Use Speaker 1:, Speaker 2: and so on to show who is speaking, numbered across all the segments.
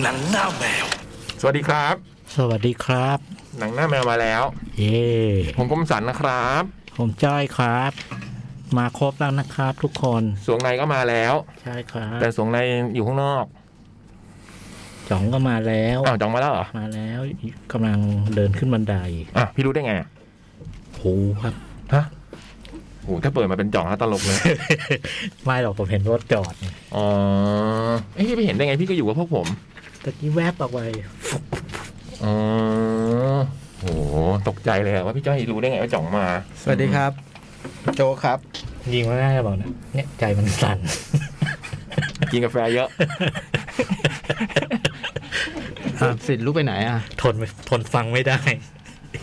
Speaker 1: หนังหน้าแมว
Speaker 2: สวัสดีครับ
Speaker 3: สวัสดีครับ
Speaker 2: หนังหน้าแมวมาแล้ว
Speaker 3: เย่
Speaker 2: ผมคมสันนะครับ
Speaker 3: ผมจ้อยครับ มาครบแล้วนะครับทุกคน
Speaker 2: สวงในก็มาแล้ว
Speaker 3: ใช่ครับ
Speaker 2: แต่สวงในอยู่ข้างนอก
Speaker 3: จ๋องก็มาแล้ว
Speaker 2: อ้าวจองมาแล้วเหรอ
Speaker 3: มาแล้วกำลังเดินขึ้นบันได
Speaker 2: อ่ะพี่รู้ได้ไงอ่ะ
Speaker 3: โหครับ
Speaker 2: ฮะโหถ้าเปิดมาเป็นจ่องแล้วตลกเลย
Speaker 3: ไม่หรอกผมเห็นรถจอดไง
Speaker 2: อ๋อเอ้ยไปเห็นได้ไงพี่ก็อยู่กับพวกผม
Speaker 3: ตะกี้แวบออกไป
Speaker 2: อ๋อโหตกใจเลยอะว่าพี่จ้อยรู้ได้ไงว่าจ่องมา
Speaker 4: สวัสดีครับ โจครับ
Speaker 3: ยิงว่าง่ายบอกนะเนี่ยใจมันสั่น
Speaker 2: กินกาแฟเยอะ
Speaker 4: สิทธิ์รู้ไปไหนอ่ะ
Speaker 3: ทนไม่ทนฟังไม่ได้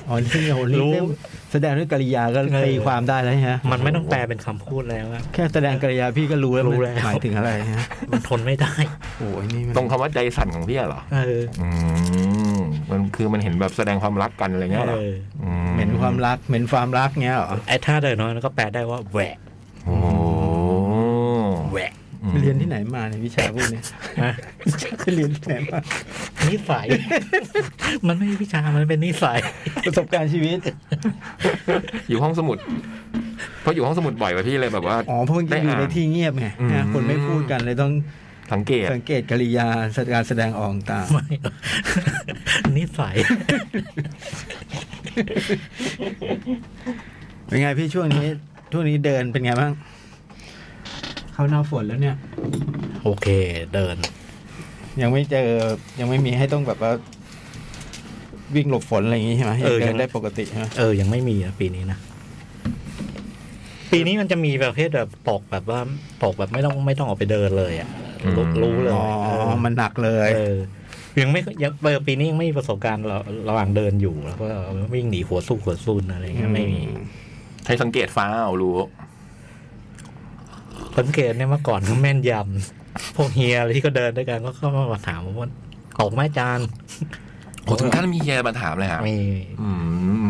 Speaker 4: อ๋อนี่โอ้นี่
Speaker 3: รู้
Speaker 4: เรื่องแสดงด้วยกริยาก็
Speaker 3: เออ
Speaker 4: ตีความได้แล้วฮะ
Speaker 3: มันไม่ต้องแปลเป็นคำพูดแล้วอะ
Speaker 4: แค่แสดงกริยาพี่ก็รู้แล้ว
Speaker 3: รู้
Speaker 4: มัน
Speaker 3: แล้ว
Speaker 4: หมายถึงอะไรฮะ
Speaker 3: มันทนไม่ได้
Speaker 4: โอ้ยนี่มัน
Speaker 2: ตรงคำว่าใจสั่นของพี่อะเหรอ
Speaker 3: เออ
Speaker 2: อืมมันคือมันเห็นแบบแสดงความรักกันอะไรเงี้ยเหร
Speaker 3: เอ
Speaker 2: อ
Speaker 3: อ
Speaker 2: ม
Speaker 4: เหม็นความรักเหม็นความรักเงี้ยเหรอ
Speaker 3: ไอ้ท่าเดินน้อยนั่นก็แปลได้ว่าแหวะ
Speaker 2: โอ้
Speaker 3: แหวะ
Speaker 4: เรียนที่ไหนมาในยวิชาพวกเนี้ย
Speaker 3: นะ
Speaker 4: เรียนที่ไหนมา
Speaker 3: นิสัย มันไม่ใช่วิชามันเป็นนิสัย
Speaker 4: ประสบการณ์ชีวิต
Speaker 2: อยู่ห้องสมุด เพราะอยู่ห้องสมุดบ่อยกว่าพี่เลยแบบว่า
Speaker 4: อ๋อเพราะเมื่อ
Speaker 2: ได้
Speaker 4: กี้อ
Speaker 2: อ่า
Speaker 4: ยู่
Speaker 2: น
Speaker 4: ในที่เงียบไง
Speaker 2: อืม
Speaker 4: นะคนไม่พูดกันเลยต้อง
Speaker 2: สังเกต
Speaker 4: สังเกตกริยาการแสดงออกต่าง
Speaker 3: ไม่ นิสัย
Speaker 4: เป็นไงพี่ช่วงนี้ช่วงนี้เดินเป็นไงบ้าง เข้าหน้าฝนแล้วเนี่ย
Speaker 3: โอเค เดิน
Speaker 4: ยังไม่เจอยังไม่มีให้ต้องแบบว่า วิ่งหลบฝนอะไรอย่างงี้ใช่ไหม
Speaker 3: เออ
Speaker 4: ยัง
Speaker 3: ยัง
Speaker 4: เดินได้ปกติใช่ไหม
Speaker 3: เออ ยังไม่มีนะปีนี้นะ ปีนี้มันจะมีประเภทแบบตกแบบว่าตกแบบไม่ต้องไม่ต้องออกไปเดินเลยอะรู้
Speaker 2: อืม
Speaker 3: รู้เลย
Speaker 4: อ๋อ มันหนักเลย
Speaker 3: เออยังไม่ยังเออปีนี้ยังไม่มีประสบการณ์ระระหว่างเดินอยู่แล้วก็วิ่งหนีหัวสู้หัวซุนอะไรอย่างเงี้ยไม่มี
Speaker 2: ให้สังเกตฟ้าเอารู้
Speaker 3: สังเกตเนี่ยเมื่อก่อนก็แม่นยำพ วกเฮียอะไรที่ก็เดินด้วยกันก็เข้ามาถามผมว่าตกไหมจาน
Speaker 2: โอ้ถึงขั้นมีเฮียมาถามเลยฮะ
Speaker 3: มี
Speaker 2: อืม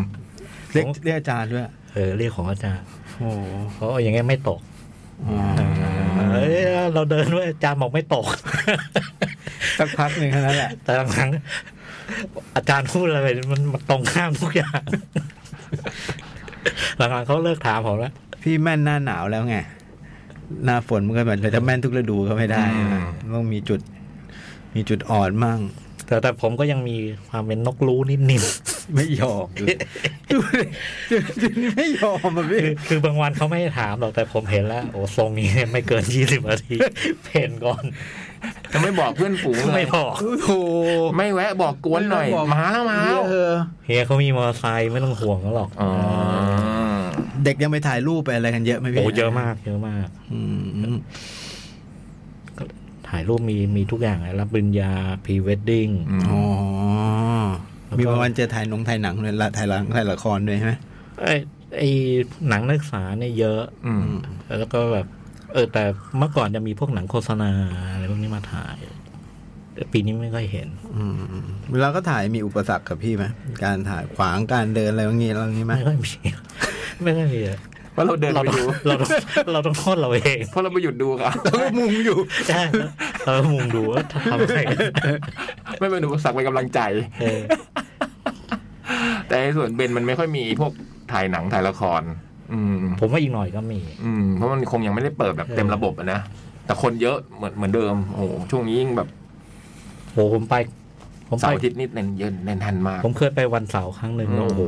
Speaker 4: เรียกเรียกอาจารย์ด้วย
Speaker 3: เออเรียกของอาจารย์
Speaker 4: โอ้โห
Speaker 3: เพราะอย่างเงี้ยไม่ตก
Speaker 4: อ๋อ
Speaker 3: เอ้ยเราเดินด้วยอาจารย์บอกไม่ตก
Speaker 4: สักพักหนึ่งแค่นั้นแหละ
Speaker 3: แต่หลังๆอาจารย์พูดอะไรมันมันตรงข้ามทุกอย่าง หลังๆเขาเลิกถามผมแล้ว
Speaker 4: พี่แม่นหน้าหนาวแล้วไง หน้าฝนมันก็แบบเลยถ้าแม่นทุกฤดูก็ไม่ได้
Speaker 2: อืม
Speaker 4: ต้องมีจุด มีจุดอ่อนมั่ง
Speaker 3: แต่แต่ผมก็ยังมีความเป็นนกรู้นิดนิด
Speaker 4: ไม่ยอมดูดูดูดูนี่ไม่ยอมอ่ะพี่
Speaker 3: คือคือบางวันเขาไม่ได้ถามหรอกแต่ผมเห็นแล้ว โอ้ทรงนี้ไม่เกินยี่สิบนาที เพนก่อน
Speaker 2: จะไม่บอกเพื่อนฝูงเลย
Speaker 3: ไม่พอก
Speaker 4: โอ้โห
Speaker 2: ไม่แวะบอกกวนหน่อย
Speaker 4: ไต้งบก
Speaker 2: มาแล้วมาแล้ว
Speaker 4: เออ
Speaker 3: เฮียเขามีมอเตอร์ไซค์ไม่ต้องห่วงเขาหรอก
Speaker 2: อ๋อ
Speaker 4: เด็กยังไปถ่ายรูปไปอะไรกันเยอะไหมพี่
Speaker 3: โอ้เยอะมาก เยอะมาก
Speaker 4: อืม
Speaker 3: ถ่ายรูปมีมีทุกอย่างเลยรับปริญญาพรีเวดดิ้ง
Speaker 2: อืม
Speaker 4: อ๋อ
Speaker 3: แล้วก็
Speaker 4: มีวันเจอถ่ายหนงถ่ายหนังเลยละถ่ายหลังถ่ายละครด้วยใช่ไหม
Speaker 3: ไอ้ไอ้หนังนักศึกษาเนี่ยเยอะ
Speaker 2: อืม
Speaker 3: แล้วก็แบบ เออ แต่เมื่อก่อนจะมีพวกหนังโฆษณาอะไรพวกนี้มาถ่ายแต่ปีนี้ไม่ค่อยเห็น
Speaker 4: อืมเวลาก็ถ่ายมีอุปสรรคกับพี่ไหมการถ่ายขวางการเดินอะไรอย่างงี้อะไรอย่างงี้ไหม
Speaker 3: ไม่ค่อยมี ไม่ค่อยมีอะ
Speaker 2: เพราะเราเดิน
Speaker 3: เรา
Speaker 2: ไป
Speaker 3: ต้อง
Speaker 2: ดู
Speaker 3: เราต้องเราต้องโทษเราเอง
Speaker 2: เพราะเราไปหยุดดูครับ
Speaker 4: แล้วมุงอยู่
Speaker 3: ใช่เรามุ งดูว่าทำอะไรกัน
Speaker 2: ไม่เป็นอุปสรรคเป็นกำลังใจ
Speaker 3: เออ
Speaker 2: แต่ในส่วนเบนมันไม่ค่อยมีพวกถ่ายหนังถ่ายละคร อืม
Speaker 3: ผมว่าอีกหน่อยก็มี
Speaker 2: อืมเพราะมันคงยังไม่ได้เปิดแบบเต็มระบบอะนะ แต่คนเยอะเหมือนเหมือนเดิม โอ้โหช่วงนี้ยิ่งแบบ
Speaker 3: โหผมไป ผม
Speaker 2: เสา
Speaker 3: ไป
Speaker 2: ร์อาทิตย์นี่เน้นเยอะเน้นทันมาก
Speaker 3: ผมเคยไปวันเสาร์ครั้งหนึ่ง
Speaker 2: อืม
Speaker 3: โอ้โห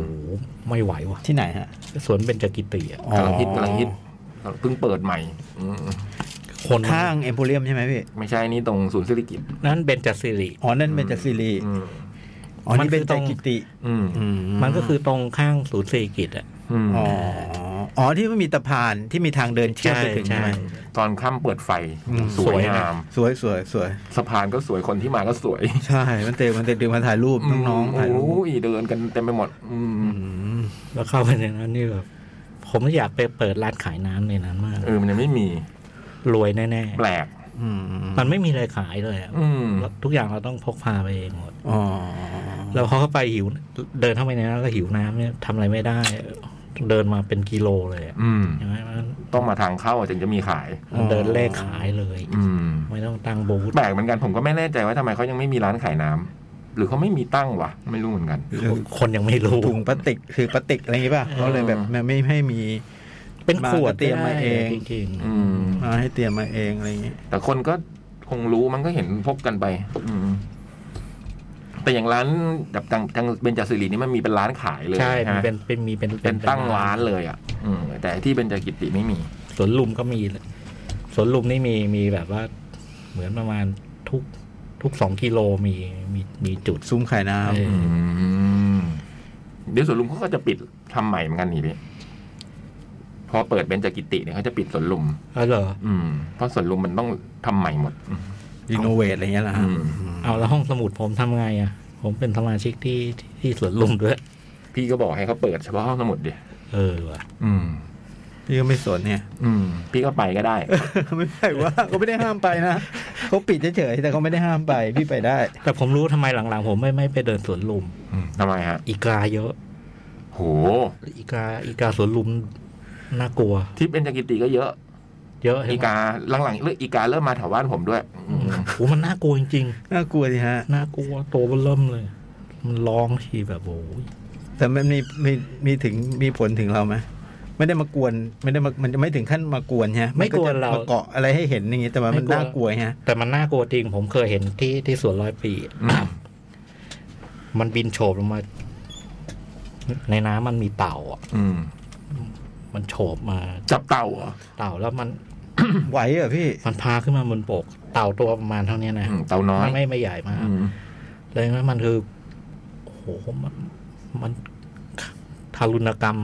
Speaker 3: ไม่ไหวว่ะ
Speaker 4: ที่ไหนฮะ
Speaker 3: สวนเบญจกิติอ่ะ
Speaker 2: กำลังฮิตกำลังฮิตเพิ่งเปิดใหม่ อืม
Speaker 3: คนมัน
Speaker 4: ข้างเอ็มโพเรียมใช่ไหมพี่
Speaker 2: ไม่ใช่นี่ตรงศูนย์เศรษฐกิจ
Speaker 3: นั้นเบญจสิริ
Speaker 4: อ๋อ นั่นเป็นจักรซีรี
Speaker 2: อืม
Speaker 4: อ๋อ นี่เป็นจักรกิติ
Speaker 2: อืม
Speaker 4: อื
Speaker 3: มันก็คือตรงข้างศูนย์เศรษฐกิจอ่ะ
Speaker 2: อืม
Speaker 4: อ๋อ อ๋อ ที่มันมีตะพานที่มีทางเดินเชื่อมไปถึง
Speaker 3: ใช่
Speaker 4: ใช่ไหม
Speaker 3: ใช่
Speaker 2: ตอนค่ำเปิดไฟ
Speaker 4: อืม
Speaker 2: ส
Speaker 3: ส
Speaker 2: วย
Speaker 3: วยนะ
Speaker 2: งาม
Speaker 4: สวยสวยสวย
Speaker 2: สะพานก็สวยคนที่มาก็สวย
Speaker 4: ใช่ มันเต็มมันเต็มเต็มมาถ่ายรูปน้องๆ
Speaker 2: โอ้
Speaker 4: ถ่ายรูป
Speaker 2: ยเดินกันเต็มไปหมด อืม
Speaker 3: แล้วเข้าไปในนั้นนี่แบบผมอยากไปเปิดร้านขายน้ำในนั้นมาก
Speaker 2: เออมันยังไม่มี
Speaker 3: รวยแน่
Speaker 2: แปลก
Speaker 4: อืม
Speaker 3: ๆ มันไม่มีอะไรขายเลยอะ
Speaker 2: อืม
Speaker 3: แล้วทุกอย่างเราต้องพกพาไปเองหมด
Speaker 4: อ๋อ
Speaker 3: แล้วพอเข้าไปหิว เดินเข้าไปในนั้นก็หิวน้ำเนี่ยทำอะไรไม่ได้ เดินมาเป็นกิโลเลยอะ
Speaker 2: อืม
Speaker 3: ใช่ไหมมัน
Speaker 2: ต้องมาทางเข้าอะถึงจะมีขาย
Speaker 3: มันเดินเลขขายเลย
Speaker 2: อืม
Speaker 3: ไม่ ไม่ต้องตั้งบูธ
Speaker 2: แปลกเหมือนกันผมก็ไม่แน่ใจว่าทำไมเขายังไม่มีร้านขายน้ำหรือเขาไม่มีตั้งวะไม่รู้เหมือนกัน
Speaker 3: คนยังไม่รู้
Speaker 4: ถุงพลาสติกคือพลาสติกอะไรอย่างงี้ป่ะเขาเลยแบบไม่ไม่ให้มี
Speaker 3: เป็นขวด
Speaker 4: มาเตรียมมาเอง
Speaker 3: จริงๆ
Speaker 2: อืม
Speaker 4: มาให้เตรียมมาเองอะไรอย่างงี้
Speaker 2: แต่คนก็คงรู้มันก็เห็นพกกันไป อืม แต่อย่างร้านแบบทางทางเบญจศิรินี่มันมีเป็นร้านขายเลย
Speaker 3: ใช่
Speaker 2: ไห
Speaker 3: มี
Speaker 2: ม
Speaker 3: เป็นเป็นมีเป็น
Speaker 2: เป็นตั้งร้านเลยอ่ะ อืม แต่ที่เบญจกิติไม่มี
Speaker 3: สวนลุมก็มีสวนลุมนี่มีมีแบบว่า เหมือนประมาณทุกทุกสองกิโลมีมีมีจุด
Speaker 4: ซุ้มขายน้ำ
Speaker 3: เออ
Speaker 2: อืม เดี๋ยวสวนลุมเขาก็จะปิดทำใหม่เหมือนกันนี่พี่พอเปิดเบญจกิติเนี่ยเขาจะปิดสวนลุม
Speaker 3: เออเหรอ
Speaker 2: อืม เพราะสวนลุมมันต้องทำใหม่หมด อืม
Speaker 4: รีโนเวทอะไรเงี้ยนะฮะ
Speaker 2: อืม
Speaker 3: เอาแล้วห้องสมุดผมทำไงอ่ะ ผมเป็นสมาชิกที่ที่สวนลุมด้วย
Speaker 2: พี่ก็บอกให้เขาเปิดเฉพาะห้องสมุดเดีย
Speaker 3: เออว่ะ
Speaker 2: อืม
Speaker 4: พี่ก็ไม่สนเนี่ย
Speaker 2: อืม พี่ก็ไปก็ได้
Speaker 4: ไม่ใช่ว่าเขาไม่ได้ห้ามไปนะเขาปิดเฉยๆแต่เขาไม่ได้ห้ามไปพี่ไปได้
Speaker 3: แต่ผมรู้ทำไมหลังๆ ผมไม่ไม่ไปเดินสวนลุม
Speaker 2: อืมทำไมฮะ
Speaker 3: อีกาเยอะ
Speaker 2: โห
Speaker 3: อีกาอีกาสวนลุมน่ากลัว
Speaker 2: ที่เบญจกิติก็เยอะ
Speaker 3: เยอะ
Speaker 2: อีกาหลังๆเรื่องอีกาเริ่มมาแถวบ้านผมด้วย อืม
Speaker 3: โอ้มันน่ากลัวจริง
Speaker 4: น่ากลัวสิฮะ
Speaker 3: ๆน่ากลัวตัวเบนเริ่มเลย มันร้องทีแบบโอ้ย
Speaker 4: แต่มันมีมีมีถึงมีผลถึงเราไหมไม่ได้มากวนไม่ได้มามันจะไม่ถึงขั้นมากวนฮะ
Speaker 3: ไม่กวน
Speaker 4: จะ
Speaker 3: เราม
Speaker 4: เกาะอะไรให้เห็นอย่างงี้แต่ว่ามัน
Speaker 3: ไม่กวน
Speaker 4: น่ากลัว ฮะ
Speaker 3: แต่มันน่ากลัวจริง ผมเคยเห็นที่ที่สวนร้อยปี
Speaker 2: อืม
Speaker 3: มันบินโฉบลงมา ในน้ำมันมีเต่าอ่ะ
Speaker 2: อืม
Speaker 3: มันโฉบมา
Speaker 2: จับเต่าเหรอ
Speaker 3: เต่าแล้วมัน
Speaker 4: ไหวเหรอพี่
Speaker 3: มันพาขึ้นมาบนบกเต่าตัวประมาณเท่าเนี้ยนะ
Speaker 2: อืมเต่าน้อย
Speaker 3: มันไม่ไม่ใหญ่มาก
Speaker 2: อืม
Speaker 3: เลยนะมันคือโอ้โหมันมันทารุณกรรม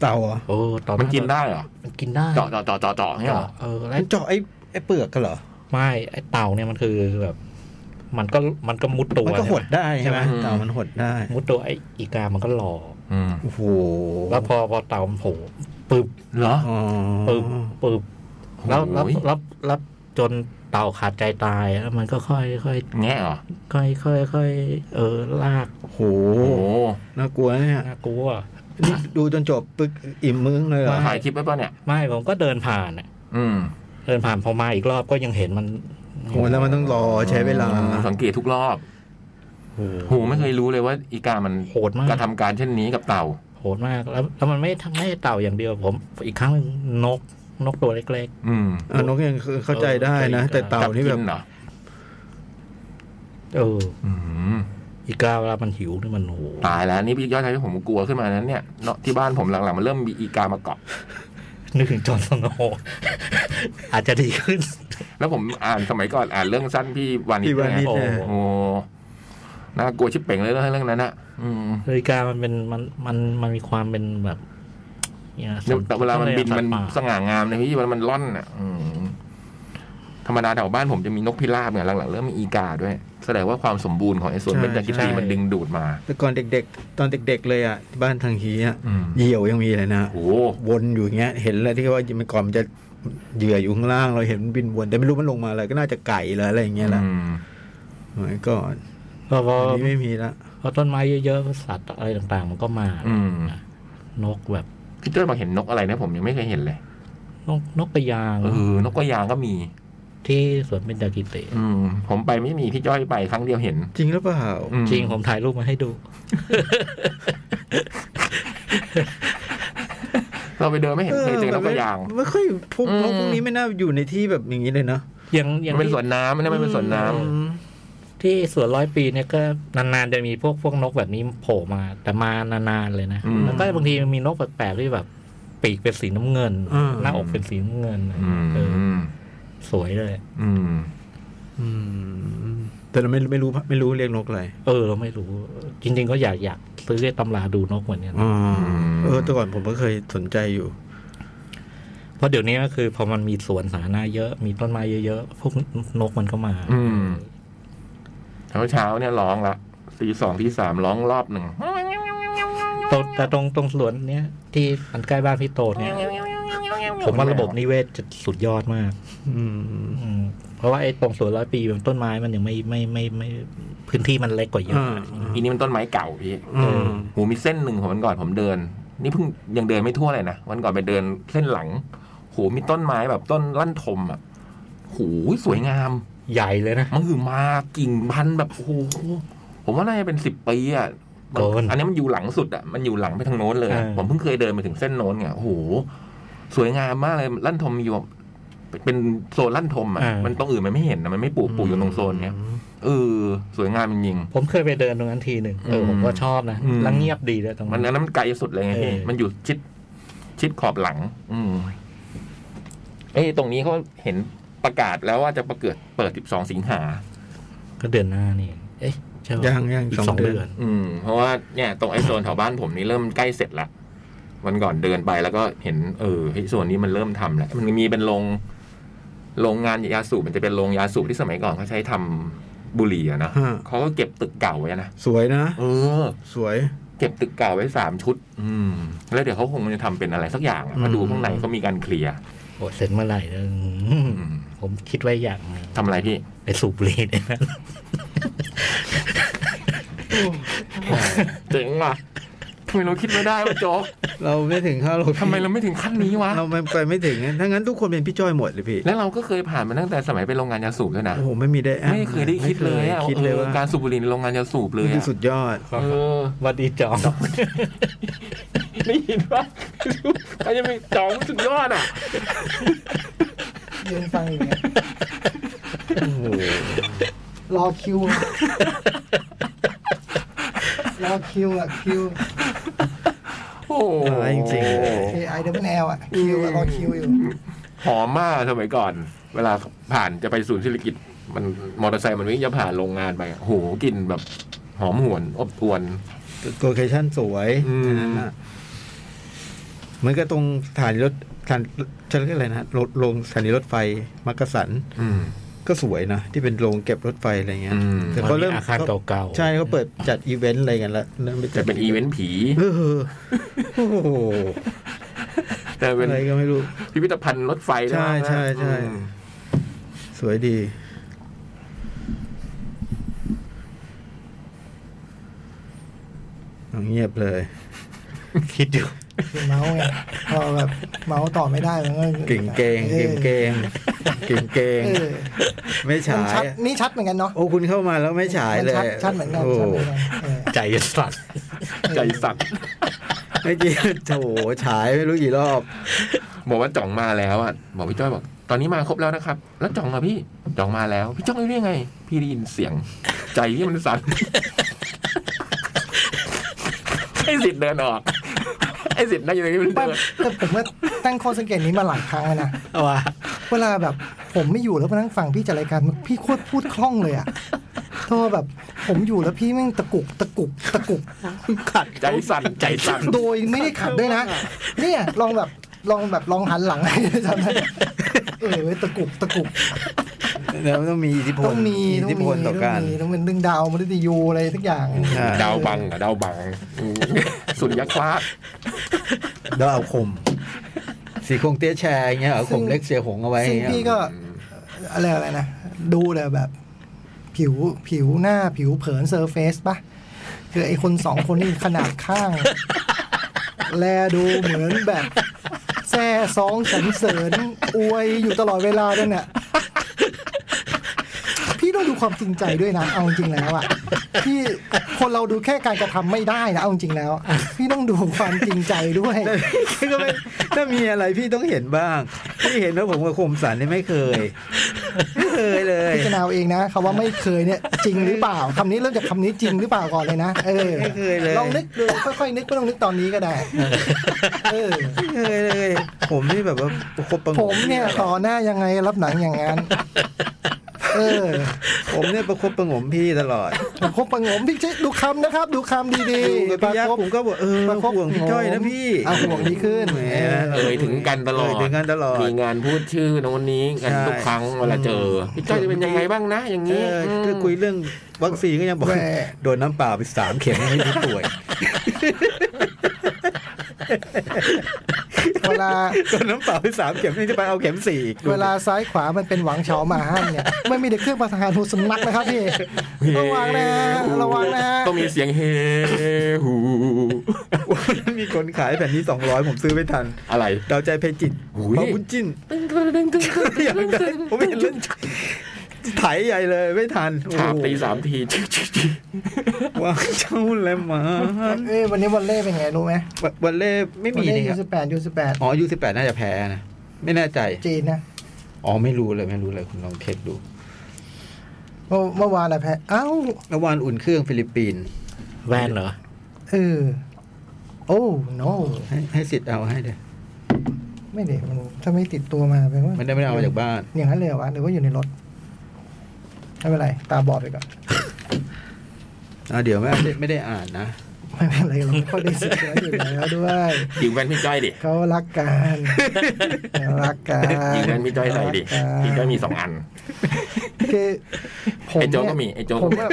Speaker 4: เต่าเหรอ
Speaker 3: โอ้ตอน
Speaker 2: มันกินได้เหรอ
Speaker 3: มันกินได้
Speaker 2: เจาะเจาะเจาะเจาะเจาะเนี่ยเหรอ
Speaker 3: เออแล้ว
Speaker 4: มันเจาะไอ้ไอ้เปลือกกันเหรอ
Speaker 3: ไม่ไอเต่าเนี่ยมันคือแบบ มันก็มันก็มุดตัว
Speaker 4: มันก็หด
Speaker 3: ใช่ไ
Speaker 4: ได้ใช่ไหม
Speaker 2: ใช่ไหม
Speaker 4: เต่ามันหดได้
Speaker 3: มมุดตัวไออีกามันก็หลอก
Speaker 2: อืม
Speaker 4: โอ้โห
Speaker 3: แล้วพอพอเต่ามันโผล่ปึ๊บ
Speaker 2: เหรอ
Speaker 4: อ๋อ
Speaker 3: ปึบปึบแล้วแล้ว
Speaker 2: โอ้ย
Speaker 3: แล้วแล้วจนเต่าขาดใจตายแล้วมันก็ค่อยค่อย
Speaker 2: แง่เหรอ
Speaker 3: ค่อยค่อยค่อยเออลาก
Speaker 4: โอ้โห
Speaker 2: โอ้โห
Speaker 4: น่ากลัวนะเนี่ย
Speaker 3: น่ากลัว
Speaker 4: นี่ดูจนจบปึ๊กอิ่มมึงเลยเหรอ
Speaker 2: ถ่ายคลิปไว้ป่ะเนี่ย
Speaker 3: ไม่ผมก็เดินผ่านอะ
Speaker 2: อืม
Speaker 3: เดินผ่านพอมาอีกรอบก็ยังเห็นมัน
Speaker 4: โอ้แล้วมันต้องรอใช้เวลา
Speaker 2: สังเกตทุกรอบ
Speaker 3: โอ้
Speaker 2: โหไม่เคยรู้เลยว่า อีกามัน
Speaker 3: โหดมาก
Speaker 2: กระทำการเช่นนี้กับเต่า
Speaker 3: โหดมากแล้วแล้วมันไม่ทำไม่เต่าอย่างเดียวผม อีกครั้งหนึ่งนกนกตัวเล็ก
Speaker 2: อืม
Speaker 4: เอานกยังเข้าใจได้นะ แต่เต่า
Speaker 2: จับ
Speaker 4: นี่แบ
Speaker 2: กิ
Speaker 4: บ
Speaker 2: นเหรอ
Speaker 3: ๆ เออ
Speaker 2: อืม
Speaker 3: อีกาเวลามันหิวนี่มันโอ้โห
Speaker 2: ตายแล้วนี่พี่ยอดชายที่ผมกลัวขึ้นมานั้นเนี่ยเนาะที่บ้านผมหลังๆมันเริ่มมีอีกามาเกาะ
Speaker 3: นึกถึงจอห์นสโนว์ อาจจะดีขึ้น
Speaker 2: แล้วผมอ่านสมัยก่อนอ่านเรื่องสั้นพี่วานิช
Speaker 4: พี่วานิช
Speaker 2: เย
Speaker 3: เนี่ย
Speaker 2: โอ้โหน่ากลัวชิบเป่งเลยเรื่องเรื่องนั้นอะอืม
Speaker 3: นาฬิกามันเป็นมันมันมันมีความเป็นแบบนี่ย
Speaker 2: แต่เวลามันบินมัน
Speaker 3: สัตว์
Speaker 2: ส
Speaker 3: ป่า
Speaker 2: ง่างามเลยพี่เวลามันล่อนอ่ะอืมธรรมดาแถวบ้านผมจะมีนกพิราบเนี่ยหลังๆเริ่มมีอีกาด้วย แสดงว่าความสมบูรณ์ของไอ้สวน
Speaker 4: ใช่
Speaker 2: เบญจกิติมันดึงดูดมา
Speaker 4: แต่ก่อนเด็กๆ ตอนเด็กๆเลยอ่ะที่บ้านทางฮีอ่ะ
Speaker 2: อืม
Speaker 4: เหยี่ยวยังมีเลยนะ
Speaker 2: โอ้โห
Speaker 4: วนอยู่อย่างเงี้ย เห็นเลยที่ว่ามันก่อนมันจะเหยื่ออยู่ข้างล่างเราเห็นมันบินวน แต่ไม่รู้มันลงมาอะไรก็น่าจะไก่หรืออะไรอย่างเงี้ยแหละ
Speaker 2: อืม
Speaker 4: สมัยก่อน
Speaker 3: พอพอ
Speaker 4: อันนี้ไม่มีละ
Speaker 3: พอต้นไม้เยอะๆสัตว์อะไรต่างๆ มันก็มา
Speaker 2: อืม
Speaker 3: นกแบบ
Speaker 2: พี่เต้ยบอกเห็นนกอะไรนะผมยังไม่เคยเห็นเลย
Speaker 3: นกนกกระยาง
Speaker 2: เออนกกระยางก็มี
Speaker 3: ที่สวนเป็นดากิเตะ
Speaker 2: อืม ผมไปไม่มีพี่จ้อยไปครั้งเดียวเห็น
Speaker 4: จริงหรือเปล่า
Speaker 2: อืม
Speaker 3: จริงผมถ่ายรูปมาให้ดู
Speaker 2: เราไปเดินไม่เห็นเคยเจอนกกระยาง
Speaker 4: เออไม่ไม่ค่อยพบ
Speaker 2: อืม
Speaker 4: นกพวกนี้ไม่น่าอยู่ในที่แบบอย่างนี้เลยเนาะ
Speaker 3: ยังยัง
Speaker 2: มันเป็น
Speaker 3: ที่
Speaker 2: สวนน้ำนะมันเป็นสวนน้
Speaker 4: อืม
Speaker 3: ที่สวนร้อยปีเนี่ยก็นานๆจะมีพวกพวกนกแบบนี้โผล่มา แต่มานานๆเลยนะ
Speaker 2: ำอืม
Speaker 3: แล้วก็บางทีมีนกแปลกๆที่แบบ ปีกเป็นสีน้ำเงิน
Speaker 4: อ่า
Speaker 3: หน้าอกเป็นสีน้ำเงิน
Speaker 2: อืม
Speaker 3: เออ
Speaker 2: อืม
Speaker 3: สวยเลย
Speaker 2: อืม
Speaker 4: อืมแต่เราไม่ไม่รู้ไม่รู้เรียกนกอะไร
Speaker 3: เออเราไม่รู้ จริง ๆ ก็อยากอยากซื้อตำราดูนกเหมือนกัน
Speaker 4: อ๋อเออแต่ก่อนผมก็เคยสนใจอยู่
Speaker 3: เพราะเดี๋ยวนี้ก็คือพอมันมีสวนสาธารณะเยอะมีต้นไม้เยอะๆพวกนกมันก็มา
Speaker 2: อืมเช้าเช้าๆเนี่ยร้องละตีสองตีสามร้องรอบหนึ่ง
Speaker 3: ตรงแต่ตรงตรงสวนเนี้ยที่มันใกล้บ้านพี่โตเนี่ย ผมว่าระบบนิเวศจะสุดยอดมาก
Speaker 4: อืม
Speaker 3: อืมเพราะว่าไอ้ตรงสวนร้อยปีมันต้นไม้มันยังไม่ไม่ไม่ไม่ไม่พื้นที่มันเล็กกว่าเยอะ
Speaker 4: อ่า
Speaker 2: อีนี่มันต้นไม้เก่าพี่
Speaker 4: อืม
Speaker 2: หูมีเส้นหนึ่งของวันก่อนผมเดิน นี่เพิ่งยังเดินไม่ทั่วเลยนะวันก่อนไปเดินเส้นหลังโหมีต้นไม้แบบต้นลั่นทมอ่ะโหสวยงาม
Speaker 3: ใหญ่เลยนะ
Speaker 2: มันคือมากิ่งพันธุ์แบบโอ้โหผมว่าน่าจะเป็นสิบปีอ่ะมัน
Speaker 3: โดน
Speaker 2: อันนี้มันอยู่หลังสุดอ่ะมันอยู่หลังไปทางโน้นเลยอะ
Speaker 3: เออ
Speaker 2: ผมเพิ่งเคยเดินไปถึงเส้นโน้นไงโอ้โหสวยงามมากเลยลั่นทมอยู่แบบเป็นโซนลั่นทมอ่ะมันตรงอื่นมันไม่เห็นนะมันไม่ปลูกปลูกอยู่ตรงโซนเนี้ยเออสวยงามจริง
Speaker 3: ผมเคยไปเดินตรงนั้นทีหนึ่งเออผมก็ชอบนะ
Speaker 2: อืม
Speaker 3: แล้วเงียบดีด้วยตรง
Speaker 2: ๆมัน
Speaker 3: นั้น
Speaker 2: อันนั้นมันไกลสุดเลยไงพี่
Speaker 3: เออ
Speaker 2: มันอยู่ชิดชิดขอบหลัง อืมเอ้ยตรงนี้เขาเห็นประกาศแล้วว่าจะประเกิดเปิด 12 สิงหา
Speaker 3: ก็เดือนหน้านี่ เอ๊ะใช่ปะ
Speaker 4: ยังยัง
Speaker 3: อีก
Speaker 4: สอง
Speaker 3: สอง
Speaker 4: เดือน
Speaker 3: เดือน
Speaker 2: อืมเพราะว่าเนี่ยตรงไอ้โซนแถวบ้านผมนี่เริ่มใกล้เสร็จละวันก่อนเดินไปแล้วก็เห็น เออไอ้โซนนี้มันเริ่มทำแล้วมันมีเป็นโรงโรงงานยาสูบมันจะเป็นโรงยาสูบที่สมัยก่อนเขาใช้ทำบุหรี่อะนะ
Speaker 4: ฮะ
Speaker 2: เขาก็เก็บตึกเก่าไว้นะ
Speaker 4: สวยนะ
Speaker 2: เออ
Speaker 4: สวย
Speaker 2: เก็บตึกเก่าไว้สามชุด อืม แล้วเดี๋ยวเขาคงจะทำเป็นอะไรสักอย่างอะมาดู
Speaker 4: อืม
Speaker 2: ข้างในเขามีการเคลียร์
Speaker 3: โอ้เสร็จเมื่อไหร่เนี่ยอืมผมคิดไว้อย่างหนึ่ง
Speaker 2: ทำอะไรพี่
Speaker 3: ไปสูบบุหรี่เนี่ยนะ
Speaker 2: เจ๋งว่ะทำไมเราคิดไม่ได้วะโจ๊ก
Speaker 4: เราไม่ถึงข้าเรา
Speaker 2: ทำไมเราไม่ถึงขั้นนี้วะ
Speaker 4: เราไม่ไปไม่ถึงนะถ้างั้นทุกคนเป็นพี่จ้อยหมดเลยพี่
Speaker 2: แล้วเราก็เคยผ่านมาตั้งแต่สมัยเป็นโรงงานยาสูบด้วยนะ
Speaker 4: โอ้โหไม่มีได้แอ
Speaker 2: ไม่เคยได้คิดเลยอะ
Speaker 4: ไม่คคิดเล
Speaker 2: อ
Speaker 4: ย
Speaker 2: อ
Speaker 4: ว่า
Speaker 2: การสูบบุหรี่ในโรงงานยาสูบเลย
Speaker 4: นี่คื
Speaker 2: อะ
Speaker 4: อสุดยอด
Speaker 2: เออ
Speaker 3: วัดดีจอม
Speaker 2: ได้ยิน ว่าเขาจะเป็นจองสุดยอดอ่ะ
Speaker 1: ยืนฟังอย่างเงี้ย
Speaker 4: โอ้โห
Speaker 1: รอคิวอะรอคิวอะคิว
Speaker 2: โอ้โห
Speaker 4: อะไรจริงๆเลย
Speaker 1: AI d o u b l e L อะคิวอะรอคิวอยู่
Speaker 2: หอมมากสมัยก่อน เวลาผ่านจะไปศูนย์ศิริกิจมันมอเตอร์ไซค์มันวิ่งจะผ่านโรงงานไปอะโอ้โหกลิ่นแบบหอมหวนอบอวน
Speaker 4: โลเคชั่นสวย
Speaker 2: อืม
Speaker 4: อันนั้นน่ะเหมือนกับตรงสถานีรถสถานจะเรียกอะไรนะรถลงสถานีรถไฟ มักกะสัน
Speaker 2: อืม
Speaker 4: ก็สวยนะ ที่เป็นโรงเก็บรถไฟอะไรเงี้ย
Speaker 2: อืม
Speaker 4: แต่เขาเริ่ม
Speaker 3: อาคารเก่าๆ
Speaker 4: ใช่เขาเปิดจัดอีเวนต์อะไรกันแล้วเริ่มไปจั
Speaker 2: จะ
Speaker 4: ด
Speaker 2: เป็นอีเวนต์ผี
Speaker 4: เออโอ้โห
Speaker 2: แต่เป็น
Speaker 4: อะไรก็ไม่รู้
Speaker 2: พิพิธภัณฑ์รถไฟนะ
Speaker 4: ใช่ใช่ใช่
Speaker 2: อืม
Speaker 4: สวยดี เงียบเลย
Speaker 3: คิดอยู่
Speaker 1: คือเมาส์ไงพอแบบเมาส์ต่อไม่ได้มันก็
Speaker 4: เก่งเกงเก่งเกงเก่งเกง
Speaker 1: เออ
Speaker 4: ไม่
Speaker 1: มัน
Speaker 4: ฉา
Speaker 1: ชัด
Speaker 4: ย
Speaker 1: นี่ชัดเหมือนกันเนาะ
Speaker 4: โอ้คุณเข้ามาแล้วไม่ฉายเลย
Speaker 1: มันชัดชัดเหมือนกัน
Speaker 4: โอ้
Speaker 1: ชัดเหมือนกันเออ
Speaker 3: ใจสั่น
Speaker 2: ใจสั่น
Speaker 4: เมื่อกี้โถฉายไม่รู้กี่รอบ
Speaker 2: บอกว่าจ่องมาแล้วอ่ะบอกพี่จ้อยบอก ตอนนี้มาครบแล้วนะครับ แล้วจ่องอ่ะพี่จ่องมาแล้ว พี่จ้องรู้ได้ยังไง พี่ได้ยินเสียง ใจที่มันสั่น ไอ้สิทธิ์เดินออกไอ้สิทธิ์นั่งอยู่ตรงนี้มัน
Speaker 1: แต่
Speaker 2: เดิน
Speaker 1: แต่ผมว่าตั้งข้อสังเกตนี้มาหลายครั้งแล้วนะ
Speaker 3: เอา ว่า
Speaker 1: เวลาแบบผมไม่อยู่แล้วมานั่งฟังพี่จัดรายการพี่โคตรพูดคล่องเลยอะโทษแบบผมอยู่แล้วพี่แม่งตะกุกตะกุกตะกุก
Speaker 3: ขัด
Speaker 2: ใจสั่นใจสั่น
Speaker 1: โดยไม่ได้ขัดด้วยนะ เนี่ยลองแบบลองแบบลองหันหลังให้จำได้เออเว้ยตะกุกตะกุก
Speaker 4: แล้วมันต้องมีอิทธิพล
Speaker 1: ต้องมี
Speaker 4: อิท
Speaker 1: ต้อ
Speaker 4: ธิ
Speaker 1: ง
Speaker 4: พ
Speaker 1: มี
Speaker 4: ลต่อ
Speaker 1: ต้
Speaker 4: กา
Speaker 1: อง
Speaker 4: ร
Speaker 1: มีต้องเป็นดึงดาวมฤตยูอะไรสักอย่าง
Speaker 4: อ่า
Speaker 2: ดาวบังอะดาวบังอืมสุญญคว้า
Speaker 4: ดาวคม สีคงเตี้ยแชร์อย่างเงี้ยเหรอคมเล็กเสียหงเอาไว้อ
Speaker 1: ซึ่ง
Speaker 4: ย่างเงี้ย
Speaker 1: พี่ก็อะไรอะไรนะ ดูเลยแบบ ผิวผิวหน้าผิวเผินเซอร์เฟซปะคือไอคนสองคนนี่ขนาดข้าง แลดูเหมือนแบบแซ่ซองสันเสริญอวยอยู่ตลอดเวลาด้วยเนี่ยพี่ต้องดูความจริงใจด้วยนะ เอาจริงแล้วอะพี่คนเราดูแค่การกระทำไม่ได้นะเอาจริงแล้ว พี่ต้องดูความจริงใจด้วย
Speaker 4: พี่ก็ไม่ถ้ามีอะไรพี่ต้องเห็นบ้าง พี่เห็นว่าผมกับคมสันนี่ไม่เคย ไม่เคยเลย
Speaker 1: พิจารณาเอาเองนะคำว่าไม่เคยเนี่ยจริงหรือเปล่าคำนี้เริ่มจากคำนี้จริงหรือเปล่าก่อนเลยนะเออ
Speaker 4: ไม่เคยเลย
Speaker 1: องนึกดูค่อยๆนึกไม่ต้องนึกตอนนี้ก็ได้เออ
Speaker 4: ไม่เคยเลย ผมนี่แบบว่าคบประหง
Speaker 1: ผมเนี่ยต่อหน้ายังไงรับหนังอย่างนั้นเออ
Speaker 4: ผมเนี่ยประคบประหงมพี่ตลอด
Speaker 1: ประคบประหงมพี่เจ๊ดูคำนะครับ ดูคำดี
Speaker 4: อยู่กับ
Speaker 1: ๆ
Speaker 4: พี่ยัก
Speaker 1: ป
Speaker 4: ษ์
Speaker 1: ระคบ
Speaker 4: ผมก็บอกเออ
Speaker 1: ประคบ
Speaker 4: ห่วงพี่จ้อยนะพี่
Speaker 1: เอาห่วงดีขึ้น
Speaker 4: แหม
Speaker 2: เอ่ยถึงกันตลอด
Speaker 4: เยถึงกันตลอด
Speaker 2: มีงานพูดชื่อโน้นนี้กันทุกครั้งเวลาเจอพี่จ้อยจะเป็นยังไงบ้างนะ อย่าง
Speaker 4: เอ
Speaker 2: นี้
Speaker 4: อ
Speaker 2: ม
Speaker 4: ถ้าคุยเรื่องวัคซีนก็ยังบอก
Speaker 1: แหม่
Speaker 4: โดนน้ำเปล่าไปสามเข็มยังไม่รู้ป่วย
Speaker 1: เวลา
Speaker 4: โดนน้ำเปล่าไปสามเข็มนี่จะไปเอาเข็มสี่อีก
Speaker 1: เวลาซ้ายขวามันเป็นหวังเฉาหมาห้านเนี่ยไม่มีเด็กเครื่องประทานหูสำนักนะครับพี่ระวังนะระวังนะ
Speaker 2: ต้องมีเสียงเฮฮู
Speaker 4: วันนั้นมีคนขายแผ่นนี้สองร้อยผมซื้อไม่ทัน
Speaker 2: อะไร
Speaker 4: ดาวใจเพจิต
Speaker 2: หูย
Speaker 4: บาบุญจิ้น
Speaker 2: ตึ้งตึ้งตึ้งตึ้งตึ้ง
Speaker 4: อยากได้ผมเห็นเล่น ไถใหญ่เลยไม่ทันโอ้
Speaker 2: ฉาบ
Speaker 4: โห
Speaker 2: ตีสามที
Speaker 4: ว่างเจ้าแลมมา
Speaker 1: เอ้ยวันนี้วันเล่เป็นไงรู้ไหม
Speaker 4: วันเล่ไม่
Speaker 1: วั
Speaker 4: มี
Speaker 1: เล่
Speaker 4: นี่ค
Speaker 1: ยู
Speaker 4: รับ
Speaker 1: สิบแปดยูสิบแปด
Speaker 4: อ๋อยูสิบแปดน่าจะแพ้นะไม่แน่ใจ
Speaker 1: จีนนะ
Speaker 4: อ๋อไม่รู้เลยไม่รู้เลยคุณลองเช็คดู
Speaker 1: เมื่อเมื่อวานอะแพ้เอ้า
Speaker 4: เมื่อวานอุ่นเครื่องฟิลิปปินส์
Speaker 3: แว่นเหรอ
Speaker 1: เออโอ้โน
Speaker 4: ให้ให้สิทธิ์เอาให้เลย
Speaker 1: ไม่เด็มันถ้าไม่ติดตัวมาแปลว่า
Speaker 4: ไม่ได้ไม่ได้เอามาจากบ้าน
Speaker 1: อย่างนั้นเลยเหรอวะหรือว่าอยู่ในรถไม่เป็นไรตาบอดไปก่อน
Speaker 4: อ่ะเดี๋ยวไม่ได้ไม่ได้อ่านนะ
Speaker 1: ไม่เป็นไรเราไม่ค่อยได้สิทธิ์อะไรอยู่แล้วด้วย
Speaker 2: ยิงแว่นพี่จ้อยดิ
Speaker 1: เขารักกันรักกัน
Speaker 2: ยิงแว่นพี่จ้อยใส่ดิ
Speaker 1: รักกัน
Speaker 2: พี่จ้อยมีสองอัน
Speaker 1: คือผม
Speaker 2: ไอ้โจก
Speaker 1: เนี่ย
Speaker 2: ก็มีไอ้โจก
Speaker 1: ผ
Speaker 2: ก็
Speaker 1: ม
Speaker 2: มี
Speaker 1: ว่า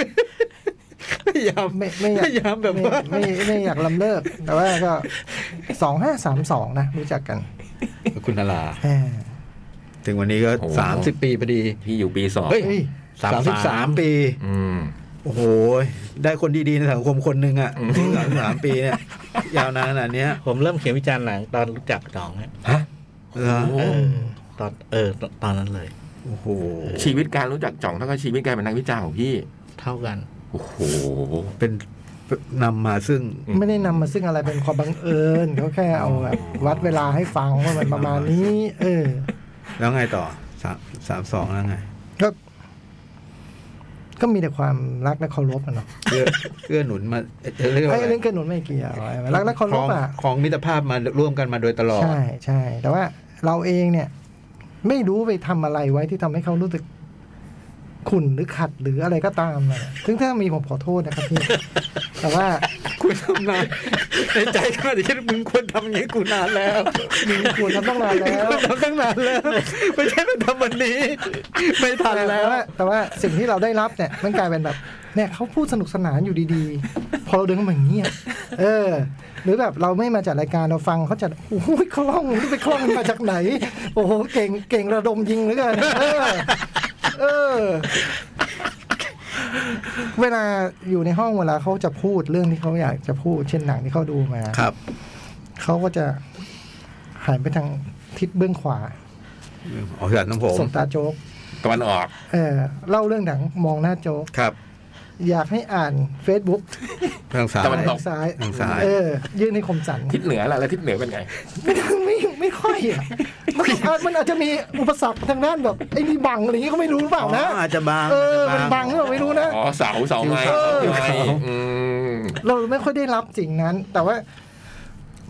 Speaker 4: พยายาม
Speaker 1: ไม่ไม่อยาก
Speaker 4: พยายามแบบว่า
Speaker 1: ไม่ไม่ไม่อยากลำเลิก แต่ว่าก็สองห้าสามสองนะ รู้จักกัน
Speaker 4: คุณนารา
Speaker 1: อ่า
Speaker 4: ถึงวันนี้ก็สามสิบปีพอดี
Speaker 2: พี่อยู่ปีสอง
Speaker 4: เฮ้ย
Speaker 1: เฮ้ย
Speaker 4: สามสิบสาม
Speaker 3: 33
Speaker 4: ปี
Speaker 2: อืม
Speaker 4: โอ้โห ได้คนดีๆ ในสังคมคนหนึ่งอ่ะสามสามปีเนี่ย ยาวนานขนาดเนี้ย
Speaker 3: ผมเริ่มเขียนวิจารณ์หนังตอนรู้จักหน้องอะ
Speaker 2: ฮะ
Speaker 4: เหรอ
Speaker 2: โอ้โห
Speaker 3: เออตอนเออตอนนั้นเลย
Speaker 4: โอ้โห
Speaker 2: ชีวิตการรู้จักจ่องเท่ากับชีวิตการเป็นนักวิจารณ์ของพี่
Speaker 3: เท่ากัน
Speaker 2: โอ้โห
Speaker 4: เป็นนำมาซึ่ง
Speaker 1: ไม่ได้นำมาซึ่งอะไรเป็นความบังเอิญเขาแค่เอาแบบวัดเวลาให้ฟังว่ามันประมาณนี้ เออ
Speaker 4: แล้วไงต่อสามสามสองแล้วไง
Speaker 1: ก็ ก็มีแต่ความรักและเคารพอะเนาะ
Speaker 4: เกื้อเกื้อหนุนมาเอ่อเรียกว่า
Speaker 1: ไอ้
Speaker 4: อะไร
Speaker 1: เรื่องเกินหนุนไม่เกี่ยวรักและเคารพอ่ะ
Speaker 4: ของมิตรภาพมาร่วมกันมาโดยตลอด
Speaker 1: ใช่ใช่แต่ว่าเราเองเนี่ย ไม่รู้ไปทำอะไรไว้ที่ทำให้เขารู้สึกขุ่นหรือขัดหรืออะไรก็ตามนะซึ่งถ้ามีผมขอโทษนะครับพี่ แต่ ว่า
Speaker 4: คุณทำนานในใจขนาดที่มึงควรทำอย่างนี้กูนานแล้ว
Speaker 1: มีควรทำต้องนานแล้ว
Speaker 4: ทำตั้งนานแล้ว ไม่ใช่มาทำวันนี้ ไม่ทันแล้ว
Speaker 1: ต่าแต่ว่าสิ่งที่เราได้รับเนี่ย มันกลายเป็นแบบ เนี่ยเขาพูดสนุกสนานอยู่ดีๆ พอเราเดินเข้ามาอย่างเงี้ยเออ หรือแบบเราไม่มาจัดรายการเราฟังเขาจัดโอ้ยคล่องนี่ไปคล่องมันมาจากไหน โอ้โหเก่งเก่งระดมยิงเหลือเกินเออ เออ เวลาอยู่ในห้องเวลาเขาจะพูดเรื่องที่เขาอยากจะพูด เช่นหนังที่เขาดูมา
Speaker 4: ครับ
Speaker 1: เขาก็จะหันไปทางทิศเบื้องขวา
Speaker 4: ออกจากน้ำผ
Speaker 1: ส
Speaker 4: ม
Speaker 1: บตาโจ๊ก
Speaker 2: ตะวันออก
Speaker 1: เออเล่าเรื่องหนังมองหน้าโจ๊ก
Speaker 4: ครับ
Speaker 1: อยากให้อ่าน Facebook
Speaker 4: ทางซ้าย
Speaker 2: ตะวันตก
Speaker 1: ซ้าย
Speaker 4: ทางซ้าย
Speaker 1: เออ ยื่นให้คมสัน
Speaker 2: ทิศเหนือล่ะแล้วทิศเหนือเป็นไง
Speaker 1: ไม่ไม่ไม่ค่อยอ่ะมันอาจมันอาจจะมีอุปสรรคทางด้านแบบไอ้นี่บังอะไรอย่างเงี้ยก็ไม่รู้หรือเปล่านะ
Speaker 4: อ๋ออาจจะบาง
Speaker 1: เออ
Speaker 4: อาจ
Speaker 1: มัน
Speaker 4: จะ
Speaker 1: บังหรือเปล่าไม่รู้นะ
Speaker 2: อ๋อเสาเสาไม้เสาไม้อืม
Speaker 1: เราไม่ค่อยได้รับสิ่งนั้น แต่ว่า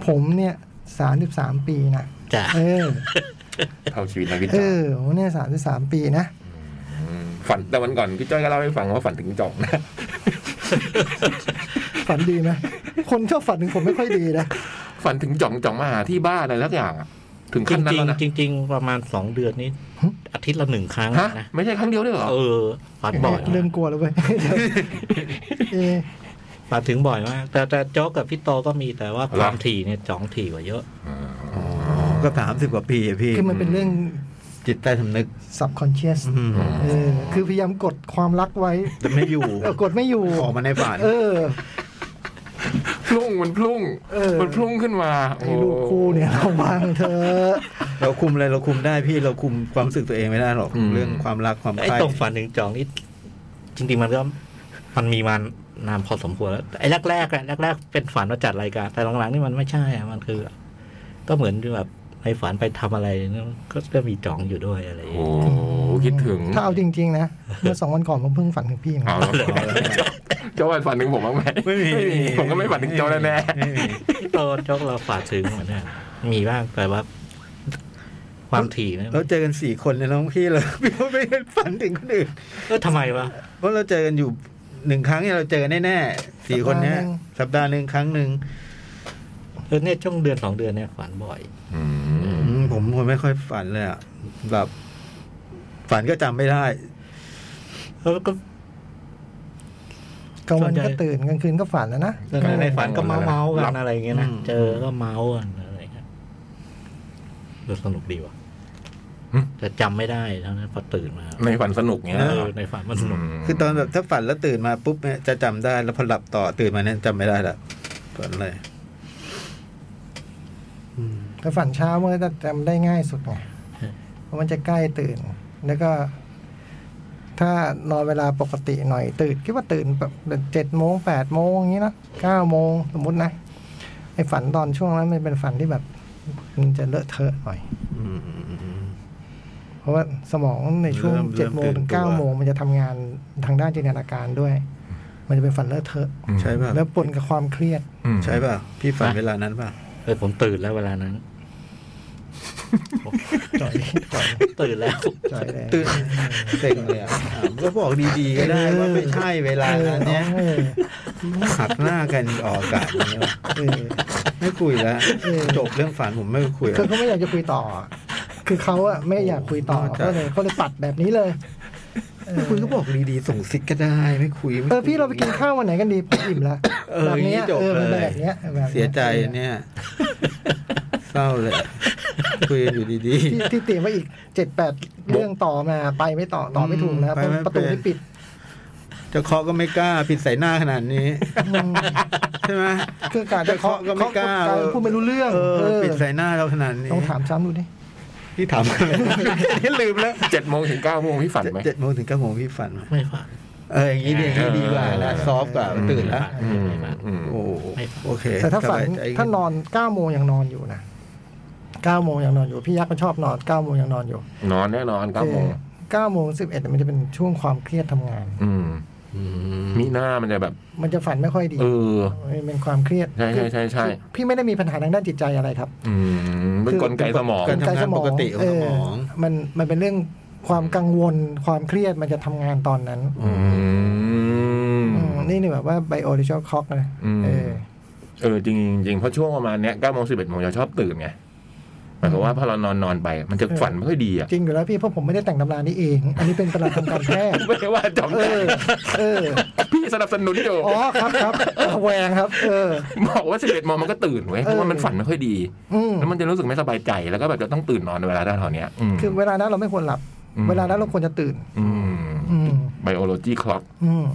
Speaker 1: ผมเนี่ยสามสิบสามปีนะ
Speaker 3: จ้ะ
Speaker 1: เออ
Speaker 2: เท่าชีวิตนักวิจาร
Speaker 1: เอ
Speaker 2: ณ์
Speaker 1: อผมเนี่ยสามสิบสามปีนะ
Speaker 2: ฝันแต่วันก่อนพี่จ้อยก็เล่าให้ฟังว่าฝันถึงจ่องนะ
Speaker 1: ฝันดีไหมคนชอบฝันถึงผมไม่ค่อยดีนะ
Speaker 2: ฝันถึงจ่องจ่องมาหาที่บ้านอะไรสักอย่างอะถึง
Speaker 3: จ
Speaker 2: ขั้นนั้น
Speaker 3: ริง
Speaker 2: แล้วนะ
Speaker 3: ๆจริง ๆ ประมาณสองเดือนนี้อาทิตย์ละหนึ่งครั้ง
Speaker 2: ฮะ
Speaker 3: นะ
Speaker 2: ไม่ใช่ครั้งเดียวด้วยเหรอ
Speaker 3: เออฝันบ่อย
Speaker 1: เริ่มกลัวแล้วเว้ยเออ
Speaker 3: ฝันถึงบ่อยมาก แต่แต่โจ๊กกับพี่โตก็มีแต่ว่าความถี่เนี่ยจ้องถี่กว่าเยอะ
Speaker 4: ก็สามสิบกว่าปีอะพี่
Speaker 1: คือมันเป็นเรื่อง
Speaker 4: จิตใต้สำนึก
Speaker 1: subconscious
Speaker 4: อืม
Speaker 1: เออ คือพยายามกดความรักไว้
Speaker 4: แต่ไม่อยู่
Speaker 1: เออกดไม่อยู่
Speaker 4: ออกมาในฝัน
Speaker 1: เออ
Speaker 2: พลุ่งมันพลุ่ง
Speaker 1: เออ
Speaker 2: มันพลุ่งขึ้นมา
Speaker 1: ไอ้ลูกคู่เนี่ยเราวางเธอะ
Speaker 4: เราคุมอะไรเราคุมได้พี่เราคุมความรู้สึกตัวเองไม่ได้หรอกเรื่องความรักความ
Speaker 3: ไอ้
Speaker 4: ใคร
Speaker 3: ตรงฝันถึงจองนี่จริงๆมันก็มันมีมานานพอสมควรแล้วไอ้แรกๆอะแรกๆเป็นฝันว่าจัดรายการแต่หลังๆนี่มันไม่ใช่อะมันคือ ก็เหมือนแบบในฝันไปทำอะไรเนี่ยก็ก็มีจองอยู่ด้วยอะไรอย่าง
Speaker 2: โอ้
Speaker 3: เงี้ย
Speaker 2: โหคิดถึง
Speaker 1: ถ้าเอาจริง ๆ นะ เมื่อสองวันก่อนผมเพิ่งฝันถึงพี่เหมือนกั
Speaker 2: เอา
Speaker 1: น
Speaker 2: แล้วเจ้าวันฝันถึงผมบ้างไหม
Speaker 4: ไม่มี
Speaker 2: ผมก็ไม่ฝันถึงเจ้าแน่
Speaker 4: ไม่มี
Speaker 3: พี่โตโจ๊กเราฝันถึงเหมือนกันมีบ้างแต่ว่า ความถี่เนี่ย
Speaker 4: เราเจอกันสี่คนเนี่ยน้องพี่เรา พี่ว่าไม่ได้ฝันถึงคนอื่น
Speaker 3: เออทำไมวะ
Speaker 4: เพราะเราเจอกันอยู่หนึ่งครั้งเนี่ยเราเจอกันแน่ๆสี่คนเนี้ย สัปดาห์หนึ่งครั้งหนึ่ง
Speaker 3: เออเนี่ยช่วงเดือนสองเดือนเนี่ยฝันบ่อย
Speaker 2: ๆอืม
Speaker 4: อืมผมคนไม่ค่อยฝันเลยอ่ะแบบ ฝันก็จำไม่ได้
Speaker 3: เออก็
Speaker 1: กลางวันก็ตื่นกลางคืนก็ฝันแล้วนะ
Speaker 3: ในฝันก็เมาเมาๆกันอะไรอย่างเงี้ยนะเจอก็เมากันอะไรอย่างเงี้ยเออสนุกดีว่ะแต่จำไม่ได้แล้วนะพอตื่นมา
Speaker 2: ในฝันสนุกเงี้ย
Speaker 3: เออในฝันมันสนุก
Speaker 2: ม
Speaker 4: คือตอนแบบถ้าฝันแล้วตื่นมาปุ๊บเนี่ยจะจำได้แล้วพอหลับต่อตื่นมาเนี่ยจำไม่ได้ละฝันอะไรอืม
Speaker 1: ถ้าฝันเช้ามันก็จะจำได้ง่ายสุดไงเพราะมันจะใกล้ตื่น แล้วก็ ถ้า ถ้านอนเวลาปกติหน่อยตื่นคิดว่าตื่นแบบเจ็ดโมงแปดโมงอย่างนี้นะเก้าโมงสมมตินะไอ้ฝันตอนช่วงนั้นมันเป็นฝันที่แบบมันจะเลอะเทอะหน่อย
Speaker 4: อืมอืมอืม
Speaker 1: เพราะว่าสมองในช่วง
Speaker 4: เริ่ม
Speaker 1: เจ็ดโมงถึง
Speaker 4: เริ่
Speaker 1: เก้าม
Speaker 4: ตื่นตัว
Speaker 1: โมงมันจะทำงานทางด้านจินตนาการด้วย มันจะเป็นฝันเลอะเทอะ
Speaker 2: อืม
Speaker 4: ใช่ป่ะ
Speaker 1: แล้วปนกับความเครียด
Speaker 2: อืม
Speaker 4: ใช่ป่ะพี่ฝันเวลานั้นป่ะ
Speaker 3: เออผมตื่นแล้วเวลานั้น
Speaker 1: จ่อยจ่อย
Speaker 3: ตื่นแล้ว
Speaker 1: จ่อยเลย
Speaker 4: ตื่นเซ็งเลยอ่ะอ่ะก็บอกดีๆก็ได้ว่าไม่ใช่เวลานั้นเนี้ย
Speaker 1: เออ
Speaker 4: หักหน้ากันออกอากาศอย่างเงี้ย
Speaker 1: เออ
Speaker 4: ไม่คุยแล้ว
Speaker 1: เออ
Speaker 4: จบเรื่องฝันผมไม่คุย
Speaker 1: คื
Speaker 4: แล้
Speaker 1: อ
Speaker 4: ว
Speaker 1: เขาไม่อยากจะคุยต่อ คือเขาอะไม่อยากคุยต่อ
Speaker 4: โอ้โห
Speaker 1: ก็เลยเขาเลยปัดแบบนี้เลยเออ
Speaker 4: ไม่คุยก็บอกดีๆส่งซิกก็ได้ไม่คุยไม่คุย
Speaker 1: เออพี่เราไปกินข้าววันไหนกันดีผมอิ่มละ
Speaker 4: เออ
Speaker 1: แบบเนี้ย
Speaker 4: อย่างนี้จบ
Speaker 1: เออมัน
Speaker 4: เลย
Speaker 1: แบบเนี้ยแบบนี้
Speaker 4: เสียใจเนี่ย เศร้าเลย คุยกันอยู่ดี
Speaker 1: ที่ที่เตรียมไว้อีกเจ็ดแปดเรื่องต่อมาไปไม่ต่อต่อไม่ถูกนะ
Speaker 4: ไปไม่เป็น
Speaker 1: ประตูที่ปิด
Speaker 4: ๆ จะเคาะก็ไม่กล้า ปิดใส่หน้าขนาดนี้
Speaker 1: อืม
Speaker 4: ใช่ไหม
Speaker 1: คือการ
Speaker 4: จะ
Speaker 1: จะ
Speaker 4: เคาะ
Speaker 1: เคาะ
Speaker 4: ก็ไม่กล้า
Speaker 1: เคะพูดไม่รู้เรื่อง
Speaker 4: เอ
Speaker 1: เอ
Speaker 4: อ
Speaker 1: อ
Speaker 4: ปิดใส่หน้าเราขนาดนี้
Speaker 1: ต้องถามซ้ำดูดิ
Speaker 4: ที่ถาม กันเลยที่ลืมแล้ว
Speaker 2: เจ็ดโมงถึงเก้าโมงพี่ฝันไหม
Speaker 4: เจ็ดโมงถึงเก้าโมงพี่ฝันไหม
Speaker 3: ไม่ฝัน
Speaker 4: เอออย่างนี้ดีอย่างนี้ดีกว่านะซอฟต์กว่าตื่นแล้ว
Speaker 2: อืมอืม
Speaker 4: โอ้โอเค
Speaker 1: แต่ถ้าฝัน
Speaker 4: สบยใจ
Speaker 1: ถ้านอนเก้าโมงยังนอนอยู่นะเก้าโมงยังนอนอยู่พี่ยักษ์มันชอบนอนเก้าโมงยังนอนอยู่
Speaker 2: นอนแน่นอนเก้าโมง
Speaker 1: เก้าโมงสิบเอ็ดมันจะเป็นช่วงความเครียดทำงาน
Speaker 2: อืม
Speaker 4: อืม
Speaker 2: มีหน้ามันจะแบบ
Speaker 1: มันจะฝันไม่ค่อยดี
Speaker 2: เออ
Speaker 1: มันเป็นความเครียด
Speaker 2: ใช่ใช่ใช่ใช่
Speaker 1: คือพี่ไม่ได้มีปัญหาทางด้านจิตใจอะไรครับ
Speaker 2: อืมเป็นกลไกสมอง
Speaker 4: ารทำงานปกติของสมอง
Speaker 1: เมันมันเป็นเรื่องความกังวลความเครียดมันจะทำงานตอนนั้น
Speaker 2: อืม
Speaker 1: อืมนี่นี่แบบว่าไบโอดิชอลคอกนะ
Speaker 2: อืม
Speaker 1: เออ
Speaker 2: เออจริงๆจริงเพราะช่วงประมาณเนี้ยเก้าโมงสิบเอ็ดโมงจะชอบตื่นไงหมายความว่าพอเรานอนนอนๆไป มันจะ
Speaker 1: เออ
Speaker 2: ฝันไม่ค่อยดีอ่ะ
Speaker 1: จริงอยู่แล้วพี่เพราะผมไม่ได้แต่งตำรานี้เอง อันนี้เป็นตำราทางการแพทย์
Speaker 2: ไม่ได้ว่าจอม
Speaker 1: เอ
Speaker 2: แต่
Speaker 1: อ เออ
Speaker 2: พี่สนับสนุนอยู่
Speaker 1: อ๋อครับครับแหวงครับ เออ
Speaker 2: บอกว่าสิบเอ็ดโมงมันก็ตื่นเว้ยเพราะว่ามันฝันไม่ค่อยดี
Speaker 1: อืม
Speaker 2: แล้วมันจะรู้สึกไม่สบายใจแล้วก็แบบจะต้องตื่นนอนในเวลาเท่าเนี้ยม
Speaker 1: คือเวลานั้นเราไม่ควรหลับ
Speaker 2: อืม
Speaker 1: เวลานั้นเราควรจะตื่น
Speaker 2: อืม
Speaker 1: อืม
Speaker 2: ไบโอโลจีคล็อก
Speaker 1: อืม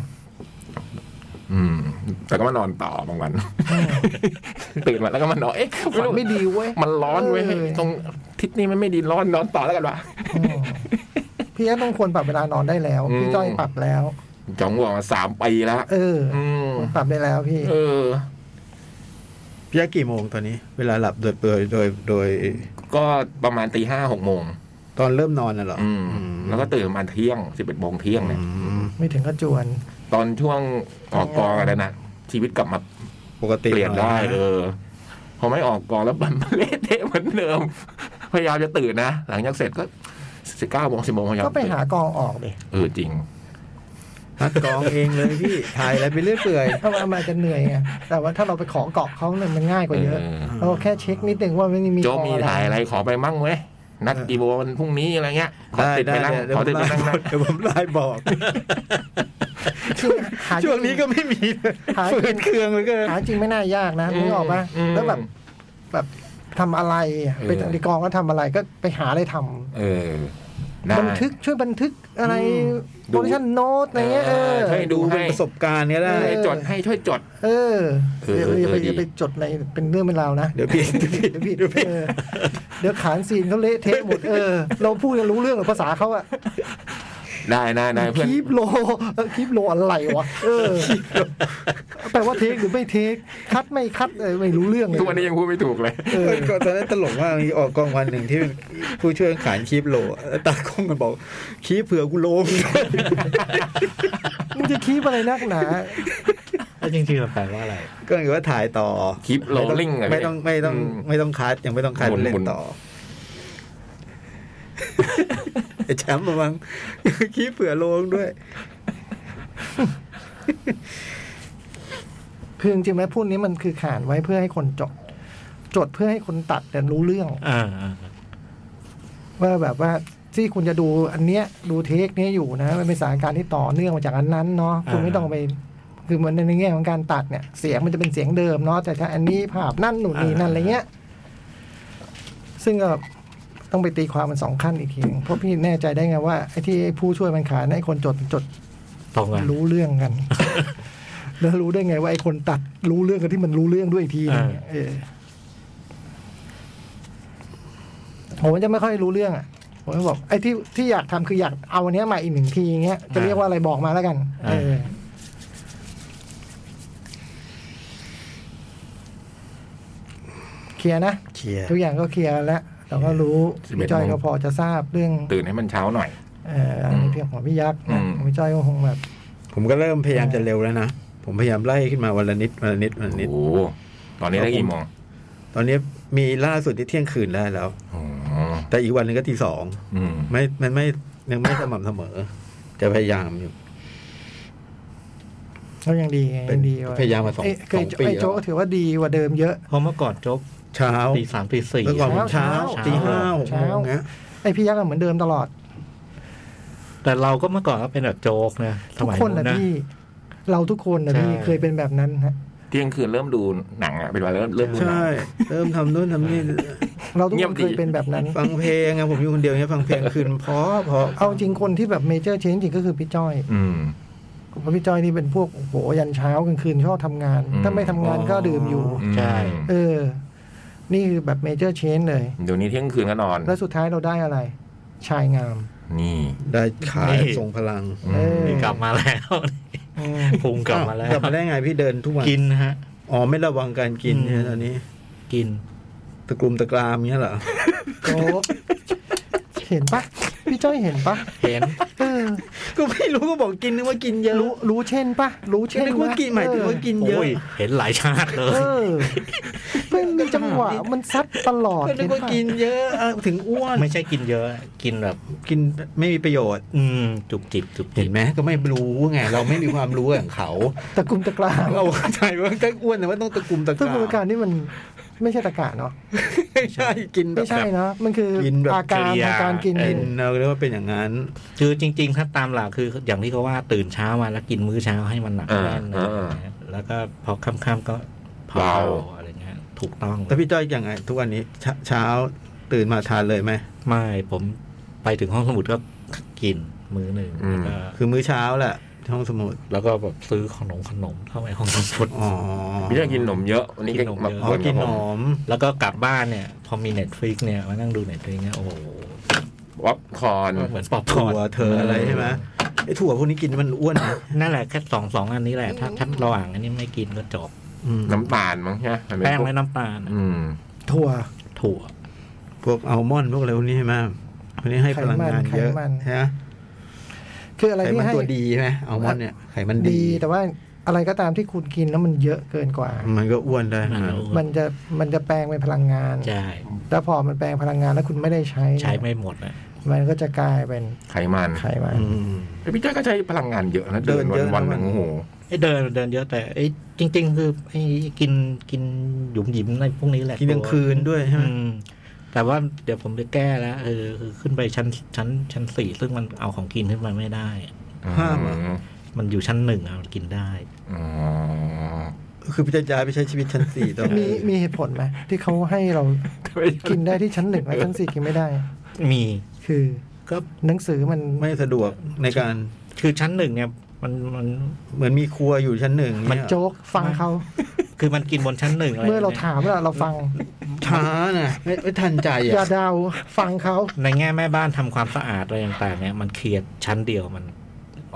Speaker 2: อืม แต่ก็มานอนต่อบางวัน ตื่นมาแล้วก็มานอนเอ๊ะ
Speaker 1: ฝัน
Speaker 2: รู้
Speaker 1: ไม่ดีเว้ย
Speaker 2: มันร้อนเว้ย
Speaker 1: เออ
Speaker 2: ตรงทิศนี้มันไม่ดีร้อนนอนต่อแล้วกันวะ
Speaker 1: อืมพี่แอ๊ดต้องควรปรับเวลานอนได้แล้ว
Speaker 2: อืม
Speaker 1: พี่จ้อยปรับแล้ว
Speaker 2: จ้องบอกมาสามปีแล้ว
Speaker 1: เออ
Speaker 2: อืม
Speaker 1: ควรปรับได้แล้วพี่
Speaker 2: เออ
Speaker 4: พี่ยักษ์กี่โมงตอนนี้ เวลาหลับโดยโดยโดยโดย
Speaker 2: ก็ประมาณตีห้าหกโมง
Speaker 4: ตอนเริ่มนอนน่ะเหรอ
Speaker 2: อืม
Speaker 4: อืม
Speaker 2: แล้วก็ตื่นประมาณเที่ยงสิบเอ็ดโมงเที่ยงเนี่ย
Speaker 4: อืม
Speaker 1: ไม่ถึงก็จวน
Speaker 2: ตอนช่วงออกกองอะไรนะชีวิตกลับมา
Speaker 4: ปกติ
Speaker 2: เปลี่ยนได้
Speaker 4: ห
Speaker 2: เอ
Speaker 4: น่อ
Speaker 2: อพอไม่ออกกองแล้วบันเละเทะเหมือนเดิม พยายามจะตื่นนะ หลังจากเสร็จก็สิบเก้าโมงสิบโมงพยายาม
Speaker 1: ก็ไปหากองออกเลย
Speaker 2: เออจริง
Speaker 4: ฮัดกองเองเลยพี่ ถ่ายอะไรไปเรื่อยเปื่อย
Speaker 1: ถ้ามันมาจะเหนื่อยไงแต่ว่าถ้าเราไปขอเกาะเขาเนี่ยมันง่ายกว่าเยอะ
Speaker 2: เออ
Speaker 1: เราแค่เช็คนิดนึงว่าไม่มี
Speaker 2: โจ
Speaker 1: กอง
Speaker 2: มีถ่ายอะไรขอไปมั่งเว้ยนัด
Speaker 4: เออ
Speaker 2: กี่โมงวันพรุ่งนี้อะไรเงี้ยขอ
Speaker 4: ได้
Speaker 2: ติด
Speaker 4: ได้
Speaker 2: ไปนั่ง
Speaker 4: เดี๋ยว
Speaker 2: ข
Speaker 4: ผ
Speaker 2: อ
Speaker 4: ม
Speaker 2: ติดไป
Speaker 4: ไล
Speaker 2: นั่ง
Speaker 4: น์
Speaker 2: นะ
Speaker 4: เดี๋ยวผมไลน์บอก
Speaker 1: ช่วงหา
Speaker 4: ช่วงนี้ก็ไม่มี
Speaker 1: หาจ
Speaker 4: ฝื
Speaker 1: ริ
Speaker 4: น
Speaker 1: ง
Speaker 4: เครื่องเลยก็
Speaker 1: หาจริงไม่น่ายากนะนึกออกปะ
Speaker 2: ม
Speaker 1: แล้วแบบแบบทำอะไรไป
Speaker 2: เออ
Speaker 1: ในกองก็ทำอะไรก็ไปหาอะไรทำ
Speaker 2: เออได้
Speaker 1: บันทึกช่วยบันทึกอะไร
Speaker 2: อืม
Speaker 1: โปรดิชั่นโน้ตอะไรเงี้ยเออ
Speaker 2: เออช่วย ดูให้
Speaker 4: เป็นประสบการณ์ก็ได้
Speaker 2: ช่วยจดให้ช่วยจด
Speaker 1: เออ
Speaker 2: เออ
Speaker 1: เดี๋ยวอย่า
Speaker 2: เอ
Speaker 1: ไป
Speaker 2: อดี
Speaker 1: อย่าไปจดในเป็นเรื่องเป็นราวนะ
Speaker 4: เดี๋ยวพี่เดี๋ยวพี่
Speaker 1: เดี๋ยวผิดเออเดี๋ยวขานซีนเขาเละเทะหมดเออ เราพูดกันรู้เรื่องหรือภาษาเขาอะ
Speaker 2: ได้ได้ได้เพื่อน
Speaker 1: คีบโลเออคีบโลอะไรวะเออแปลว่าเทคหรือไม่เทคคัดไม่คัดเออไม่รู้เรื่องเลย
Speaker 2: ทุกวันนี้ยังพูดไม่ถูกเลย
Speaker 1: เออ
Speaker 4: ก็ตอนนั้นตลกมากมีออกกองวันหนึ่งที่ผู้ช่วยขานคีบโหลแล้วตากล้องมันบอก คีบเผื่อกูโลม
Speaker 1: มึงจะคีบอะไรนักหนา
Speaker 3: แล้วจริงๆมันแปลว่าอะไร
Speaker 4: ก็เลยว่าถ่ายต่อ
Speaker 2: คีบโหลลิ่งเหรอ
Speaker 4: ไม่ต้องไม่ต้อง
Speaker 2: อืม
Speaker 4: ไม่ต้องคัดยังไม่ต้องคัด
Speaker 2: หมุน
Speaker 4: เล่
Speaker 2: หมุน
Speaker 4: นต่อ ไอ้แชมป์มาบัง คีบเผื่อโลงด้วย
Speaker 1: คือจริงๆแล้วพูดนี้มันคือขานไว้เพื่อให้คนจด จดเพื่อให้คนตัดแต่รู้เรื่อง
Speaker 3: อ่า
Speaker 1: ว่าแบบว่าที่คุณจะดูอันเนี้ยดูเทคเนี้ยอยู่นะ มันเป็นสถานการณ์ที่ต่อเนื่องมาจากอันนั้นเนาะคุณไม่ต้องไป คือมันในแง่ของการตัดเนี่ย เสียงมันจะเป็นเสียงเดิมเนาะแต่ถ้าอันนี้ภาพนั่นหนุนนี่นั่นอะไรเงี้ย ซึ่งก็ต้องไปตีความมันสองขั้นอีกทีหนึ่งเพราะพี่แน่ใจได้ไงว่าไอ้ที่ผู้ช่วยมันขานไอ้คนจดจด
Speaker 3: ตรงกัน
Speaker 1: รู้เรื่อง กัน แล้วรู้ได้ไงว่าไอ้คนตัดรู้เรื่องกันที่มันรู้เรื่องด้วยอีกทีหนึงเออผมจะไม่ค่อยรู้เรื่องอ่ะ ผมก็บอกไอ้ที่ที่อยากทำคืออยากเอาอันเนี้ยมาอีกหนึ่งทีอย่างเงี้ยจะเรียกว่าอะไรบอกมาแล้วกัน เออ เคลียร์นะ
Speaker 3: เชียร์
Speaker 1: ทุกอย่างก็เคลียร์แล้วเราก็รู้
Speaker 2: 11
Speaker 1: พี่จอย
Speaker 2: โมง
Speaker 1: ก็พอจะทราบเรื่อง
Speaker 2: ตื่นให้มันเช้าหน่อย
Speaker 1: เอ่ออันนี้เพียงของพี่ยักษ์นะ
Speaker 2: อืม
Speaker 1: ของพี่จอยก็คงแบบ
Speaker 4: ผมก็เริ่มพยายามจะเร็วแล้วนะ ผมพยายามไล่ขึ้นมาวันละนิดวันละนิดวัน
Speaker 2: โอ้
Speaker 4: ละนิด
Speaker 2: โหตอนนี้ได้กี่โมง
Speaker 4: ตอนนี้มีล่าสุดที่เที่ยงคืนได้แล้ว
Speaker 2: อ๋อ
Speaker 4: แต่อีกวันหนึ่งก็ตีสอง
Speaker 2: อืม
Speaker 4: ไม่มันไม่ยังไม่สม่ำเสมอ จะพยายามอยู่
Speaker 1: ก็ยังดี
Speaker 4: เป็
Speaker 1: ยั
Speaker 4: น
Speaker 1: งดีว่
Speaker 4: พยายามมาสอง
Speaker 1: เอ้เคย
Speaker 4: สองปี
Speaker 1: ไอ้โจก
Speaker 4: แล้ว
Speaker 1: ก็ถือว่าดีกว่าเดิมเยอะ
Speaker 3: เพราะเมื่อก่อนโจ๊ก
Speaker 4: เช้า
Speaker 3: ตีสามตีสี่
Speaker 4: เมื่อก่อนผมเช้า
Speaker 1: เช้า
Speaker 4: ตีห้าหกโม
Speaker 1: เช้า
Speaker 4: งเงี้ย
Speaker 1: ไอ้พี่ยักษ์ก็เหมือนเดิมตลอด
Speaker 3: แต่เราก็เมื่อก่อนก็เป็นแบบโจ๊กนะส
Speaker 1: ทุก
Speaker 3: มัย
Speaker 1: คน
Speaker 3: นู้น
Speaker 1: นะ
Speaker 3: นะ
Speaker 1: พี่ เราทุกคนนะ
Speaker 3: ใช่
Speaker 1: พี่เคยเป็นแบบนั้นฮะ
Speaker 2: เที่ยงคืนเริ่มดูหนังอะเป็นเวันเริ่มเริ่มดูหนัง
Speaker 4: ใช่ เริ่มทำนู่นทำนี่
Speaker 1: เราทุก
Speaker 2: เงี
Speaker 1: ค
Speaker 2: ยบ
Speaker 1: น
Speaker 2: ดี
Speaker 1: เคยเป็นแบบนั้น
Speaker 4: ฟังเพลงอะผมอยู่คนเดียวเนี่ยฟังเพลงคืนเพราะเพราะ
Speaker 1: เอาจริงคนที่แบบเมเจอร์เชนจริงก็คือพี่จ้อย
Speaker 2: อืม
Speaker 1: เพราะพี่จ้อยนี่เป็นพวกโอ้โหยันเช้ากลางคืนชอบทำงาน
Speaker 2: อืม
Speaker 1: ถ้าไม่ทำงานก็ดื่มอยู่
Speaker 3: ใช่
Speaker 1: เออ นี่คือแบบเมเจอร์เชนเลย
Speaker 2: เดี๋ยวนี้เที่ยงคืนก็นอน
Speaker 1: แล้วสุดท้ายเราได้อะไร ชายงาม
Speaker 2: นี่
Speaker 4: ได้ขาย
Speaker 3: นี่
Speaker 4: ส่งพลัง
Speaker 2: อื
Speaker 1: เอ
Speaker 2: ม
Speaker 1: อ
Speaker 3: นี่กลับมา แล้ว
Speaker 1: อืม
Speaker 3: พุงกลับมาแล้
Speaker 4: อ้ก
Speaker 3: ว
Speaker 4: ลับมาได้ไงพี่เดินทุกวัน
Speaker 3: กินฮะ
Speaker 4: อ๋อไม่ระวังการกิน
Speaker 3: อืม
Speaker 4: เนี่ยตอนนี้
Speaker 3: กิน
Speaker 4: ตะกลุมตะกรามเงี้ยเหรอ
Speaker 1: โจ๊กเห็นปะพี่จ้อยเห็นปะ
Speaker 3: เห็น
Speaker 1: เออ
Speaker 4: ก็ไม่รู้ก็บอกกินนึกว่ากินเยอะ
Speaker 1: รู้รู้เช่นปะรู้เช่น
Speaker 4: นึก
Speaker 1: ปะ
Speaker 4: ว่ากินหมายถึงว่ากินเยอะ
Speaker 3: โอ้ย เห็นหลายชาติเล
Speaker 1: เอย อเพิ่งมีจังหวะมันซัดตลอด
Speaker 4: ก็นึกว่า
Speaker 1: เห็ปะ
Speaker 4: กินเยอะเอาถึงอ้วน
Speaker 3: ไม่ใช่กินเยอะ กินแบบ
Speaker 4: กินไม่มีประโยชน์
Speaker 3: อืม จุบจิบจุบจิ
Speaker 4: เห็น
Speaker 3: บ
Speaker 4: ไหมก็ไม่รู้ไงเราไม่มีความรู้อย่างเขา
Speaker 1: ตะกุมตะกร้า
Speaker 4: เราเข้าใจว่าถ้าอ้วนแต่ว่าต้องตะกลุมตะก
Speaker 1: ซึ่ง
Speaker 4: ราก
Speaker 1: ระบวนการนี่มันไม่ใช่ตะกะเนาะ
Speaker 4: ไม่ใช่กินแบ
Speaker 1: ไม่
Speaker 4: บ
Speaker 1: ใช่เนาะมันคือ
Speaker 4: กินแบบ
Speaker 1: อาการ
Speaker 3: กิริยา
Speaker 1: ทางการกิน
Speaker 4: กินเราเรียกว่าเป็นอย่างนั้น
Speaker 3: คือจริง ๆ ถ้าตามหลักคืออย่างที่เขาว่าตื่นเช้ามาแล้วกินมื้อเช้าให้มันหนักแน่นนะแล้วก็พอค่ำๆก็เผาอะไรเงี้ยถูกต้อง
Speaker 4: แต่พี่จ้อยอย่างไง ทุกวันนี้เชเช้าตื่นมาทานเลยไหม
Speaker 3: ไม่ผมไปถึงห้องสมุดก็กินมื้อหนึ่งแล้วก็
Speaker 4: คือมื้อเช้าแหละที่ห้องสมุด
Speaker 3: แล้วก็แบบซื้อขนมขนมเข้าไปห้องสมุด
Speaker 4: อ๋อ
Speaker 2: พี่จะกินหนมเยอะวันนี้
Speaker 3: กินหนมเยอะ
Speaker 4: อ๋อกินหนอม
Speaker 3: แล้วก็กลับบ้านเนี่ย พอมีเน็ตฟลิกเนี่ยมานั่งดูเน็ตฟลิกเนี่ยโอ้โห
Speaker 2: วับคอน
Speaker 3: เหมือนปอบคอ
Speaker 4: ถั่
Speaker 3: ร์น
Speaker 4: วเธออะไรใช่ไหมไอ้ถั่วพวกนี้กินมันอ้วนนะ
Speaker 3: นั่นแหละแค่สองสองอันนี้แหละ ถ้าถ้าระหว่างอันนี้ไม่กินก็จบ
Speaker 4: อืม
Speaker 2: น้ำตาลมั้งใช่ไหมมันเป็น
Speaker 3: แป้ง
Speaker 2: พวก
Speaker 3: และน้ำตาล
Speaker 2: อืม
Speaker 1: ถั่ว
Speaker 3: ถั่ว
Speaker 4: พวกอัลมอนด์พวกอะไรพวกนี้ใช่ไหมพวกนี้ให้พลังงานเยอะ
Speaker 1: ไขมัน
Speaker 4: ใช่ไหม
Speaker 1: คืออะไร
Speaker 4: ไข
Speaker 1: ที่
Speaker 4: มัน
Speaker 1: ให้
Speaker 4: ตัวดีใช่ไหมอัลมอนด์เนี่ยไขมัน
Speaker 1: ดี
Speaker 4: ดี
Speaker 1: แต่ว่าอะไรก็ตามที่คุณกินแล้วมันเยอะเกินกว่า
Speaker 4: มันก็อ้วนได้
Speaker 3: มันก็อ้ว
Speaker 1: มันจะมันจะแปลงเป็นพลังงาน
Speaker 3: ใช่
Speaker 1: แล้วพอมันแปลงพลังงานแล้วคุณไม่ได้ใช้
Speaker 3: ใช้ไม่หมดนะ
Speaker 1: มันก็จะกลายเป็น
Speaker 2: ไขมัน
Speaker 1: ไขมัน
Speaker 4: อืม
Speaker 2: แต่พี่จ้อยก็ใช้พลังงานเยอะนะ
Speaker 4: เดิ
Speaker 2: เดิ
Speaker 4: น
Speaker 2: น
Speaker 4: เยอะนะ
Speaker 2: วันๆห
Speaker 4: วัน
Speaker 2: นึ่งโอ้โห
Speaker 3: ไอ้เดินเดินเยอะแต่ไอ้จริง ๆ คือไอ้กินกินหยุมหยิมในพวกนี้แหละ
Speaker 4: กินกลางคืนด้วยใช่ไหม
Speaker 3: อืมแต่ว่าเดี๋ยวผมไปแก้แล้วคือคือขึ้นไปชั้นชั้นชั้นสี่ซึ่งมันเอาของกินขึ้นมาไม่ได้
Speaker 4: ห้ามอ่ะ
Speaker 3: มันอยู่ชั้นหนึ่งอะมันกินได้
Speaker 2: อ๋อ
Speaker 4: คือพี่จะย้ายไปใช้ชีวิตชั้นสี่ตอน
Speaker 1: มี
Speaker 4: นี้
Speaker 1: มีเหตุผลไหมที่เขาให้เรากินได้ที่ชั้นหนึ่งและชั้นสี่กินไม่ได้
Speaker 3: มี
Speaker 1: คือ
Speaker 3: ก็
Speaker 1: หนังสือมัน
Speaker 4: ไม่สะดวกในการ
Speaker 3: คือชั้นหนึ่งเนี่ยมันมัน
Speaker 4: เหมือนมีครัวอยู่ชั้นหนึ่ง
Speaker 1: มัน
Speaker 4: เย
Speaker 1: โจ๊กฟังเขา
Speaker 3: คือมันกินบนชั้นหนึ่งะไ
Speaker 1: เมื่อเราถามแล้วเราฟัง
Speaker 4: ช้านะไม่ไม่ทันใจ
Speaker 1: อ
Speaker 4: อ่ะ
Speaker 1: ย่าเดาฟังเขา
Speaker 3: ในแง่แม่บ้านทำความสะอาดอะไรต่างๆเนี่ยมันเคลียร์ชั้นเดียวมัน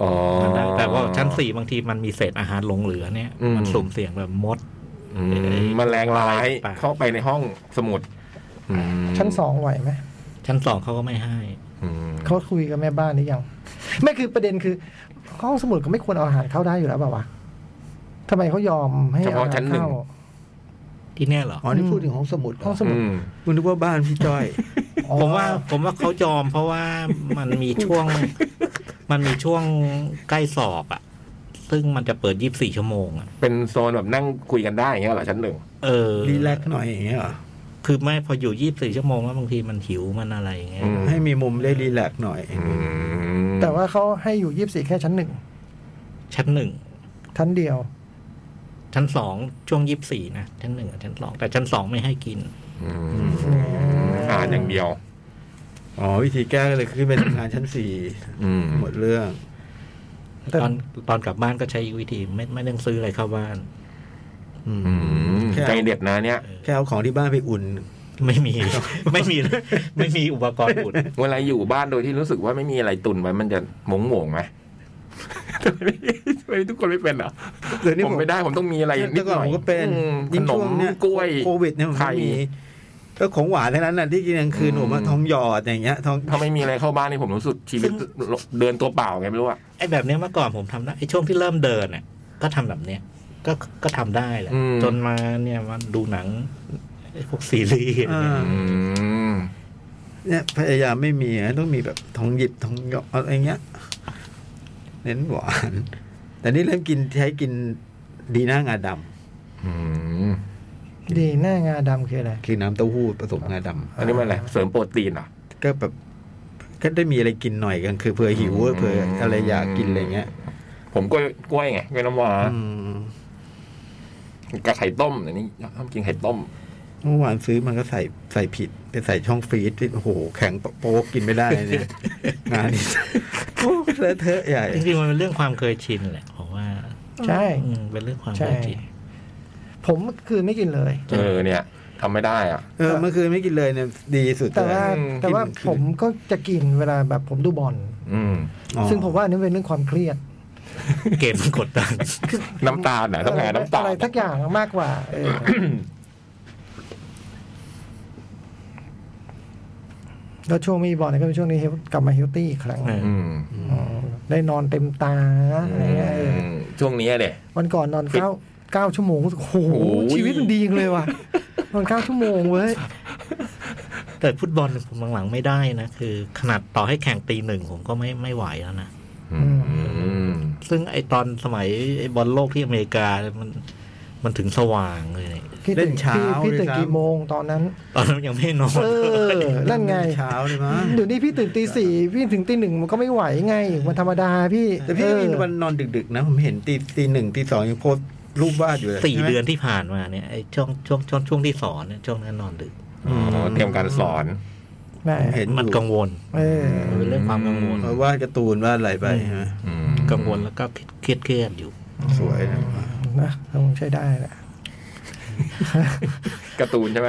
Speaker 2: อ๋อ
Speaker 3: มันได้แต่ว่าชั้นสี่บางทีมันมีเศษอาหารหลงเหลือเนี่ย
Speaker 2: อืม
Speaker 3: มันสุ่มเสี่ยงแบบมด
Speaker 2: อืมแมันแรงร้าย
Speaker 3: ปะ
Speaker 2: เข้าไปในห้องสมุดอืม
Speaker 1: ชั้นสองไหวไหม
Speaker 3: ชั้นสองเขาก็ไม่ให้
Speaker 2: อืม
Speaker 1: เขาคุยกับแม่บ้านหรือยัง ไม่คือประเด็นคือห้องสมุดก็ไม่ควรเอาอาหารเข้าได้อยู่แล้วเปล่าวะทำไมเขายอมให้เอาอาหารเข้า
Speaker 3: ที่เนี่ยเหรอ
Speaker 4: อ๋อ นี่
Speaker 1: อืม
Speaker 4: พูดถึงห้องสมุด
Speaker 1: ห้องสมุด
Speaker 2: อืม
Speaker 4: คุณนึกว่าบ้านพี่จ้อย
Speaker 1: อ๋อ
Speaker 3: ผมว่าผมว่าเขายอมเพราะว่ามันมีช่วง มันมีช่วงใกล้สอบอ่ะ ซึ่งมันจะเปิดยี่บสี่ชั่วโมงอ่ะ
Speaker 2: เป็นโซนแบบนั่งคุยกันได้อย่างเงี้ยเหรอชั้นหนึ่ง
Speaker 3: เออ
Speaker 4: รีแลกซ์หน่อยอย่างเงี้ยเหรอ
Speaker 3: คือไม่พออยู่ยี่บสี่ชั่วโมงแล้วบางทีมันหิวมันอะไรอย่างเงี้ย
Speaker 2: อืม
Speaker 4: ให้มีมุมได้รีแลกซ์หน่อย
Speaker 2: อืม
Speaker 1: แต่ว่าเขาให้อยู่ยี่สิบสี่แค่ชั้นหนึ่ง
Speaker 3: ชั้นหนึ่ง
Speaker 1: ชั้นเดียว
Speaker 3: ชั้นสองช่วงยี่สิบสี่นะชั้นหนึ่งกับชั้นสองแต่ชั้นสองไม่ให้กิน
Speaker 2: อืมอ่านอย่างเดียว
Speaker 4: อ๋อ วิธีแก้ก็เลยคือเป็นงานชั้นสี่
Speaker 2: อืม
Speaker 4: หมดเรื่อง
Speaker 1: แต่
Speaker 3: ตอนตอนกลับบ้านก็ใช้วิธีไม่ไม่ต้องซื้ออะไรเข้าบ้าน
Speaker 4: อืม
Speaker 2: อืม
Speaker 4: แค่
Speaker 2: ใจเด็ดนะเนี่ย
Speaker 4: แค่เอาของที่บ้านไปอุ่น
Speaker 3: ไม่มี ไม่มีไม่มีอุปกรณ์อุด
Speaker 2: เวลาอยู่บ้านโดยที่รู้สึกว่าไม่มีอะไรตุนไว้มันจะหมงหมงๆไหมทำไมทำไมทุกคนไม่เป็นเหรอ
Speaker 4: เดี๋ยวนี้
Speaker 2: ผ
Speaker 4: ผม ม
Speaker 2: ไม่ได้ผมต้องมีอะไรนิ
Speaker 4: แต่
Speaker 2: ดห
Speaker 4: ก่อน
Speaker 2: น่อ
Speaker 4: ผ
Speaker 2: ย
Speaker 4: มก็เป็น
Speaker 2: อืมข
Speaker 4: ยิ่ง
Speaker 2: น
Speaker 4: ช่
Speaker 2: ม
Speaker 4: วงเนี้ย
Speaker 2: กล้วย
Speaker 4: โควิดเนี่ยผม
Speaker 2: ไข่
Speaker 4: ไม่มีก็ของหวานเท่านั้นน่ะที่กินกลางคืน
Speaker 2: อืม
Speaker 4: ผมว่าทองหยอดอย่างเงี้ยทอง
Speaker 2: ถ้าไม่มีอะไรเข้าบ้านนี่ผมรู้สึกชีวิตเดินตัวเปล่าไงไม่รู้อะ
Speaker 3: ไอ้แบบเนี้ยเมื่อก่อนผมทำได้ไอ้ช่วงที่เริ่มเดินเนี่ยก็ทำแบบเนี้ยก็ก็ทำได้แหละจนมาเนี่ยมาดูหนังไอ้พวกซีรีส์อะไรเงี้ย
Speaker 2: อืม
Speaker 4: เนี่ยพยายามไม่มีนะต้องมีแบบทองหยิบทองหยอดอะไรเงี้ย เน้นหวาน แต่นี่เริ่มกินใช้กินดีน่างาดำ
Speaker 2: อืม
Speaker 1: ดีหน้างาดำคืออะไร
Speaker 4: คือน้ำเต้าหู้ผสมงาดำ
Speaker 2: อันนี้มันอะไรเสริมโปรตีนเหรอ
Speaker 4: ก็แบบก็ได้มีอะไรกินหน่อยกันคือเผื่อหิว
Speaker 2: อืม
Speaker 4: เผื่ออะไรอยากกินอะไรเงี้ย
Speaker 2: ผมกล้วยกล้วยไงกล้วยน้ำว้า
Speaker 4: อืม
Speaker 2: กับไข่ต้มอันนี้ชอบกินไข่ต้ม
Speaker 4: เมื่อวานซื้อมันก็ใส่ใส่ผิดไปใส่ช่องฟรีซที่โอ้โห แข็งโป๊กกินไม่ได้เลยเนี่ย งาน นี้โอ้เลอะเทอะใหญ่
Speaker 3: จริงๆมันเป็นเรื่องความเคยชินแหละผมว่า
Speaker 1: ใช่
Speaker 3: อืมเป็นเรื่องความ
Speaker 1: ใช่
Speaker 3: เคยชิน
Speaker 1: ผมคืนไม่กินเลย
Speaker 2: เออเนี่ยทำไม่ได้อ่ะ
Speaker 4: เออเมื่อคืนไม่กินเลยเนี่ยดีสุด
Speaker 1: แต่
Speaker 4: เลย
Speaker 1: ว่า
Speaker 2: อืม
Speaker 1: แต่ว่าผมก็จะกินเวลาแบบผมดูบอล
Speaker 2: อืม
Speaker 4: อ๋อ
Speaker 1: ซึ่งผมว่าอันนี่เป็นเรื่องความเครียด
Speaker 3: เกมกดดัน
Speaker 2: น้ำตาลเหรอต้องการน้ำตาล
Speaker 1: อะไรทักอย่างมากกว่าเออ แล้วช่วงไมมีบอลเนี่ยก็เป็นช่วงนี้เฮลกลับมาเฮลตี้อีกครั้ง
Speaker 3: เออ
Speaker 2: อืม
Speaker 1: ได้นอนเต็มตาอะไรเงี้ยเออ
Speaker 2: ช่วงนี้เด็
Speaker 1: วันก่อนนอนเก้าเก้าชั่วโมงรู้สึกโอ้โห
Speaker 2: โอ้ย
Speaker 1: ชีวิตมันดีจังเลยว่ะนอนเก้าชั่วโมงเว้ย
Speaker 3: แต่ฟุตบอลผมหลังๆไม่ได้นะ คือขนาดต่อให้แข่งตีหนึ่งผมก็ไม่ไม่ไหวแล้วนะ ซึ่งไอตอนสมัยไอ้บอลโลกที่อเมริกามันมันถึงสว่างเลย
Speaker 1: พี่
Speaker 4: เล่
Speaker 1: ตื่
Speaker 4: น
Speaker 1: น
Speaker 4: เช้า
Speaker 1: พี่พี่ตื่
Speaker 4: ด้ว
Speaker 1: น
Speaker 4: ยซ้ำ
Speaker 1: กี่โมงตอนนั้น
Speaker 3: ตอนนั้นยังไม่นอน
Speaker 1: เออนั่นไง
Speaker 4: เช้าเลยมั้ง
Speaker 1: เดี๋ยวนี้พี่ตื่นตีสี่พี่ถึงตีหนึ่งมันก็ไม่ไหวไงมันธรรมดาพี่
Speaker 4: แต่พี่
Speaker 1: เออ
Speaker 4: มีวันนอนดึกๆนะ ผมเห็นตีตีหนึ่งตีสองยังโพสต์รูปวาดอยู่เลย
Speaker 3: สี่
Speaker 4: ใช่ไหม
Speaker 3: เดือนที่ผ่านมาเนี่ยไอช่วงช่วงช่วงช่วงที่สอนเนี่ยช่วงนั้นนอนดึก
Speaker 2: เตรียมการสอน
Speaker 1: ได้
Speaker 4: เห็นอยู่
Speaker 3: มันกังวล
Speaker 1: เออ
Speaker 3: มันเป็นเรื่องความกังวล
Speaker 4: เพราะวาดการ์ตูนวาดอะไรไปใช่ไหม
Speaker 2: อืม
Speaker 3: กังวลแล้วก็เครียดเครียดๆอยู่
Speaker 4: สวยนะ
Speaker 1: นะคงใช้ได้แหละ
Speaker 2: การ์ตูน ใช่ไหม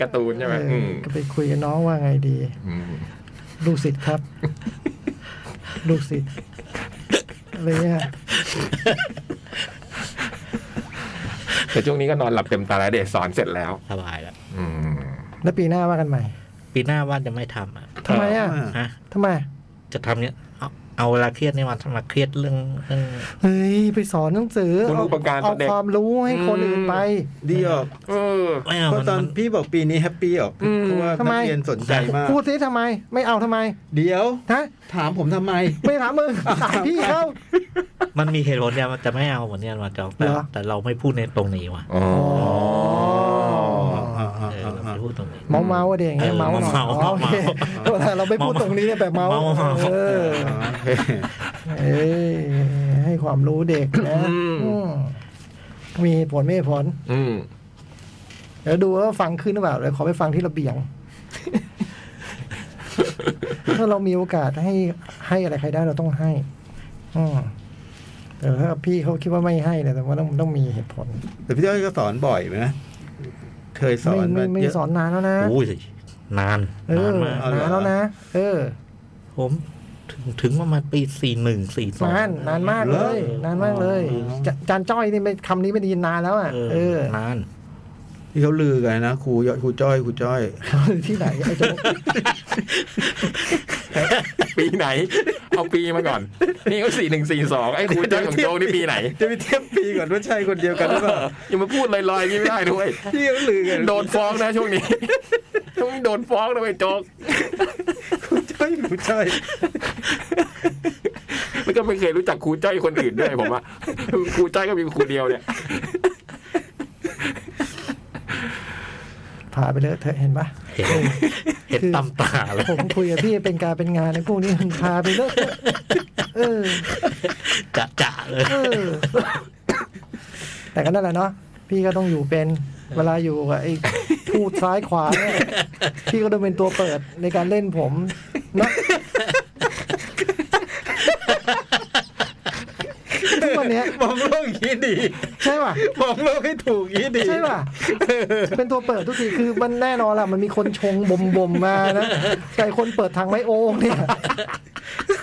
Speaker 2: การ์ตูนใช่ไหม
Speaker 1: เอออ
Speaker 2: อืม
Speaker 1: ก็ไปคุยกับน้องว่าไงดี
Speaker 2: อืม
Speaker 1: ลูกศิษย์ครับ ลูกศิษย์อะไรเงี้ย
Speaker 2: แต่ช่วงนี้ก็นอนหลับเต็มตาแล้วเด็สอนเสร็จแล้ว
Speaker 3: สบายแล้ว
Speaker 2: อืม
Speaker 1: แล้วปีหน้าว่ากันใหม่
Speaker 3: ปีหน้าว่าจะไม่ทำอ่ะ
Speaker 1: ทำไมอ่ะ
Speaker 4: เออ
Speaker 3: ฮะ
Speaker 1: ทำไม
Speaker 3: จะทำเนี่ยเอาเอาเวลาเครียดเนี่ยมาทำมาเครียดเรื่องเรื่อง
Speaker 1: เฮ้ยไปสอนหนังสือ
Speaker 2: คุณ
Speaker 1: เอา
Speaker 2: อุปการณ์
Speaker 1: เอา
Speaker 2: เด็ก
Speaker 1: ความรู้ให้คนอื่นไป
Speaker 4: ดีออก
Speaker 2: เออ
Speaker 3: ไม่เอา
Speaker 4: เพ
Speaker 3: มั
Speaker 4: ราะ
Speaker 3: น
Speaker 4: ตอน
Speaker 3: มัน
Speaker 4: พี่บอกปีนี้แฮปปี้ออก
Speaker 2: อืม
Speaker 4: เพราะว่า
Speaker 1: ทำไม
Speaker 4: นักเรียนสนใจมาก
Speaker 1: พูดสิทำไม ไม่เอาทำไม
Speaker 4: เดี๋ยว
Speaker 1: ฮะ
Speaker 4: ถามผมทำไม
Speaker 1: ไม่ถามมึงถามพี่เขา
Speaker 3: มันมีเหตุผลเนี่ยมันจะไม่เอาเหมือนเนี่ยมาจองแต่
Speaker 1: เหรอ
Speaker 3: แต่เราไม่พูดในตรงนี้ว่ะ
Speaker 2: อ๋อ
Speaker 3: เออเราไม่พูดตรงนี้
Speaker 1: เมาเมาๆอะเด็กอย่างเงี้ย
Speaker 3: เออ
Speaker 1: เมาหน่อย
Speaker 3: เมาๆ
Speaker 1: อ๋อโอเค
Speaker 3: เมาๆ
Speaker 1: เราไม่พูดตรงนี้เนี่ยแบบเมา
Speaker 3: เมาๆ
Speaker 1: เออ เอ้ยให้ความรู้เด็กนะ
Speaker 2: อืม
Speaker 1: อืมมีผลไม่มีผล
Speaker 2: อืม
Speaker 1: เดี๋ยวดูว่าฟังขึ้นหรือเปล่าเดี๋ยวขอไปฟังที่ระเบียง ถ้าเรามีโอกาสให้ให้อะไรใครได้เราต้องให้ อืมแต่ถ้าพี่เขาคิดว่าไม่ให้เนี่ยแต่ว่าต้องต้องมีเหตุผล
Speaker 4: แต่พี่จ้อยก็สอนบ่อยนะเคยสอ
Speaker 1: ไม่ไม่
Speaker 4: นา
Speaker 1: ไม่
Speaker 4: เยอะ
Speaker 1: สอนนานแล้วนะ
Speaker 3: โอ้ยนาน
Speaker 1: เอน
Speaker 3: าน
Speaker 1: อ
Speaker 3: มาก
Speaker 4: เออ
Speaker 1: นานแล้วนะเออ
Speaker 3: ผมถึงถึงประมาณปีสี่หนึ่งสี่สอง
Speaker 1: นานนานมากเลย นานมากเลยจะจานจ้อยนี่ไม่คำนี้ไม่ได้ยินนานแล้วอ่ะเออ
Speaker 3: นาน
Speaker 4: ที่เขาลือกันนะครูยอดครูจ้อยครูจ้อย
Speaker 1: ที่ไหนไอ้โจ๊ก
Speaker 2: ปีไหน เอาปีมาก่อน นี่ก็สี่หนึ่งสี่สองไอ้คุยจ้อยของโจงนี่ปีไหน
Speaker 4: จะไปเทียบปีก่อนว่าใช่คนเดียวกันหรือเปล่า
Speaker 2: อย่ามาพูดลอยๆอย่างนี้ไม่ได้ด้วย
Speaker 4: ที่เขาลือกัน
Speaker 2: โดนฟ้องนะช่วงนี้ ช่วงนี้โดนฟ้องนะไอ้โจ๊ก
Speaker 4: ครูจ้อยครูจ้อย
Speaker 2: แล้วก็ไม่เคยรู้จักครูจ้อยคนอื่นด้วยผมว่าครูจ้อยก็มีครูเดียวเนี่ย
Speaker 1: พาไปเลยเธอะเห็นปะ
Speaker 3: เห็นเห็น
Speaker 1: คือ
Speaker 3: ตำตาเลย
Speaker 1: ผมคุยกับพี่เป็นการเป็นงานในพวกนี้มันพาไปเลยเออ
Speaker 3: จะจะๆเลย
Speaker 1: เออ แต่ก็นั่นแหละเนาะพี่ก็ต้องอยู่เป็นเวลาอยู่กับไอ้พูดซ้ายขวาเนี่ยพี่ก็ต้องเป็นตัวเปิดในการเล่นผม เนาะทุกวัน เนี้ย
Speaker 4: มองโลกอย่างนี้ดี
Speaker 1: ใช่ป่ะ
Speaker 4: มองโลกให้ถูกอย่างนี้ดี
Speaker 1: ใช่ป่ะ เป็นตัวเปิดทุกทีคือมันแน่นอนล่ะ มันมีคนชงบ่มบ่มๆมานะ แต่คนเปิดทางไม้โอ่งเนี่ย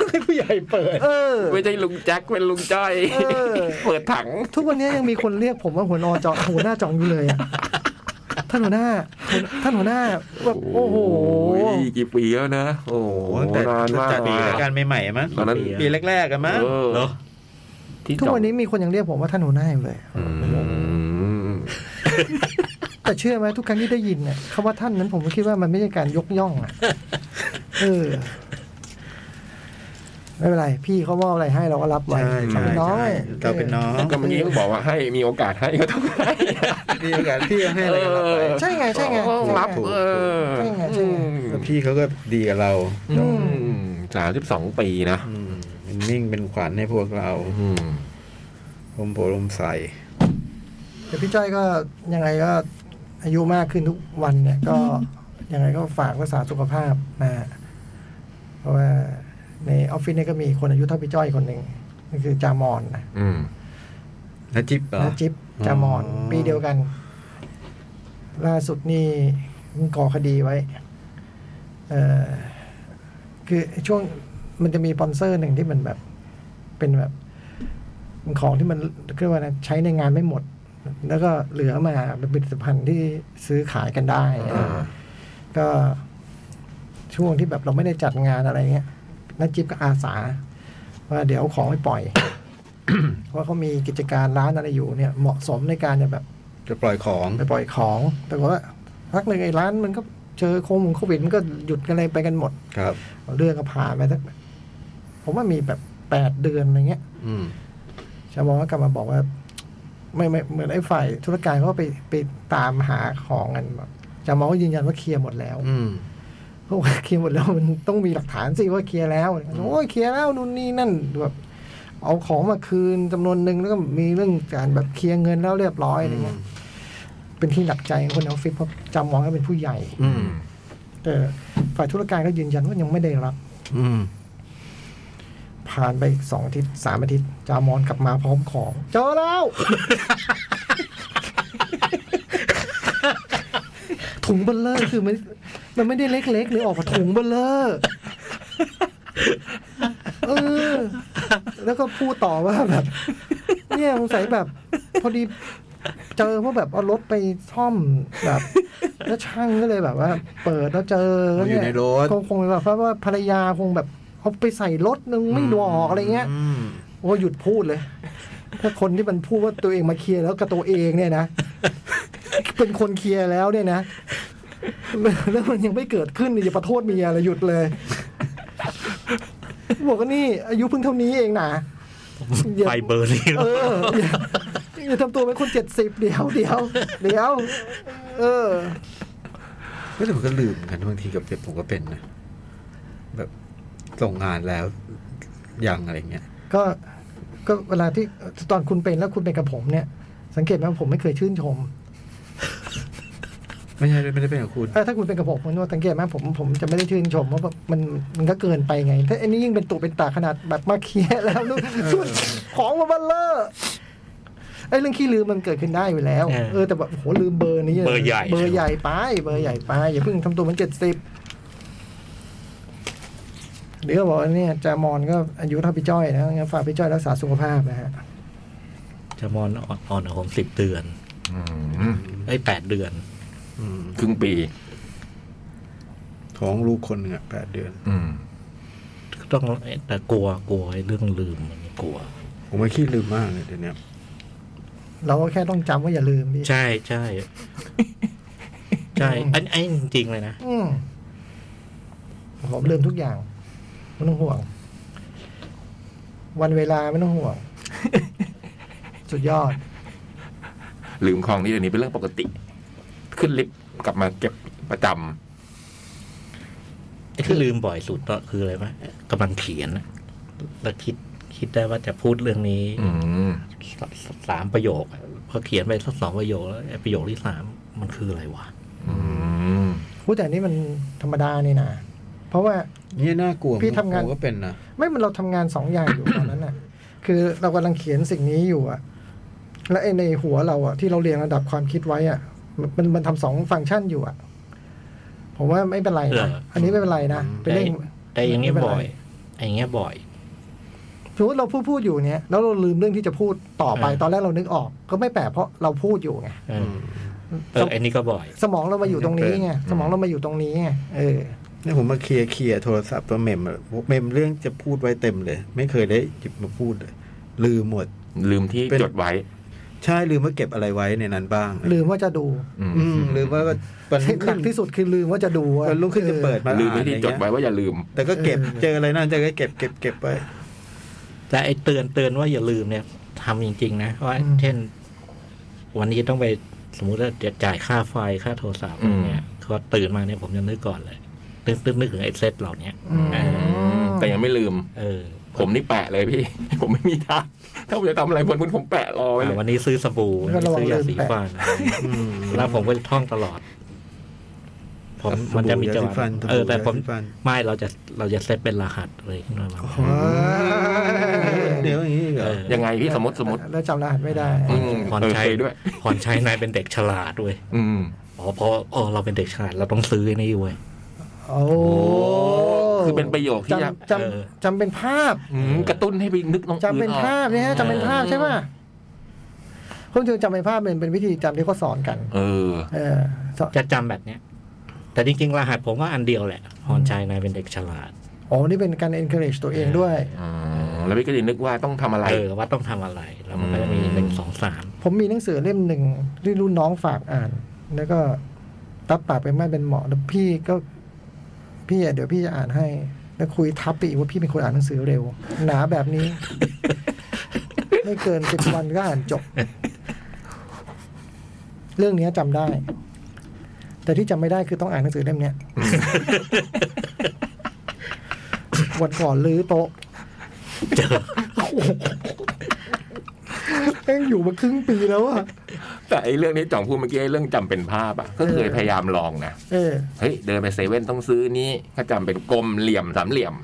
Speaker 4: ให้ผู้ใหญ่เปิด
Speaker 1: เออ
Speaker 2: ไม่ใช่ลุงแจ็คเป็นลุงจ้อย
Speaker 1: เออ
Speaker 2: เปิดถัง
Speaker 1: ทุกวันนี้ยังมีคนเรียกผมว่าหัวนอจอหัวหน้าจองอยู่เลยอ่ะท่านหัวหน้าท่านหัวหน้าแบบโอ้โห
Speaker 2: กี่ปีแล้วนะ โอ้โห
Speaker 4: โอ้แต่
Speaker 2: นานมาก
Speaker 4: จัดรายการใหม่ๆมั้ง
Speaker 2: ตอนนั้น
Speaker 4: ปีแรกๆกันมั้ง
Speaker 2: เออ
Speaker 3: เหรอ
Speaker 2: ที่จอด
Speaker 1: ทุกวันนี้มีคนยังเรียกผมว่าท่านหัวหน้าอยู่เลย
Speaker 2: อืม
Speaker 1: แต่เชื่อไหมทุกครั้งที่ได้ยินเนี่ยคำว่าท่านนั้นผมก็คิดว่ามันไม่ใช่การยกย่องอ่ะเออไม่เป็นไร พี่เขามอบอะไรให้เราก็รับไว้
Speaker 4: ใช่ใช่
Speaker 1: เราเป็นน้อง
Speaker 4: ใช่เราเป็นน้อง
Speaker 2: ก็เมื่อกี้ก็บอกว่าให้มีโอกาสให้ก็ต้องให้
Speaker 4: พี่โอกาสพี่ก็ให้อะไรกับเราไป
Speaker 1: ใช่ ไงใช่ไง
Speaker 2: ต้องรับ
Speaker 4: ถูก
Speaker 2: เออ
Speaker 1: ใช่ไงใช่ไง
Speaker 4: แล้วพี่เขาก็ดีกับเรา
Speaker 2: อืมสามสิบสองปีนะ
Speaker 4: อืมเป็นนิ่งเป็นขวัญให้พวกเรา
Speaker 2: อืม
Speaker 4: ลมโผลมใส
Speaker 1: แต่พี่จ้อยก็ยังไงก็อายุมากขึ้นทุกวันเนี่ย ก็ยังไงก็ฝากรักษาสุขภาพนะฮะเพราะว่าในออฟฟิศเนี่ยก็มีคนอายุเท่าพี่จ้อยคนหนึ่งก็คือจามอนนะ
Speaker 2: อืม
Speaker 4: นะจิ๊บเหรอ
Speaker 1: นะจิ๊บจามอน
Speaker 4: อ๋อ
Speaker 1: ปีเดียวกัน ล่าสุดนี่มันก่อคดีไว้ เอ่อคือช่วงมันจะมีสปอนเซอร์หนึ่งที่มันแบบ เป็นแบบ ของที่มันเรียกว่าอะไรใช้ในงานไม่หมด แล้วก็เหลือมาเป็นผลิตภัณฑ์ที่ซื้อขายกันได้นะ
Speaker 2: อ่า
Speaker 1: ก็ช่วงที่แบบเราไม่ได้จัดงานอะไรเงี้ยนักจิ๊บก็อาสา ว่าเดี๋ยวเอาของไปปล่อย เพราะเขามีกิจการร้านอะไรอยู่เนี่ย เหมาะสมในการจะแบบ
Speaker 4: จะปล่อยของ
Speaker 1: ไปปล่อยของแต่ว่าพักหนึ่งไอ้ร้านมันก็เจอโควิดโควิดมันก็หยุดกันอะไรไปกันหมด
Speaker 4: ครับ
Speaker 1: เรื่องก็ผ่านไปสักผมว่ามีแบบแปดเดือนอะไรเงี้ย
Speaker 4: อืม
Speaker 1: ชาวมองก็กลับมาบอกว่า ไม่ไม่เหมือนไอ้ฝ่ายธุรการเขาก็ไปไปตามหาของกันแบบชาวมองก็ยืนยันว่าเคลียร์หมดแล้ว
Speaker 4: อืม
Speaker 1: เขาบอกว่าเคลียร์หมดแล้วมันต้องมีหลักฐานสิว่าเคลียร์แล้วโอ้ยเคลียร์แล้วนู่นนี่นั่นแบบเอาของมาคืนจำนวนหนึ่งแล้วก็มีเรื่องการแบบเคลียร์เงินแล้วเรียบร้อยอะไรเงี้ย เป็นที่หนักใจของคนในออฟฟิศเพราะจำมองว่าเป็นผู้ใหญ่
Speaker 4: อืม
Speaker 1: แต่ฝ่ายธุรการก็ยืนยันว่ายังไม่ได้รับ
Speaker 4: อืม
Speaker 1: ผ่านไปอีกสองอาทิตย์สามอาทิตย์จามอนกลับมาพร้อมของ เจอแล้ว ถุงเบลเลอร์คือมันมันไม่ได้เล็กๆหรือออกมาถุงเบลเลอร์เออแล้วก็พูดต่อว่าแบบ เนี่ยสงสัยแบบ พอดีเจอว่าแบบเอารถไปซ่อมแบบ แล้วช่างก็เลยแบบว่า เปิดแล้วเจอแล้ว
Speaker 4: อยู่ในรถ
Speaker 1: คงคงแบบเพราะว่าภรรยาคงแบบเอาไปใส่รถนึงไม่บอกอะไรเงี้ย
Speaker 4: ม
Speaker 1: โอ้หยุดพูดเลย ถ้าคนที่มันพูดว่าตัวเองมาเคลียร์แล้วกับตัวเองเนี่ยนะ เป็นคนเคลียร์แล้วเนี่ยนะ แล้วมันยังไม่เกิดขึ้นเนี่ยอย่าประโทษเมียเลยหยุดเลย บอกว่านี่อายุเพิ่งเท่านี้เองนะอย่า
Speaker 3: ไปเบอร์นี่แล้
Speaker 1: เอ
Speaker 3: ว
Speaker 1: ออย่าอย่าทำตัวเป็นคนเจ็ดสิบเดียวเดียวเดียว เออ
Speaker 4: ก็แต่ผมก็ลืมกันบางทีกับเด็กผมก็เป็นนะ แบบส่งงานแล้ว ยังอะไรเงี้ย
Speaker 1: ก็ก็เวลาที่ตอนคุณเป็นแล้วคุณเป็นกับผมเนี่ย สังเกตไหมว่าผมไม่เคยชื่นชม
Speaker 4: ไม่ใช่ไม่ได้เป็นกับคุณ
Speaker 1: เออถ้าคุณเป็นกระบอกผมว่าสังเกตไหมผมผมจะไม่ได้ชื่นชมว่าแบบมันมันก็เกินไปไง ถ้าอันนี้ยิ่งเป็นตุเป็นตาขนาดแบบมาเคลียร์ แล้วนู่นนู่นของมาบัลเลอร์ไอ้เรื่องขี้ลืมมันเกิดขึ้นได้อยู่แล้ว เออแต่แบบโหลืมเบอร์นี้ลย
Speaker 3: เบอร์ใหญ่
Speaker 1: เบอร์ใหญ่ไปเบอร์ใหญ่ไปอย่าเพิ่งทำตัวเหมันเจ็ดสิบเดี๋ยวบอกว่าเนี่ยจามอนก็อายุเท่าพี่จ้อยนะงั้นฝากพี่จ้อยรักษาสุขภาพนะฮะ
Speaker 3: จามอนอ่อนกว่าผมสิบเดือน
Speaker 2: อืม
Speaker 3: ไอ้แปดเดือน
Speaker 4: อืม
Speaker 2: ครึ่งปี
Speaker 4: ท้องลูกคนหนึ่งอะแปดเดือน
Speaker 2: อืม
Speaker 3: ต้องแต่กลัวกลัวไอ้เรื่องลืมมันกลัว
Speaker 4: ผมไม่ขี้ลืมมากเลยเดี๋ยวเนี้ย
Speaker 1: เราก็แค่ต้องจำว่าอย่าลืมพี่
Speaker 3: ใช่ใช่ใช่อันไอ้จริงๆเลยนะ
Speaker 1: อืมผมลืมทุกอย่างไม่ต้องห่วง วันเวลาไม่ต้องห่วง สุดยอด
Speaker 2: ลืมของนี่เดี๋ยวนี้เป็นเรื่องปกติ ขึ้นลิฟต์กลับมาเก็บประจำ
Speaker 3: ไอ้ที่ลืมบ่อยสุดก็คืออะไรวะกำลังเขียนน่ะแล้วคิดคิดได้ว่าจะพูดเรื่องนี้
Speaker 2: อืม
Speaker 3: สสสามประโยคอะพอเขียนไปสักสองประโยคแล้วไอ้ประโยคที่สามมันคืออะไรวะ
Speaker 2: อืม
Speaker 1: พูดแต่อันนี้มันธรรมดานี่นะเพราะว่า
Speaker 4: เนี่ยน่ากลัว
Speaker 1: พี่ทำงาน
Speaker 4: ผมก็เป็นนะ
Speaker 1: ไม่มันเราทำงานสองอย่างอยู่ ตอนนั้นน่ะ คือเรากำลังเขียนสิ่งนี้อยู่อะและไอ้ในหัวเราอะที่เราเรียงระดับความคิดไว้อะมันมันมันทำสองฟังก์ชันอยู่อะผมว่าไม่เป็นไร
Speaker 3: เหร
Speaker 1: นะ
Speaker 3: ออั
Speaker 1: อันนี้ไม่เป็นไรนะเป็นเรื่อง
Speaker 3: แต่อย่างเงี้ย
Speaker 1: ไม่เป็นไร
Speaker 3: บ่อยไอ้อย่างเงี้ยบ่อย
Speaker 1: สมมติเราพูดพูดอยู่เนี้ยแล้วเราลืมเรื่องที่จะพูดต่อไป
Speaker 3: เออ
Speaker 1: ตอนแรกเรานึกออก ก็ไม่แปลกเพราะเราพูดอยู่ไง
Speaker 3: เออเออไอ้นี่ก็บ่อย
Speaker 1: สมองเรามาอยู่ตรงนี้ไงสมองเรามาอยู่ตรงนี้ไงเออ
Speaker 4: นี่ผมมาเคลียร์เคลียร์โทรศัพท์ตัวเมมอะเมมเรื่องจะพูดไว้เต็มเลย ไม่เคยได้หยิบมาพูดเลยลืมหมด
Speaker 2: ลืมที่
Speaker 4: เป็น
Speaker 2: จดไว้
Speaker 4: ใช่ลืมว่าเก็บอะไรไว้ในนั้นบ้าง
Speaker 1: ลืมว่าจะดู
Speaker 2: อืม
Speaker 4: อืมลืมว่าวันรุ่ง
Speaker 1: ห
Speaker 4: ขึ้
Speaker 1: นั
Speaker 4: น
Speaker 1: กที่สุดคือลืมว่าจะดูอะ
Speaker 4: วันรุ่งขึ้นจะเปิดมา
Speaker 2: ลืม
Speaker 4: อ่าน
Speaker 2: ที่
Speaker 4: อะไร
Speaker 2: จด
Speaker 4: เงี้ย
Speaker 2: ไว้ว่าอย่าลืม
Speaker 4: แต่ก็เก็บเจออะไรนั่นเจอก็เก็บเก็บเก็บไว้
Speaker 3: แต่ไอ้เตือนเตือนว่าอย่าลืมเนี่ยทำจริง ๆ นะว่าเช่น วันนี้ต้องไปสมมุติว่าจะจ่ายค่าไฟค่าโทรศัพท์
Speaker 2: อืม
Speaker 3: เนี่ยก็ตื่นมาเนี่ยผมจะนึกก่อนเลยนึกนึกนึกถึงไอ้เซตเหล่าเนี้ย
Speaker 1: อืม
Speaker 2: อืมแต่ยังไม่ลืม
Speaker 3: เออ
Speaker 2: ผมนี่แปะเลยพี่ ผมไม่มีทางถ้าผมจะทำอะไรบนพื้นผมแปะรอไว้เล
Speaker 3: อ่ะ
Speaker 2: ย
Speaker 3: วันนี้ซื้อสบู่วันนี้ซื้อยาสีฟัน
Speaker 4: อืม
Speaker 3: แล้วผมก็จะท่องตลอด ผมมันจะมีจังห
Speaker 4: สบู่ยาสีฟั
Speaker 3: วะ
Speaker 4: น
Speaker 3: เออ แต่ผม
Speaker 4: สบู่ยาสีฟัน
Speaker 3: ไม่เราจะเราจะเซตเป็นรหัสเลยขึ้นมาบ้าง
Speaker 1: ว้า
Speaker 4: เดี๋ยวอย่างนี้เหรอ
Speaker 3: เออ
Speaker 2: ยังไงพี่สมมติสมมติ
Speaker 1: แล้วจำรหัสไม่ได้
Speaker 2: อืม
Speaker 3: พร
Speaker 2: เออ
Speaker 3: ชั
Speaker 2: เคยด้วย
Speaker 3: พรชัยนายเป็นเด็กฉลาดเว้ย
Speaker 2: อืม
Speaker 3: อ๋อเพราะอ๋อเราเป็นเด็กฉลาดเราต้องซื้อไอ้นี่เว้ย
Speaker 1: โอ้
Speaker 2: คือเป็นประโยคที่อยาก
Speaker 1: จำจ
Speaker 3: เออ
Speaker 1: ำจำเป็นภาพ
Speaker 2: อืมกระตุ้นให้ไปนึกน้อง
Speaker 1: จำเป็น
Speaker 2: อื่ออก
Speaker 1: ภาพเนี่ยฮะจำเป็นภาพใช่ป่ะคุณจูจำเป็นภาพเป็นเป็นวิธีจำที่เขาสอนกัน
Speaker 2: เออ
Speaker 1: เออสอน
Speaker 3: จะจำแบบเนี้ย แต่จริงๆ รหัสผมว่าอันเดียวแหละ พรชัยนายเป็นเด็กฉลาด
Speaker 1: อ๋อนี่เป็นการ encourage ตัวเองด้วย
Speaker 2: อ๋อแล้วพี่ก็จะนึกว่าต้องทำอะไร
Speaker 3: เออ ว่าต้องทำอะไร แล้วมันก็จะมี
Speaker 2: อืม
Speaker 3: หนึ่งสองสาม
Speaker 1: ผมมีหนังสือเล่มหนึ่งที่รุ่นน้องฝากอ่าน แล้วก็รับปากไปนไม่เป็นเหมาะแล้วพี่ก็ พี่อ่ะเดี๋ยวพี่จะอ่านให้ แล้วคุยทับไปอีกว่าพี่เป็นคนอ่านหนังสือเร็ว หนาแบบนี้ ไม่เกินสิบวันก็อ่านจบ เรื่องเนี้ยจำได้ แต่ที่จำไม่ได้คือต้องอ่านหนังสือเล่มเนี้ย วันก่อนลื้อโต๊ะ
Speaker 3: เจอ
Speaker 1: แม่งอยู่มาครึ่งปีแล้วอะ
Speaker 2: แต่ไอ้เรื่องนี้จ่องพูดเมื่อกี้ไอ้เรื่องจำเป็นภาพอะก็เคยพยายามลองนะ
Speaker 1: เออ
Speaker 2: เฮ้ย เดินไปเซเว่นต้องซื้อนี้ถ้าจำเป็นกลมเหลี่ยมสามเหลี่ยม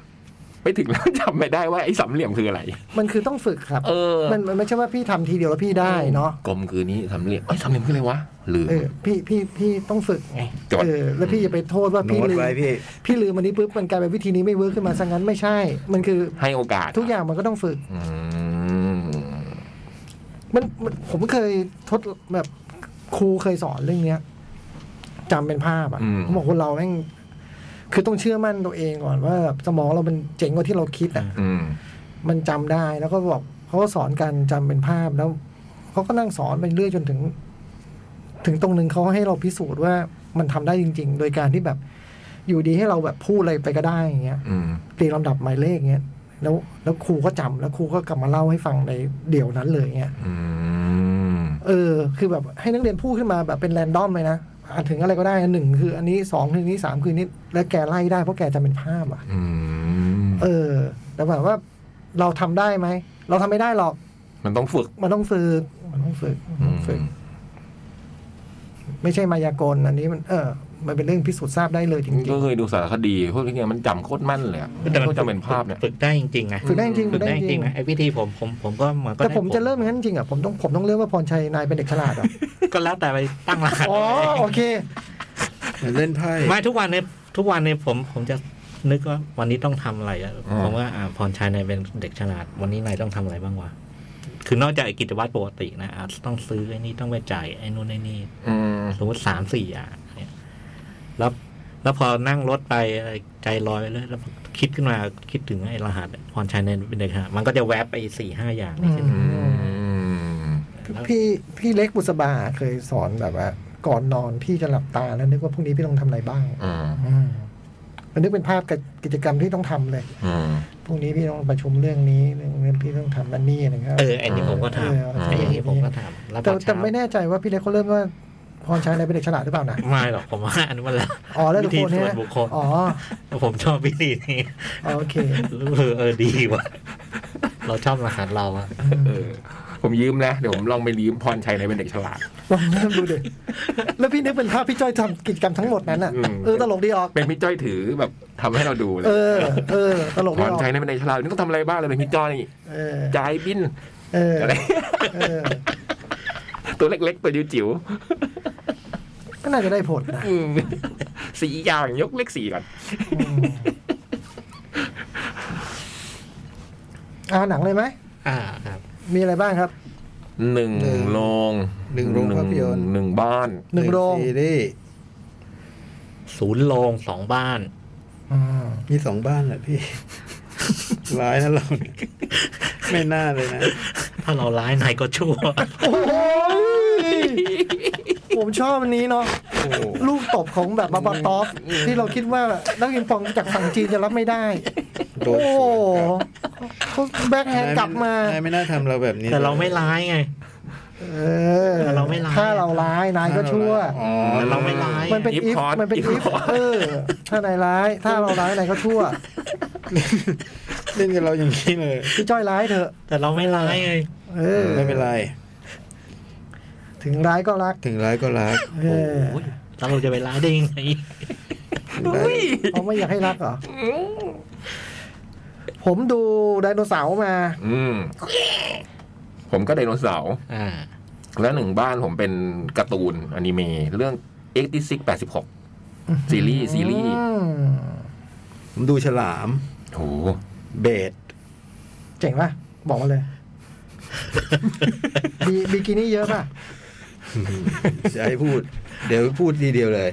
Speaker 2: ไปถึงแล้ว จำไม่ได้ว่าไอ้สามเหลี่ยมคืออะไร
Speaker 1: มันคือต้องฝึกครับ
Speaker 2: เออ
Speaker 1: มันมันไม่ใช่ว่าพี่ทำทีเดียวแล้วพี่ได้เนาะ
Speaker 2: กลมคือนี้สามเหลี่ยมไอ้ยสามเหลี่ยมคืออะไรวะลืม
Speaker 1: เออพี่พี่พี่ต้องฝึกไง
Speaker 2: จด
Speaker 1: เออแล้วพี่อย่าไปโทษว่า
Speaker 4: โน้
Speaker 1: พี่
Speaker 4: ต
Speaker 1: ลืม
Speaker 4: ไว้พี่
Speaker 1: พี่ลืมมันนี้ปุ๊บมันกลายเป็นวิธีนี้ไม่เวิร์คขึ้นมาซะงั้นไม่ใช่ มันคือ
Speaker 2: ให้โอกาส
Speaker 1: ทุกอย่างมันก็ต้องฝึก
Speaker 2: อืม
Speaker 1: มันมันผมเคยทดแบบครูเคยสอนเรื่องเนี้ยจำเป็นภาพอ่ะ
Speaker 2: อืม
Speaker 1: ผมบอกคนเราแม่งคือต้องเชื่อมั่นตัวเองก่อนว่าสมองเรามันเจ๋งกว่าที่เราคิดอ่ะ
Speaker 2: อืม
Speaker 1: มันจำได้แล้วก็บอกเขาก็สอนกันจำเป็นภาพแล้วเขาก็นั่งสอนไปเรื่อยจนถึง ถึงตรงหนึ่งเขาให้เราพิสูจน์ว่ามันทำได้จริง ๆ โดยการที่แบบ อยู่ดีให้เราแบบพูดอะไรไปก็ได้อย่างเงี้ย
Speaker 2: อืม
Speaker 1: เรียงลำดับหมายเลขเงี้ยแล้วแล้วครูก็จำแล้วครูก็กลับมาเล่าให้ฟังในเดี๋ยวนั้นเลยเงี้ย
Speaker 2: อืม
Speaker 1: เออคือแบบให้นักเรียนพูดขึ้นมาแบบเป็นแรนดอมเลยนะอ่านถึงอะไรก็ได้อันหนึ่งคือ อันนี้สองคืออันนี้สามคืออันนี้แล้วแกไล่ได้เพราะแกจำเป็นภาพอ่ะ
Speaker 2: อืม
Speaker 1: เออ แต่แบบว่าเราทำได้ไหมเราทำไม่ได้หรอก
Speaker 2: มันต้องฝึก
Speaker 1: มันต้องฝึกมันต้องฝึกมันต้องฝึก ไม่ใช่มายากลอันนี้มัน เออ มันเป็นเรื่องพิสูจน์ทราบได้เลยจ
Speaker 2: อืม
Speaker 1: ริ
Speaker 2: ก็
Speaker 1: ง
Speaker 2: เคยดูสารคดีพวกนี้มันจำโคตรแมั่นเลยอะโคตรจำเป็นภาพเนี่ย
Speaker 3: ฝึกได้จริงๆนะ
Speaker 1: ฝึกได้จริงๆ
Speaker 3: ฝึกได้จริงๆนะ
Speaker 1: ฝึกได้จริง
Speaker 3: ไอ้วิธีผมผมผมก็มัน
Speaker 1: ๆ
Speaker 3: ก็
Speaker 1: แต่
Speaker 3: ได้
Speaker 1: ผมจะเริ่มอย่างนั้นจริงอ่ะผมต้องผมต้องเริ่มว่าพรชัยนายเป็นเด็กฉลาด อ่ะ
Speaker 3: ก็แล้วแต่ไปตั้งรหัส
Speaker 1: อ๋อ โอเค
Speaker 4: เหมือนเล่นไพ่
Speaker 3: ไม่ทุกวันเนี่ยทุกวันเนี่ยผมผมจะนึกว่าวันนี้ต้องทำอะไรอะ
Speaker 2: อืม
Speaker 3: ผมว่าอ่าพรชัยนายเป็นเด็กฉลาด วันนี้นายต้องทำอะไรบ้างวะคือนอกจากไอ้กิจวัตรปกตินะอ่ะต้องซื้อไอ้นี่ต้องไปจ่ายไอ้นู่นไอ้นี่
Speaker 2: อืม
Speaker 3: สมมติสามสี่อย่างเนี่ยแล้วแล้วพอนั่งรถไปอะไรใจลอยไปเลยแล้วคิดขึ้นมาคิดถึงไอ้รหัสพรชัยเนนเป็นเด็กฮะมันก็จะแวบไปสี่ห้าอย่างนี่ขึ้น
Speaker 1: อื
Speaker 2: อืม
Speaker 3: แล้ว
Speaker 1: พี่พี่เล็กบุษบาเคยสอนแบบว่า ก่อนนอนพี่จะหลับตาแล้วนึกว่าพรุ่งนี้พี่ต้องทำอะไรบ้าง
Speaker 2: อืม
Speaker 1: อืมมันนึกเป็นภาพกับกิจกรรมที่ต้องทำเลย
Speaker 2: อืม
Speaker 1: พรุ่งนี้พี่ต้องประชุมเรื่องนี้เรื่องนี้พี่ต้องทำนั่นนี่อะไรเงี้ย
Speaker 3: เออไอ้นี่ผมก็ท
Speaker 1: เออ
Speaker 3: ำไอ้อย่างนี้ผมก็ทำแล้วพ
Speaker 1: แต่
Speaker 3: อ
Speaker 1: แต่
Speaker 3: เช้า
Speaker 1: ไม่แน่ใจว่าพี่เล็กเขาเริ่มว่าพรชัยนายเป็นเด็กฉลาดหรือเปล่านะ
Speaker 3: ไม่หรอกผมว่าอันนั้นมันละ
Speaker 1: อ๋อแล้วทุก
Speaker 3: ธี
Speaker 1: ค
Speaker 3: ส่
Speaker 1: นเนี่
Speaker 3: วย นบุคคล
Speaker 1: อ๋อ
Speaker 3: ผมชอบวิธีนี้
Speaker 1: อ๋อโอเค
Speaker 3: เออเออดีว่ะเราชอบรหัสเราอะ
Speaker 2: เออ ผมยืมนะ เดี๋ยวผมลองไปยืมพรชัยในเป็นเด็กฉลาด
Speaker 1: ลองเริ่มดูดิแล้วพี่นึกเป็นภาพพี่จ้อยทำกิจกรรมทั้งหมดนั้นอ่ะ
Speaker 2: อืม
Speaker 1: เออตลกดีออก
Speaker 2: เป็นพี่จ้อยถือแบบทำให้เราดูเลย
Speaker 1: เออ เออ ตลก
Speaker 2: พ
Speaker 1: ดี
Speaker 2: ร
Speaker 1: ออก
Speaker 2: ชัยในเป็นเด็กฉลาดนี่ต้องทำอะไรบ้างเลยเป็นพี่จ้อยนี่
Speaker 1: เออ
Speaker 2: จ่ายบิน
Speaker 1: เออ
Speaker 2: อะไร
Speaker 1: เออ
Speaker 2: ตัวเล็ก ๆ ตัวจิ๋ว
Speaker 1: ก็น่าจะได้ผลนะ
Speaker 2: ๆอืมสีอย่างยกเลขสี่ก่อน
Speaker 1: อืมอ่าหนังเลยไหม
Speaker 3: อ่าครับ
Speaker 1: มีอะไรบ้างครับ
Speaker 2: หนึ่ง
Speaker 4: หนึ่ง
Speaker 2: โรง
Speaker 4: หนึ่งโรงภาพยนตร์
Speaker 2: หนึ่งบ้าน
Speaker 1: หนึ่งโรง
Speaker 4: ซีรีส์
Speaker 3: ศูนย์โรงสองบ้าน
Speaker 1: อืม
Speaker 4: มีสองบ้านเหรอ พี่ ร้ายนะเราเนี่ยไม่น่าเลยนะ
Speaker 3: ถ้าเราร้ายนายก็ชั่ว
Speaker 1: โอ้ยผมชอบอันนี้เนาะ ลูกตบของแบบมาบาตอฟ ที่เราคิดว่านักยิงปองจากฝั่งจีนจะรับไม่ได้
Speaker 4: โดน
Speaker 1: โอ้โห
Speaker 4: สวนกลับ
Speaker 1: เขาแบ็คแฮนด์กลับมา
Speaker 4: นยไม่น่าทำเราแบบนี้
Speaker 3: แต่เราไม่ร้ายไง
Speaker 1: เออ
Speaker 3: แต่เราไม่ร้าย
Speaker 1: ถ้าเราร้ายนายก็ชั่ว
Speaker 4: อ๋อ
Speaker 3: แต่เราไม่ร้าย
Speaker 1: มันเป็น
Speaker 2: If
Speaker 1: อีฟ
Speaker 2: Hot
Speaker 1: มันเป็น
Speaker 2: If
Speaker 1: อีฟ
Speaker 2: Hot
Speaker 1: เออ ถ้านายร้าย ถ้าเราร้ายนายก็ชั่ว
Speaker 4: เล่นกับเราอย่างนี้เลย
Speaker 1: พี่จ้อยร้ายเถอะ
Speaker 3: แต่เราไม่ร้ายไง
Speaker 1: เออ
Speaker 4: ไม่เป็นไร
Speaker 1: ถึงร้ายก็รัก
Speaker 4: ถึงร้ายก็รัก
Speaker 1: เออ
Speaker 3: โอ้ยแล้วเราจะไปร้ายได้ยังไง
Speaker 4: ถึงร้าย
Speaker 1: เขาไม่อยากให้รักเหรอ ผมดูไดโนเสาร์มา
Speaker 2: อืม ผมก็ไดโนเสาร์
Speaker 3: อ่า
Speaker 2: แล้วหนึ่งบ้านผมเป็นการ์ตูนอนิเมะเรื่อง x 8 6 ซีรีส์ซีรีส์
Speaker 1: อืม
Speaker 4: ผมดูฉลาม
Speaker 2: โห
Speaker 4: เบด
Speaker 1: เจ๋งป่ะ บอกมาเลยบิบิกินี่เยอะป่ะ
Speaker 4: จะให้พูด เดี๋ยวพูดทีเดียวเลย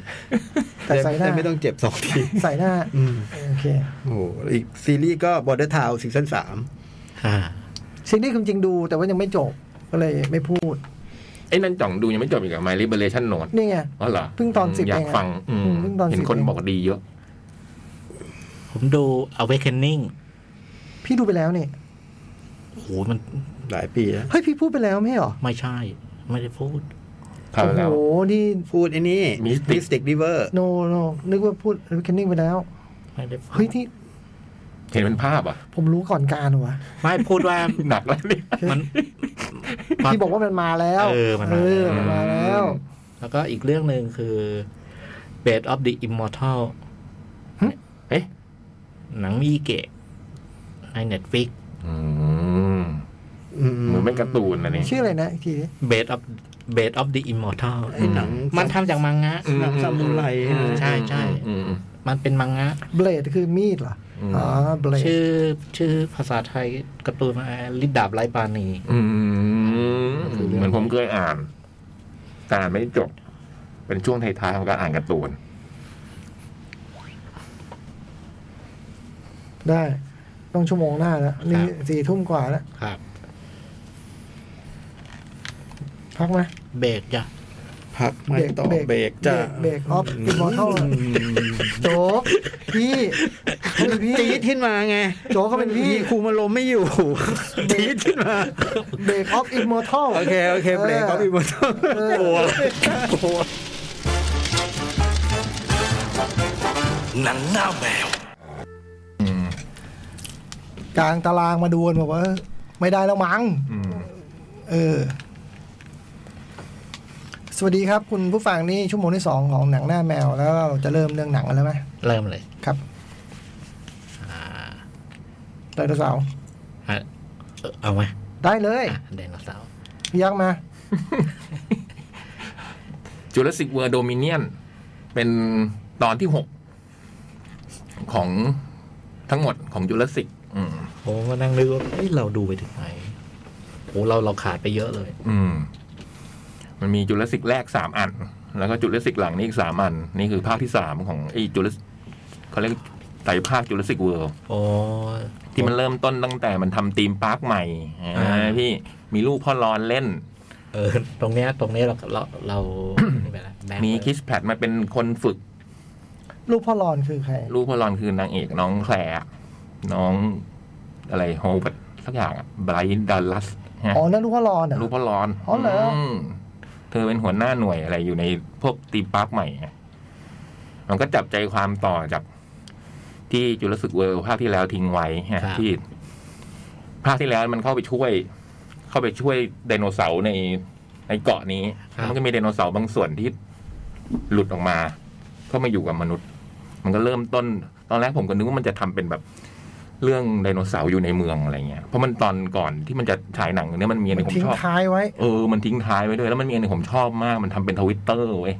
Speaker 1: แต่ใส่หน้า
Speaker 4: จะไม่ต้องเจ็บสองที
Speaker 1: ใส่หน้า
Speaker 4: อืม
Speaker 1: โอเค
Speaker 4: โอ้โหอีกซีรีส์ก็บอ r d เดอร์ทาวซีซั่นสาม
Speaker 3: อ่า
Speaker 1: ซีรีส์คุณจริงดูแต่ว่ายังไม่จบ ก็เลยไม่พูด
Speaker 2: ไอ้นั่นจ่องดูยังไม่จบอีกเหรอะ My Liberation Note
Speaker 1: นี่ไง
Speaker 2: อ๋อเหรอ
Speaker 1: เพิ่งตอนสิบ
Speaker 2: อยาก
Speaker 1: เองอะ
Speaker 2: ฟัง อืม
Speaker 1: อืมเพิ่งตอน
Speaker 2: เห็นคน
Speaker 1: สิบเอง
Speaker 2: บอกดีเยอะ
Speaker 3: ผมดู awakening
Speaker 1: พี่ดูไปแล้วนี่
Speaker 3: โอ้โหมัน
Speaker 4: หลายปีแล้ว
Speaker 1: เฮ้ย พี่พูดไปแล้วไม่ใช่เหรอ
Speaker 3: ไม่ใช่ ไม่ได้พูด
Speaker 2: ครับ
Speaker 1: โอ้
Speaker 2: แล้ว
Speaker 1: โห นี่
Speaker 4: พูดไอ้นี่
Speaker 2: Mystic
Speaker 4: สติกดิเวอร์
Speaker 1: โนโนนึกว่าพูดแคนนิ่งไปแล้ว
Speaker 3: ไม่ได้พูด
Speaker 1: เฮ้ย นี่
Speaker 2: เห็นเป็นภาพอ่ะ
Speaker 1: ผมรู้ก่อนการวะ
Speaker 3: ไม่พูดว่า
Speaker 2: หนักแล้วเนี่ย
Speaker 3: มันมัน
Speaker 1: ที่บอกว่ามันมาแล้ว
Speaker 3: เออมัน
Speaker 1: เอ
Speaker 3: มาแล้ว
Speaker 1: อมันมาแล้ว
Speaker 3: แล้วก็อีกเรื่องหนึ่งคือ Bed of the Immortal
Speaker 2: เอ๊ะ
Speaker 3: หนังมีเกะใน Netflix
Speaker 2: อืม
Speaker 4: อืม
Speaker 2: เหมือนเป็นการ์ตูนนะเนี่ย
Speaker 1: ชื่ออะไรนะอีกทีดิ
Speaker 3: Bed of Bed of the Immortal
Speaker 4: ไอ้หนัง
Speaker 3: มันทำจากมังงะ
Speaker 4: หนังซามูไรนะ
Speaker 3: ใช่ใช่
Speaker 2: อืมอืม
Speaker 3: มันเป็นมังงะ
Speaker 1: เบลดคือมีดเหรอ อ๋อ เบลด
Speaker 3: ชื่อชื่อภาษาไทยการ์ตูนอะไรลิดดาบไร้ปรานี
Speaker 2: อืมเหมือนผมเคยอ่าน แต่อ่านไม่จบ เป็นช่วงท้ายๆของการอ่านการ์ตูน
Speaker 1: ได้ ต้องชั่วโมงหน้าแล้ว นี่สี่ทุ่มกว่าแล้ว
Speaker 3: ครับ
Speaker 1: พักไหม
Speaker 3: เบรกจ้ะ
Speaker 4: พักไม่ต่อ
Speaker 1: เบรก
Speaker 4: เบรกจ้ะ
Speaker 1: เบรก off immortal โจ๊กพี่เขาเป็นพี่
Speaker 4: จี๊ดขึ้นมาไง
Speaker 1: โจ๊กก็เป็นพี่
Speaker 4: ครูมาลมไม่อยู่ จี๊ดขึ้นมา
Speaker 1: เบรกออฟอิมมอร์ทัล
Speaker 4: โอเค โอเคเบรกออฟอิมมอร์ทัลโอ้โห
Speaker 5: หนังหน้าแมว
Speaker 2: อืม
Speaker 1: กลางตารางมาดูกันบอกว่า ไม่ได้แล้วมั้ง
Speaker 2: อืม
Speaker 1: เออ สวัสดีครับ คุณผู้ฟังนี่ชั่วโมงที่สองของหนังหน้าแมวแล้วเราจะเริ่มเรื่องหนังกันแล้วไหม
Speaker 3: เริ่มเลย
Speaker 1: ครับไดโนเสาร์
Speaker 3: อ่ะเอ่อเอาไหม
Speaker 1: ได้เลย
Speaker 3: อ่ะไดโนเสาร์
Speaker 1: พี่ยักษ์มา
Speaker 2: จูเลสิกเวอร์โดมิเนียน เป็นตอนที่หกของทั้งหมดของจูเลสิกอืม
Speaker 3: ผมก็นั่งนึกว่าเอ้ยเราดูไปถึงไหนโอ้เราเราขาดไปเยอะเลย
Speaker 2: อืม มันมีจูเลสิกแรกสามอัน แล้วก็จูเลสิกหลังนี่อีกสามอัน นี่คือภาคที่สามของไอ้จูเลสเขาเรียกไตรภาคจูเลสิกเวิลด
Speaker 3: โอ้
Speaker 2: ที่มันเริ่มต้นตั้งแต่มันทำธีมปาร์คใหม่อ่า
Speaker 3: อ่า
Speaker 2: พี่มีลูกพ่อรอนเล่น
Speaker 3: เออ ตรงเนี้ย ตรงเนี้ยเราเราเรานี่ไปละแบง
Speaker 2: มี
Speaker 3: เลย
Speaker 2: คิสแพดมาเป็นคนฝึก
Speaker 1: ลูกพ่อรอนคือใคร
Speaker 2: ลูกพ่อรอนคือนางเอกน้องแคลร์น้องอะไรโฮเวิร์ดสักอย่างอะไบรท์ดัลลัสฮะ
Speaker 1: อ๋อ นั่นลูกพ่อรอนเหรอ
Speaker 2: ลูกพ่อรอน
Speaker 1: อ๋อเหรออื
Speaker 2: มเธอเป็นหัวหน้าหน่วยอะไรอยู่ในพวกธีมปาร์คใหม่ไงมันก็จับใจความต่อจากที่จุลศึกเวิลด์ภาคที่แล้วทิ้งไว้ฮะที่ภาคที่แล้วมันเข้าไปช่วย เข้าไปช่วยไดโนเสาร์ในในเกาะนี้
Speaker 3: ครับ
Speaker 2: มันก็มีไดโนเสาร์บางส่วนที่หลุดออกมา เข้ามาอยู่กับมนุษย์ มันก็เริ่มต้น ตอนแรกผมก็นึกว่ามันจะทำเป็นแบบเรื่องไดโนเสาร์อยู่ในเมืองอะไรเงี้ยเพราะมันตอนก่อนที่มันจะฉายหนังเนี้ยมันมีอันห
Speaker 1: มั
Speaker 2: นึ
Speaker 1: น
Speaker 2: งผม
Speaker 1: ทิ้ง
Speaker 2: ชอบ
Speaker 1: ท้ายไว้
Speaker 2: เออ มันทิ้งท้ายไว้ด้วย แล้วมันมีอันหนึ่งผมชอบมาก มันทำเป็นทวิตเตอร์เว้ย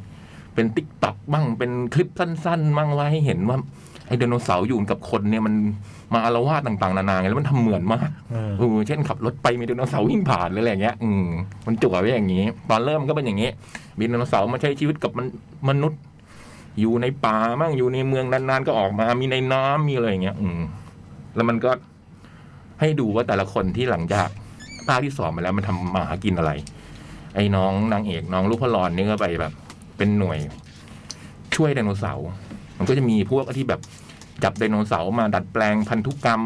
Speaker 2: เป็นติ๊กต็อกบ้าง เป็นคลิปสั้น ๆ บ้างว่าให้เห็นว่า ไอ้ไดโนเสาร์อยู่กับคนเนี่ยมันมาอาละวาดต่าง ๆ นานาไงแล้วมันทำเหมือนมาก
Speaker 3: เออ
Speaker 2: เออเช่นขับรถไปมีไดโนเสาร์วิ่งผ่านหรืออะไรอย่างเงี้ย อืมมันจั่วไว้อย่างงี้ ตอนเริ่มก็เป็นอย่างงี้ มีไดโนเสาร์มาใช้ชีวิตกับมันมนุษย์ อยู่ในป่าบ้างอยู่ในเมืองนานๆก็ออกมา มีในน้ำมีอะไรอย่างเงี้ย อืมแล้วมันก็ให้ดูว่าแต่ละคนที่หลังจากภาคที่สองมาแล้วมันทำมาหากินอะไร ไอ้น้องนางเอกน้องลูกพระลอนนี่ก็ไปแบบ เป็นหน่วย ช่วยไดโนเสาร์มันก็จะมีพวกที่แบบจับไดโนเสาร์มาดัดแปลงพันธุกรรม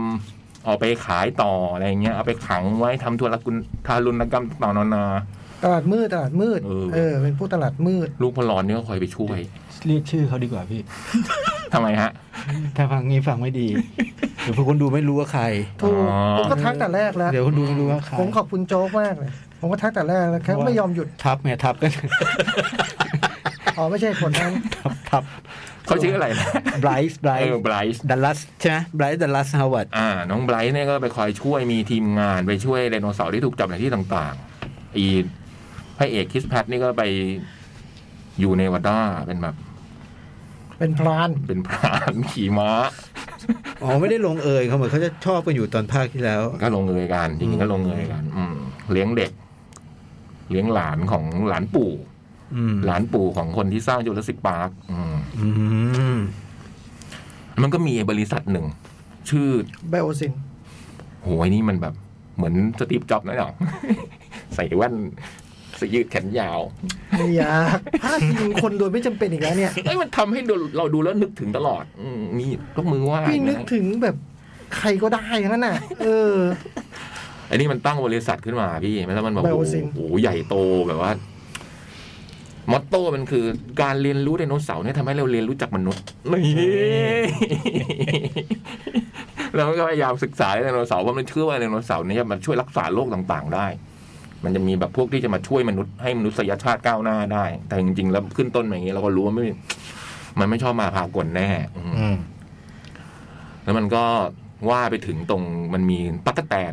Speaker 2: เอาไปขายต่ออะไรเงี้ยเอาไปขังไว้ทำทุรกุลทารุณกรรมต่างๆนานา
Speaker 1: ตลาดมืดตลาดมืด
Speaker 2: เออ
Speaker 1: เออ เป็นผู้ตลาดมืด
Speaker 2: ลูกพระลอนนี่ก็คอยไปช่วย
Speaker 5: เรียกชื่อเขาดีกว่าพี่
Speaker 2: ทำไมฮะ
Speaker 5: ถ้าฟังงี้ฟังไม่ดี เดี๋ยวพวกคนดูไม่รู้ว่าใคร
Speaker 1: ถูก
Speaker 2: อ๋อ
Speaker 1: ผมก็ทักแต่แรกแล้ว
Speaker 5: เดี๋ยวคนดูไม่รู้ว่าใคร
Speaker 1: ผมขอบคุณโจ๊กมากเลย ผมก็ทักแต่แรกแล้วแค่ไม่ยอมหยุด
Speaker 5: ทับไงทับกัน
Speaker 1: อ๋อไม่ใช่คนนั้น
Speaker 5: ทับทับ
Speaker 2: เขาชื่ออะไรนะ
Speaker 5: ไบรท์ไบร
Speaker 2: เออ
Speaker 5: ท์
Speaker 2: ไบรท์
Speaker 5: ดัลลัสใช่ไหมไบรท์ดัลลัสฮาวาด
Speaker 2: อ่า น้องไบรท์เนี่ยก็ไปคอยช่วยมีทีมงานไปช่วยไดโนเสาร์ที่ถูกจับในที่ต่างๆ อีพระเอกคิสแพทนี่ก็ไปอยู่ในวัดด้าเป็นแบบ
Speaker 1: เป็นพราน
Speaker 2: เป็นพราน ขี่ม้า
Speaker 4: อ๋อไม่ได้ลงเอยเขาเหมือนเขาจะชอบกันอยู่ตอนภาคที่แล้ว
Speaker 2: ก็ลงเอยกันจริงๆก็ลงเอยกัน อืมเลี้ยงเด็ก เลี้ยงหลานของหลานปู่
Speaker 4: อืม
Speaker 2: หลานปู่ของคนที่สร้างจูราสสิกพาร์คอืม
Speaker 4: อืม
Speaker 2: มันก็มีบริษัทหนึ่ง ชื่อ
Speaker 1: ไบโอซิน
Speaker 2: โหยนี่มันแบบเหมือนสตีฟจ็อบส์ นะเนาะ ใส่แว่นเสอยืดแขนยาว
Speaker 1: ไม่อยากพลาดพิงคนโดยไม่จำเป็นอีกแล้วเนี่ย
Speaker 2: เอ้ยมันทำให้ดูเราดูแล้วนึกถึงตลอด อืมมียกมือไหว่า
Speaker 1: พี่นึกถึงแบบใครก็ได้ทั้งนั่นน่ะ เออ
Speaker 2: อันนี้มันตั้งบริษัทขึ้นมาพี่แล้วมันบอกโอ้
Speaker 1: Biosyn
Speaker 2: โหใหญ่โตแบบว่า มอตโต้มันคือ การเรียนรู้ไดโนเสาร์เนี่ยทำให้เราเรียนรู้จักมนุษย์นี่เราก็พยายามศึกษาไดโนเสาร์เพราะมันเชื่อว่าไดโนเสาร์เนี่ยมันช่วยรักษาโรคต่างๆ ได้ มันจะมีแบบพวกที่จะมาช่วยมนุษย์ให้มนุษยชาติก้าวหน้าได้ แต่จริงๆ แล้วขึ้นต้นมาอย่างนี้เราก็รู้ว่าไม่ มันไม่ชอบมาพากลแน่อืม
Speaker 3: อืม
Speaker 2: แล้วมันก็ว่าไปถึงตรงมันมีตั๊กแตน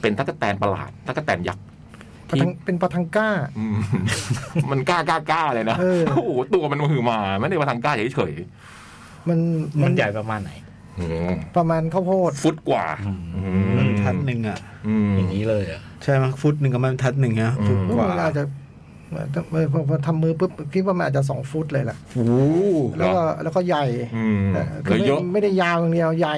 Speaker 2: เป็นตั๊กแตนประหลาดตั๊กแตนยักษ์
Speaker 1: ปะทังเป็นปะทังก้า
Speaker 2: อืม มันกล้ากล้ากล้าเลยนะ
Speaker 1: เออ
Speaker 2: โอ้โหตัวมันมือมาไม่ได้มาทางกล้าเฉย
Speaker 1: มัน
Speaker 3: มันใหญ่ประมาณไหน
Speaker 2: ๆโอ้โห
Speaker 1: ประมาณข้าวโพด
Speaker 2: ฟุตกว่า
Speaker 3: อื
Speaker 4: มันทัดหนึ่งอ่ะ
Speaker 2: อืม
Speaker 3: อย่างนี้เลยเหรอ่ะ
Speaker 4: ใช่ไหมฟุตหนึ่งกับมันทัดหนึ่งนะ
Speaker 2: อืม
Speaker 4: ฟุตกว่า
Speaker 1: มันอาจจะเออพอพอทำมือปุ๊บคิดว่ามันอาจจะสองฟุตเลยล่ะ
Speaker 4: โอ้โห
Speaker 1: แล้วก็แล้วก็ใหญ่
Speaker 2: อืม
Speaker 1: เออ
Speaker 2: เลยเยอะ
Speaker 1: ไม่ไม่ได้ยาวอย่างเดียวใหญ่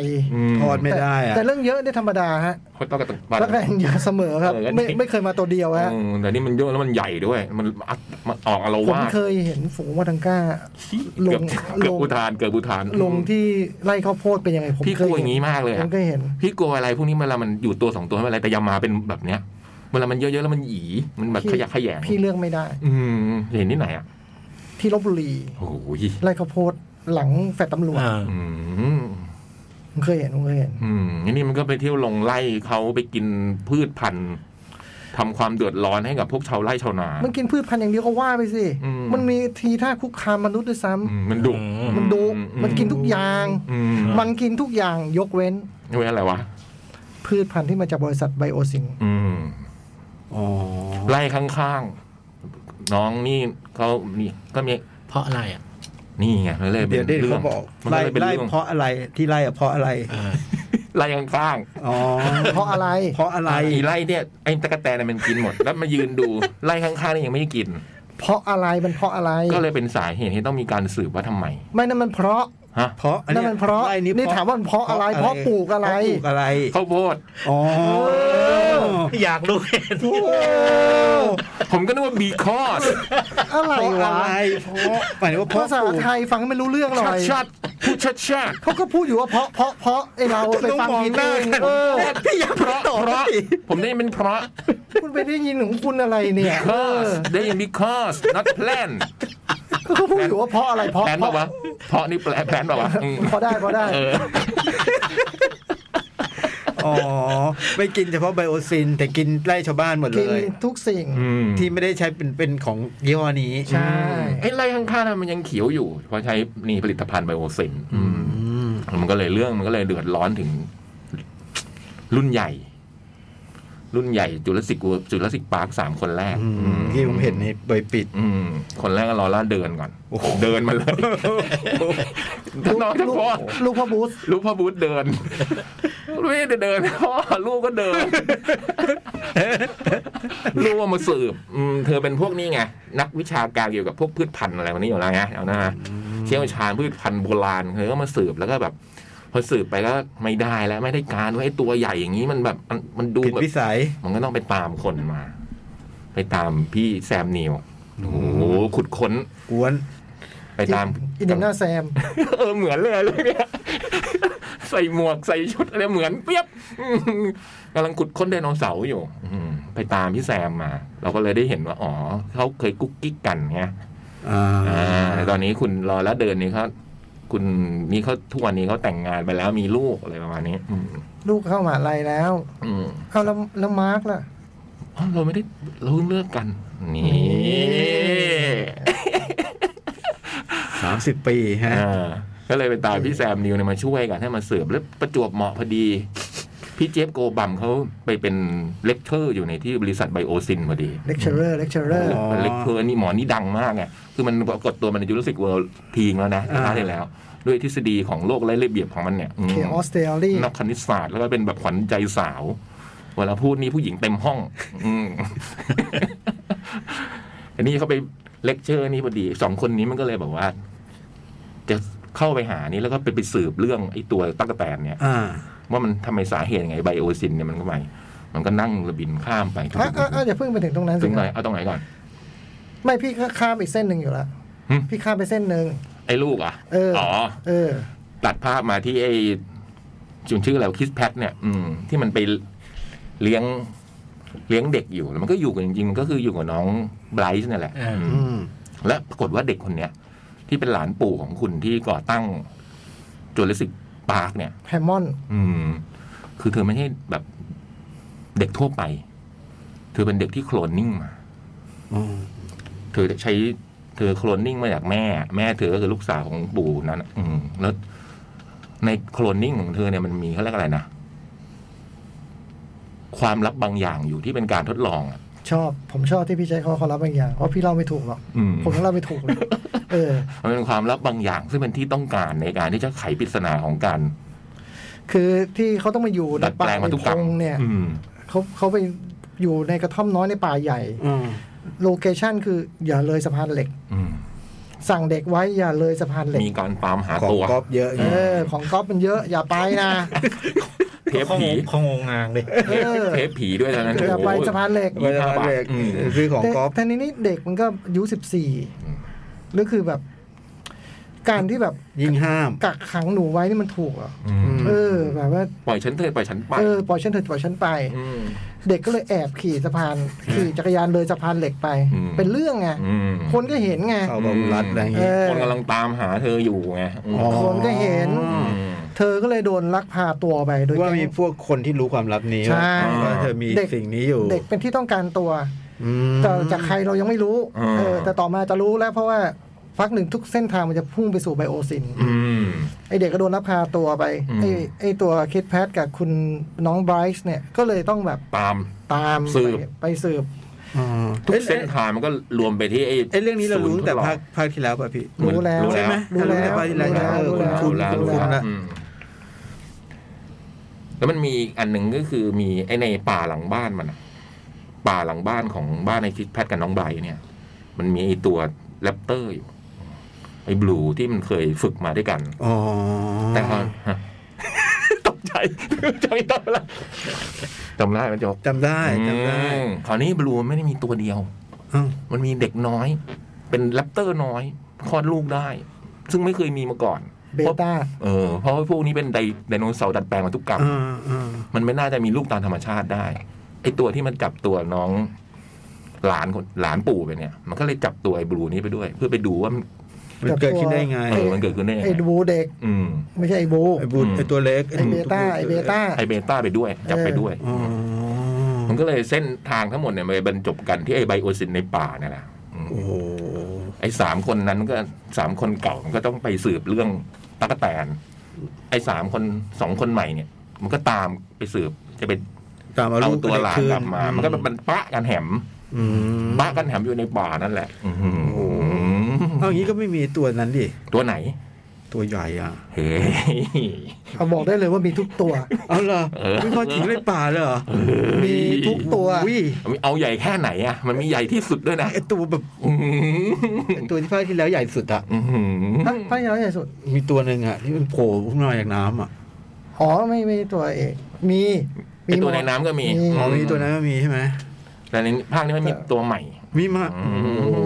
Speaker 2: ม
Speaker 4: ทอดไม่ได้อ่ะ
Speaker 1: แต่เรื่องเยอะได้ธรรมดาฮะ
Speaker 2: โคตรต้องกระตุกปัน
Speaker 1: แล้วก็เยอะเสมอครับ
Speaker 2: เออ
Speaker 1: ไม่
Speaker 2: นี่
Speaker 1: ไม่เคยมาตัวเดียวฮะ
Speaker 2: อืมแต่นี่มันเยอะแล้วมันใหญ่ด้วย มันอัดมันออกอาร
Speaker 1: ผม
Speaker 2: วาส
Speaker 1: เคยเห็นฝูงปะทังก้า ลง
Speaker 2: เกือบเกือบ
Speaker 1: ลง
Speaker 2: อุทานเกือบอุทาน
Speaker 1: ลงที่ไร่ข้าวโพดเป็นยังไงผม
Speaker 2: พี่
Speaker 1: เค
Speaker 2: ก
Speaker 1: ย
Speaker 2: ลัวอ
Speaker 1: เห็
Speaker 2: ย่าง
Speaker 1: น
Speaker 2: นี้มากเลย
Speaker 1: ผ
Speaker 2: อะ
Speaker 1: มเคยเห็น
Speaker 2: พี่กลัวอะไรพวกนี้เวลามันอยู่ตัวสองตัวไม่เป็นไรแต่อยามาเป็นแบบเนี้ยเวลามันเยอะๆแล้วมันหยีมันแบบ
Speaker 1: พี่
Speaker 2: ขยะแขยง
Speaker 1: พี่เลือกไม่ได้
Speaker 2: อืมเห็นที่ไหนอ่ะ
Speaker 1: ที่ลบบุรี
Speaker 2: โอ้โหย
Speaker 1: ไร่ข้าวโพดหลังแฟลตตำรวจ
Speaker 3: อ่า
Speaker 2: อืม
Speaker 1: ผมเคยเห็นผมเคยเห็น
Speaker 2: อืมอันนี่มันก็ไปเที่ยวลงไล่เขาไปกินพืชพันธุ์ทำความเดือดร้อนให้กับพวกชาวไร่ชาวนา
Speaker 1: มันกินพืชพันธุ์อย่างเดียวก็ว่าไปสิ
Speaker 2: อืม
Speaker 1: มันมีทีท่าคุกคามมนุษย์ด้วยซ้ำ
Speaker 2: อืมมันดุ
Speaker 1: มันดุ
Speaker 2: อื
Speaker 1: มันกินทุกอย่าง
Speaker 2: อืม
Speaker 1: มันกินทุกอย่างยกเว้น
Speaker 2: เว้ยอะไรวะ
Speaker 1: พืชพันธุ์ที่มาจากบริษัทไบโอซิง
Speaker 2: อืม
Speaker 4: อ๋อ
Speaker 2: ไล่ข้างๆน้องนี่เขานี่ก็มี
Speaker 3: เพราะอะไรอ่ะ
Speaker 2: นี่ไงมันเลยเป็
Speaker 4: เดี๋ย
Speaker 2: น
Speaker 4: วเดี๋ยว
Speaker 2: เรื่อ
Speaker 4: เขา
Speaker 2: ง
Speaker 4: บอก
Speaker 2: มัน
Speaker 4: ไล่
Speaker 2: ก็เลยเป็น
Speaker 4: ไล่
Speaker 2: เรื่อง
Speaker 4: เพราะอะไรที่ไล่อะเพราะอะไร
Speaker 3: เออ
Speaker 2: ไล่ข้าง
Speaker 4: อ๋อ
Speaker 1: เพราะอะไร
Speaker 4: เพราะอะไร
Speaker 2: ๆไอ้ไล่เนี่ยไอ้ตะกะแตนน่ะมันกินหมด แล้วมายืนดูไล่ข้างๆนี่ยังไม่ได้กิน
Speaker 1: เพราะอะไรมันเพราะอะไร
Speaker 2: ก็เลยเป็นสาเหตุที่ต้องมีการสืบว่าทำไม
Speaker 1: ไม่นั่นมันเพราะ
Speaker 2: ฮะ
Speaker 4: เพราะอั
Speaker 1: นั่นมันเพราะ
Speaker 4: ไล่
Speaker 1: นี่ถามว่ามันเพราะอะไร เพราะปลูกอะไร
Speaker 4: เพาปลูกอะไร
Speaker 2: ข้าวโพด
Speaker 4: อ๋อ
Speaker 3: อยากรู้เห็น
Speaker 2: ผมก็นึกว่าบีคอส
Speaker 1: อะไร
Speaker 4: เพราะ
Speaker 1: วะ
Speaker 4: อะไร เพราะหมายถึงว่าเพราะ
Speaker 1: ภาษา
Speaker 4: ปลูก
Speaker 1: ไทยฟังให้มันรู้เรื่องหน่อย
Speaker 2: ชัดๆพูดชัดชัด
Speaker 1: เขาก็พูดอยู่ว่าเพราะเพราะเพราะไอเราไปฟังผิดเองเออ
Speaker 4: พี่อยาก
Speaker 2: เพราะเพราะผมได้ยินเป็นเพราะ
Speaker 1: คุณไปได้ยินของคุณอะไรเนี่ย
Speaker 2: because ได้ยิน because not plan
Speaker 1: ก็เขาพูดอยู่ว่าเพราะอะไรเพราะ
Speaker 2: แพลน
Speaker 1: เพ
Speaker 2: เป
Speaker 1: ราะ
Speaker 2: ล่าวะเพราะนี่แพลนเปล่าวะอืม
Speaker 1: พอได้พอได้
Speaker 2: เออ
Speaker 4: อ๋อ ไม่กินเฉพาะไบโอซิน แต่กินไล่ชาวบ้านหมดเล
Speaker 1: กิน
Speaker 4: ย
Speaker 1: ทุกสิ่ง
Speaker 2: อืม
Speaker 4: ที่ไม่ได้ใช้เป็นเป็นของยี่ห้อนี้
Speaker 1: ใช่
Speaker 2: ไอ้ไร่ข้างๆนั้นมันยังเขียวอยู่ เพราะใช้นี่ผลิตภัณฑ์ไบโอซินอืม
Speaker 4: อืม
Speaker 2: มันก็เลยเรื่องมันก็เลยเดือดร้อนถึง รุ่นใหญ่ รุ่นใหญ่จุลศิษย์จุลศิษย์ปาร์คสามคนแรก
Speaker 4: อืม
Speaker 2: อื
Speaker 4: ที่ผมเห็นในใบปิด
Speaker 2: อืม คนแรกก็รอล่าเดินก่อน
Speaker 4: โอ้โห
Speaker 2: เดินมาเลย ทั้งน้องทั้ง
Speaker 1: ลูก
Speaker 2: พ่อ
Speaker 1: ลูกพ่อบูส
Speaker 2: ลูกพ่อบูธเดินลูกไม่ได้เดินพ่อลูกก็เดินลูกว่ามาสืบอืมเธอเป็นพวกนี้ไงนักวิชาการเกี่ยวกับพวกพืชพันธุ์อะไรวันนี้อยู่แล้วไงเอาหน้า เชี่ยวชาญพืชพันธุ์โบราณเขาก็มาสืบแล้วก็แบบ พอสืบไปก็ไม่ได้แล้วไม่ได้การว่าไอ้ตัวใหญ่อย่างนี้มันแบบมันมันดู
Speaker 4: ผิด
Speaker 2: แบบ
Speaker 4: วิสัย
Speaker 2: มันก็ต้องไปตามคนมา ไปตามพี่แซมนิวโอ้โหขุดค้น
Speaker 4: กวน
Speaker 2: ไปตาม
Speaker 1: อินเดียนาแซม
Speaker 2: เออเหมือนเลยเลยเนี่ย ใส่หมวกใส่ชุดอะไรเหมือนเปียบ อืมกำลังขุดค้นไดโนเสาร์อยู่ อืมไปตามพี่แซมมา เราก็เลยได้เห็นว่าอ๋อเขาเคยกุ๊กกิ๊กกันไง
Speaker 4: อ่า
Speaker 2: อ่าตอนนี้คุณรอแล้วเดินนี่เขาคุณนี่เขาทุกวันนี้เขาแต่งงานไปแล้วมีลูกอะไรประมาณนี้ อืม
Speaker 1: ลูกเข้ามหาลัยแล้ว
Speaker 2: อืม
Speaker 1: เอาแล้วแล้วมาร์กล่ะ
Speaker 2: อ๋อเราไม่ได้เราเพิ่งเลิกกัน นี่
Speaker 4: สามสิบปีฮะ
Speaker 2: อ่าก็เลยไปตามพี่แซมนิวเนี่ยมาช่วยกันให้มาสืบแล้วประจวบเหมาะพอดี พี่เจฟโกบัมเขาไปเป็นเลคเชอร์อยู่ในที่บริษัทไบโอซินพอดี
Speaker 1: เลคเชอร์เลคเชอร์
Speaker 4: อ๋อ
Speaker 2: เล็กเพอร์นี่หมอนี่ดังมากไง คือมันปรากฏตัวมันในยูร s สิกเวิลด์ทีงแล้วนะ
Speaker 4: อ่า
Speaker 2: ชาติที่แล้ว ด้วยทฤษฎีของโลกและระเบียบของมันเนี่ยอืม
Speaker 1: เคออสเตรเลีย
Speaker 2: นักคณิตศาสตร์แล้วก็เป็นแบบขวัญใจสาว เวลาพูดนี่ผู้หญิงเต็มห้อง อืม อันนี้เขาไปเลคเชอร์นี่พอดี สองคนนี้มันก็เลยแบบว่า จะเข้าไปหานี่แล้วก็ไปไปสืบเรื่องไอ้ตัวตั๊กแตนเนี่ย
Speaker 4: อ่า
Speaker 2: ว่ามันทำไมสาเหตุไงไบโอซินเนี่ยมันก็ไปมันก็นั่งเระบินข้ามไป
Speaker 1: อ่ะอ่ะอ่ะอย่าเพิ่งไปถึงตรงนั้น
Speaker 2: ต
Speaker 1: สิ
Speaker 2: รงไหน
Speaker 1: นะ
Speaker 2: เอาตรงไหนก่อน
Speaker 1: ไม่พี่ก็ข้ามอีกเส้นหนึ่งอยู่ละ
Speaker 2: หึ
Speaker 1: พี่ข้ามไปเส้นหนึ่ง
Speaker 2: ไอ้ลูกอ่ะ
Speaker 1: เอออ๋
Speaker 2: อ
Speaker 1: เออ
Speaker 2: ตัดภาพมาที่ไอ้จุนชื่ออะไรคิสแพทเนี่ย อืม ที่มันไปเลี้ยงเลี้ยงเด็กอยู่แล้วมันก็อยู่กันจริงๆมันก็คืออยู่กับน้องไบรท์นั่นแหละ
Speaker 3: อ่า
Speaker 2: อืม
Speaker 4: อืม
Speaker 2: และปรากฏว่าเด็กคนเนี้ย ที่เป็นหลานปู่ของคุณที่ก่อตั้งจูเลสิกปาร์กเนี่ย
Speaker 1: แฮมมอน
Speaker 2: อืม คือเธอไม่ใช่แบบเด็กทั่วไป เธอเป็นเด็กที่โคลนนิ่งมา
Speaker 4: อืม
Speaker 2: เธอใช้เธอโคลนนิ่งมาจากแม่ แม่เธอก็คือลูกสาวของปู่นั้นน่ะอืมแล้วในโคลนนิ่งของเธอเนี่ยมันมีเขาเรียกอะไรนะความลับบางอย่างอยู่ที่เป็นการทดลองอ่ะ
Speaker 1: ชอบ ผมชอบที่พี่ใช้เขาเขารับบางอย่างเพราะพี่เล่าไม่ถูกหรอก
Speaker 2: อืม
Speaker 1: ผมยังเล่าไม่ถูกเลย เออ
Speaker 2: มันเป็นความลับบางอย่าง ซึ่งเป็นที่ต้องการในการที่จะไขปริศนาของการ
Speaker 1: คือที่เขาต้องมาอยู่ใน
Speaker 2: ดัดแป
Speaker 1: ป่า
Speaker 2: ลง
Speaker 1: ใน
Speaker 2: มาทุก
Speaker 1: พ
Speaker 2: กรรม
Speaker 1: งเนี่ย
Speaker 2: อืม
Speaker 1: เขาเขาไปอยู่ในกระท่อมน้อยในป่าใหญ่
Speaker 4: อืม
Speaker 1: โลเคชั่นคืออย่าเลยสะพานเหล็ก
Speaker 2: อืม
Speaker 1: สั่งเด็กไว้อย่าเลยสะพานเหล็ก
Speaker 2: มีการตามหา
Speaker 4: ของ
Speaker 2: ตัว
Speaker 4: ก๊อปเยอะ
Speaker 1: เออ ของก๊อฟมันเยอะ อย่าไปนะ
Speaker 2: เทปผี
Speaker 3: เขางงงางเลย
Speaker 2: เทป
Speaker 1: เออ
Speaker 2: เทปผีด้วยตอนนั้น
Speaker 1: อย่า
Speaker 2: โอ้
Speaker 1: ไป
Speaker 2: โห
Speaker 1: สะพานเหล็ก
Speaker 4: เวลาเด็ก
Speaker 2: อืม
Speaker 4: ซื้อของก๊อป
Speaker 1: แต่ทีนี้เด็กมันก็อายุสิบสี่
Speaker 2: อืม
Speaker 1: หรือคือแบบ การที่แบบ
Speaker 4: ยิ่งห้าม
Speaker 1: กักขังหนูไว้นี่มันถูกเหรอ
Speaker 2: อืม
Speaker 1: เออ แบบว่า
Speaker 2: ปล่อยฉันเถอะปล่อยฉันไป
Speaker 1: เออปล่อยฉันเถอะปล่อยฉันไป
Speaker 2: ม
Speaker 1: เด็กก็เลยแอบขี่สะพาน ขี่จักรยานเลยสะพานเหล็กไป
Speaker 2: อืม
Speaker 1: เป็นเรื่องไง
Speaker 2: อืม
Speaker 1: คนก็เห็นไง
Speaker 4: เข้าบังรัดอะไรอย่าง
Speaker 1: เอ
Speaker 4: เงี้ย
Speaker 1: อ
Speaker 2: คนกำลังตามหาเธออยู่ไงอืม
Speaker 4: อ๋อ
Speaker 1: คนก็เห็น
Speaker 4: อืม
Speaker 2: ม
Speaker 1: เธอก็เลยโดนลักพาตัวไปโดย
Speaker 4: ว่า
Speaker 1: แก๊ง
Speaker 4: มีพวกคนที่รู้ความลับนี้
Speaker 1: ใช่
Speaker 4: ว่าเธอมี
Speaker 1: เด็ก
Speaker 4: สิ่งนี้อยู่
Speaker 1: เด็กเป็นที่ต้องการตัว
Speaker 4: อืม
Speaker 1: แต่จากใครเรายังไม่รู้
Speaker 2: อืม
Speaker 1: เออแต่ต่อมาจะรู้แล้วเพราะว่าพักหนึ่งทุกเส้นทางมันจะพุ่งไปสู่ไบโอซิน
Speaker 2: อืม
Speaker 1: ไอเด็กก็โดนลักพาตัวไป
Speaker 2: อืม
Speaker 1: ไอไอตัวคิดแพทกับคุณน้องไบรซ์เนี่ยก็เลยต้องแบบ
Speaker 2: ตาม
Speaker 1: ตาม
Speaker 2: สืบ
Speaker 1: ไปไปสืบ
Speaker 2: ทุกเส้นทางมันก็รวมไปที่ไอ้
Speaker 4: ไอ้เรื่องนี้เรารู้ตั้งแต่
Speaker 2: ศูนย์ทดลอง
Speaker 4: ภาคภาคที่แล้วป่ะพี่
Speaker 1: รู้แล้ว
Speaker 2: รู้
Speaker 4: ใช่
Speaker 2: แล้ว
Speaker 4: ไหม
Speaker 1: รู้แล้ว
Speaker 4: ภาคที่แล้วเออ
Speaker 1: รู้
Speaker 4: คุณ
Speaker 1: แล้ว
Speaker 4: คุณ
Speaker 2: รู้แล้วรู้
Speaker 4: คุณคุ
Speaker 1: รู้
Speaker 4: ณ
Speaker 2: แล้
Speaker 4: ละ
Speaker 2: วอืมแล้วมันมีอีกอันหนึ่งก็คือมีไอ้ในป่าหลังบ้านมันอะป่าหลังบ้านของบ้านไอ้ทิศแพทย์กับน้องไบร์ทเนี่ย มันมีไอ้ตัวแรปเตอร์อยู่ ไอ้บลูที่มันเคยฝึกมาด้วยกัน
Speaker 4: อ๋อ
Speaker 2: แต่พอฮะ ตกใจจำไม่ได้ละจำได้ไหมโจ๊ก
Speaker 4: จำได้จำได้
Speaker 2: อืมคราวนี้บลูมันไม่ได้มีตัวเดียว
Speaker 4: อ้าว
Speaker 2: มันมีเด็กน้อย เป็นแรปเตอร์น้อยคลอดลูกได้ ซึ่งไม่เคยมีมาก่อน
Speaker 1: เบต้า
Speaker 2: เออเพราะว่าพวกนี้เป็นไดไดโนเสาร์ดัดแปลงมาทุกกรรม
Speaker 4: อ่าอ่า
Speaker 2: มันไม่น่าจะมีลูกตามธรรมชาติได้ไอตัวที่มันจับตัวน้อง หลานคนหลานปู่ไปเนี่ย มันก็เลยจับตัวไอ้บลูนี้ไปด้วย เพื่อไปดูว่ามัน
Speaker 4: มันเกิดขึ้นได้ไง
Speaker 2: เออมันเกิดขึ้นได้ยัง
Speaker 1: ไอ้
Speaker 2: ไง
Speaker 1: บูเด็ก
Speaker 2: อืม
Speaker 1: ไม่ใช่ไอ้บู
Speaker 4: ไอ้บู
Speaker 2: อืม
Speaker 4: ไอ้ตัวเล็ก
Speaker 1: ไอ้เบต้าไอ้เบต้า
Speaker 2: ไอเบต้าไปด้วยจับไปด้วย
Speaker 4: อ๋อ
Speaker 2: มันก็เลยเส้นทางทั้งหมดเนี่ยมันไปบรรจบกันที่ไอไบโอซินในป่าเนี่ยแหละอืม
Speaker 4: โอ้โห
Speaker 2: ไอสามคนนั้นก็สามคนเก่ามันก็ต้องไปสืบเรื่องตั๊กแตน ไอสามคนสองคนใหม่เนี่ย มันก็ตามไปสืบจะไป
Speaker 4: ตาม
Speaker 2: เอา
Speaker 4: ลูก
Speaker 2: ตัวหลานกลับมา มันก็มันปะกันแหม
Speaker 4: อืม
Speaker 2: ปะกันแหมอยู่ในป่านั่นแหละอื้อหือ
Speaker 4: เอาอย่างนี้ก็ไม่มีตัวนั้นดิ
Speaker 2: ตัวไหน
Speaker 4: ตัวใหญ่อ่ะ
Speaker 2: เฮ้ย
Speaker 1: เขาบอกได้เลยว่ามีทุกตัว
Speaker 4: เอาเหรอ
Speaker 2: เออ
Speaker 4: ไม่พอถึงในป่าเลยเหรอ
Speaker 1: มีทุกตัว
Speaker 4: วิ
Speaker 2: เอาใหญ่แค่ไหนอ่ะ มันมีใหญ่ที่สุดด้วยนะ
Speaker 4: ไอ้ตัวแบบ
Speaker 2: อื้อหื
Speaker 4: ไอ้ตัวที่ภาคที่แล้วใหญ่สุดอะ
Speaker 2: ออื้อหือ
Speaker 1: ถ้าถ้าอย่างใหญ่สุด
Speaker 4: มีตัวหนึ่งอะที่มันโผล่ขึ้นมาจากน้ำอะ
Speaker 1: อ๋อไม่ไม่ตัวเอกมี
Speaker 2: ไอตัว
Speaker 1: หมด
Speaker 2: ในน้ำก็มี
Speaker 1: มี
Speaker 4: อ๋อมีตัวนั้นก็มีใช่ไหม
Speaker 2: แต่ในภาคนี้ไม่มีตัวใหม่
Speaker 4: มีมา
Speaker 2: อื
Speaker 4: โอ้
Speaker 2: ม
Speaker 4: โ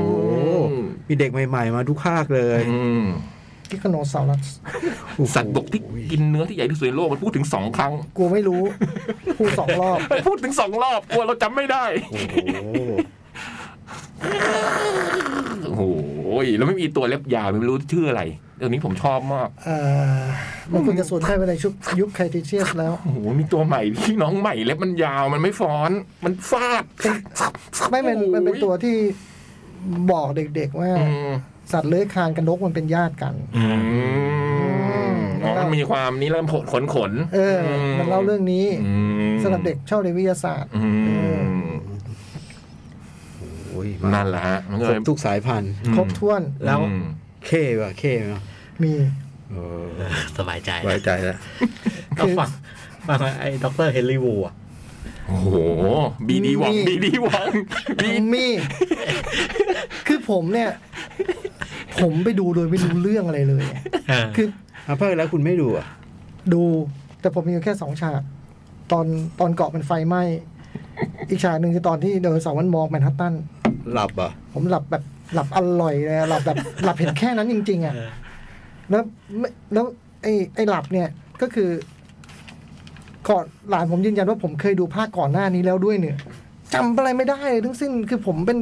Speaker 4: หมีเด็กใหม่ ๆ มาทุกภาคเลย
Speaker 2: อืม
Speaker 1: กิกโนเสาร์ลัส
Speaker 2: สัตว์บกที่กินเนื้อที่ใหญ่ที่สุดในโลกมันพูดถึงสองครั้ง
Speaker 1: กูไม่รู้กูสองรอบ
Speaker 2: มันพูดถึงสองรอบกลัวเราจำไม่ได้
Speaker 4: โอ้โห
Speaker 2: โอ้โหแล้วไม่มีตัวเล็บยาวไม่รู้ชื่ออะไรเดี๋ยวนี้ผมชอบมาก
Speaker 1: เอ่อมันควรจะสวนได้ไปในชุดยุคไคติเชียส แล้ว
Speaker 2: โอ้โหมีตัวใหม่ที่น้องใหม่เล็บมันยาวมันไม่ฟ้อน มันฟาด
Speaker 1: ไม่มันมันเป็นตัวที่บอกเด็กๆว่า
Speaker 2: อืม
Speaker 1: สัตว์เลื้อยคลานกับนกมันเป็นญาติกัน
Speaker 2: อืมอ๋อมันมีความนี่เริ่มขนขนขน
Speaker 1: เอออมันเล่าเรื่องนี้
Speaker 2: อืม
Speaker 1: สำหรับเด็กชอบเรียนวิทยาศาสตร์
Speaker 2: อืม
Speaker 4: โอ้ยมา
Speaker 2: นั่นแหละฮะมันก็
Speaker 4: คร
Speaker 2: เลย
Speaker 4: บทุกสายพันธุ์
Speaker 1: ครบถ้วน
Speaker 4: แล้ว
Speaker 2: อืม
Speaker 4: เค้ป่ะเค้ไหม
Speaker 1: มี
Speaker 4: เออ
Speaker 3: สบายใจ
Speaker 4: ไว้ใจแล้ว
Speaker 3: ก็ฟังฟังไอ้ด็อกเตอร์เฮนรี่วูอะ
Speaker 2: โอ้โห บีดีหวัง
Speaker 1: นี่
Speaker 2: บีดีหวัง บี
Speaker 1: มี คือผมเนี่ย ผมไปดูโดยไม่รู้เรื่องอะไรเลย
Speaker 3: เออ
Speaker 1: คือ
Speaker 4: อาภาคแล้วคุณไม่ดูอ่ะ
Speaker 1: ดู แต่ผมมีอยู่แค่สองฉาก ตอนตอนเกาะมันไฟไหม้ อีกฉากหนึ่งคือตอนที่เดินเสาร์มันมองแมนฮัตตัน
Speaker 4: หลับอ่ะ
Speaker 1: ผมหลับแบบหลับอร่อยเลยอะหลับแบบหลับเห็นแค่นั้นจริง ๆอ่ะ
Speaker 3: เออ
Speaker 1: แล้วไม่แล้วไอ้ไอ้หลับเนี่ยก็คือ ก่อนหลานผมยืนยันว่าผมเคยดูภาคก่อนหน้านี้แล้วด้วยเนี่ยจำอะไรไม่ได้เลยทั้งสิ้นคือผมเป็น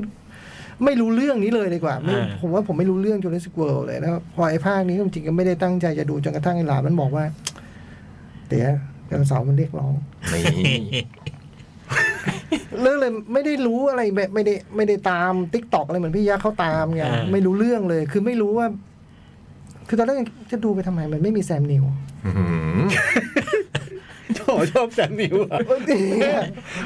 Speaker 1: ไม่รู้เรื่องนี้เลยดีกว่าไม่
Speaker 3: เออ
Speaker 1: ผมว่าผมไม่รู้เรื่องจูเลส s ิ w เ r ิ d เลยแล้วพอไอ้ภาคนี้จริงๆก็ไม่ได้ตั้งใจจะดูจนกระทั่งไอ้หลานมันบอกว่าเดี๋ยวเดี๋ยวเสาร์มันเรียกร้อง
Speaker 2: นี่
Speaker 1: เรื่องเลยไม่ได้รู้อะไรแบบไม่ได้ไม่ได้ตามติ๊กตอกอะไรเหมือนพี่ยักษ์เขาตามไง
Speaker 3: อ่า
Speaker 1: ไม่รู้เรื่องเลย คือไม่รู้ว่า คือตอนแรกจะดูไปทำไมมันไม่มีแซมนิว
Speaker 2: อื้อหือ
Speaker 4: ชอบชอบแซมนิวอ่ะ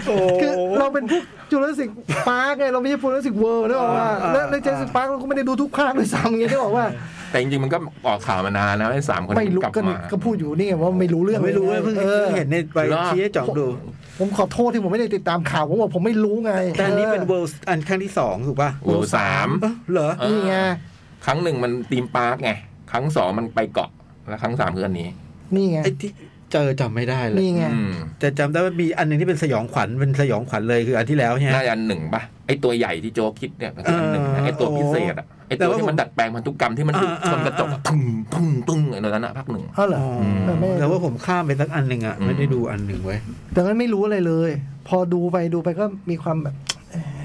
Speaker 4: โอ้
Speaker 1: คือเราเป็นพวกจูเลสิกพาร์กไงเราไม่ใช่จูเลสิกเวิร์นะบอกว่าแล้วในจูเลสิกพาร์กเราก็ไม่ได้ดูทุกภาคเลยซ้ำไงที่บอกว่า
Speaker 2: แต่จริงๆ มันก็ออกข่าวมานานแล้วไอ้สามคน
Speaker 1: ไม่รู้
Speaker 2: กลับ
Speaker 1: ก็
Speaker 2: มา
Speaker 1: ก็พูดอยู่นี่ไงว่าไม่รู้เรื่อง
Speaker 4: ไม่รู้เลยเพิ่ง
Speaker 1: ออ
Speaker 4: เห็นในใบ
Speaker 2: เหรอ
Speaker 4: ชี้ให้จ่องดู
Speaker 1: ผมขอโทษที่ผมไม่ได้ติดตามข่าวผมบอกผมไม่รู้ไง
Speaker 4: แต่อันนี้เป็น
Speaker 1: เอ
Speaker 4: เวิลด์อันครั้งที่สองถูกป่ะ
Speaker 2: โอ้สาม
Speaker 4: เอ้าเหรอ
Speaker 1: อนี่ไง
Speaker 2: ครั้งหนึ่งมันตีมปาร์กไง ครั้งสองมันไปเกาะ แล้วครั้งสามคืออันนี้
Speaker 1: นี่ไง
Speaker 4: ไอ้ที่เจอจำไม่ได้เลย
Speaker 1: นี่ไง
Speaker 2: อืม
Speaker 4: แต่จำได้ว่ามีอันหนึ่งที่เป็นสยองขวัญ เป็นสยองขวัญเลยคืออันที่แล้วใช่ไหม
Speaker 2: น่าจะอันหนึ่งป่ะ ไอ้ตัวใหญ่ที่โจกคิดเนี่ยคืออันหนึ่งนะไอ้ตัวพิเศษอะไอ้ตัวที่มันดัดแปลงพันธุกรรมที่มันดูดชนกระจกอะตึ้งตึ้งตึ้งไอ้ตัวนั้นอะภาคหนึ่ง
Speaker 1: เออเหรอ
Speaker 4: อ๋อ
Speaker 1: เออไม่
Speaker 4: แต่ว่าผมข้ามไปสักอันหนึ่งอ่ะ
Speaker 2: อืม
Speaker 4: ไม่ได้ดูอันหนึ่งไว้ย
Speaker 1: ดังนั้นไม่รู้อะไรเลย พอดูไปดูไปก็มีความแบบเอ่อ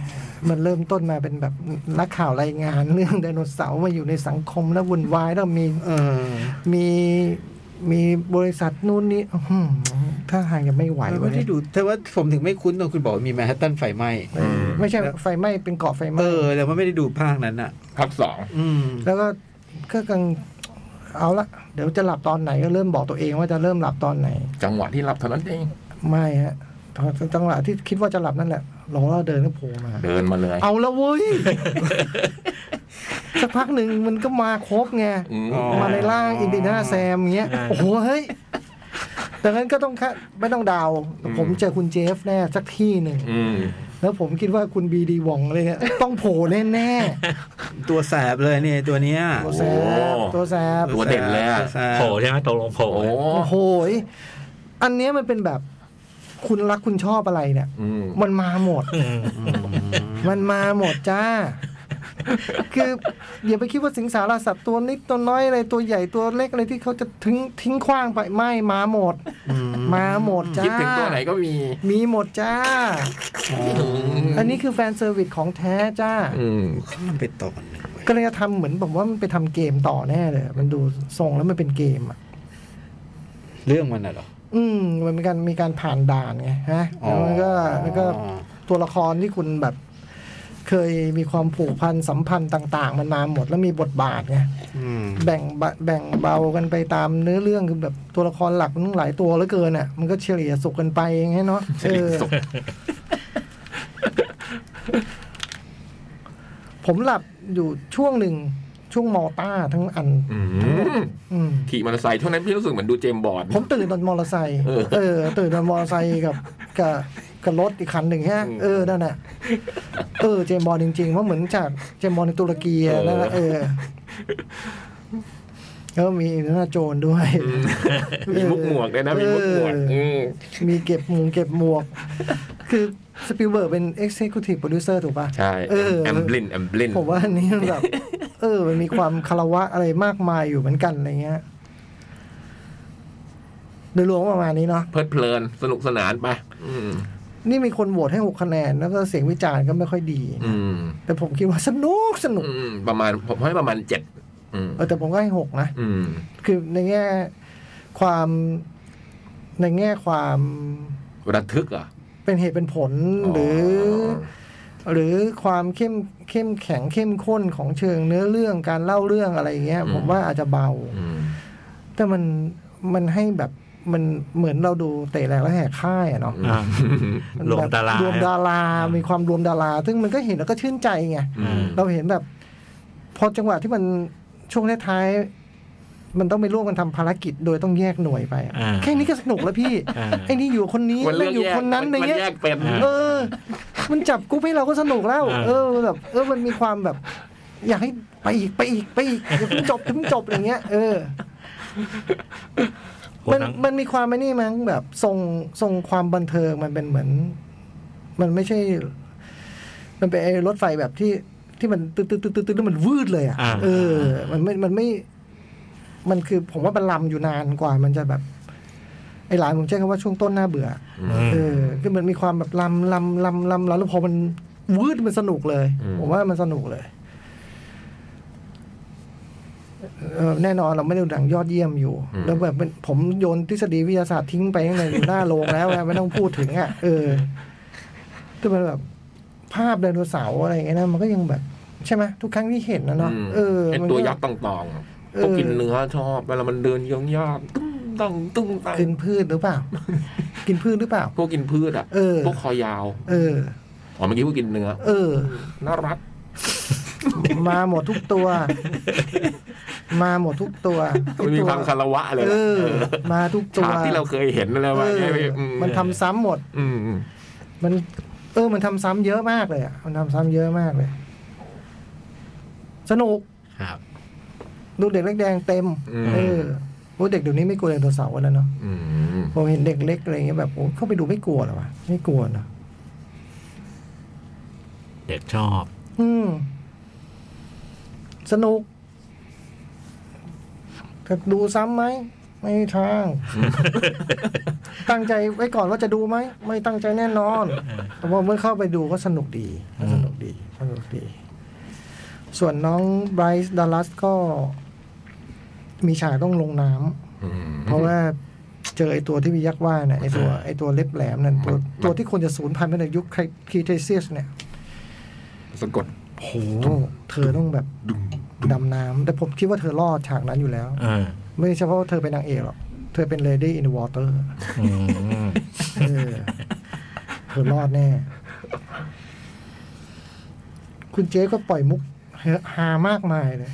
Speaker 1: มันเริ่มต้นมาเป็นแบบนักข่าวรายงาน เรื่องไดโนเสาร์มาอยู่ในสังคมแล้ววุ่นวายแล้วมี
Speaker 4: เออ
Speaker 1: มีมีบริษัทนู่นนี่อื้อหือถ้าทางจะไม่ไหว
Speaker 4: ไม่
Speaker 1: วะ
Speaker 4: ได้
Speaker 1: เนี่ย
Speaker 4: ดู แต่ว่าผมถึงไม่คุ้นตรงคุณบอกว่ามีแมนฮัตตันไฟไหม้
Speaker 1: เออไม่ใช่ไฟไหม้เป็นเกาะไฟไหม้
Speaker 4: เออแต่ว่าไม่ได้ดูภาคนั้นอ่ะ
Speaker 2: ภาคสอง
Speaker 4: อืม
Speaker 1: แล้วก็ก็กังเอาละเดี๋ยวจะหลับตอนไหนก็เริ่มบอกตัวเองว่าจะเริ่มหลับตอนไหน
Speaker 2: จังหวะที่รับเท่านั้นเอง
Speaker 1: ไม่ฮะตอนจังหวะที่คิดว่าจะหลับนั่นแหละหลงแล้วเดินก็โผล่มา
Speaker 2: เดินมาเลย
Speaker 1: เอาละเว้ ย สักพักหนึ่งมันก็มาครบไง
Speaker 2: ม
Speaker 4: อ๋อ
Speaker 1: มาในร่างอินดิน่าแซมเงี้ย
Speaker 3: อ่า
Speaker 1: โอ้โห เฮ้ย ดังนั้นก็ต้องคาดไม่ต้องเดาว
Speaker 2: อืม
Speaker 1: ผมเจอคุณเจฟแน่สักที่หนึ่ง
Speaker 2: อืม
Speaker 1: แล้วผมคิดว่าคุณบีดีหวองอะไรเลยต้องโผล่แน่
Speaker 4: ตัวแสบเลยเนี่ยตัวเนี้ย
Speaker 1: ๆ ตัวแซบ
Speaker 2: โอ้
Speaker 1: ตัวแซบ
Speaker 2: ตัวเด่นเลยอะ
Speaker 4: แซ่บ
Speaker 3: โผล่ใช่ไหมตกลงโผล่
Speaker 2: โอ้โห
Speaker 1: โอ้โหยอันเนี้ยมันเป็นแบบ คุณรักคุณชอบอะไรเนี่ย
Speaker 2: อืม
Speaker 1: มันมาหมด
Speaker 3: อืม
Speaker 1: มันมาหมดจ้า คืออย่าไปคิดว่าสิงสารสัตว์ตัวนิดตัวน้อยอะไรตัวใหญ่ตัวเล็กอะไรที่เขาจะทิ้งทิ้งขว้างไปไม่มาหมด
Speaker 4: อื
Speaker 1: มาหมดจ้า
Speaker 2: คิดถึงตัวไหนก็มี
Speaker 1: มีหมดจ้า
Speaker 4: อ๋อ
Speaker 1: อันนี้คือแฟนเซอร์วิสของแท้จ้า
Speaker 2: อืม
Speaker 4: ข้ามไปตอนหนึ่งไป
Speaker 1: ก็เลยจะทำเหมือนผมว่ามันไปทำเกมต่อแน่เลยอะมันดูทรงแล้วมันเป็นเกมอ่ะ
Speaker 5: เรื่องมันน่ะเหรอ
Speaker 1: อืมมันมีการมีการผ่านด่านไงฮะ
Speaker 5: อ๋อ
Speaker 1: แล้วมันก็แล้วก็ตัวละครที่คุณแบบ เคยมีความผูกพันสัมพันธ์ต่าง ๆ มันมาหมดแล้วมีบทบาทไง
Speaker 4: อืม
Speaker 1: แบ่งบะแบ่งเบากันไปตามเนื้อเรื่องคือแบบตัวละครหลักมันหลายตัวเหลือเกินอ่ะมันก็เฉลี่ยสุกกันไปอย่างเงี้ยเนาะ
Speaker 2: เฉลี่ยสุก
Speaker 1: เออผมหลับอยู่ช่วงหนึ่งช่วงมอต้าทั้งอัน
Speaker 2: อืม
Speaker 1: อืม
Speaker 2: ขี่มอเตอร์ไซค์เท่านั้นพี่รู้สึกเหมือนดูเจมส์บอล
Speaker 1: ผมตื่นตอนมอเตอร์ไซค์
Speaker 2: เออ
Speaker 1: เออ ตื่นตอนมอเตอร์ไซค์กับกับกับรถอีกคันหนึ่งฮะ
Speaker 2: อืม
Speaker 1: เออ นั่นแหละเออ เจมส์บอลจริงๆ เพราะเหมือนจากเจมส์บอลในตุรกี
Speaker 2: เอ
Speaker 1: อะ
Speaker 2: อ
Speaker 1: นั่นแหละเออแล้วมีหน้าโจรด้วย
Speaker 2: มีมุกหมวกเลยนะมีมุกหมวก
Speaker 1: เออ
Speaker 2: อืม
Speaker 1: มีเก็บหมุงเก็บหมวก คือสปิลเบิร์กเป็น Executive Producer ถูกป่ะ
Speaker 2: ใช่
Speaker 1: เออ
Speaker 2: แอมบลินแอมบลิน
Speaker 1: ผมว่าอันนี้มันแบบ เออ มันมีความคารวะอะไรมากมายอยู่เหมือนกันอะไรเงี้ยโดยรวมประมาณนี้เนาะ
Speaker 2: เพลิดเพลินสนุกสนานไปอืม
Speaker 1: นี่มีคนโหวตให้หกคะแนน แล้วก็เสียงวิจารณ์ก็ไม่ค่อยดี
Speaker 2: อืม
Speaker 1: แต่ผมคิดว่าสนุกสนุก
Speaker 2: อืมประมาณผมให้ประมาณเจ็ดอืม
Speaker 1: เออแต่ผมก็ให้หกนะ
Speaker 2: อืม
Speaker 1: คือในแง่ความในแง่ความ
Speaker 2: ระทึกเหรอ่ะ
Speaker 1: เป็นเหตุเป็นผลหรือ หรือความเข้มเข้มแข็งเข้มข้นของเชิงเนื้อเรื่องการเล่าเรื่องอะไรอย่างเงี้ย
Speaker 2: อืม
Speaker 1: ผมว่าอาจจะเบา แต่มันมันให้แบบมันเหมือนเราดูเตะแหลกและแหกค่ายอะเนาะ
Speaker 3: อ่า รวมดารา
Speaker 1: แบบวมดารามีความรวมดารา ซึ่งมันก็เห็นแล้วก็ชื่นใจไง เราเห็นแบบ พอจังหวะที่มันช่วงท้ายๆมันต้องไปร่วมกันทำภารกิจโดยต้องแยกหน่วยไปอะ
Speaker 3: อ่า
Speaker 1: แค่นี้ก็สนุกแล้วพี่
Speaker 3: อ่า
Speaker 1: ไอ้นี่อยู่คนนี้
Speaker 2: มันเลื
Speaker 1: นั่
Speaker 2: อก
Speaker 1: นอยู่
Speaker 2: แยก
Speaker 1: คนนั้น
Speaker 2: มั
Speaker 1: อะไร
Speaker 2: น
Speaker 1: เงี้
Speaker 2: แย
Speaker 1: ย
Speaker 2: กเป็น
Speaker 1: เออ มันจับกรุ๊ปให้เราก็สนุกแล้ว
Speaker 3: อ่า
Speaker 1: เออแบบเออมันมีความแบบ อยากให้ไปอีกไปอีกไปอีกอย่าเพิ่งจบอย่าเพิ่งจบอะไรเงี้ยเออ
Speaker 3: โห
Speaker 1: มัน
Speaker 3: ทั้ง
Speaker 1: มันมีความไม่นี่มั้งแบบทรงทรงความบันเทิงมันเป็นเหมือน มันไม่ใช่ มันเป็นไอ้รถไฟแบบที่ที่มันตึ๊ดตึ๊ดตึ๊ดตึ๊ดตึ๊ดแล้วมันวืดเลยอ่ะ
Speaker 3: อ่า
Speaker 1: เออ มันไม่มันไม่ มันคือผมว่ามันลำอยู่นานกว่า มันจะแบบ ไอ้หลานผมใช้คำว่าช่วงต้นหน้าเบื่อ
Speaker 2: อื
Speaker 1: อ
Speaker 2: ม
Speaker 1: เออคือมันมีความแบบลำลำลำลำแล้วพอมันวืดมันสนุกเลย
Speaker 2: อืม
Speaker 1: ผมว่ามันสนุกเลยเออแน่นอนเราไม่ได้ดูหนังยอดเยี่ยมอยู่ แล้วแบบเป็นผมโยนทฤษฎีวิทยาศาสตร์ทิ้งไปตั้งแต่อยู่หน้าโรงแล้วนะไม่ต้องพูดถึงอ่ะเออแต่มันแบบ ภาพไดโนเสาร์อะไรอย่างเงี้ยนะมันก็ยังแบบ ใช่ไหมทุกครั้งที่เห็นนะเนาะเออ
Speaker 2: ไอ
Speaker 1: มัน
Speaker 2: ตัว
Speaker 1: ก็
Speaker 2: ยักษ์ตองตองๆอะ
Speaker 1: เออ
Speaker 2: พวกกินเนื้อชอบเวลามันเดินยองยากตุ้งตังตุ้งตัง
Speaker 1: กินพืชหรือเปล่า กินพืชหรือเปล่า
Speaker 2: พวกกินพืชอ่ะ
Speaker 1: เออ
Speaker 2: พวกคอยาว
Speaker 1: เออ
Speaker 2: อ๋อเมื่อกี้พวกกินเนื้อ
Speaker 1: เออ
Speaker 2: น่ารัก
Speaker 1: มาหมดทุกตัว มาหมดทุกตัว
Speaker 2: มันมีความคารวะเลย
Speaker 1: เอ
Speaker 2: ล่ะ
Speaker 1: อ มาทุกตัว
Speaker 2: ฉากที่เราเคยเห็นอะไรวะ
Speaker 1: เอ
Speaker 2: เนี่ย
Speaker 1: อ
Speaker 2: พี่อื
Speaker 1: มันทำซ้ำหมด
Speaker 2: อืมอืม
Speaker 1: มัน เออ มันทำซ้ำเยอะมากเลยอ่ะมันทำซ้ำเยอะมากเลย สนุก
Speaker 3: ครับ
Speaker 1: ดูเด็กเล็กแดงเต็ม เออโอ้เด็กเดี๋ยวนี้ไม่กลัวไดโนเสาร์กันแล้วเนาะ
Speaker 2: อืม
Speaker 1: ผมเห็นเด็กเล็กอะไรเงี้ยแบบโอ้เข้าไปดูไม่กลัวเหรอวะไม่กลัวเนอะ
Speaker 3: เด็กชอบ
Speaker 1: อืม สนุกจะดูซ้ำไหมไม่มีทาง ตั้งใจไว้ก่อนว่าจะดูไหมไม่ตั้งใจแน่นอน แต่ว่าเมื่อเข้าไปดูก็สนุกดีก็สนุกดีสนุกดี ส่วนน้องไบรซ์ดัลลัสก็ มีฉากต้องลงน้ำ
Speaker 2: อืม
Speaker 1: เพราะว่าเจอไอตัวที่มียักษ์ว่าเนี่ยไอตัวไอตัวเล็บแหลมเนี่ยตัว
Speaker 2: มัน
Speaker 1: ตัวที่ควรจะสูญพันธุ์ไปในยุคครีเทเซียสเนี่ย
Speaker 2: สะกด
Speaker 1: โหเธอต้องแบบดำน้ำแต่ผมคิดว่าเธอรอดฉากนั้นอยู่แล้ว
Speaker 3: เออ
Speaker 1: ไม่ใช่เฉพาะว่าเธอเป็นนางเอกหรอก เธอเป็นเลดี้อินวอเตอร์
Speaker 3: อืม
Speaker 1: เธอรอดแน่ คุณเจ๊ก็ปล่อยมุกฮามากมายเลย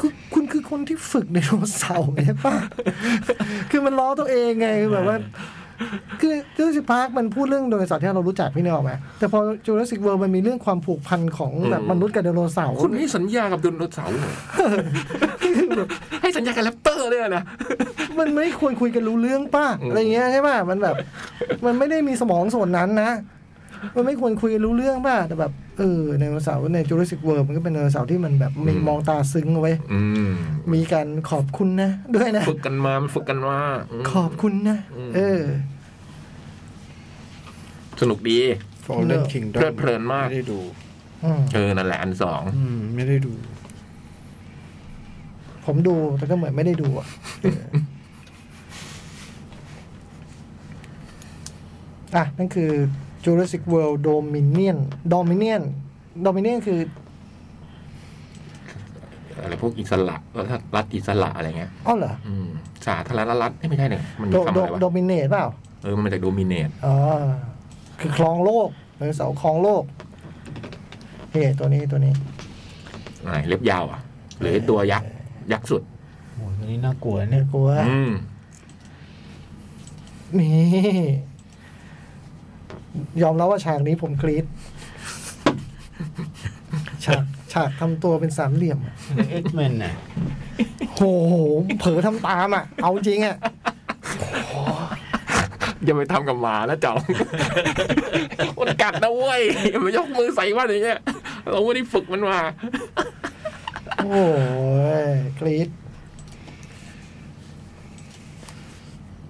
Speaker 1: คือคุณคือคนที่ฝึกไดโนเสาร์ใช่ปะคือมันล้อตัวเองไงคือแบบว่า คือจูราสสิพาร์คมันพูดเรื่องไดโนเสาร์ที่เรารู้จักพี่เนกออกไหมแต่พอจูราสสิกเวิร์มันมีเรื่องความผูกพันของแบบมนุษย์กับไดโนเสาร์
Speaker 2: คุณให้สัญญากับดุนรถเสาร์เหรอ ให้สัญญากับแรปเตอร์เลยนะ
Speaker 1: มันไม่ควรคุยกันรู้เรื่องป้าอะไรอย่างเงี้ยใช่ป่ะมันแบบ มันไม่ได้มีสมองส่วนนั้นนะ มันไม่ควรคุยกันรู้เรื่องป่ะแต่แบบเออไดโนเสาร์ในจูราสสิกเวิร์มันก็เป็นไดโนเสาร์ที่มันแบบมี
Speaker 2: อืม
Speaker 1: มองตาซึ้งเอาไว้ย
Speaker 2: อืม
Speaker 1: มีการขอบคุณนะ ด้วยนะ
Speaker 2: ฝึกกันมามันฝึกกันมาอืม
Speaker 1: ขอบคุณนะ
Speaker 2: อืม
Speaker 1: เออ
Speaker 2: สนุกดี
Speaker 5: Fallen
Speaker 1: เนอะ
Speaker 5: Kingdom
Speaker 2: เพลิดเพลินมาก
Speaker 5: ไม่ได้ดู
Speaker 1: อืม
Speaker 2: เออนั่นแหละอันสอง
Speaker 4: อืม ไม่ได้ดู
Speaker 1: ผมดูแต่ก็เหมือนไม่ได้ดูอ่ะเอออ่ะ นั่นคือ Jurassic World Dominion Dominion Dominion คือ
Speaker 2: อะไรพวกอิสระรัฐอิสระอะไรเงี้ย
Speaker 1: อ้อเหรอ
Speaker 2: อืมสาธารณรัฐเอ้ยไม่ใช่เนี่ยมันมี
Speaker 1: โด
Speaker 2: คำ
Speaker 1: โด
Speaker 2: อะไรวะ
Speaker 1: โดมิเนตเปล่า
Speaker 2: เออมันมาจากโดมิเนต
Speaker 1: อ๋อ คือคลองโลกไดโนเสาร์คลองโลกเฮ้ตัวนี้ตัวนี้
Speaker 2: ไหนเล็บยาวอ่ะ หรือตัวยักษ์ยักษ์สุด
Speaker 5: โหตัวนี้น่ากลัว
Speaker 1: เนี่
Speaker 5: เนี่ย ย
Speaker 1: กลัว
Speaker 2: อืม
Speaker 1: นี่ ยอมรับว่าฉากนี้ผมกรี๊ด ฉากฉากทำตัวเป็นสามเหลี่ยมอะ
Speaker 5: เอ็กแมนน่ะ
Speaker 1: โหเผลอทำตามอ่ะ เอาจริงอ่ะ
Speaker 2: อย่าไปทำกับหมา นะเจ้า มันกัดนะเว้ยอย่ามายกมือใส่มันอย่างเงี้ยเราไม่ได้ฝึกมันมา
Speaker 1: โอ้ยกรี๊ด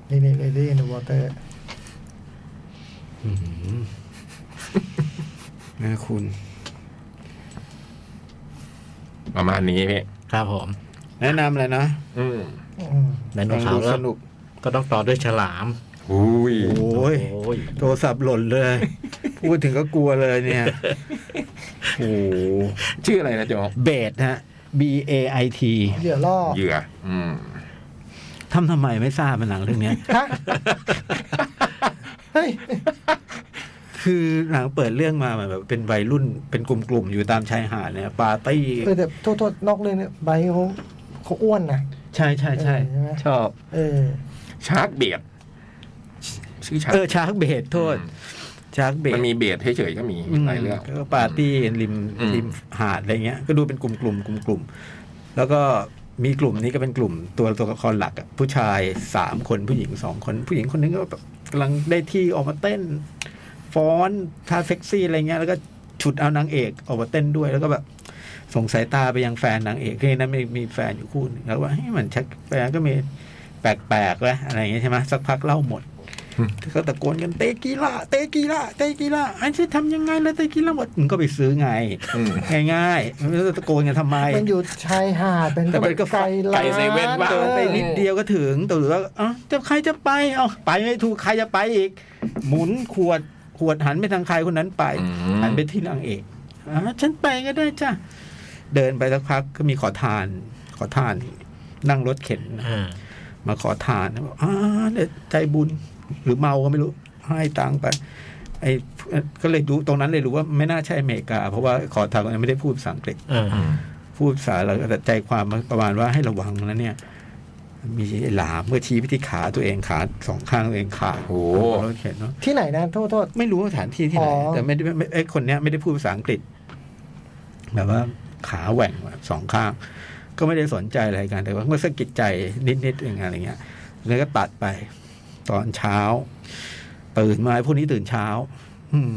Speaker 1: นี่นี่ Lady in the Water
Speaker 5: อื้อหือ
Speaker 4: นะคุณ
Speaker 2: ประมาณนี้พี่
Speaker 3: ครับผม
Speaker 4: แนะนำเลยนะ
Speaker 2: อืม
Speaker 1: อืม
Speaker 3: ไดโน
Speaker 4: ลอง
Speaker 3: เสา
Speaker 4: ดู
Speaker 3: ร์ก็
Speaker 4: สนุก
Speaker 3: ก็ต้องต่อด้วยฉลาม
Speaker 2: อุ้ย
Speaker 4: โอ้ย
Speaker 3: โอ้ย
Speaker 4: โทรศัพท์หล่นเลย พูดถึงก็กลัวเลย เนี่ย โอ้โห
Speaker 2: ชื่ออะไรนะโจ
Speaker 4: เบดฮะ B A I T
Speaker 1: เหยื่อล่อ
Speaker 2: เหยื่อ อืม
Speaker 4: ทำทำไมไม่ทราบมันหนังเรื่องเนี้ย
Speaker 1: ฮะเฮ้ย
Speaker 4: คือหนังเปิดเรื่องมาแบบเป็นวัยรุ่นเป็นกลุ่มๆ อยู่ตามชายหาดเนี่ยปาร์ตี้
Speaker 1: เออแต่โทษโทษนอกเรื่องเนี่ยไบร์ทเขาเขาอ้วนนะ
Speaker 4: ใช่ใช่ใช่
Speaker 1: เออใช่ไหม
Speaker 4: ชอบ
Speaker 1: เออ
Speaker 2: ชาร์กเบียด ชื่อชาร์
Speaker 4: เอก อชาร์กเบดโทษ ชาร์กเบด
Speaker 2: มันมีเบียดเฉยๆก็มีหลายเรื่อง
Speaker 4: ก็ปาร์ตี้ริม
Speaker 2: อืม
Speaker 4: ริมหาดอะไรเงี้ย ก็ดูเป็นกลุ่มๆกลุ่มๆแล้วก็มีกลุ่มนี้ก็เป็นกลุ่มตัวตัวละครหลักอะผู้ชายสามคนผู้หญิงสองคน ผู้หญิงคนนึงก็แบบกำลังได้ที่ออกมาเต้น ฟ้อนท่าเซ็กซี่อะไรเงี้ยแล้วก็ฉุดเอานางเอกออกมาเต้นด้วยแล้วก็แบบส่งสายตาไปยังแฟนนางเอกคือในนั้นมีมีแฟนอยู่คู่หนึงแล้วว่าเฮ้ยมันชักแฟนก็มีแปลกๆแล้วอะไรอย่างเงี้ยใช่ไหมสักพักเล่าหมดก็ตะโกนกันเตะกีฬาเตะกีฬาเตะกีฬาไอ้ฉันทำยังไงแล้วเตะกีฬาหมดมึงก็ไปซื้อไง
Speaker 2: อืม
Speaker 4: ง่ายๆไม่รู้จะตะโกนกันทำไม
Speaker 1: มันอยู่ชายหาดเป็น
Speaker 4: แต่มันก็
Speaker 1: ไกล
Speaker 2: ไกล
Speaker 1: ร้าน
Speaker 2: เซเว่นบ้าง
Speaker 1: เออ
Speaker 4: ไปนิดเดียวก็ถึงแต่หรือว่าเอ้าจะใครจะไปเอ้าไปไม่ถูกใครจะไปอีก หมุนขวดขวดหันไปทางใครคนนั้นไป
Speaker 2: อืม
Speaker 4: หันไปที่นางเอกอ่าฉันไปก็ได้จ้ะเดินไปสักพักก็มีขอทาน ขอทาน นั่งรถเข็นนะ
Speaker 3: อ่า
Speaker 4: มาขอทานนะบอกอ่าเดี๋ยวใจบุญหรือเมาก็ไม่รู้ ให้ตังค์ไป ไอ้ก็เลยดูตรงนั้นเลยรู้ว่าไม่น่าใช่อเมริกา เพราะว่าขอทานคนนั้นไม่ได้พูดภาษาอังกฤษ
Speaker 3: เออ
Speaker 2: อืม
Speaker 4: พูดภาษาเราแต่ใจความมันประมาณว่าให้ระวังนะเนี่ย มีหลามเมื่อชี้ไปที่ขาตัวเองขาสองข้างตัวเองขาด
Speaker 2: โอ้
Speaker 4: โอ้เราเขียนว่า
Speaker 1: ที่ไหนนะ โทษโทษ
Speaker 4: ไม่รู้สถานที่ที่ไหน
Speaker 1: อ๋อ
Speaker 4: แต่ไม่ได้ไม่ไอ้คนเนี้ยไม่ได้พูดภาษาอังกฤษแบบว่าขาแหว่งแบบสองข้าง ก็ไม่ได้สนใจอะไรกันแต่ว่าก็สะกิดใจนิดๆอย่างอะไรเงี้ยแล้วก็ตัดไป ตอนเช้า ตื่นมาไอ้พวกนี้ตื่นเช้า อืม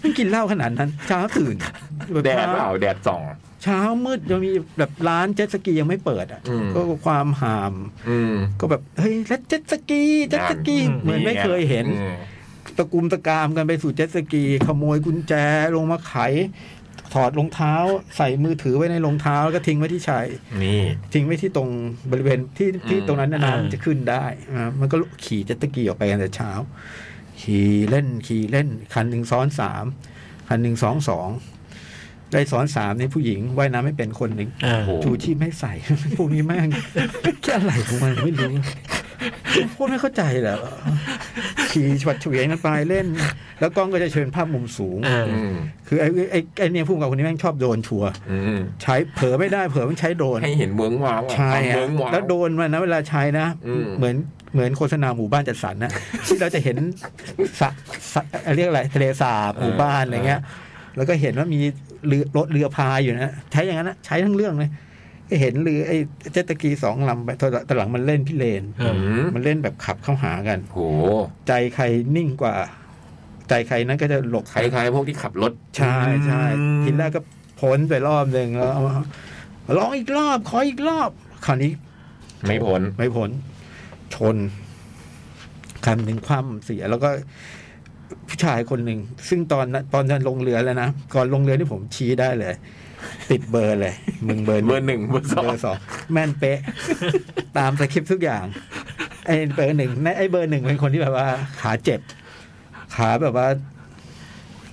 Speaker 4: ไม่กินเหล้าขนาดนั้น เช้าตื่น
Speaker 2: แดดเปล่าแดดส่อง
Speaker 4: เช้ามืดยังมีแบบร้านเจ็ตสกียังไม่เปิดอ่ะ
Speaker 2: อืม
Speaker 4: ก็ความหาม
Speaker 2: อืม
Speaker 4: ก็แบบเฮ้ยแล้วเจ็ตสกีเจ็ตสกี
Speaker 2: อืม
Speaker 4: เหมือนไม่เคยเห็น
Speaker 2: อืม
Speaker 4: ตะกุมตะกามกันไปสู่เจ็ตสกี ขโมยกุญแจลงมาไข ถอดรองเท้า ใส่มือถือไว้ในรองเท้าแล้วก็ทิ้งไว้ที่ชาย
Speaker 2: นี่
Speaker 4: ทิ้งไว้ที่ตรงบริเวณที่ที่ตรงนั้นนานๆจะขึ้นได้อ่ามันก็ขี่เจ็ตสกีออกไปกันแต่เช้า ขี่เล่นขี่เล่น คันหนึ่งซ้อนสามคันหนึ่งซ้อนสองได้ซ้อนสามนี่ผู้หญิงว่ายน้ำไม่เป็นคนหนึ่ง
Speaker 3: เออ
Speaker 2: โอ้โห
Speaker 4: ชูชีพไม่ใส่ พวกนี้แม่งแค่อะไรของมันไม่รู้โคตรไม่เข้าใจแหละขี่ชวัดเฉวียนกันไปเล่น แล้วกล้องก็จะเชิญภาพมุมสูง
Speaker 3: เออ
Speaker 2: อืม
Speaker 4: คือไอ้ไอ้ไอ้เนี่ยผู้กำกับคนนี้แม่งชอบโดรนชัวร์
Speaker 2: อืม
Speaker 4: ใช้เผลอไม่ได้เผลอมันใช้โดรน
Speaker 2: ให้เห็นเมืองว้าวอะ
Speaker 4: ใช่
Speaker 2: ทำ
Speaker 4: อะ
Speaker 2: เมืองว้าว
Speaker 4: แล้วโดรนมันนะเวลาใช้นะ
Speaker 2: อืม
Speaker 4: เหมือนเหมือนโฆษณาหมู่บ้านจัดสรร นะที่เราจะเห็นสระสระเรียกอะไรทะเลสาบหมู่บ้านอะไรเงี้ย แล้วก็เห็นว่ามีเรือรถเรือพายอยู่นะ ใช้อย่างนั้นนะใช้ทั้งเรื่องเลยก็เห็นเรือไอ้เจ็ตสกีสองลำไปตอนตอนหลังมันเล่นพี่เลน
Speaker 3: เอ
Speaker 2: อื
Speaker 3: อ
Speaker 2: ม
Speaker 4: มันเล่นแบบขับเข้าหากัน
Speaker 2: โห
Speaker 4: ใจใครนิ่งกว่า ใจใครนั้นก็จะหลบ
Speaker 2: คล้ายๆพวกที่ขับรถ
Speaker 4: ใช่ใช่ทีแรกก็พ้นไปรอบหนึ่งแล้วเอามาร้องอีกรอบ ขออีกรอบ คราวนี้
Speaker 2: ไม่พ้น
Speaker 4: ไม่พ้นชนคันหนึ่งคว่ำเสียแล้วก็ ชายคนหนึ่ง ซึ่งตอนนั้นตอนนั้นลงเรือแล้วนะ ก่อนลงเรือนี่ผมชี้ได้เลย ติดเบอร์เลย มึงเบอร์ห
Speaker 2: เบอ
Speaker 4: นึ่ง
Speaker 2: ร์หนึ่งเบอร์สอง
Speaker 4: เบอร์สองแม่นเป๊ะ ตามสคริปต์ทุกอย่าง ไอ้เบอร์หนึ่งไอ้เบอร์หนึ่งเป็นคนที่แบบว่า ขาเจ็บ ขาแบบว่า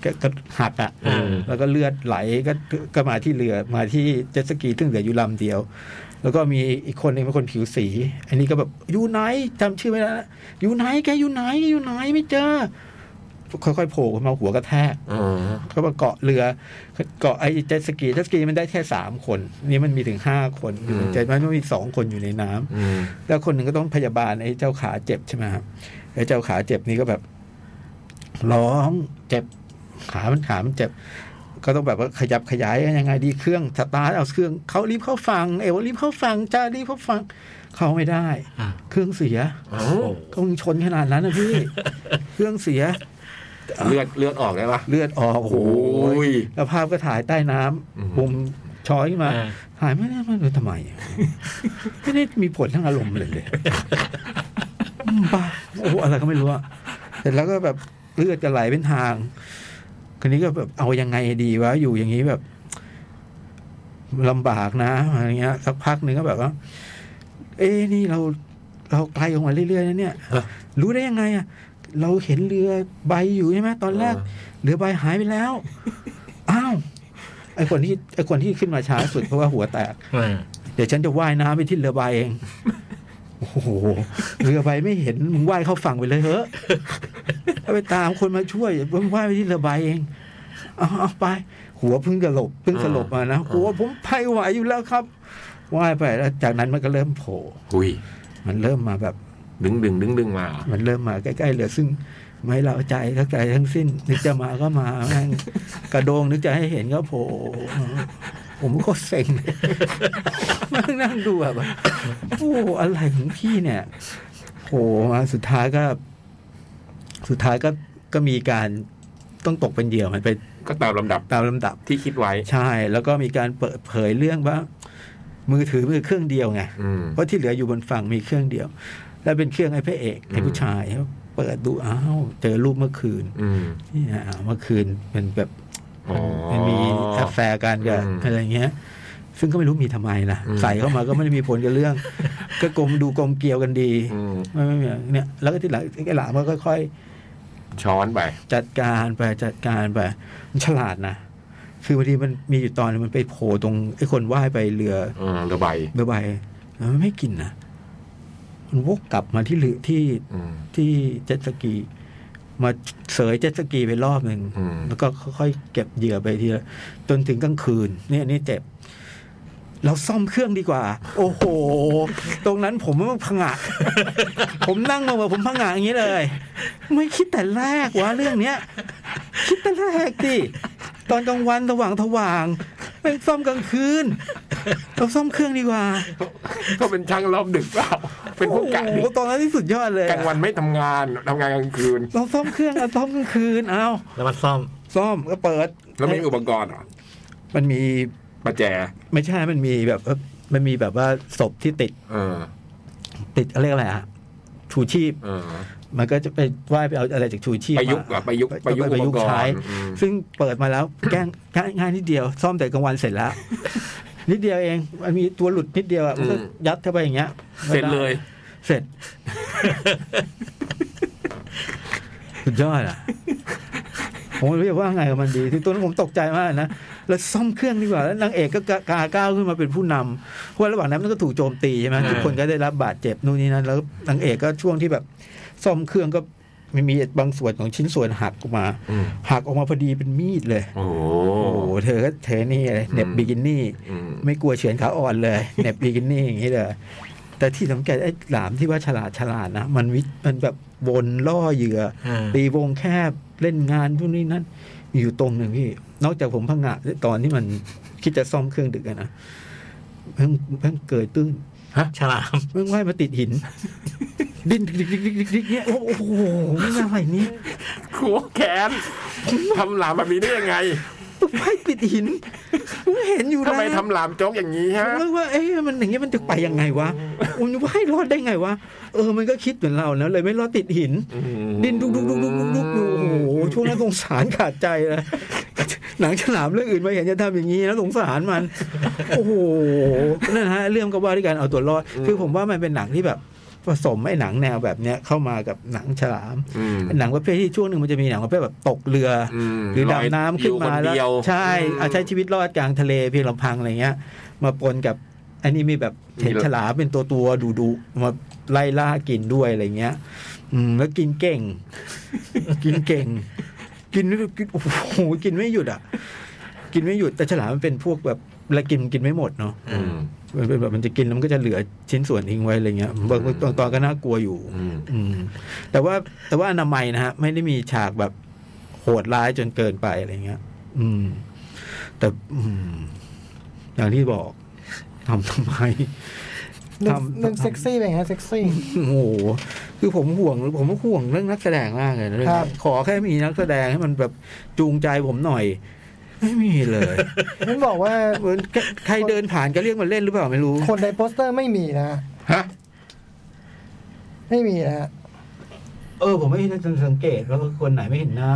Speaker 4: ก็ก็หักอ่ะ
Speaker 3: เออ
Speaker 4: แล้วก็เลือดไหลก็ก็มาที่เรือมาที่เจ็ตสกีซึ่งเหลืออยู่ลำเดียว แล้วก็มีอีกคนหนึ่งเป็นคนผิวสี อันนี้ก็แบบอยู่ไหนจำชื่อไม่ได้ละอยู่ไหนแกอยู่ไหนอยู่ไหนไม่เจอ ค่อยๆโผล่ขึ้นมาหัวกระแทก
Speaker 2: เออ
Speaker 4: เขามาเกาะเรือเกาะไอ้เจ็ตสกีเจ็ตสกีมันได้แค่สามคน นี่มันมีถึงห้าคนอยู่ในเจ็ตมันมีสองคนอยู่ในน้ำ
Speaker 2: อืม
Speaker 4: แล้วคนหนึ่งก็ต้องพยาบาลไอ้เจ้าขาเจ็บใช่ไหมครับไอ้เจ้าขาเจ็บนี่ก็แบบ ร้องเจ็บ ขามันขามันเจ็บ ก็ต้องแบบว่าขยับขยายยังไงดีเครื่องสตาร์ทเอาเครื่องเขารีบเข้าฟังเอวรีบเข้าฟังจ้ารีบเข้าฟัง เข้าไม่ได้
Speaker 3: อ่ะ
Speaker 4: เครื่องเสีย
Speaker 2: เอ้า
Speaker 3: โอ้
Speaker 4: ก็มึงชนขนาดนั้นนะพี่ เครื่องเสีย
Speaker 2: เลือดเลือดออกได้ปะ
Speaker 4: เลือดออกโอ้โห
Speaker 2: ย
Speaker 4: แล้วภาพก็ถ่ายใต้น้ำ
Speaker 2: อืม
Speaker 4: มุมช้อยขึ้นมา
Speaker 3: เออ
Speaker 4: ถ่ายไม่ได้ไม่รู้ทำไม ไม่ได้มีผลทางอารมณ์เลยเลยอืมบ้าโอ้โหอะไรก็ไม่รู้อะเสร็จแล้วก็แบบเลือดจะไหลเป็นทาง คนนี้ก็แบบเอายังไงดีวะอยู่อย่างนี้แบบลำบากนะอะไรเงี้ย สักพักหนึ่งก็แบบว่า เอ้นี่เรา เราไกลออกมาเรื่อยๆนะเนี่ย
Speaker 2: ฮะ
Speaker 4: รู้ได้ยังไงอะเราเห็นเรือใบอยู่ใช่ไหมตอนแรก เรือใบหายไปแล้ว อ้าว ไอคนที่ไอคนที่ขึ้นมาช้าสุดเพราะว่าหัวแตก
Speaker 3: เออ
Speaker 4: เดี๋ยวฉันจะว่ายน้ำไปที่เรือใบเอง โอ้โห เรือใบไม่เห็น มึงว่ายเข้าฝั่งไปเลยเถอะ ถ้าไปตามคนมาช่วยมึงว่ายไปที่เรือใบเอง เอาเอาไป หัวเพิ่งกระหลบเพิ่งสลบมานะหัวผมไปไหวอยู่แล้วครับ ว่ายไปแล้วจากนั้นมันก็เริ่มโผล่
Speaker 2: หุย
Speaker 4: มันเริ่มมาแบบ
Speaker 2: ดึงดึงดึงดึงมาเหรอ
Speaker 4: มันเริ่มมาใกล้ๆเหลือซึ่งไม่เราใจทักใจทั้งสิ้น นึกจะมาก็มาแม่งกระโดงนึกจะให้เห็นก็โผล่ผมก็เซ็งเลยนั่งนั่งดูแบบโอ้อะไรของพี่เนี่ยโหมาสุดท้ายก็ สุดท้ายก็ก็มีการต้องตกเป็นเหยื่อมันไป
Speaker 2: ก็ตามลำดับ
Speaker 4: ตามลำดับ
Speaker 2: ที่คิดไว้
Speaker 4: ใช่ แล้วก็มีการเปิดเผยเรื่องว่า มือถือมือเครื่องเดียวไง
Speaker 2: อืม
Speaker 4: เพราะที่เหลืออยู่บนฝั่งมีเครื่องเดียว แล้วเป็นเครื่องไอ้พระเอกไอ้
Speaker 2: อืม
Speaker 4: ผู้ชายเปิดดูอ้าวเจอรูปเมื่อคืน
Speaker 2: อืม
Speaker 4: นี่นะอ้าวเมื่อคืนเป็นแบบ
Speaker 2: อ๋อ
Speaker 4: มันมีแอฟแฟร์กันกับ
Speaker 2: อืม
Speaker 4: อะไรเงี้ย ซึ่งก็ไม่รู้มีทำไมล่ะ
Speaker 2: อืม
Speaker 4: ใส่เข้ามาก็ไม่ได้มีผลกับเรื่อง ก็กลมดูกลมเกลียวกันดี
Speaker 2: อืม
Speaker 4: ไม่ไม่ไม่เนี่ย แล้วก็ที่หลังไอ้หลามก็ค่อย
Speaker 2: ช้อนไป
Speaker 4: ๆ จัดการไปจัดการไปมันฉลาดนะคือบางทีมันมีอยู่ตอนหนึ่งมันไปโผล่ตรงไอ้คนว่ายไปเรือ
Speaker 2: เออเรือใบ
Speaker 4: เบื่อใบแล้วมันไม่กินนะมันวกกลับมาที่หรือที่
Speaker 2: อืม
Speaker 4: ที่เจ็ตสกี มาเสยเจ็ตสกีไปรอบหนึ่ง
Speaker 2: อืม
Speaker 4: แล้วก็ค่อยๆเก็บเหยื่อไปทีละจนถึงกลางคืน เนี่ยนี่เจ็บ เราซ่อมเครื่องดีกว่า โอ้โห ตรงนั้นผมมันพังะ ผมนั่งมาเหมือนผมพังะอย่างนี้เลย ไม่คิดแต่แรกวะเรื่องเนี้ย คิดแต่แรกดิตอนกลางวันสว่างทว่างๆเป็นซ่อมกลางคืน เราซ่อมเครื่องดีกว่า
Speaker 2: ก็เป็นช่างรอบดึกเปล่า เป็นพวกกะดึ
Speaker 4: โอ้
Speaker 2: ก
Speaker 4: โหตอนนั้นที่สุดยอดเลย
Speaker 2: กลางวันไม่ทำงานทำงานกลางคืน
Speaker 4: เราซ่อมเครื่องเอาซ่อมกลางคืนเอา
Speaker 3: แล้วมันซ่อม
Speaker 4: ซ่อมก็เปิด
Speaker 2: แล้วไม่มีอุปกรณ์เหรอ
Speaker 4: มันมี
Speaker 2: ประแจ
Speaker 4: ไม่ใช่มันมีแบบว่ามันมีแบบว่าศพที่ติด
Speaker 2: เออ
Speaker 4: ติดอะไรยกอะไรอะชูชีพ
Speaker 2: เออ
Speaker 4: มันก็จะไปว่ายไปเอาอะไรจากชูชีพ
Speaker 2: ประยุกต์
Speaker 4: มา
Speaker 2: อะประยุกต์ประยุกต์
Speaker 4: ประยุก
Speaker 2: อุปกรณ์
Speaker 4: ต์ใช้
Speaker 2: อืม
Speaker 4: ซึ่งเปิดมาแล้ว แกล้งง่ายง่ายนิดเดียว ซ่อมแต่กลางวันเสร็จแล้ว นิดเดียวเอง มันมีตัวหลุดนิดเดียวอะมันก็ยัดเข้าไปอย่างเงี้ย
Speaker 2: เสร็จเลย
Speaker 4: เสร็จ สุดยอดอ่ะ ผมไม่รู้จะว่าไงกับมันดีที่ตัวนั้นผมตกใจมากนะ แล้วซ่อมเครื่องดีกว่า แล้วนางเอกก็กากาก้าวขึ้นมาเป็นผู้นำเพราะระหว่างนั้นมันก็ถูกโจมตีใช่ไหม
Speaker 3: เออ
Speaker 4: ทุกคนก็ได้รับบาดเจ็บนู่นนี่นั่นแล้วนางเอกก็ช่วงที่แบบ ซ่อมเครื่องก็มีมีบางส่วนของชิ้นส่วนหักออกมา
Speaker 2: อืม
Speaker 4: หักออกมาพอดีเป็นมีดเลย
Speaker 2: โอ้โห
Speaker 4: โอ้โหเธอก็เธอนี่เลยเหน็บ
Speaker 2: อืม
Speaker 4: บิกินี่
Speaker 2: อืม
Speaker 4: ไม่กลัวเฉือนขาอ่อนเลยเหน็บบิกินี่อย่างนี้เลย แต่ที่สังเกตไอ้หลามที่ว่าฉลาดฉลาดนะ มันวิมันแบบวนล่อเหยื่อ
Speaker 3: เออ
Speaker 4: ตีวงแคบเล่นงานทุนนี้นั้นมีอยู่ตรงหนึ่งพี่ นอกจากผมพังงะตอนที่มันคิดจะซ่อมเครื่องดึกอะนะเพิ่งเพิ่งเกิดตื้น
Speaker 3: ฉลาม
Speaker 4: เพิ่งว่ายมาติดหิน ดิ้นดิกดิกดิกดิกดิกดิกเนี่ยโอ้โหอะไรเนี่ย
Speaker 2: ขัวแขนทำหลามแบบนี้ได้ยังไง
Speaker 4: โอ้ ไฟปิดหินมึงเห็นอยู่
Speaker 2: ทำ
Speaker 4: นะ
Speaker 2: ไมทำหลามโจ๊กอย่างนี้ฮะ
Speaker 4: มึงว่าเอ๊ะมันอย่างเงี้ยมันจะไปยังไงวะมึงว่าให้รอดได้ไงวะเออมันก็คิดเหมือนเราแล้วเลยไม่รอดติดหิน ดินดุกดุกดุกดุกดุกดุกอยู่โอ้โหช่วงนั้นสงสารขาดใจเลย หนังฉลามเรื่องอื่นมาเห็นจะทำอย่างนี้แล้วสงสารมัน โอ้โหนั่นฮะเรื่องก็ว่าด้วยการเอาตัวรอด
Speaker 2: อืม
Speaker 4: คือผมว่ามันเป็นหนังที่แบบผสมไอ้หนังแนวแบบเนี้ยเข้ามากับหนังฉลาม
Speaker 2: อืม
Speaker 4: หนังประเภทที่ช่วงหนึ่งมันจะมีหนังประเภทแบบตกเรือ
Speaker 2: ม
Speaker 4: หรือดำน้ำขึ้นมา
Speaker 2: อยู่ค
Speaker 4: แล้
Speaker 2: เดียว ว
Speaker 4: ใช่เอาใช้
Speaker 2: อืม
Speaker 4: ชีวิตรอดกลางทะเลเพียงลำพังอะไรเงี้ย มาปนกับอันนี้มีแบบเห็น
Speaker 2: มี
Speaker 4: ฉลามเป็นตัวตัวดุดุมาไล่ล่ากินด้วยอะไรเงี้ย อืม แล้วกินเก่ง กินเก่ง กินกินโอ้โหกินไม่หยุดอ่ะ กินไม่หยุดแต่ฉลามมันเป็นพวกแบบเวลากินมันกินไม่หมดเนาะ
Speaker 2: อืม
Speaker 4: มันเป็นแบบมันจะกินแล้วมันก็จะเหลือชิ้นส่วนทิ้งไว้อะไรเงี้ยบางบางตอนก็น่ากลัวอยู่
Speaker 2: อืม
Speaker 4: อืมแต่ว่าแต่ว่าอนามัยนะฮะ ไม่ได้มีฉากแบบโหดร้ายจนเกินไปอะไรเงี้ย อืม แต่ อืม อย่างที่บอกทำทำไม
Speaker 1: เรื่อง
Speaker 4: ทำ
Speaker 1: เรื่องเซ็กซี่เป็นไงฮะเซ็กซี่
Speaker 4: โอ้โหคือผมห่วงผมห่วงเรื่องนักแสดงมากเลยนะเรื่อง
Speaker 1: ครับ
Speaker 4: นี้ขอแค่มีนักแสดงให้มันแบบจูงใจผมหน่อย ไม่มีเลย
Speaker 1: ผมบอกว่า
Speaker 4: เหมือนใครเดินผ่านก็เรียกมันเล่นหรือเปล่าไม่รู้
Speaker 1: คนในโปสเตอร์ไม่มีนะ
Speaker 2: ฮะ
Speaker 1: ไม่มีนะ
Speaker 4: เออ ผมไม่ได้สังเกตว่าคนไหนไม่เห็นหน้า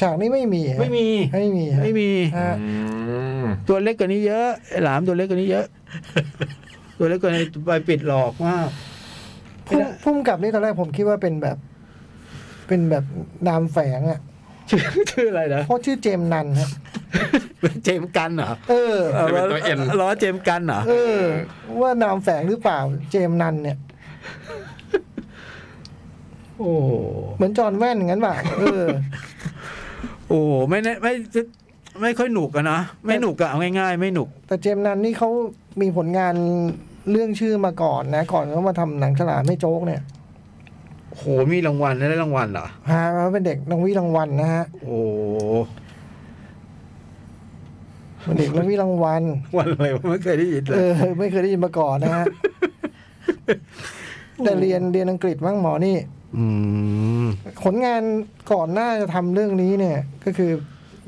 Speaker 1: ฉากนี้ไม่มีฮะ
Speaker 4: ไม่มี
Speaker 1: ไม่มีฮะ
Speaker 4: ไม่มี
Speaker 1: ฮะ
Speaker 2: อืม
Speaker 4: ตัวเล็กกว่านี้เยอะไอ้หลามตัวเล็กกว่านี้เยอะ ตัวเล็กกว่านี้ไปปิดหลอกมาก
Speaker 1: พุ่มพุ่มกับนี่ตอนแรกผมคิดว่าเป็นแบบ เป็นแบบนามแฝงอ่ะ
Speaker 4: ชื่อชื่ออะไรนะ
Speaker 1: เพราะชื่อเจมส์นันฮะ
Speaker 4: เป็นเจมส์กันเหรอ
Speaker 1: เออ
Speaker 4: เออล้อเจมส์กันเหรอ
Speaker 1: เออ ว่านามแฝงหรือเปล่า เจมส์นันเนี่ย
Speaker 4: โอ้
Speaker 1: เหมือนจอห์นแว่นงั้นป่ะเออ
Speaker 4: โอ้ไม่แน่ไม่ไม่ค่อยหนุกอะนะไม่หนุกอะเอาง่ายๆ ไม่หนุก
Speaker 1: แต่เจมส์นันนี่เขามีผลงานเรื่องชื่อมาก่อนนะ ก่อนเขามาทำหนังฉลาดไม่โจ๊กเนี่ย
Speaker 4: โหมีรางวัลได้รางวัลเหรอ
Speaker 1: ฮะเขาเป็นเด็กนักวิรางวัลนะฮะ
Speaker 4: โอ้
Speaker 1: เป็นเด็กนักวิรางวัล
Speaker 4: วันอะไรวะไม่เคยได้ยินเล
Speaker 1: เอย อ ไม่เคยได้ยินมาก่อนนะ ฮะแต่เรียนเรียนอังกฤษบ้างหมอนี่
Speaker 4: อืม
Speaker 1: ผลงานก่อนหน้าจะทำเรื่องนี้เนี่ย ก็คือ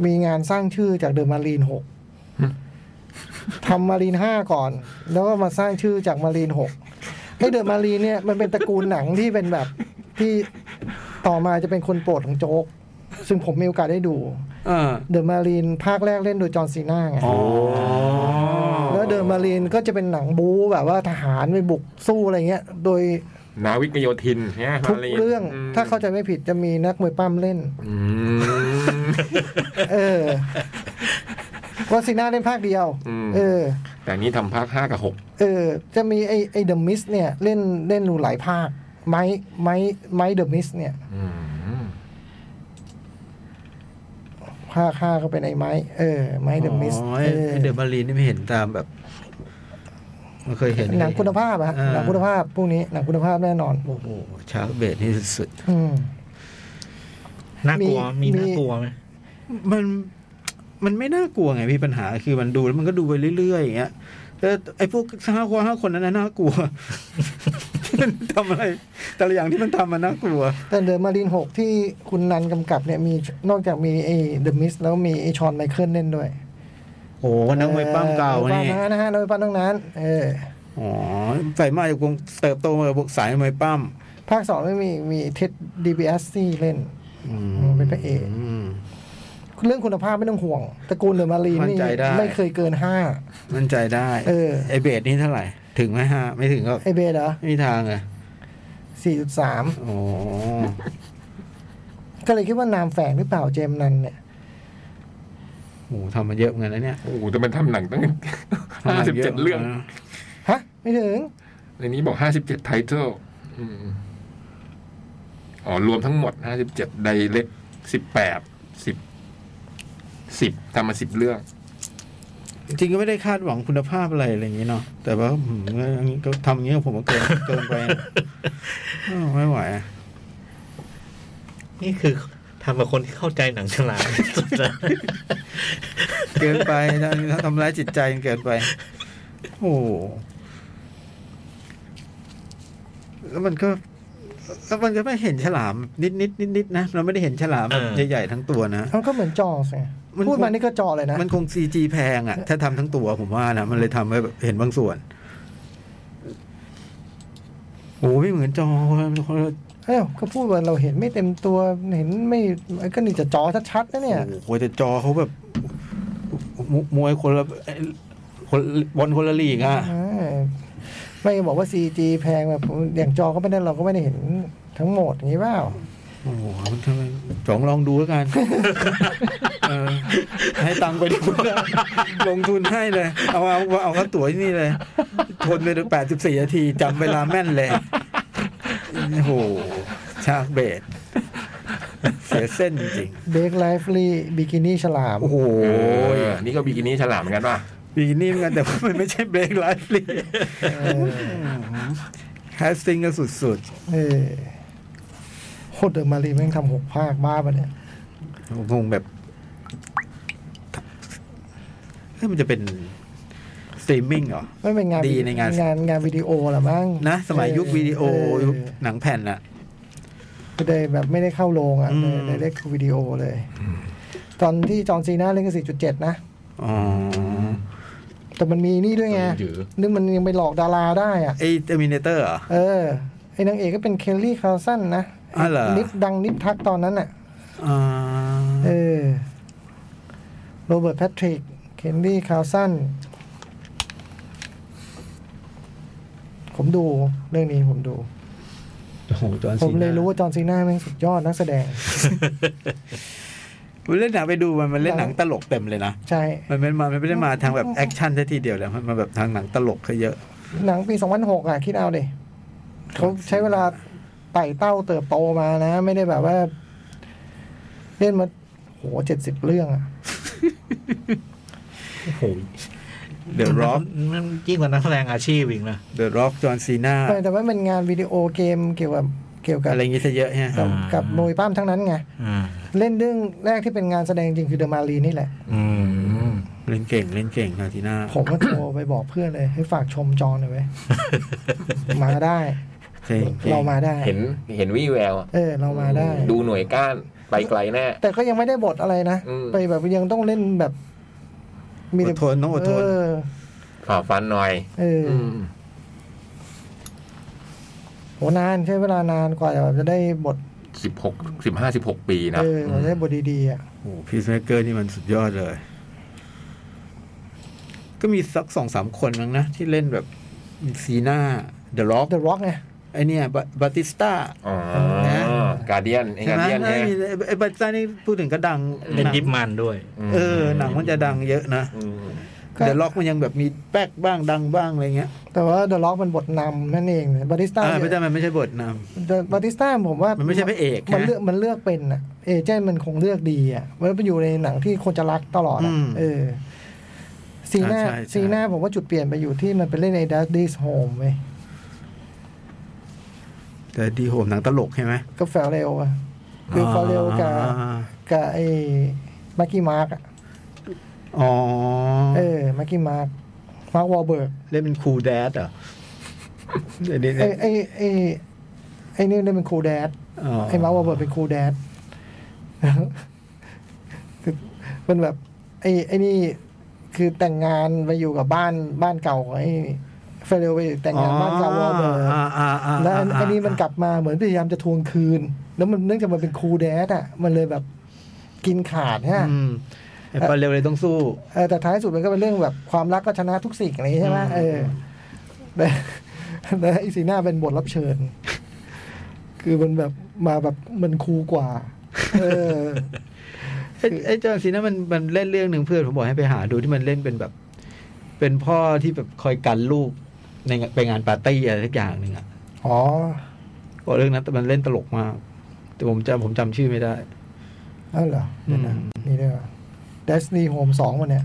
Speaker 1: มีงานสร้างชื่อจากเดอะมารีนหกทำมารีนห้าก่อน แล้วก็มาสร้างชื่อจากมารีนหกไอเดอะมารีนเนี่ยมันเป็นตระกูลหนังที่เป็นแบบที่ต่อมาจะเป็นคนโปรดของโจ๊ก ซึ่งผมมีโอกาสได้ดู
Speaker 4: อ่า
Speaker 1: เดอะมารีนภาคแรกเล่นโดยจอห์นซีน่าไง
Speaker 4: อ๋อ
Speaker 1: แล้วเดอะมารีนก็จะเป็นหนังบู๊แบบว่าทหารไปบุกสู้อะไรเงี้ย โดย
Speaker 2: นาวิกโยธินเนี่ย
Speaker 1: ทุก
Speaker 2: มาลี
Speaker 1: เรื่อง
Speaker 2: ม
Speaker 1: ถ้าเข้าใจไม่ผิดจะมีนักมวยปั้มเล่น
Speaker 2: อืม
Speaker 1: เออว่าซีน่าเล่นภาคเดียว
Speaker 2: อืม
Speaker 1: เออ
Speaker 2: แต่นี่ทำภาคห้ากับหก
Speaker 1: เออ จะมีไอไอเดอะมิสเนี่ยเล่นเล่นอยู่หลายภาค ไม้ไม้ไม้เดอะมิสเนี่ย
Speaker 2: อืม
Speaker 1: ภาคห้าก็เป็นไอไม้ เออ ไม้เดอะมิส
Speaker 4: ไอ้เดอะมารีนนี่ไม่เห็นตามแบบไม่เคยเห็น
Speaker 1: หนังคุณภาพอะฮะ
Speaker 4: อ่า
Speaker 1: หนังคุณภาพพวกนี้หนังคุณภาพแน่นอน
Speaker 4: โอ้โหชาร์กเบดนี่สุด
Speaker 1: อืม
Speaker 3: น่ากลัว
Speaker 1: มี
Speaker 3: มีน่ากลัวไหม
Speaker 4: ๆมันมันไม่น่ากลัวไงพี่ปัญหาคือมันดูแล้วมันก็ดูไปเรื่อยๆอย่างเงี้ยแต่ไอ้พวกห้าคนห้าคนนั้นนะน่ากลัว มันทำอะไร แต่ละอย่างที่มันทำมันน่ากลัว
Speaker 1: แต่เดอะมารีนหกที่คุณนันกำกับเนี่ยมีนอกจากมีไอเดอะมิสแล้วมีไอชอนไมเคิลเล่นด้วย
Speaker 4: โอ้โหนักมวยปั้มเก่า
Speaker 1: ออ
Speaker 4: นี่
Speaker 1: นักมวยปั้มนะฮะนักมวยปั้มทั้งนั้น เออ
Speaker 4: อ๋อใส่มาจากวงเติบโตมาจากวงสายมวยปั้ม
Speaker 1: ภาคสองไม่มีมีเท็ดดีบีเอสซีเล่น
Speaker 4: อืม
Speaker 1: เป็นพระเอก
Speaker 4: ม
Speaker 1: เรื่องคุณภาพไม่ต้องห่วงตระกูลเดอะมารีน
Speaker 4: มั่
Speaker 1: นี่
Speaker 4: นใจได้
Speaker 1: ไม่เคยเกินห้า
Speaker 4: มั่นใจได้
Speaker 1: เออ
Speaker 4: ไอเบดนี่เท่าไหร่ ถึงไหมฮะ ไม่ถึงก็
Speaker 1: ไอเบดเหรอ
Speaker 4: ไม่มีทางอ่ะ
Speaker 1: สี่จุดสาม
Speaker 4: โอ้
Speaker 1: ก็เลยคิดว่านามแฝงหรือเปล่าเจมส์นันเนี่ย
Speaker 4: โหทำมาเยอะเหมือนกันนะเนี่ย
Speaker 2: โอ้โหแต่มันทำหนังตั้งห้าสิบเจ็ดเรื่อง
Speaker 1: ฮะ ไม่ถึง
Speaker 2: ในนี้บอกห้าสิบเจ็ดไทเทลอ๋อ รวมทั้งหมดห้าสิบเจ็ดไดเล็กสิบแปดสิบสิบทำมาสิบเรื่อง
Speaker 4: จริงๆก็ไม่ได้คาดหวังคุณภาพอะไรอะไรอย่างนี้เนาะแต่ว่าอืมก็อย่างนี้ก็ทำอย่างนี้กับผมก็เกิน เกินไปนะเออไม่ไหวอะ
Speaker 3: นี่คือทำกับคนที่เข้าใจหนังฉ ลาดที่สุดแล้ว
Speaker 4: เกินไปทำทำร้ายจิตใจเกินไป โอ้โหแล้วมันก็ แล้วมันก็ไม่เห็นฉลามนิดนิดนิดนิดๆนะเราไม่ได้เห็นฉลามแบบ
Speaker 3: เออ
Speaker 4: ใหญ่ๆทั้งตัวนะ
Speaker 1: มันก็เหมือนจอสไง
Speaker 4: มัน
Speaker 1: พูดมานี่ก็จอเลยนะ
Speaker 4: มันคงซีจีแพงอ่ะ ถ้าทำทั้งตัวผมว่านะ มันเลยทำให้แบบเห็นบางส่วนโอ้ไม่เหมือนจอคนละ
Speaker 1: เอ้าก็พูดว่าเราเห็นไม่เต็มตัวเห็นไม่ก็นี่จะจอชัดๆนะเนี่ย
Speaker 4: โอ้โหแต่จอเขาแบบมมวยคนละคนบอลคนละลีกอ่ะ
Speaker 1: อ่าไม่บอกว่า 4G แพงแบบอย่างจอก็ไม่ได้เราก็ไม่ได้เห็นทั้งหมดอย่างนี้เปล่า
Speaker 4: โอ้โหมันทำไมจองลองดูแล้ว กัน เออให้ตังค์ไปดูแล้วกันลงทุนให้เลย เอาเอาเอาค่าตั๋วที่นี่เลย ทนไปถึงแปดสิบสี่นาทีจำเวลาแม่นเลย โอ้โห ชากเบดเสียเส้นจริง
Speaker 1: เบรกไลฟ์ลีบิกินี่ฉลาม
Speaker 4: ๆโอ้โห
Speaker 2: โอ้ยนี่ก็บิกินี่ฉลามเหมือนกันป่ะ
Speaker 4: ปีนี้เหมือนกันแต่ว่า มันไม่ใช่เบรกไลฟ์ลี
Speaker 1: เออ
Speaker 4: แฮสติงกันสุด
Speaker 1: เออโคตรเดอะมารีแม่งทำหกภาคบ้าปะเนี่ย
Speaker 4: ๆผมงงแบบเฮ้ยมันจะเป็นสตรีมมิ่งเหรอ
Speaker 1: ไม่เป็นงาน
Speaker 4: ดีในงาน
Speaker 1: งานงานวิดีโอเหรอมั้ง
Speaker 4: นะสมัยยุควิดีโอ
Speaker 1: เ
Speaker 4: ยุคหนังแผ่นอะ
Speaker 1: ก็ได้แบบไม่ได้เข้าโรงอ่ะ
Speaker 4: อืม
Speaker 1: ได้เล็กวิดีโอเลย ตอนที่จอห์นซีน่าเล่นก็4.7 นะ
Speaker 4: อ๋อ
Speaker 1: แต่มันมีนี่ด้วยไงนึกมันยังไปหลอกดาราได้อ่ะ
Speaker 4: ไอเทอร์มินเตอร์
Speaker 1: เออ ไอ้นางเอกก็เป็นเคลลี่คาร์สันนะ
Speaker 4: อ๋อเหรอ
Speaker 1: นิดดังนิดทักตอนนั้นน่ะ
Speaker 4: อ่า
Speaker 1: เออ โรเบิร์ตแพทริก เคลลี่คาร์สัน ผมดูเรื่องนี้ผมดู
Speaker 5: โอ้โหจอห์น
Speaker 1: ผ
Speaker 5: ซี
Speaker 1: ม
Speaker 5: น่า
Speaker 1: เลยรู้ว่าจอห์นซีน่าแม่งสุดยอดนักแสดง
Speaker 4: มันเล่นหนังไปดูมันมันเล่นหนังตลกเต็มเลยนะ
Speaker 1: ใช่
Speaker 4: มันเป็นมามันไม่ได้มาทางแบบแอคชั่นซะทีเดียวแล้วมันมาแบบทางหนังตลกซะเยอะ
Speaker 1: หนังปี 2006 อ่ะ คิดเอาเลยเขาใช้เวลาไต่เต้าเติบโตมานะ ไม่ได้แบบว่า เล่นมาโหเจ็ดสิบเรื่องอ่ะ
Speaker 3: โอ้โห
Speaker 4: เดอะร็อก
Speaker 3: มันยิ่งกว่านักแสดงอาชีพอีกนะ
Speaker 4: เดอะร็อกจอห์นซีนา
Speaker 1: ไม่แต่ว่ามันงานวิดีโอเกมเกี่ยวกับเกี่ยวกับ
Speaker 4: อะไรอย่างงี้ซะเยอะฮะ
Speaker 1: กับ
Speaker 3: อ่า
Speaker 1: กับมวยปล้ามทั้งนั้นไง
Speaker 3: อ่า
Speaker 1: เล่นเรื่องแรกที่เป็นงานแสดงจริงคือเดอะมารีนี่แหละ
Speaker 3: อืม
Speaker 4: เล่นเก่งเล่นเก่งจอห์นซีนา
Speaker 1: ผมก็โทรไปบอกเพื่อนเลย ให้ฝากชมจอหน่อยไว้ยมาได้
Speaker 4: เก่งเก่
Speaker 1: เรา
Speaker 4: ง
Speaker 1: มาได้
Speaker 2: เห็นเห็นวี่แววอะ
Speaker 1: เออ เรามาได้
Speaker 2: ดูหน่วยก้านไปไกลแน่
Speaker 1: แต่ก็ยังไม่ได้บทอะไรนะ
Speaker 2: อืม
Speaker 1: ไปแบบยังต้องเล่นแบบ
Speaker 4: อ
Speaker 1: แต่
Speaker 4: ดทนต้องอดทน
Speaker 1: เออ
Speaker 2: ฝ่าฟันหน่อย
Speaker 1: เอออ
Speaker 2: อืม
Speaker 1: โหนานใช้เวลานานกว่าแบบจะได้บท
Speaker 2: สิบหกสิบห้าสิบหกปีนะ
Speaker 1: เออ จะได้บทดีๆอ่ะ
Speaker 4: โอ้พีซเมเกอร์นี่มันสุดยอดเลย ก็มีสักสองสามคนมั้งนะ ที่เล่นแบบซีนาเดอะร็อก
Speaker 1: The Rock ไง
Speaker 4: ไอเนี่ยบาบาติสต้า
Speaker 2: อ๋อ
Speaker 4: นะ
Speaker 2: การเดียนการ
Speaker 4: ใช่ไหม
Speaker 2: เดียน
Speaker 4: ไม่
Speaker 2: เนี่ย
Speaker 4: มีไอ้ไอ้บาติสต้านี่พูดถึงก็ดัง
Speaker 3: เล่น
Speaker 4: หง
Speaker 3: ยิปมันด้วย
Speaker 4: เออ หนังมันจะดังเยอะนะ
Speaker 2: อืม
Speaker 1: ก็
Speaker 4: แต่ล็อกมันยังแบบมีแป๊กบ้างดังบ้างอะไรเงี้ย
Speaker 1: แต่ว่า The Rock มันบทนำนั่นเองบาริสต้า
Speaker 4: อ่าไม่ใช่มันไม่ใช่บทน
Speaker 1: บาติสต้าผมว่า
Speaker 4: มั
Speaker 1: มัน
Speaker 4: ไม่ใช่พระเอกนะ
Speaker 1: มันเลือกมันเลือกเป็นอ่ะ เอเจนต์มันคงเลือกดีอ่ะมันไปอยู่ในหนังที่คนจะรักตลอดอะ
Speaker 4: อืม
Speaker 1: เออซีน่า
Speaker 4: อ่าใช่ใช่
Speaker 1: ซีน่าผมว่าจุดเปลี่ยนไปอยู่ที่มันไปเล่นในดัสดี้โฮมเว้ย
Speaker 4: ำแต่ดีโหมหนังตลกใช่ไหม
Speaker 1: ก็แฟร์เรลอะคือแฟร์เรลกับ
Speaker 4: อ่า
Speaker 1: กับไอ้แม็กกี้มาร์กอ่ะ
Speaker 4: อ๋อ
Speaker 1: เออแม็กกี้มาร์กมาร์กวอลเบิร์ก
Speaker 4: เล่นเป็นครูแดดเหรอไอ้นี่
Speaker 1: ไอ้ไอ้ไอ้ไอ้นี่เล่นเป็นครูแดด ไอ้มาร์ควอลเบิร์ดเป็นครูแดด คือมันแบบ ไอ้ไอ้นี่คือแต่งงานไปอยู่กับบ้านบ้านเก่าของไอ้เฟรเรลไปแต่งงานบ้านเก่าวอลเบิร์ดแล้วอันอันนี้มันกลับมาเหมือนพยายามจะทวงคืน แล้วมันเนื่องจากมันเป็นครูแดดอ่ะ มันเลยแบบกินขาดฮะ
Speaker 4: อืมไอ้ปลาเร็วเลยต้องสู้
Speaker 1: เออแต่ท้ายสุดมันก็เป็นเรื่องแบบความรักก็ชนะทุกสิ่งอะไรอย่างงี้ใช่ไหมเออแต่แต่ไอซีน่าเป็นบทรับเชิญ คือมันแบบมาแบบมันคูลกว่า เออ
Speaker 4: ไอ้ไอ้จอห์นซีนามันมันเล่นเรื่องหนึ่งเพื่อนผมบอกให้ไปหาดูที่มันเล่นเป็นแบบ เป็นพ่อที่แบบคอยกันลูกในงานไปงานปาร์ตี้อะไรสักอย่างหนึ่งอ่ะ
Speaker 1: อ๋อ
Speaker 4: บอกเรื่องนั้นแต่มันเล่นตลกมาก แต่ผมจำผมจำชื่อไม่ได้
Speaker 1: นั่นเหรอเดี๋ยวนะ
Speaker 4: อืม
Speaker 1: นี่ด้วยวะ Destiny Home สองวันเนี้ย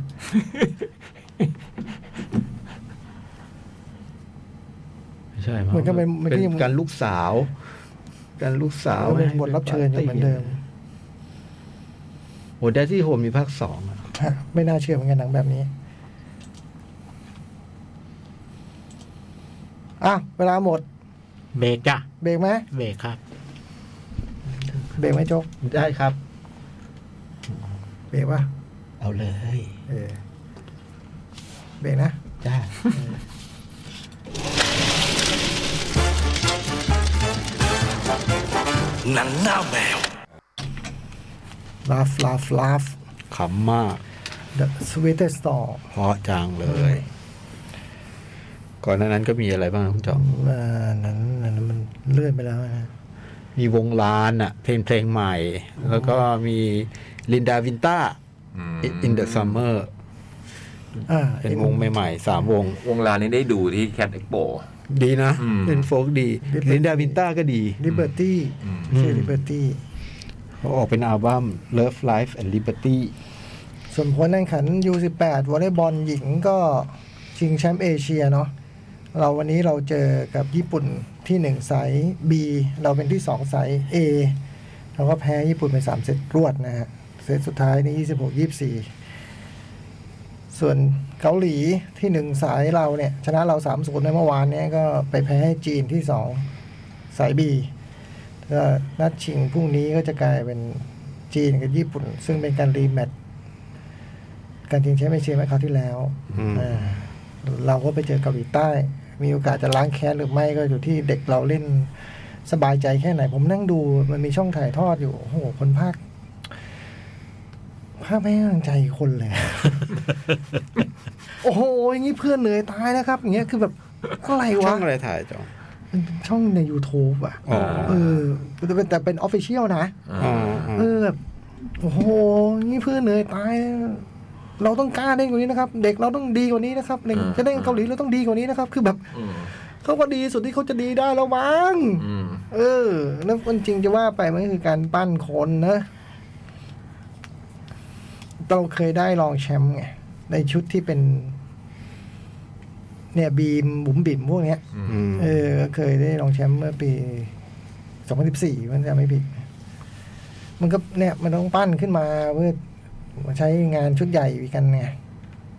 Speaker 4: ไม่ใช่
Speaker 1: เหมือนก็เป็นมัน
Speaker 4: เป็
Speaker 1: ก็
Speaker 4: น
Speaker 1: ยัง
Speaker 4: การลูกสาว การลูกสาว
Speaker 1: ก็เป็นบทรับเชิญอยู่เหมือนเดิม
Speaker 4: โอ้แดดที่โฮมมีภาคสองอะ
Speaker 1: ฮะไม่น่าเชื่อเหมือนกันหนังแบบนี้อ่ะเวลาหมด
Speaker 3: เบรกจ้ะ
Speaker 1: เบรกไหม
Speaker 3: เบรกครับ
Speaker 1: เบรกไหมโจ๊ก
Speaker 4: ได้ครับ
Speaker 1: เบรกป่ะ
Speaker 5: เอาเลย
Speaker 1: เออเบรกนะ
Speaker 5: จ้า
Speaker 1: laugh laugh laugh
Speaker 5: ขำมาก
Speaker 1: the sweetest song
Speaker 5: เพราะจังเลย
Speaker 4: ก่อนหน้านั้นก็มีอะไรบ้างครับคุณจอง
Speaker 1: เอ่อนั้นนั้นมันเลื่อนไปแล้วนะ
Speaker 4: มีวงลานอ่ะ เพลงเพลงใหม่ แล้วก็มีลินดาวินต้า
Speaker 2: อืม
Speaker 4: In the Summer
Speaker 1: อ่า
Speaker 4: เป็นวงใหม่ๆสามวง
Speaker 2: วงลานนี้ได้ดูที่แคดเอ็กโป
Speaker 4: ดีนะ
Speaker 2: อืม
Speaker 4: เป็นโฟกดี ลินดาวินต้าก็ดี
Speaker 1: ลิเบอร์ตี้ชื่อลิเบอร์ตี้
Speaker 4: เขาออกเป็นอัลบั้ม Love Life and Liberty
Speaker 1: ส่วนผลแข่งขัน U18 วอลเลย์บอลหญิงก็ชิงแชมป์เอเชียเนาะเราวันนี้เราเจอกับญี่ปุ่นที่ 1 ไซส์ B เราเป็นที่ 2 ไซส์ A เราก็แพ้ญี่ปุ่นไป 3 เซตรวดนะฮะ เซตสุดท้ายนี่26 24 ส่วนเกาหลีที่ 1 สายเราเนี่ย ชนะเรา3 0ในเมื่อวานเนี่ยก็ไปแพ้ให้จีนที่ 2 สาย B ก็นัดชิงพรุ่งนี้ก็จะกลายเป็นจีนกับญี่ปุ่น ซึ่งเป็นการรีแมตช์การชิงแชมป์เอเชียเมื่อคราวที่แล้วอ่าเราก็ไปเจอเกาหลีใต้ มีโอกาสจะล้างแค้นหรือไม่ก็อยู่ที่เด็กเราเล่นสบายใจแค่ไหน ผมนั่งดูมันมีช่องถ่ายทอดอยู่ โอ้โห คนภาคภาคไม่ให้กำลังใจคนเลย โอ้โหอย่างนี้เพื่อนเหนื่อยตายนะครับอย่างเงี้ยคือแบบอะไร
Speaker 4: ช่
Speaker 1: วะ
Speaker 4: องอะไรถ่ายจอง
Speaker 1: มันเป็นช่องใน YouTube อ่ะ
Speaker 4: อ๋อ
Speaker 1: เออแต่เป็นแต่เป็นออฟฟิเชียลนะ
Speaker 4: อ๋อ
Speaker 1: เออแบบโอ้โหนี่เพื่อนเหนื่อยตาย เราต้องกล้าเล่นกว่านี้นะครับ เด็กเราต้องดีกว่านี้นะครับเด็ก
Speaker 2: อ่า
Speaker 1: จะเล่นเกาหลีเราต้องดีกว่านี้นะครับ คือแบบ
Speaker 2: อืม
Speaker 1: เขาก็ดีสุดที่เขาจะดีได้แล้วมั้ง
Speaker 2: อืม
Speaker 1: เออแล้วมันจริงจะว่าไปมันก็คือการปั้นคนนะเราเคยได้รองแชมป์ไงในชุดที่เป็น เนี่ยบีมบุ๋มบิ๋มพวกเนี้ย
Speaker 4: อืม
Speaker 1: เออเคยได้รองแชมป์เมื่อปี 2014 มันจะไม่ผิด มันก็เนี่ยมันต้องปั้นขึ้นมาเพื่อมาใช้งานชุดใหญ่อีกกันไง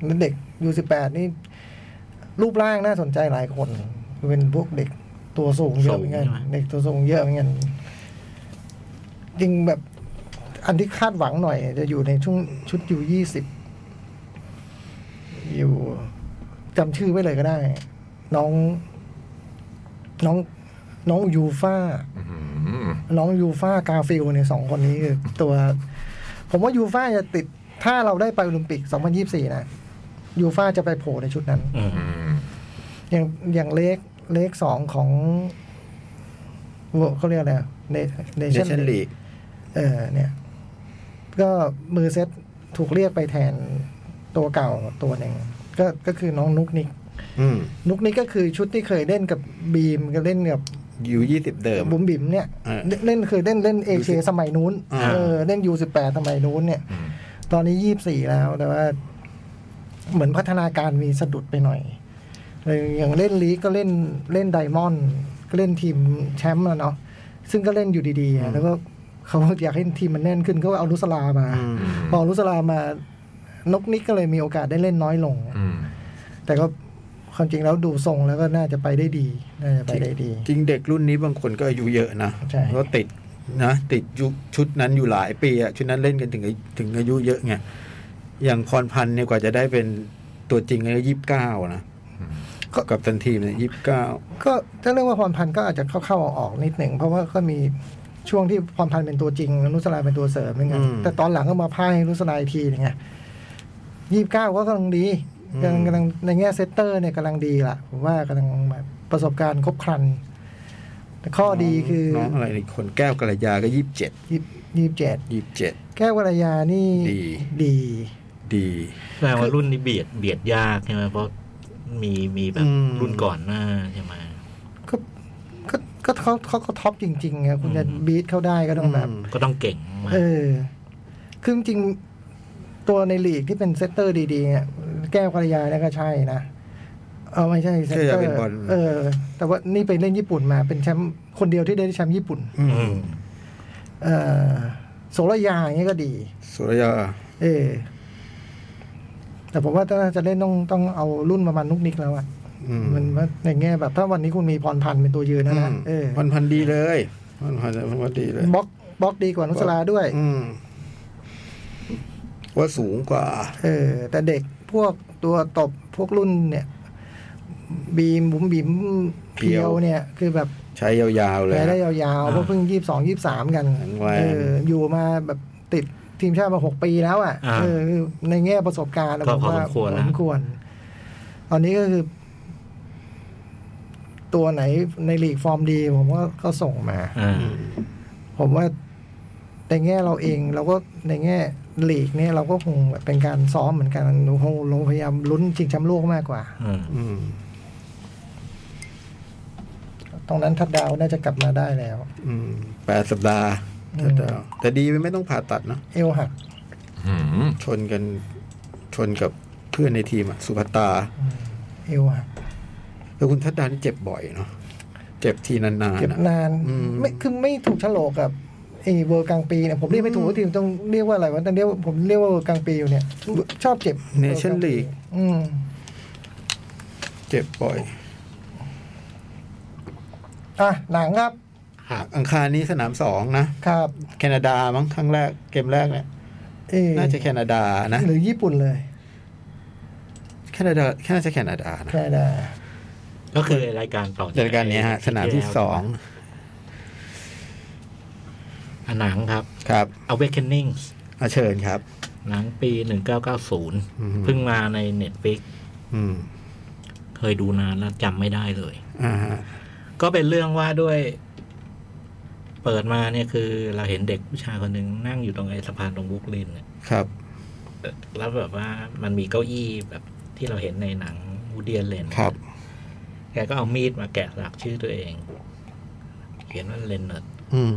Speaker 1: แล้วเด็กยูสิบแปดนี่ รูปร่างน่าสนใจหลายคนคือเป็นพวกเด็กตัวสูงเยอะเหมือนกัน
Speaker 3: สูงใช่ไหม
Speaker 1: เด็กตัวสูงเยอะเหมือนกัน จริงแบบอันที่คาดหวังหน่อย จะอยู่ในช่วงชุดยูยี่สิบอยู่จำชื่อไว้เลยก็ได้ น้อง น้องน้องยูฟ่า
Speaker 2: อืม
Speaker 1: น้องยูฟ่ากาฟิลเนี่ยสองคนนี้คือตัว ผมว่ายูฟ่าจะติดถ้าเราได้ไปโอลิมปิก 2024 นะยูฟ่าจะไปโผล่ในชุดนั้น
Speaker 3: อืม
Speaker 2: อืม
Speaker 1: อย่างอย่างเลขเลขสองของเขาเรียกอะไรเน
Speaker 4: เน
Speaker 1: ชั่
Speaker 4: ชั่น
Speaker 1: นลี
Speaker 4: ลีก
Speaker 1: เออเนี่ย ก็มือเซตถูกเรียกไปแทนตัวเก่าตัวหนึ่งก็ก็คือน้องนุกนิก
Speaker 4: อืม
Speaker 1: นุกนิกก็คือชุดที่เคยเล่นกับบีมก็เล่นกับ
Speaker 4: ยูยี่สิบเดิม
Speaker 1: บุ๋มบิ๋มเนี่ย
Speaker 4: เออ
Speaker 1: เล่นเล่นคือเล่นเล่นเอเชียสมัยนู้น
Speaker 4: อ่า
Speaker 1: เออเล่นยูสิบแปดสมัยนู้นเนี่ย
Speaker 2: อืม
Speaker 1: ตอนนี้ยี่สี่แล้วแต่ว่า เหมือนพัฒนาการมีสะดุดไปหน่อยเลยอย่างเล่นลีกก็เล่นเล่นไดมอนด์ก็เล่นทีมแชมป์แล้วเนาะซึ่งก็เล่นอยู่ดีๆอะแล้วก็เขาอยากให้ทีมมันแน่นขึ้นก็เอาลุสลามา
Speaker 4: อืม
Speaker 1: พอลุสลามานกนิกก็เลยมีโอกาสได้เล่นน้อยลง
Speaker 2: อืม
Speaker 1: แต่ก็ความจริงแล้วดูทรงแล้วก็น่าจะไปได้ดี น่าจะไปได้ดี
Speaker 4: จริงเด็กรุ่นนี้บางคนก็อายุเยอะนะ
Speaker 1: ใช่
Speaker 4: ก็ติดนะ ติดยุคชุดนั้นอยู่หลายปีอะชุดนั้นเล่นกันถึงอาถึงอายุเยอะไง อย่างพรพันธ์เนี่ยกว่าจะได้เป็นตัวจริงก็ยี่สิบเก้านะกับทันทีมเนี่ยยี่สิบเก้า
Speaker 1: ก็ถ้าเรื่องว่าพรพันธ์ก็อาจจะเข้าๆออกๆนิดหนึ่ง เพราะว่าก็มีช่วงที่พรพันธ์เป็นตัวจริงแล้วนุสลาเป็นตัวเสริมเหมือนกัน
Speaker 4: อืม
Speaker 1: แต่ตอนหลังก็มาพ่ายนุสลาอีกทีหนึ่งไงยี่สิบเก้าก็กำลังดี
Speaker 4: อืม
Speaker 1: กำลังกำลังในแง่เซตเตอร์เนี่ยกำลังดีล่ะผมว่ากำลังแบบประสบการณ์ครบครัน แต่ข้อดีคือ
Speaker 4: น้องอะไรอีกคนแก้วกัลยาก็ยี่สิบเจ็ด
Speaker 1: ยี่สิบเจ็ด
Speaker 4: ยี่สิบเจ็ด
Speaker 1: แก้ววรยานี่
Speaker 4: ดี
Speaker 1: ดี
Speaker 4: ดี
Speaker 3: แปลว่ารุ่นนี้เบียดเบียดยากใช่ไหมเพราะมีมีแบบ
Speaker 4: อืม
Speaker 3: รุ่นก่อนหน้าใช่ไหม
Speaker 1: ก็ก็ก็เขาเขาก็ท็อปจริงๆไงคุณจะ
Speaker 3: อืม
Speaker 1: บีทเขาได้ก็ต้องแบบ
Speaker 3: ก็ต้องเก่งมาก
Speaker 1: เออ คือจริงๆตัวในลีกที่เป็นเซตเตอร์ดีๆเนี่ยแก้วกัลยาเนี่ยก็ใช่นะ เออไม่ใช่เซตเตอ
Speaker 4: ใช่
Speaker 1: ร์
Speaker 4: เป็นบอล
Speaker 1: เออ แต่ว่านี่ไปเล่นญี่ปุ่นมาเป็นแชมป์คนเดียวที่ได้แชมป์ญี่ปุ่น
Speaker 4: อืม
Speaker 3: อืม
Speaker 1: เออโสระยาอย่างเงี้ยก็ดี
Speaker 4: สุรยา
Speaker 1: เออ แต่ผมว่าถ้าจะเล่นต้องต้องเอารุ่นประมาณนุกนิกแล้วอะ
Speaker 4: อืม
Speaker 1: มันว่าในแง่แบบถ้าวันนี้คุณมีพรพันธ์เป็นตัวยืนนะนะเออ
Speaker 4: มันพันดีเลยมันพันพันดีเลย
Speaker 1: บล็อกบล็อกดีกว่านุสราด้วย
Speaker 4: อืมว่าสูงกว่า
Speaker 1: เออแต่เด็กพวกตัวตบพวกรุ่นเนี่ย บีมบุ๋มบิ๋มเพียวเนี่ย คือแบบ
Speaker 4: ใช้ยาวๆเล
Speaker 1: แพ้
Speaker 4: ย
Speaker 1: ได้ยาวๆเพราะเพิ่งยี่สิบสองยี่สามกัน
Speaker 4: แข็งแรง
Speaker 1: เอออยู่มาแบบติดทีมชาติมาหกปีแล้วอ่ะ
Speaker 3: อ่า
Speaker 1: เออคือในแง่ประสบการณ์อะ
Speaker 3: ก็
Speaker 1: ผม
Speaker 3: พอ
Speaker 1: ว่า
Speaker 3: สมควร
Speaker 1: พ
Speaker 3: นะ
Speaker 1: อสมควร ตอนนี้ก็คือ ตัวไหนในลีกฟอร์มดี ผมว่าก็ส่งมา
Speaker 3: อ่า
Speaker 1: ผมว่าในแง่เราเองเราก็ในแง่ลีกเนี่ยเราก็คงแบบเป็นการซ้อมเหมือนกันเราคงเราพยายามลุ้นชิงแชมป์โลกมากกว่า
Speaker 3: อ่า
Speaker 4: อืม
Speaker 1: ตรงนั้นทัดดาวน่าจะกลับมาได้แล้ว
Speaker 4: อืมแปดสัปดาห์
Speaker 1: อืม
Speaker 4: ถ้าจะเอาแต่ดีไม่ต้องผ่าตัดเนอะ
Speaker 1: เอวหัก
Speaker 2: หืม
Speaker 4: ชนกัน ชนกับเพื่อนในทีมอะสุภัตตา
Speaker 1: เอวหัก
Speaker 4: แล้วคุณทัดดานี่เจ็บบ่อยเนาะเจ็บทีนาน
Speaker 1: เก็บ
Speaker 4: ๆอะ
Speaker 1: นาน
Speaker 4: อืม
Speaker 1: ไม่คือไม่ถูกโฉลกกับไอ้เวอร์กลางปีเนี่ยผมเรียกไม่ถูกทีมต้องเรียกว่าอะไรวะต้องเรียกว่าผมเรียกว่าเวอร์กลางปีอยู่เนี่ยชอบเจ็บ
Speaker 4: เนชั่น
Speaker 1: World
Speaker 4: ลีก
Speaker 1: Cup อืม
Speaker 4: เจ็บบ่อย
Speaker 1: อ่ะหนังครับ
Speaker 4: อังคารนี้สนามสองนะ
Speaker 1: ครับ
Speaker 4: แคนาดามั้งครั้งแรกเกมแรกเนี่ย
Speaker 1: เอ่อ
Speaker 4: น่าจะแคนาดานะ
Speaker 1: หรือญี่ปุ่นเลย
Speaker 4: แคนาดาแค่น่าจะแคนาดานะ
Speaker 1: แคนาดา
Speaker 3: ก็คือรายการต่อจ
Speaker 4: เดยวการนี้ฮะ สนามที่สอง
Speaker 3: อ่ะหนังครับ
Speaker 4: ครับ
Speaker 3: Awakening
Speaker 4: อาเชิญครับ
Speaker 3: หนังปี
Speaker 4: อืม
Speaker 3: 1990 เพิ่งมาใน Netflix
Speaker 4: อืม
Speaker 3: เคยดูนานแล้วจำไม่ได้เลย
Speaker 4: อ่าฮะ
Speaker 3: ก็เป็นเรื่องว่าด้วย เปิดมาเนี่ยคือเราเห็นเด็กผู้ชายคนหนึ่งนั่งอยู่ตรงไอ้สะพานตรงบรุกลินเนี่ย
Speaker 4: ครับ
Speaker 3: แล้วแบบว่ามันมีเก้าอี้แบบที่เราเห็นในหนังวูดเดียนเลน
Speaker 4: ครับ
Speaker 3: แกก็เอามีดมาแกะสลักชื่อตัวเองเขียนว่าเลนเนอร์ด
Speaker 4: อืม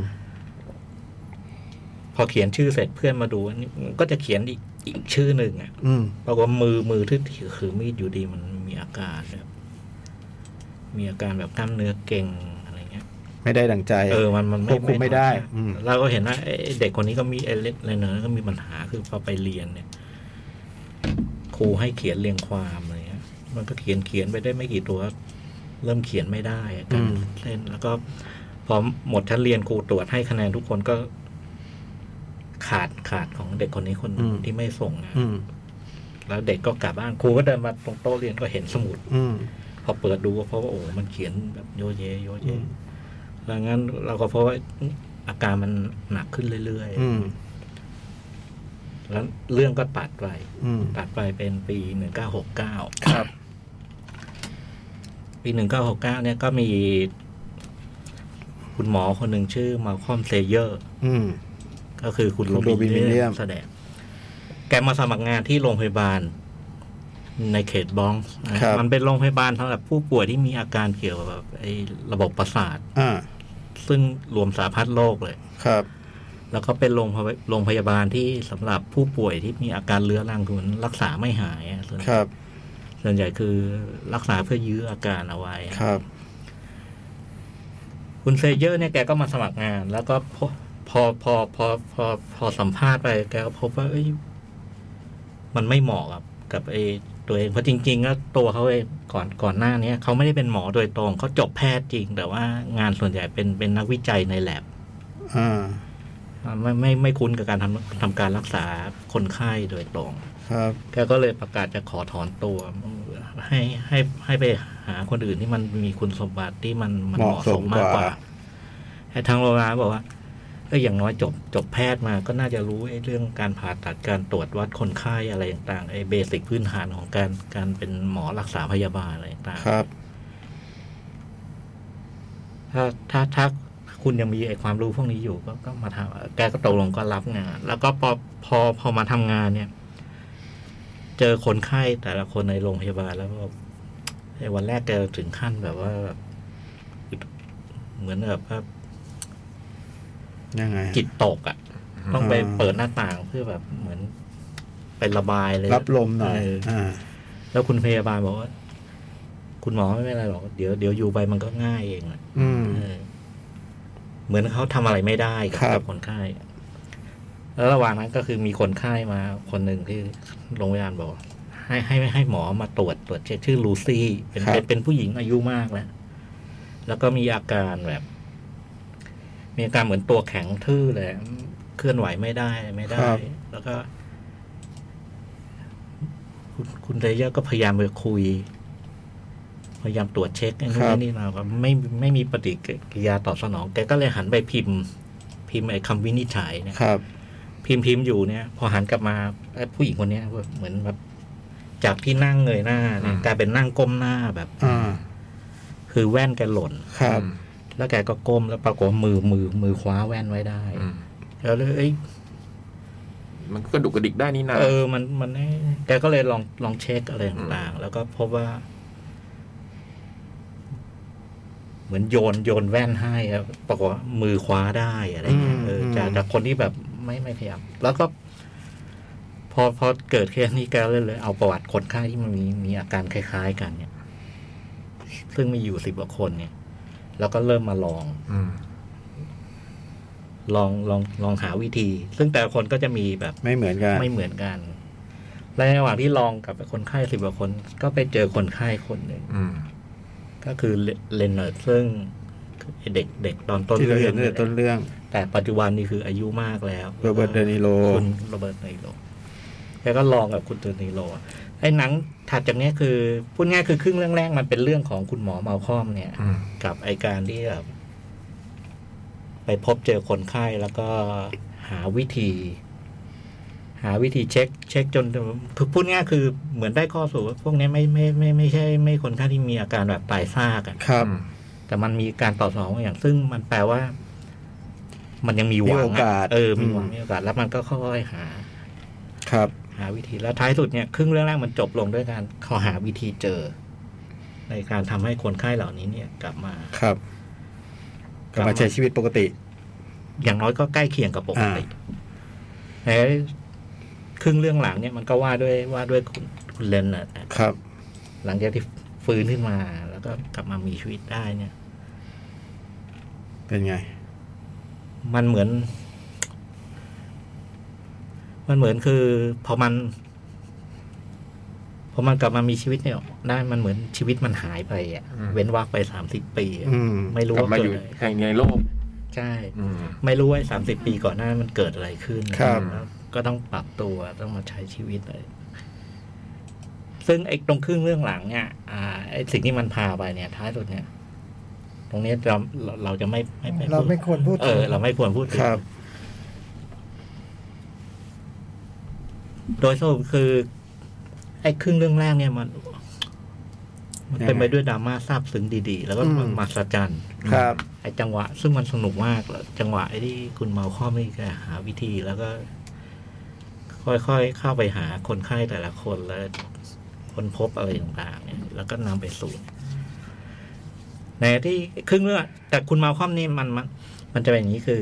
Speaker 3: พอเขียนชื่อเสร็จเพื่อนมาดูอันนี้มันก็จะเขียนอีกอีกชื่อหนึ่งอ่ะ
Speaker 4: อืม
Speaker 3: ปรากฏว่ามือมือที่ถือคือมีดอยู่ดีมันมีอาการแบบมีอาการแบบกล้ามเนื้อเก่งอะไรเงี้ย
Speaker 4: ไม่ได้ดังใจ
Speaker 3: เออมันมัน
Speaker 4: ควบคุมไม่ได้อืม
Speaker 3: เราก็เห็นว่าไอ้เด็กคนนี้ก็มีไอ้เล็กเนอร์ก็มีปัญหาคือพอไปเรียนเนี่ย ครูให้เขียนเรียงความอะไรเงี้ยมันก็เขียนเขียนไปได้ไม่กี่ตัว เริ่มเขียนไม่ได้อะการเล่นแล้วก็พอหมดชั้นเรียนครูตรวจให้คะแนนทุกคนก็ ขาดขาดของเด็กคนนี้คนหนึ่ง
Speaker 4: อืม
Speaker 3: ที่ไม่ส่งอะ
Speaker 4: อืม
Speaker 3: แล้วเด็กก็กลับบ้านครูก็เดินมาตรงโต๊ะเรียนก็เห็นสมุด
Speaker 4: อืม
Speaker 3: พอเปิดดูก็เพราะว่าโอ้โหมันเขียนแบบโยเยโยเย
Speaker 4: อืม
Speaker 3: แล้วงั้นเราก็เพราะว่าอาการมันหนักขึ้นเรื่อย
Speaker 4: อืม
Speaker 3: ๆ แล้วเรื่องก็ตัดไป
Speaker 4: อืม
Speaker 3: ตัดไปเป็นปีหนึ่งเก้าหกเก้า
Speaker 4: ครับ
Speaker 3: ปีหนึ่งเก้าหกเก้าเนี่ยก็มี คุณหมอคนหนึ่งชื่อมาคอมเซเยอร์
Speaker 4: อืม
Speaker 3: ก็คือคุณ
Speaker 4: คุ
Speaker 3: โร
Speaker 4: ณ
Speaker 3: บิน
Speaker 4: Robin
Speaker 3: วิลเลียม
Speaker 4: Williams
Speaker 3: แสดง แกมาสมัครงานที่โรงพยาบาล ในเขตบรองซ์นะครับ มันเป็นโรงพยาบาลสำหรับผู้ป่วยที่มีอาการเกี่ยวกับไอ้ระบบประสาท
Speaker 4: อ่า
Speaker 3: ซึ่งรวมสาพัดโรคเลย
Speaker 4: ครับ
Speaker 3: แล้วก็เป็นโรงพยาโรงพยาบาลที่สำหรับผู้ป่วยที่มีอาการเรื้อรังคือมันรักษาไม่หายอะส่วน
Speaker 4: ครับ
Speaker 3: ส่วนใหญ่คือรักษาเพื่อยื้ออาการเอาไว้อะ
Speaker 4: ครับ
Speaker 3: คุณเซเยอร์เนี่ยแกก็มาสมัครงาน แล้วก็พอพอพอพอพอพอสัมภาษณ์ไปแกก็พบว่าเอ้ยมันไม่เหมาะกับ กับไอ้ตัวเองเพราะจริงๆแล้วตัวเขาเองก่อนก่อนหน้าเนี้ยเขาไม่ได้เป็นหมอโดยตรงเขาจบแพทย์จริง แต่ว่างานส่วนใหญ่เป็นเป็นนักวิจัยในแลบ
Speaker 4: อ่า
Speaker 3: ไม่ไม่ไม่คุ้นกับการทำทำการรักษาคนไข้โดยตรง
Speaker 4: ครับ
Speaker 3: แกก็เลยประกาศจะขอถอนตัว ให้ให้ให้ไปหาคนอื่นที่มันมีคุณสมบัติที่มันมันเห
Speaker 4: เห
Speaker 3: มาะ
Speaker 4: มาะ
Speaker 3: ส
Speaker 4: ส
Speaker 3: ม
Speaker 4: ม
Speaker 3: มากก
Speaker 4: ก
Speaker 3: ว่า
Speaker 4: ว่า
Speaker 3: แต่ทางโรงพยาบาลบอกว่าเอยอย่างน้อยจบจบแพทย์มาก็น่าจะรู้ไอ้เรื่องการผ่าตัดการตรวจวัดคนไข้อะไรต่างๆไอ้เบสิกพื้นฐานของการการเป็นหมอรักษาพยาบาลอะไรต่างๆ
Speaker 4: ครับ
Speaker 3: ถ้าถ้าถ้าคุณยังมีไอความรู้พวกนี้อยู่ก็ก็มาทำแกก็ตกลงก็รับงาน แล้วก็พอพอพอมาทำงานเนี่ย เจอคนไข้แต่ละคนในโรงพยาบาลแล้วก็ไอวันแรกแกถึงขั้นแบบว่าแบบเหมือนแบบว่า
Speaker 4: ยังไง
Speaker 3: จิตตกอะ่ะ ต้องไปเปิดหน้าต่างเพื่อแบบเหมือนไประบายเลย
Speaker 4: รับลมหน่อย
Speaker 3: เอออ่
Speaker 4: อ่า
Speaker 3: แล้วคุณพยาบาลบอกว่า คุณหมอไม่เป็นไรหรอกเดี๋ยวเดี๋ยวอยู่ไปมันก็ง่ายเองแหละ
Speaker 4: อืม
Speaker 3: เออเหมือนเขาทำอะไรไม่ได้
Speaker 4: ครั
Speaker 3: กับ คนไข้ แล้วระหว่างนั้นก็คือมีคนไข้มาคนหนึ่งที่โรงพยาบาลบอก ห ให้ให้ให้หมอมาตรวจตรวจเช็คชื่อลูซี่เป็น
Speaker 4: ครับ
Speaker 3: เป็นเป็นผู้หญิงอายุมากแล้ว แล้วก็มีอาการแบบ มีอาการเหมือนตัวแข็งทื่อเลยเคลื่อนไหวไม่ได้ไม่ได้
Speaker 4: ครับ
Speaker 3: แล้วก็ คุณคุณเดย่าก็พยายามไปคุย พยายามตรวจเช็คไอ้นู่น
Speaker 4: ครับ
Speaker 3: ไอ้นี่มาก็ไม่ไม่มีปฏิกิริยาตอบสนอง แกก็เลยหันไปพิมพ์ พิมพ์ไอ้คำวินิจฉัยเนี่ย
Speaker 4: ครับ
Speaker 3: พิมพ์พิมพ์อยู่เนี่ย พอหันกลับมาไอ้ผู้หญิงคนเนี้ยเหมือนแบบจากที่นั่งเงยหน้าเนี่ย
Speaker 2: อืม
Speaker 3: กลายเป็นนั่งก้มหน้าแบบ
Speaker 4: อ่า
Speaker 3: คือแว่นแกหล่น
Speaker 4: ครับ
Speaker 3: แล้วแกก็ก้มแล้วปรากฏว่ามือมือมือคว้าแว่นไว้ได้
Speaker 2: อืม
Speaker 3: แล้วเลยเอ้ย
Speaker 2: มันก็กระดุกกระดิกได้นี่นะ
Speaker 3: เออมันมันเอ้ยแกก็เลยลองลองเช็คอะไรต่างๆ แล้วก็พบว่า เหมือนโยนโยนแว่นให้อะปรากฏว่ามือคว้าได้อะไรเงี้ย
Speaker 4: อืม
Speaker 3: เออ
Speaker 4: ม
Speaker 3: จากจากคนที่แบบไม่ไม่พยายามแล้วก็ พอพอเกิดเคสนี้แกเลยเลย เอาประวัติคนไข้ที่มันมีมีอาการคล้าย ๆ กันเนี่ย ซึ่งมีอยู่สิบกว่าคนเนี่ย แล้วก็เริ่มมาลอง
Speaker 2: อืม
Speaker 3: ลองลองลองหาวิธี ซึ่งแต่ละคนก็จะมีแบบ
Speaker 4: ไม่เหมือนกัน
Speaker 3: ไม่เหมือนกัน และในระหว่างที่ลองกับคนไข้สิบกว่าคน ก็ไปเจอคนไข้คนหนึ่ง
Speaker 2: อืม
Speaker 3: ก็คือเลนเนอร์ดซึ่งเด็กเด็กตอนต้น
Speaker 4: ที่เรา
Speaker 3: เรื่
Speaker 4: เห็
Speaker 3: อน ง
Speaker 4: ตั้งแต่ต้นเรื่อง
Speaker 3: แต่ปัจจุบันนี่คืออายุมากแล้ว
Speaker 4: โรเบิร์ตเดนิโล
Speaker 3: คุณโรเบิร์ตเดนิโลแกก็ลองกับคุณเดนิโลไอ้หนังถัดจากเนี้ยคือพูดง่ายคือครึ่งเรื่องแรกมันเป็นเรื่องของคุณหมอมาลคอมเนี่ย
Speaker 2: อืม
Speaker 3: กับไอการที่แบบไปพบเจอคนไข้แล้วก็หาวิธี หาวิธีเช็ค เช็คจนคือพูดง่ายคือเหมือนได้ข้อสรุปว่าพวกเนี้ยไม่ไม่ไม่ไม่ใช่ ไม่คนไข้ที่มีอาการแบบตายซากอะ
Speaker 4: ครับ
Speaker 3: แต่มันมีการตอบสนองบางอย่าง ซึ่งมันแปลว่า มันยังมีหวัง
Speaker 4: มีโอกาส
Speaker 3: ะเออ มีหวัง
Speaker 4: อืม
Speaker 3: มีโอกาส แล้วมันก็ค่อยๆหา
Speaker 4: ครับ
Speaker 3: หาวิธีแล้วท้ายสุดเนี่ยครึ่งเรื่องแรกมันจบลงด้วยการเขาหาวิธีเจอ ในการทำให้คนไข้เหล่านี้เนี่ย กลับมา
Speaker 4: ครับกลับมาใช้ชีวิตปกติ
Speaker 3: อย่างน้อยก็ใกล้เคียงกับปกติในครึ่งเรื่องหลังเนี่ยมันก็ว่าด้วยว่าด้วยคุณคุณเลนน่ะ
Speaker 4: ครับ
Speaker 3: หลังจากที่ฟื้นขึ้นมา แล้วก็กลับมามีชีวิตได้เนี่ย
Speaker 4: เป็นไง
Speaker 3: มันเหมือน มันเหมือนคือพอมัน พอมันกลับมามีชีวิตเนี่ย ได้มันเหมือนชีวิตมันหายไปอ่ะ
Speaker 2: อืม
Speaker 3: เว้นวักไปสามสิบปีอะ
Speaker 4: อืม
Speaker 3: ไม่รู้
Speaker 2: กลับ
Speaker 3: ว่า
Speaker 2: มาอ
Speaker 3: เกิ
Speaker 2: ยู่
Speaker 3: ดอะไร
Speaker 2: ในโลก
Speaker 3: ใช่
Speaker 2: อืม
Speaker 3: ไม่รู้ว่าสามสิบปีก่อนหน้ามันเกิดอะไรขึ้น
Speaker 4: ครับ
Speaker 3: แล้วก็ต้องปรับตัวต้องมาใช้ชีวิตเลยซึ่งไอ้ตรงครึ่งเรื่องหลังเนี่ยอ่าไอ้สิ่งที่มันพาไปเนี่ย ท้ายสุดเนี่ย ตรงเนี้ยเราเราเราจะไม่ไม่ป
Speaker 1: เรา
Speaker 3: พูด
Speaker 1: ไม่ควรพูด
Speaker 3: เอ
Speaker 1: ถึง
Speaker 3: อ เราไม่ควรพูดถึง
Speaker 4: ครับ
Speaker 3: โดยสรุปคือ ไอ้ครึ่งเรื่องแรกเนี่ยมัน มันเต็มไปด้วยดราม่าซาบซึ้งดีๆ แล้วก็
Speaker 4: อืม
Speaker 3: มหัศจรรย์
Speaker 4: ครับ
Speaker 3: ไอ้จังหวะ ซึ่งมันสนุกมากแล้วจังหวะไอ้ที่คุณเมาข้อมนี่แกหาวิธีแล้วก็ ค่อยๆเข้าไปหาคนไข้แต่ละคนแล้วคนพบอะไรต่างๆ เนี่ย แล้วก็นำไปสู่ในที่ครึ่งเรื่องแต่คุณเมาข้อมนี่มันมัน มันจะเป็นอย่างนี้คือ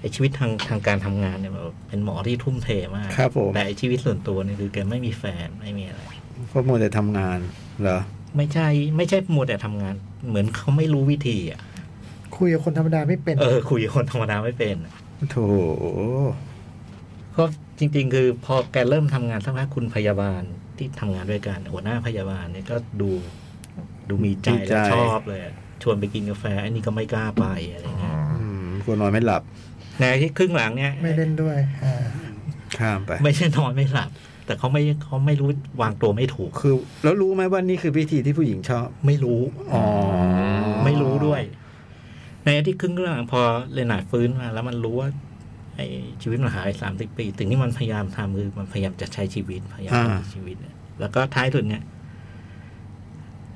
Speaker 3: ไอชีวิตทางทางการทำงานเนี่ยแบบเป็นหมอที่ทุ่มเทมาก
Speaker 4: ครับผม
Speaker 3: แต่ไอชีวิตส่วนตัวเนี่ยคือแกไม่มีแฟนไม่มีอะไร
Speaker 4: เพราะมัวแต่ทำงาน เหรอ
Speaker 3: ไม่ใช่ ไม่ใช่มัวแต่ทำงาน เหมือนเขาไม่รู้วิธีอ่ะ
Speaker 1: คุยกับคนธรรมดาไม่เป็น
Speaker 3: เออคุยกับคนธรรมดาไม่เป็นอะ
Speaker 4: โถ
Speaker 3: เพราะจริง ๆ คือพอแกเริ่มทำงานสักพักคุณพยาบาลที่ทำงานด้วยกันหัวหน้าพยาบาลเนี่ยก็ดูดูมีใจ
Speaker 4: มีใจ
Speaker 3: และชอบเลยอะชวนไปกินกาแฟไอ้นี่ก็ไม่กล้าไปอะไรเงี้ย
Speaker 4: อืมกลัวนอนไม่หลับ
Speaker 3: ในที่ครึ่งหลังเนี่ย
Speaker 1: ไม่เล่นด้วยอ่า
Speaker 4: ข้ามไป
Speaker 3: ไม่ใช่นอนไม่หลับ แต่เขาไม่เขาไม่รู้วางตัวไม่ถูก
Speaker 4: คือ แล้วรู้ไหมว่านี่คือพิธีที่ผู้หญิงชอบ
Speaker 3: ไม่รู้
Speaker 4: อ๋อ
Speaker 3: ไม่รู้ด้วย ในอาที่ครึ่งเรื่องพอเรนาร์ดฟื้นมา แล้วมันรู้ว่าไอ้ชีวิตมันหายสามสิบปีถึงที่มันพยายามทำคือมันพยายามจะใช้ชีวิตพยายาม
Speaker 4: อ่า
Speaker 3: จะมีชีวิตเนี่ยแล้วก็ท้ายสุดเนี่ย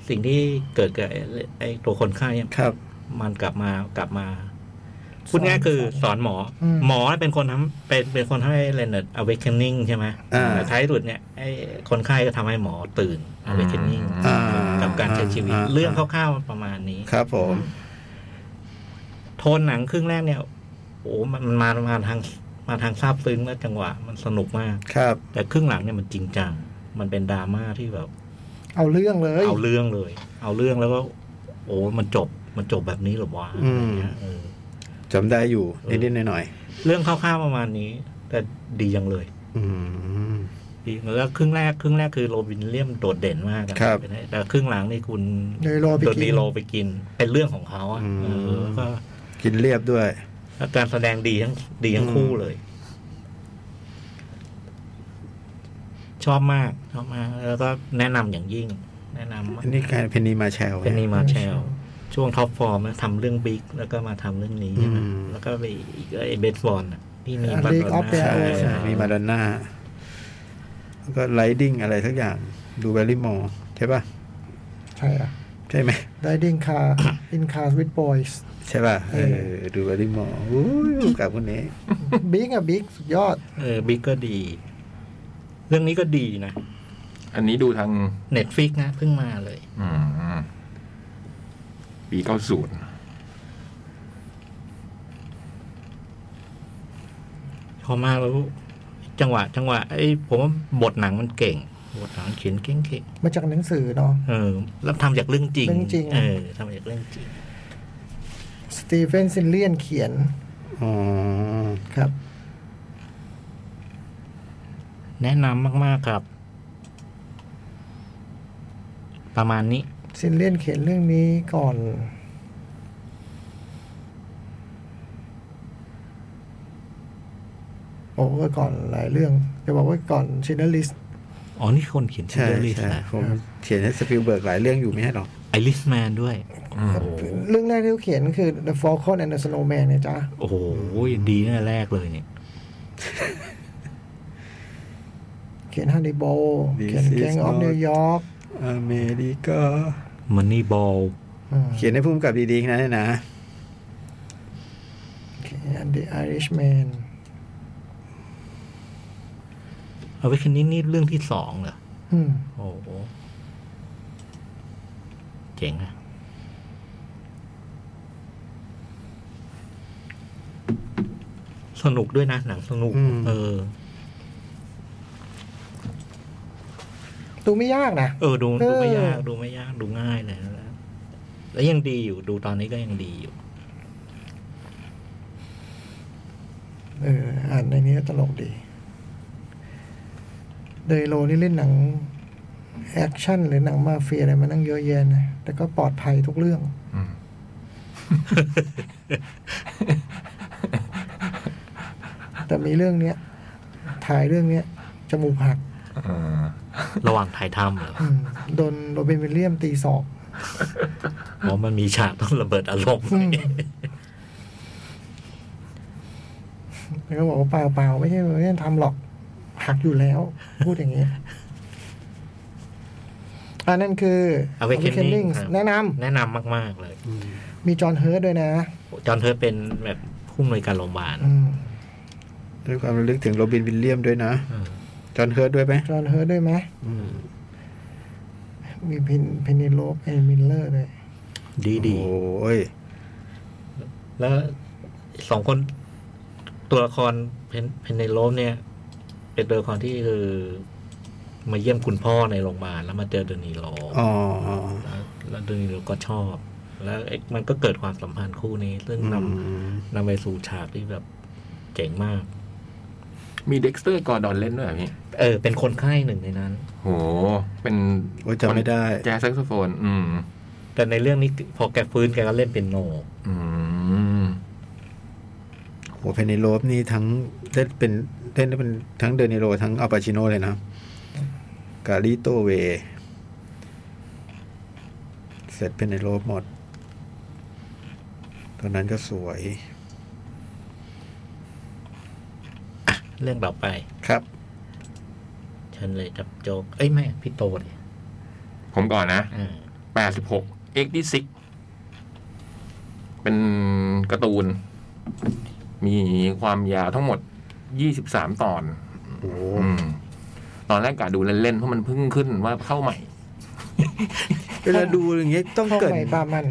Speaker 3: สิ่งที่เกิดกับไอ้ไอ้ตัวคนไข้เนี่ย
Speaker 4: ครับ
Speaker 3: มันกลับมากลับมาพูดง่ายๆคือสอนหมออ
Speaker 1: ม
Speaker 3: หมอเป็นคนทำเป็นเป็นคนทำให้เรนาร์ดอเวคเนิ่งใช่ไหม
Speaker 4: อ่า
Speaker 3: แต่ท้ายสุดเนี่ยไอ้คนไข้ก็ทำให้หมอตื่นอเวคเนิ่ง
Speaker 4: อ่า
Speaker 3: กับการใช้ชีวิต
Speaker 4: า
Speaker 3: เรื่องคร่าวๆมันประมาณนี้
Speaker 4: ครับผม
Speaker 3: โทนหนังครึ่งแรกเนี่ย โอ้มันมันมามาทางมาทางซาบซึ้งและจังหวะ มันสนุกมาก
Speaker 4: ครับ
Speaker 3: แต่ครึ่งหลังเนี่ยมันจริงจัง มันเป็นดราม่าที่แบบ
Speaker 1: เอาเรื่องเลย
Speaker 3: เอาเรื่องเลย เอาเรื่องแล้วก็ โอ้มันจบ มันจบแบบนี้เหรอวะ
Speaker 4: อื
Speaker 3: ะ
Speaker 4: ม
Speaker 3: ไรเงี้ยเออ
Speaker 4: จำได้อยู่
Speaker 3: เออ
Speaker 4: นิดๆหน่อย
Speaker 3: เรื่องคร่าวๆประมาณนี้ แต่ดียังเลย
Speaker 4: ๆอืม
Speaker 3: ดีแล้วครึ่งแรกครึ่งแรกคือโรบินเลียมโดดเด่นมากอะ
Speaker 4: ครับ
Speaker 3: เป็นไอ้แต่ครึ่งหลังนี่คุณ
Speaker 1: เดโรไปกิน
Speaker 3: โดนดีโรไปกิน เป็นเรื่องของเขาอะเออก็
Speaker 4: กินเรียบด้วย
Speaker 3: แล้วการแสดงดีทั้งดีทั้งคู่เลย ชอบมากชอบมาก แล้วก็แนะนำอย่างยิ่ง แนะนำ
Speaker 4: อันนี้ใครเพนนีมาแชล
Speaker 3: เป็นนีมาแชลช่วงท็อปฟอร์มนะทำเรื่องบิ๊กแล้วก็มาทำเรื่องนี้ใช่ไหม
Speaker 4: อืม
Speaker 3: แล้วก็ไปอีกไอ้เบสบอลน่ะที่มี
Speaker 1: อ่า
Speaker 3: บอล
Speaker 1: League of Their
Speaker 4: ใช่
Speaker 1: Own
Speaker 4: ใช่มีมาดอนน่าแล้วก็ไลดิ้งอะไรสักอย่าง ดูแบลลี่มอร์ใช่ป่ะ
Speaker 1: ใช่อะ
Speaker 4: ใช่ไหม
Speaker 1: ได้ดิงคา อินคาสวิตบอยส์
Speaker 4: ใช่ป่ะ เอ
Speaker 1: เอ
Speaker 4: อ
Speaker 1: อ
Speaker 4: ดูแบลลี่มอร์อู้ยกับคนนี้
Speaker 1: บิ๊กอะบิ๊กสุดยอด
Speaker 3: เออบิ๊กก็ดี เรื่องนี้ก็ดีนะ
Speaker 2: อันนี้ดูทาง
Speaker 3: เน็ตฟิกนะเพิ่งมาเลย
Speaker 2: อืมปีเก้าศูนย์
Speaker 3: พอมาแล้วจังหวะ จังหวะไอ้ผมว่าบทหนังมันเก่ง บทหนังเขียนเก่งๆ
Speaker 1: มาจากหนังสือเนาะ
Speaker 3: เออแล้วทำจากเรื่องจริง
Speaker 1: เรื่องจริง
Speaker 3: เออทำจากเรื่องจริง
Speaker 1: สตีเฟนซินเลียนเขียน
Speaker 4: อ๋อ
Speaker 1: ครับ
Speaker 3: แนะนำมาก ๆ ครับ ประมาณนี้
Speaker 1: ซินเลียนเขียนเรื่องนี้ก่อน โอ้ก็ก่อนหลายเรื่อง จะบอกว่าก่อนชินเนอร์ลิส
Speaker 3: อ๋อ นี่คนเขียนชื่
Speaker 4: ใช่
Speaker 3: อเรื่อง
Speaker 4: ใช่
Speaker 3: นะ
Speaker 4: ผมเขียนให้สปิลเบิร์กหลายเรื่องอยู่ไม่ใช่หรอ
Speaker 3: ไอริสแมนด้วย
Speaker 1: เรื่องแรกที่เขาเขียนคือ The Falcon and the Snowman เนี่ยจ้า
Speaker 3: โอ้โห ดีตั้งแต่แรกเลยเนี่ย
Speaker 1: เขียนฮัน n ิโบ
Speaker 4: This
Speaker 1: เขียน
Speaker 4: is
Speaker 1: แกงออฟ
Speaker 4: not-
Speaker 1: นิวยอร์ก
Speaker 4: อเมริกา
Speaker 3: มันนี่บอล
Speaker 4: เขียนให้พุ่มกับดีๆขนาดนั้นนะ
Speaker 1: เขียน The Irishman
Speaker 3: เอาไว้คันนี้นี่เรื่องที่สองเหรอ
Speaker 1: อืม
Speaker 3: โอ้โห เจ๋งอะสนุกด้วยนะ หนังสนุก
Speaker 4: อืม
Speaker 3: เออ
Speaker 1: ดูไม่ยากนะ
Speaker 3: เออ ดู
Speaker 1: เออ
Speaker 3: ดูไม่ยาก ดูไม่ยาก ดูง่ายเลยนะแล้วยังดีอยู่ ดูตอนนี้ก็ยังดีอยู่
Speaker 1: เออ อ่านในนี้ก็ตลกดี เดยโลนี่เล่นหนัง แอคชั่นหรือหนังมาเฟียอะไรมานั่งเยอะแยะนะ แต่ก็ปลอดภัยทุกเรื่อง แต่มีเรื่องเนี้ย ถ่ายเรื่องเนี้ย จมูก หัก
Speaker 3: ระหว่างถ่ายทำเหรอ
Speaker 1: อืมโดนโรเบนวิลเลียมตีศอก
Speaker 3: อ๋อมันมีฉากต้องระเบิดอารมณ์
Speaker 1: อืมแล้วก็บอกว่าเปล่าเปล่าไม่ใช่ไม่ได้ทำหรอก หักอยู่แล้ว พูดอย่างนี้ยอันนั่นคือ
Speaker 3: Awakening
Speaker 1: Awakening
Speaker 3: ครับ
Speaker 1: แนะนำ
Speaker 3: แนะนำมาก ๆ เลย
Speaker 1: มีจอห์นเฮิร์ตด้วยนะ
Speaker 3: จอห์นเธอเป็นแบบผู้อำนวยการโรงพยาบาล
Speaker 1: อืม
Speaker 4: ด้วยความระลึกถึงโรบินวิลเลียมด้วยนะ
Speaker 3: เออ
Speaker 4: จอห์นเฮิร์ตด้วยไหม
Speaker 1: จอห์นเฮิร์ตด้วยไหม
Speaker 4: อืม
Speaker 1: มีเพนเพนิโลปเอมิลเลอร์ด้วย
Speaker 3: ดีดี
Speaker 4: โอ้ย
Speaker 3: แล้วสองคนตัวละครเพนเพนในโลมเนี่ย เป็นตัวละครที่คือ มาเยี่ยมคุณพ่อในโรงพยาบาลแล้วมาเจอเดนีโล
Speaker 4: อ๋อ
Speaker 3: แล้วแล้วเดนีโลก็ชอบ แล้วเอ๊ะมันก็เกิดความสัมพันธ์คู่นี้ ซึ่งน
Speaker 4: อืม
Speaker 3: ำนำไปสู่ฉากที่แบบเจ๋งมาก
Speaker 2: มีเด็กสเตอร์กอร์ดอนเล่นด้วยเหรอพี่
Speaker 3: เออ เป็นคนไข้หนึ่งในนั้น
Speaker 2: โห เป็น
Speaker 4: โอ้ยจำไม่ได้
Speaker 2: คนแจ๊สแซกโซโฟน อืม
Speaker 3: แต่ในเรื่องนี้พอแกฟื้นแกก็เล่นเป็นโน
Speaker 2: อืม
Speaker 4: โหเพนนิโลปนี่ทั้งเล่นเป็นเล่นได้เป็นทั้งเดนิโรทั้งอัลปาชิโนเลยนะกาลิโตเว เสร็จเพนนิโลปหมด ตอนนั้นก็สวย
Speaker 3: เรื่องต่อไป
Speaker 4: ครับ
Speaker 3: เชิญเลยจับโจก เอ้ยแม่พี่โตเลย
Speaker 2: ผมก่อนนะ
Speaker 3: อ่า
Speaker 2: แปดสิบหกเอ็กดิซิก เป็นการ์ตูน มีความยาวทั้งหมดยี่สิบสามตอน
Speaker 4: โอ้
Speaker 2: อืม ตอนแรกกะดูเล่นๆ เพราะมันเพิ่งขึ้นว่าเข้าใหม่
Speaker 4: เวลาดูอย่างเงี้ยต้อง
Speaker 1: เข้า
Speaker 4: เกริน
Speaker 1: ไปปามัน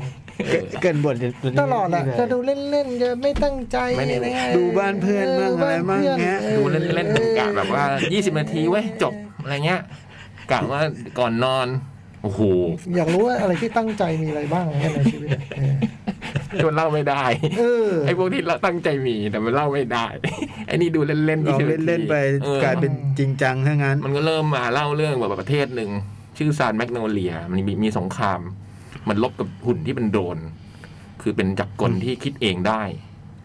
Speaker 4: เกรินเกรินบทเดี๋ยวนี้
Speaker 1: ตลอดแหละ
Speaker 4: เย
Speaker 1: จะดูเล่น ๆ จะไม่ตั้งใจ
Speaker 2: ไม่ได้
Speaker 1: อะไรเงี้ย
Speaker 4: ดูบ้านเพื่อนบ้างอะไรบ้างเงี้ย
Speaker 1: ออ
Speaker 2: ดูเล่นๆกะแบบว่ายี่สิบนาทีเว้ย จบ อะไรเงี้ยกะว่าก่อนนอน โอ้โห
Speaker 1: อยากรู้ว่าอะไรที่ตั้งใจมีอะไรบ้างเนี่ยในชีวิตเนี่ยเออ
Speaker 2: จนเล่าไม่ได้
Speaker 1: เออ
Speaker 2: ไอ้พวกที่ตั้งใจมีแต่มันเล่าไม่ได้ ไอ้นี่ดูเล่นๆ
Speaker 4: ลอง
Speaker 2: 20
Speaker 4: เล่น ๆ ไป
Speaker 2: ออ
Speaker 4: กลายเป็นจริงจังทั้งนั้น
Speaker 2: มันก็เริ่มมาเล่าเรื่องแบบประเทศหนึ่ง ชื่อซานแมกโนเลีย มันมีมีสงคราม มันลบกับหุ่นที่เป็นโดรนคือเป็นจักรกลที่คิดเองได้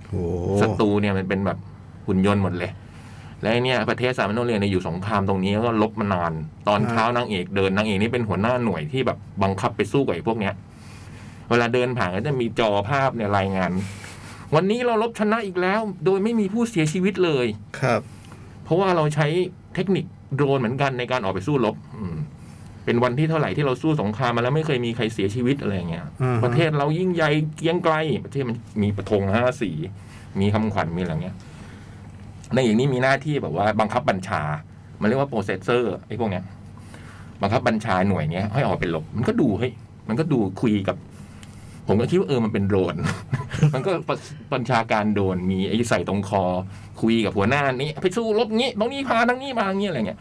Speaker 4: โอ้
Speaker 2: ศัตรูเนี่ยมันเป็นแบบหุ่นยนต์หมดเลย และไอ้เนี่ยประเทศซานแมกโนเลียเนี่ยอยู่สงครามตรงนี้แล้วก็ลบมานาน ตอนเช้านางเอกเดินนางเอกนี่เป็นหัวหน้าหน่วยที่แบบบังคับไปสู้กับไอ้พวกเนี้ย เวลาเดินผ่านก็จะมีจอภาพเนี่ยรายงาน วันนี้เราลบชนะอีกแล้ว โดยไม่มีผู้เสียชีวิตเลย
Speaker 4: ครับ
Speaker 2: เพราะว่าเราใช้เทคนิคโดรนเหมือนกันในการออกไปสู้รบอืมเป็นวันที่เท่าไหร่ที่เราสู้สงครามมาแล้วไม่เคยมีใครเสียชีวิตอะไรอย่างเงี้ย
Speaker 4: อือฮะ
Speaker 2: ประเทศเรายิ่งใหญ่เกรียงไกล ประเทศมันมีประทงห้าสี มีคำขวัญมีอะไรเงี้ย ในอย่างนี้มีหน้าที่แบบว่าบังคับบัญชา มันเรียกว่าโปรเซสเซอร์ไอ้พวกเนี้ย บังคับบัญชาหน่วยเนี้ยให้ออกไปรบมันก็ดูเฮ้ยมันก็ดูคุยกับ ผมก็คิดว่าเออมันเป็นโดรน มันก็ประบัญชาการโดรนมีไอ้ใส่ตรงคอ คุยกับหัวหน้านี้ไปสู้รบงี้ตรงนี้พาทางนี้มาอย่างนี้อะไรเงี้ย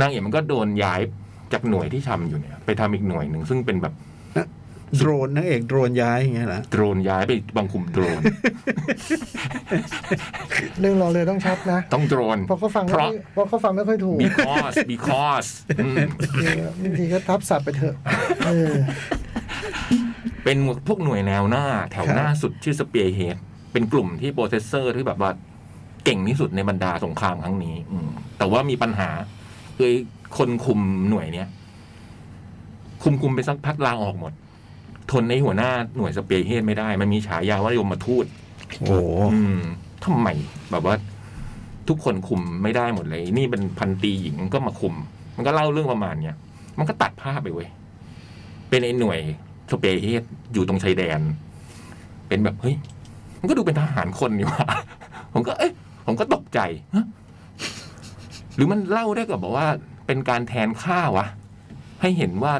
Speaker 2: นางเอกมันก็โดนย้ายจากหน่วยที่ทำอยู่เนี่ย ไปทำอีกหน่วยหนึ่งซึ่งเป็นแบบ
Speaker 4: โดรนนางเอกโดรนย้ายอย่างเงี้ยเหรอ
Speaker 2: โดรนย้ายไปบังคุมโดรน
Speaker 1: เรื่องรอเรือต้องชัดนะ
Speaker 2: ต้องโดรน
Speaker 1: เพราะเขาฟัง
Speaker 2: เพราะ
Speaker 1: ไม่ค่อยเพราะเขาฟังไม่ค่อยถูก
Speaker 2: because because อืม
Speaker 1: เออบางทีก็ทับศัพท์ไปเถอะเออ
Speaker 2: เป็นพวกหน่วยแนวหน้า แถวหน้าสุดชื่อสเปียเฮดเป็นกลุ่มที่โปรเซสเซอร์ที่แบบว่าเก่งที่สุดในบรรดาสงครามครั้งนี้ อืมแต่ว่ามีปัญหาคือคนคุมหน่วยเนี้ยคุมคุมไปสักพักลาออกหมด ทนในหัวหน้าหน่วยสเปียเฮดไม่ได้ มันมีฉายาว่ายมมาทูต
Speaker 4: โอ้โห
Speaker 2: อืมทำไมแบบว่า ทุกคนคุมไม่ได้หมดเลย นี่เป็นพันตรีหญิงก็มาคุม มันก็เล่าเรื่องประมาณเนี้ยมันก็ตัดภาพไปเว้ย เป็นไอ้หน่วยสเปรย์เฮดอยู่ตรงชายแดน เป็นแบบเฮ้ย มันก็ดูเป็นทหารคนนี่หว่า ผมก็ เอ๊ะผมก็ตกใจฮะหรือมันเล่าได้กับบอกว่า เป็นการแทนค่าวะ ให้เห็นว่า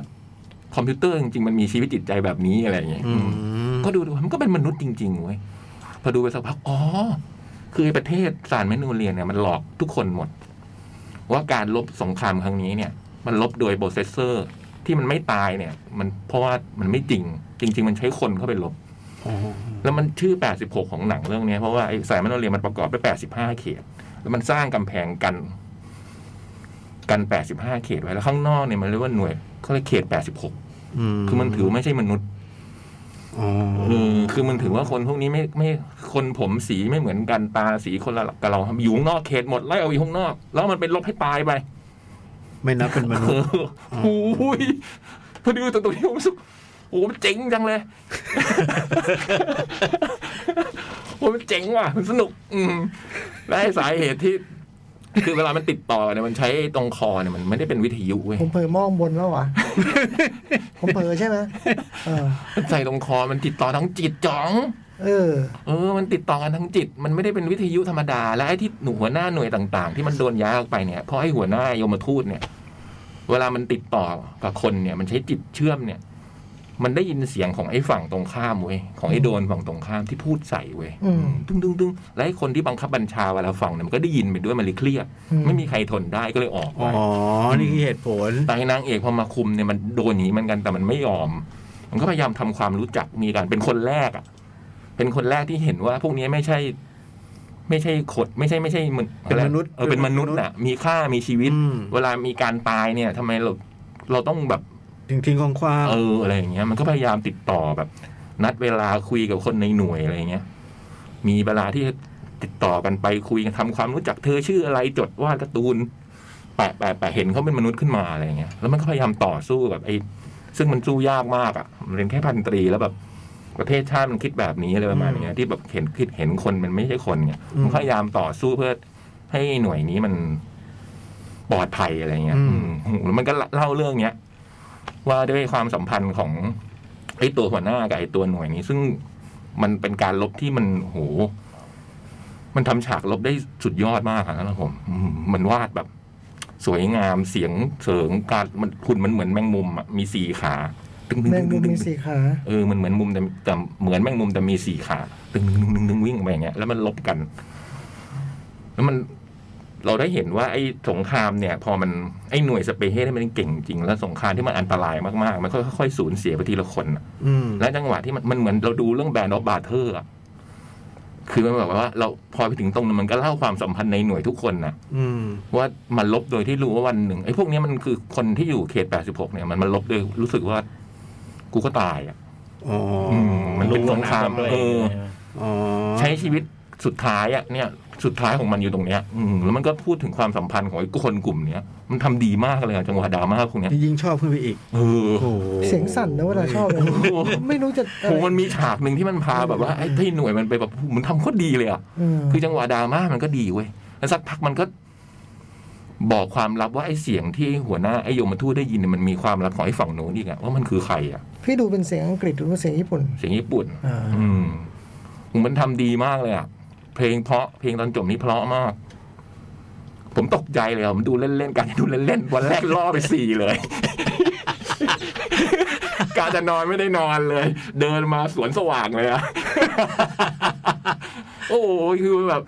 Speaker 2: คอมพิวเตอร์จริงๆมันมีชีวิตจิตใจแบบนี้อะไรอย่างเงี้ย
Speaker 4: อื
Speaker 2: อืม
Speaker 4: ม
Speaker 2: ก็ดูดูมันก็เป็นมนุษย์จริงๆเว้ยพอดูไปสักพักอ๋อ คือไอ้ประเทศสารแมกโนเลียเนี่ยมันหลอกทุกคนหมด ว่าการลบสงครามครั้งนี้เนี่ย มันลบโดยโปรเซสเซอร์ ที่มันไม่ตายเนี่ย มันเพราะว่ามันไม่จริง จริง ๆ มันใช้คนเข้าไปลบ
Speaker 4: อ๋อ
Speaker 2: แล้วมันชื่อ 86 ของหนังเรื่องเนี้ยเพราะว่าไอ้สายแมกโนเลียมันประกอบไป 85 เขต แล้วมันสร้างกำแพงกัน กัน 85 เขตไว้แล้วข้างนอกเนี่ยมันเรียกว่าหน่วยเขาเรียกเขต 86 คือมันถือไม่ใช่มนุษย์
Speaker 4: อ๋อ
Speaker 2: เออคือมันถือว่าคนพวกนี้ไม่ไม่คนผมสีไม่เหมือนกันตาสีคนละกับเราอยู่ข้างนอกเขตหมดไล่เอาอยู่ข้างนอก แล้วมันเป็นลบให้ตายไป
Speaker 4: ไม่นับเป็นมนุ
Speaker 2: เอ
Speaker 4: ษย์
Speaker 2: อโอ้ยพอดูตรงตรงนี้ผมรู้สึกโอ้มันเจ๋งจังเลย โอ้มันเจ๋งว่ะมันสนุก อืมและไอ้สาเหตุที่ คือเวลามันติดต่อเนี่ยมันใช้ตรงคอเนี่ยมันไม่ได้เป็นวิทยุเว้ย
Speaker 1: ผมเผลอมองบนแล้ววะผมเผลอใช่ไหมเออ
Speaker 2: มันใส่ตรงคอมันติดต่อทั้งจิตจ๋อง
Speaker 1: เออ
Speaker 2: เออ มันติดต่อกันทางจิต มันไม่ได้เป็นวิทยุธรรมดา และไอ้ที่หนูหัวหน้าหน่วยต่างๆ ที่มันโดนย้ายออกไปเนี่ย เพราะไอ้หัวหน้ายมทูตเนี่ย เวลามันติดต่อกับคนเนี่ย มันใช้จิตเชื่อมเนี่ย มันได้ยินเสียงของไอ้ฝั่งตรงข้ามเว้ย ของไอ้โดนฝั่งตรงข้ามที่พูดใส่เว้ย
Speaker 1: อืม
Speaker 2: ตึ้งตึ้งตึ้งและไอ้คนที่บังคับบัญชาเวลาฟังเนี่ยมันก็ได้ยินไปด้วยมันเลยเครียด
Speaker 1: อืม
Speaker 2: ไม่มีใครทนได้ก็เลยออกไป
Speaker 4: อ๋อ นี่คือเหตุผล
Speaker 2: แต่นางเอกพอมาคุมเนี่ยมันโดนอย่างนี้เหมือนกันแต่มันไม่ยอม มันก็พยายามทำความรู้จักมีกันเป็นคนแรกอ่ะ เป็นคนแรกที่เห็นว่าพวกนี้ไม่ใช่ ไม่ใช่ขดไม่ใช่ไม่ใช่มัน
Speaker 4: เป็นมนุษย์
Speaker 2: เออเป็นมนุษย์อ่ะ มีค่ามีชีวิต
Speaker 4: อืม
Speaker 2: เวลามีการตายเนี่ยทำไมเราเราต้องแบบ
Speaker 4: ทิ้งทิ้งของความ
Speaker 2: เอออะไรอย่างเงี้ยมันก็พยายามติดต่อแบบ นัดเวลาคุยกับคนในหน่วยอะไรเงี้ย มีเวลาที่ติดต่อกันไปคุยกันทำความรู้จักเธอชื่ออะไรจดวาดการ์ตูนแปะแปะแปะเห็นเขาเป็นมนุษย์ขึ้นมาอะไรเงี้ยแล้วมันก็พยายามต่อสู้กับไอ้ซึ่งมันสู้ยากมากอะ่ะมันเป็นแค่พันตรีแล้วแบบ ประเทศชาติมันคิดแบบนี้อะไรประมาณเนี้ยที่แบบเห็นคิดเห็นคนมันไม่ใช่คนเงี้ยมันพยายามต่อสู้เพื่อให้หน่วยนี้มันปลอดภัยอะไรเงี้ย
Speaker 4: อืม
Speaker 2: อืมแล้วมันก็เล่าเรื่องเนี้ย ว่าด้วยความสัมพันธ์ของไอ้ตัวหัวหน้ากับไอ้ตัวหน่วยนี้ ซึ่งมันเป็นการลบที่มันโห มันทำฉากลบได้สุดยอดมากอะนะครับผมอืมมันวาดแบบ สวยงามเสียงเสริงการมันหุ่นมันเหมือนแมงมุมอะมีสี่ขาตึงตึง
Speaker 1: แม
Speaker 2: ตึ
Speaker 1: ง
Speaker 2: ง
Speaker 1: มุ
Speaker 2: ตึง
Speaker 1: ม
Speaker 2: ตึ
Speaker 1: มี
Speaker 2: ง
Speaker 1: สี่ขา
Speaker 2: เออมันเหมือนมุมแต่แต่เหมือนแมงมุมแต่มีสี่ขาตึงตึงตึงตึงตึงวิ่งออกไปอย่างเงี้ยแล้วมันลบกัน แล้วมัน เราได้เห็นว่าไอ้สงครามเนี่ย พอมันไอ้หน่วยสเปเชียลที่มันเก่งจริง แล้วสงครามที่มันอันตรายมากๆ มันค่อยๆสูญเสียไปทีละคนอะ
Speaker 4: อืม
Speaker 2: และจังหวะที่มันมันเหมือนเราดูเรื่องแบนด์ออฟบาเทอร์คือมันแบบว่าเราพอไปถึงตรงนั้นมันก็เล่าความสัมพันธ์ในหน่วยทุกคนนะ
Speaker 4: อืม
Speaker 2: ว่ามันลบโดยที่รู้ว่าวันหนึ่งไอ้พวกเนี้ยมันคือคนที่อยู่เขต 86 เนี่ยมันมันลบโดยรู้สึกว่า กูก็ตายอ่ะ
Speaker 4: อ๋ออ
Speaker 2: มมันเป็นสงครามเออ
Speaker 4: อ๋อ
Speaker 2: ใช้ชีวิตสุดท้ายอ่ะเนี่ย สุดท้ายของมันอยู่ตรงเนี้ย อืมแล้วมันก็พูดถึงความสัมพันธ์ของไอ้คนกลุ่มเนี้ยมันทำดีมากเลยอะจังหวะดราม่าพวกเนี้ย
Speaker 4: นี่ยิ่งชอบขึ้นไปอีก
Speaker 2: เออ
Speaker 4: โอ้
Speaker 1: เสียงสั่นนะเวลาชอบเลยไม่รู้จะ
Speaker 2: โหมันมีฉากหนึ่งที่มันพาแบบว่าไอ้ที่หน่วยมันไปแบบมันทำโคตรดีเลยอ่ะ
Speaker 1: เออ
Speaker 2: คือจังหวะดราม่ามันก็ดีเว้ย แล้วสักพักมันก็ บอกความลับว่าไอ้เสียงที่หัวหน้าไอ้โยมทูตได้ยินเนี่ยมันมีความลับของไอ้ฝั่งโน้นอีกอะว่ามันคือใครอะ
Speaker 1: พี่ดูเป็นเสียงอังกฤษหรือว่าเสียงญี่ปุ่น
Speaker 2: เสียงญี่ปุ่น
Speaker 1: อ่า
Speaker 2: อืมมันทำดีมากเลยอะเพลงเพราะเพลงตอนจบนี้เพราะมาก ผมตกใจเลยอะผมดูเล่นๆการจะดูเล่นๆวันแรกล่อไปสี่เลย การจะนอนไม่ได้นอนเลย เดินมาสวนสว่างเลยอะ โอ้โหคือแบบ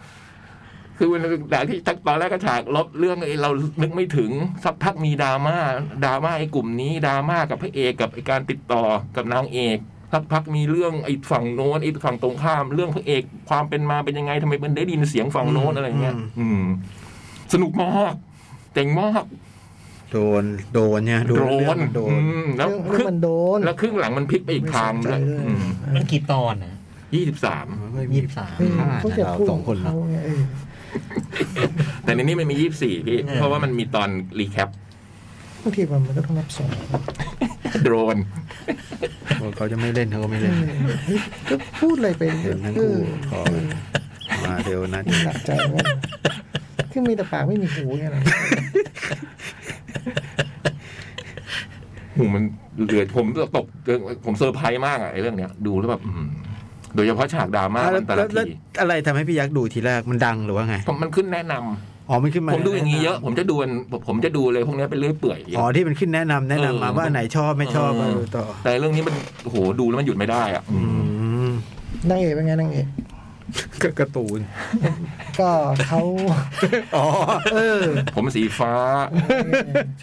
Speaker 2: คือมันหลังที่ตอนแรกก็ฉากลบเรื่องไอ้เรานึกไม่ถึงสักพักมีดราม่าดราม่าไอ้กลุ่มนี้ดราม่ากับพระเอกกับไอ้การติดต่อกับนางเอกสักพักมีเรื่องไอ้ฝั่งโน้นไอ้ฝั่งตรงข้าม เรื่องพระเอกความเป็นมาเป็นยังไงทำไมมันได้ยินเสียงฝั่งโน้นอะไรเงี้ย อืม สนุกมากเจ๋งมาก
Speaker 4: โดน โดนเนี่ย
Speaker 2: โด
Speaker 4: เรื่อง
Speaker 2: น
Speaker 4: มัโดน
Speaker 2: อืมแล้วค
Speaker 1: เรื่องเรื่อ
Speaker 2: รึ่ง
Speaker 1: งมันโดน
Speaker 2: แล้วครึ่งหลังมันพลิกไปอีกทาง
Speaker 1: ไม่สนใจ
Speaker 2: ด้วย
Speaker 1: ด้วย
Speaker 3: มันกี่ตอนนะ
Speaker 2: ยี่สิบสาม
Speaker 3: ยี่สิบสาม
Speaker 1: เออเขาจะพูด
Speaker 4: สองคนเหรอ
Speaker 1: เขาไงเออ
Speaker 2: แต่ในนี้มันมียี่สิบสี่พี่เพราะว่ามันมีตอนรีแคป
Speaker 1: บางทีมันมันก็ต้องนับสอง
Speaker 2: โดน
Speaker 4: เขาจะไม่เล่นเขาก็ไม่เล่น
Speaker 1: เฮ้ยก็พูดอะไรไป
Speaker 4: เดี๋ยวทั้ง
Speaker 1: เอ
Speaker 4: คู่ข
Speaker 1: อ
Speaker 4: อมาเร็วนะ
Speaker 1: หนักใจมากคือมีแต่ปากไม่มีหูไงนะ
Speaker 2: โหูมันเหลือผมตกผมเซอร์ไพรส์มากอะไอ้เรื่องเนี้ยดูแล้วแบบอืมโดยเฉพาะฉากดราม่า
Speaker 4: อ่ะแล้
Speaker 2: มั
Speaker 4: วน
Speaker 2: แต่
Speaker 4: แล้
Speaker 2: ละ
Speaker 4: วแล้ว
Speaker 2: ที
Speaker 4: อะไรทำให้พี่ยักษ์ดูทีแรกมันดังหรือว่าไง
Speaker 2: ผมมันขึ้นแนะนำ
Speaker 4: อ๋อมันขึ้นมา
Speaker 2: ผมดูอย่างนี้เยอะ ผมจะดูมันผมจะดูเลยพวกเนี้ยเป็นเรื่อยเปื่อย
Speaker 4: อ๋อที่มันขึ้นแนะนำแนะนำ
Speaker 2: เอ
Speaker 4: มา
Speaker 2: อ
Speaker 4: ว่าไหนชอบไม่ชอบ
Speaker 2: เออ
Speaker 4: มาดูต่อ
Speaker 2: แต่เรื่องนี้มันโอ้โหดูแล้วมันหยุดไม่ได้อ่ะอื
Speaker 4: อื
Speaker 2: ม
Speaker 4: ม
Speaker 1: นางเอกเป็นไงนางเอก
Speaker 4: ก็การ์ตูน
Speaker 1: ก็เขา
Speaker 4: อ๋อ
Speaker 1: เออ
Speaker 2: ผมสีฟ้า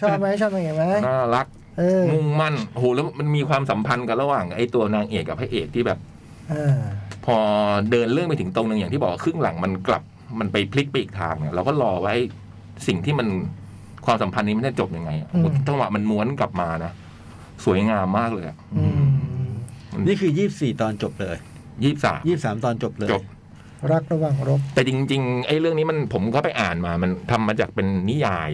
Speaker 1: ชอบไหมชอบนางเอกไหม
Speaker 2: น่ารัก
Speaker 1: เออ
Speaker 2: มุ่งมั่นโอ้โหแล้วมันมีความสัมพันธ์กันระหว่างไอ้ตัวนางเอกกับพระเอกที่แบบ
Speaker 1: เออ
Speaker 2: พอเดินเรื่องไปถึงตรงหนึ่งอย่างที่บอกครึ่งหลังมันกลับมันไปพลิกไปอีกทางเนี่ยเราก็รอไว้สิ่งที่มันความสัมพันธ์นี้มันจะจบยังไงอะโอ้จังหวะมันม้วนกลับมานะสวยงามมากเลยอะ
Speaker 1: อืม
Speaker 4: นี่คือยี่สี่ตอนจบเลย
Speaker 2: ยี่สิบสาม
Speaker 4: ยี่สามตอนจบเลย
Speaker 2: จบ
Speaker 1: รักระหว่างรบ
Speaker 2: แต่จริงๆไอ้เรื่องนี้มันผมก็ไปอ่านมา มันทำมาจากเป็นนิยาย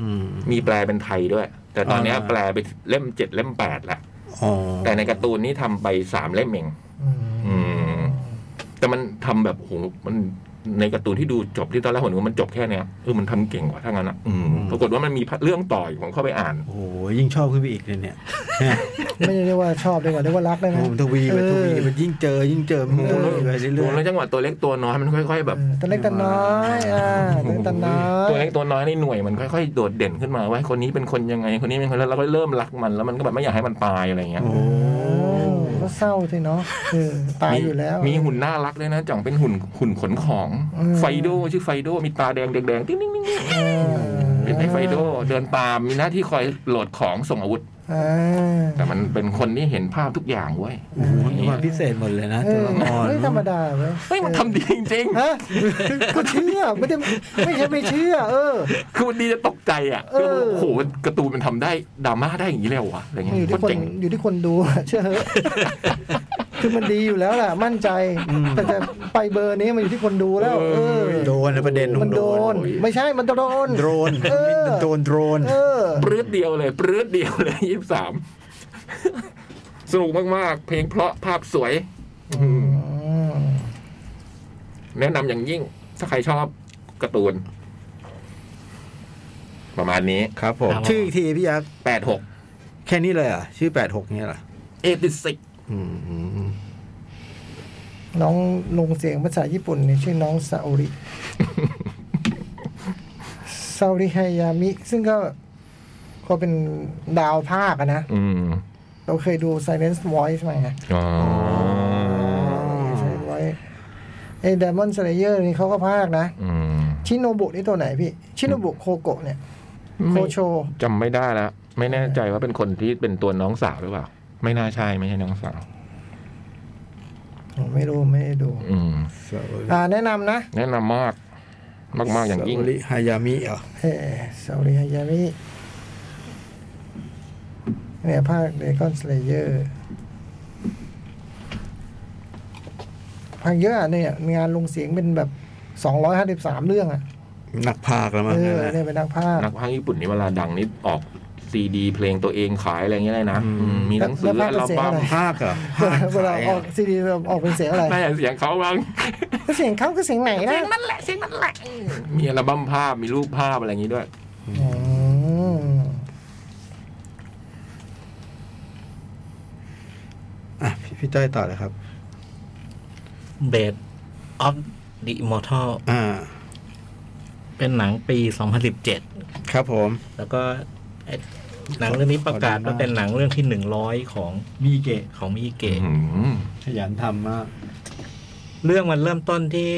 Speaker 4: อืม
Speaker 2: มีแปลเป็นไทยด้วย แต่ตอนเนี้ย
Speaker 4: อ่า
Speaker 2: แปลไปเล่มเจ็ดเล่มแปดละ
Speaker 4: อ๋อ
Speaker 2: แต่ในการ์ตูนนี่ทำไปสามเล่มเอง
Speaker 1: อืม
Speaker 2: อืม แต่มันทำแบบโอ้โหมันในการ์ตูนที่ดูจบที่ตอนแรกผมนึกว่ามันจบแค่เนี้ยเออมันทำเก่งกว่าถ้างั้นอ่ะอืมปรากฏว่ามันมีเรื่องต่ออยผมเข้าไปอ่าน
Speaker 4: โอ้โหยิ่งชอบขึ้นไปอีกเลยเนี่ย
Speaker 1: ไม่ได้เรียกว่าชอบดีกว่าเรียกว่ารักได้ไหม
Speaker 4: โอ้โหมันทวีไปทวี
Speaker 1: เออ
Speaker 4: มันยิ่งเจอยิ่งเจอมัน
Speaker 2: โอ้โห
Speaker 4: ทวีไปเรื่
Speaker 2: ดู
Speaker 4: อย
Speaker 2: แล้วจังหวะตัวเล็กตัวน้อยมันค่อย ๆ แบบ
Speaker 1: เออตัวเล็กตัวน้อยอ่าตัวเล็กตัวน้อย
Speaker 2: ตัวเล็กตัวน้อยในหน่วยมันค่อยๆโดดเด่นขึ้นมาว่าคนนี้เป็นคนยังไงคนนี้เป็นคนแล้วเราก็เริ่มรักมันแล้วมันก็แบบไม่อยากให้มันตายอะไรเงี้ย
Speaker 4: โอ้โห
Speaker 1: โอ้ก็เศร้าทีเนาะเออตายอยู่แล้ว
Speaker 2: มีหุ่นน่ารักด้วยนะจ่องเป็นหุ่นหุ่นขนของ
Speaker 1: อืม
Speaker 2: ไฟโดชื่อไฟโดมีตาแดงแดงๆติ๊งติ๊งติ๊งติ๊ง
Speaker 1: เออ
Speaker 2: เป็นไอ้ไฟโดเดินตามมีหน้าที่คอยโหลดของส่งอาวุธ
Speaker 1: อ่า
Speaker 2: แต่มันเป็นคนที่เห็นภาพทุกอย่างเว้ย
Speaker 4: โอ้โหนี่มาพิเศษหมดเลยนะ
Speaker 1: เอ
Speaker 4: ตัว
Speaker 1: อ
Speaker 4: ละคร
Speaker 1: ไม่ธรรมดาเว้ย
Speaker 2: เฮ้ยมันทำดีจริง
Speaker 1: ฮะก็เชื่อไม่ได้ไม่ใช่ไม่เชื่อ เออ
Speaker 2: ๆ คือมันดีจะตกใจอ่ะ
Speaker 1: เออ
Speaker 2: โอ้โหการ์ตูนมันทำได้ดราม่าได้อย่างนี้เลยวะอะไรเงี้
Speaker 1: อย ยู่
Speaker 2: โค
Speaker 1: ที่
Speaker 2: ตร
Speaker 1: คน
Speaker 2: เจ๋ง
Speaker 1: อยู่ที่คนดู เชื่อเถอะคือมันดีอยู่แล้วแหละมั่นใจ แต่จะไปเบอร์นี้มันอยู่ที่คนดูแล้ว เออ
Speaker 4: โดนนะประเด็น
Speaker 1: มันโดน
Speaker 4: โ
Speaker 1: ไม่ใช่มันโดน
Speaker 4: โดน
Speaker 1: เออ
Speaker 4: โดนโดน
Speaker 1: เออ
Speaker 2: ปลื้ดเดียวเลยปลื้ดเดียวเลยยี่สาม สนุกมากๆ เพลงเพราะภาพสวย อืมแนะนำอย่างยิ่ง ถ้าใครชอบการ์ตูน ประมาณนี้
Speaker 4: ครับผม ชื่ออีกทีพี่ยักษ์
Speaker 2: แปดหก
Speaker 4: แค่นี้เลยเหรอ่ะ ชื่อแปดหกเนี่ยเหรอ
Speaker 2: เอติสิก
Speaker 4: อืม
Speaker 1: น้องลงเสียงภาษาญี่ปุ่นเนี่ยชื่อน้องซาโอริซาโอริไฮายามิ ซึ่งก็ก็เป็นดาวภาคอะนะ
Speaker 2: อืม
Speaker 1: เราเคยดู Silence Voice มาไง
Speaker 2: อ๋อ
Speaker 1: ไอ้ Diamond Slayer นี่เขาก็ภาคนะ
Speaker 2: อืม
Speaker 1: ชิโนบุนี่ตัวไหนพี่ ชิโนบุโคโกะเนี่ยโค
Speaker 2: ไม่
Speaker 1: โช
Speaker 2: จำไม่ได้แล้ว ไม่แน่ใจว่าเป็นคนที่เป็นตัวน้องสาวหรือเปล่า ไม่น่าใช่ไม่ใช่น้องสาว
Speaker 1: ผมไม่รู้ไม่ได้ดู
Speaker 2: อืม
Speaker 4: สาวริ
Speaker 1: อ่าแนะนำนะ
Speaker 2: แนะนำมาก มากๆอย่างยิ่ง
Speaker 4: สวริฮายามิเหรอ
Speaker 1: เออซาอุดิฮายามิเนี่ยภาคเดกอนสเลเยอร์ภาคเยอะอะเนี่ย งานลงเสียงเป็นแบบสองร้อยห้าสิบสามเรื่องอ่ะ
Speaker 4: นักพากย์แล้วมั้ง
Speaker 1: เออ
Speaker 4: นะ
Speaker 1: เนี่ยเป็นนักภาค
Speaker 2: นักพากย์ญี่ปุ่นนี่เวลาดังนี่ออกซีดี เพลงตัวเองขายอะไรอย่างเงี้ยเลยนะ
Speaker 4: อืม
Speaker 2: อืมมีหนังสือ
Speaker 1: แล้
Speaker 2: อั
Speaker 1: ว
Speaker 2: ล
Speaker 1: ภาคเป็นเสียง
Speaker 2: บั้ม
Speaker 1: อะไร
Speaker 4: พากย์เหรอพากย์
Speaker 1: เวลา
Speaker 4: ขาย
Speaker 1: อ
Speaker 4: เหร
Speaker 1: อ
Speaker 4: อก
Speaker 1: ซีดีออกเป็นเสียงอะไร
Speaker 2: น่าจะเสียงเขาบ้าง
Speaker 1: ก็เสียงเขาคือเสียงไหนนะ
Speaker 2: มีอัลบั้มภาพมีรูปภาพอะไรอย่างงี้ด้วย
Speaker 1: อืม
Speaker 4: อ่ะพี่พี่จ้อยต่อเลยครับ
Speaker 3: เบดออฟดิมอทัล
Speaker 4: อ่า
Speaker 3: เป็นหนังปี 2017
Speaker 4: ครับผม
Speaker 3: แล้วก็ไอ้หนังเรื่องนี้ประกาศว่าเป็นหนังเรื่องที่ 100 ของ
Speaker 5: มีเกะ
Speaker 3: ของมิเกะ
Speaker 2: อืม
Speaker 5: ขยันทำมาก
Speaker 3: เรื่องมันเริ่มต้นที่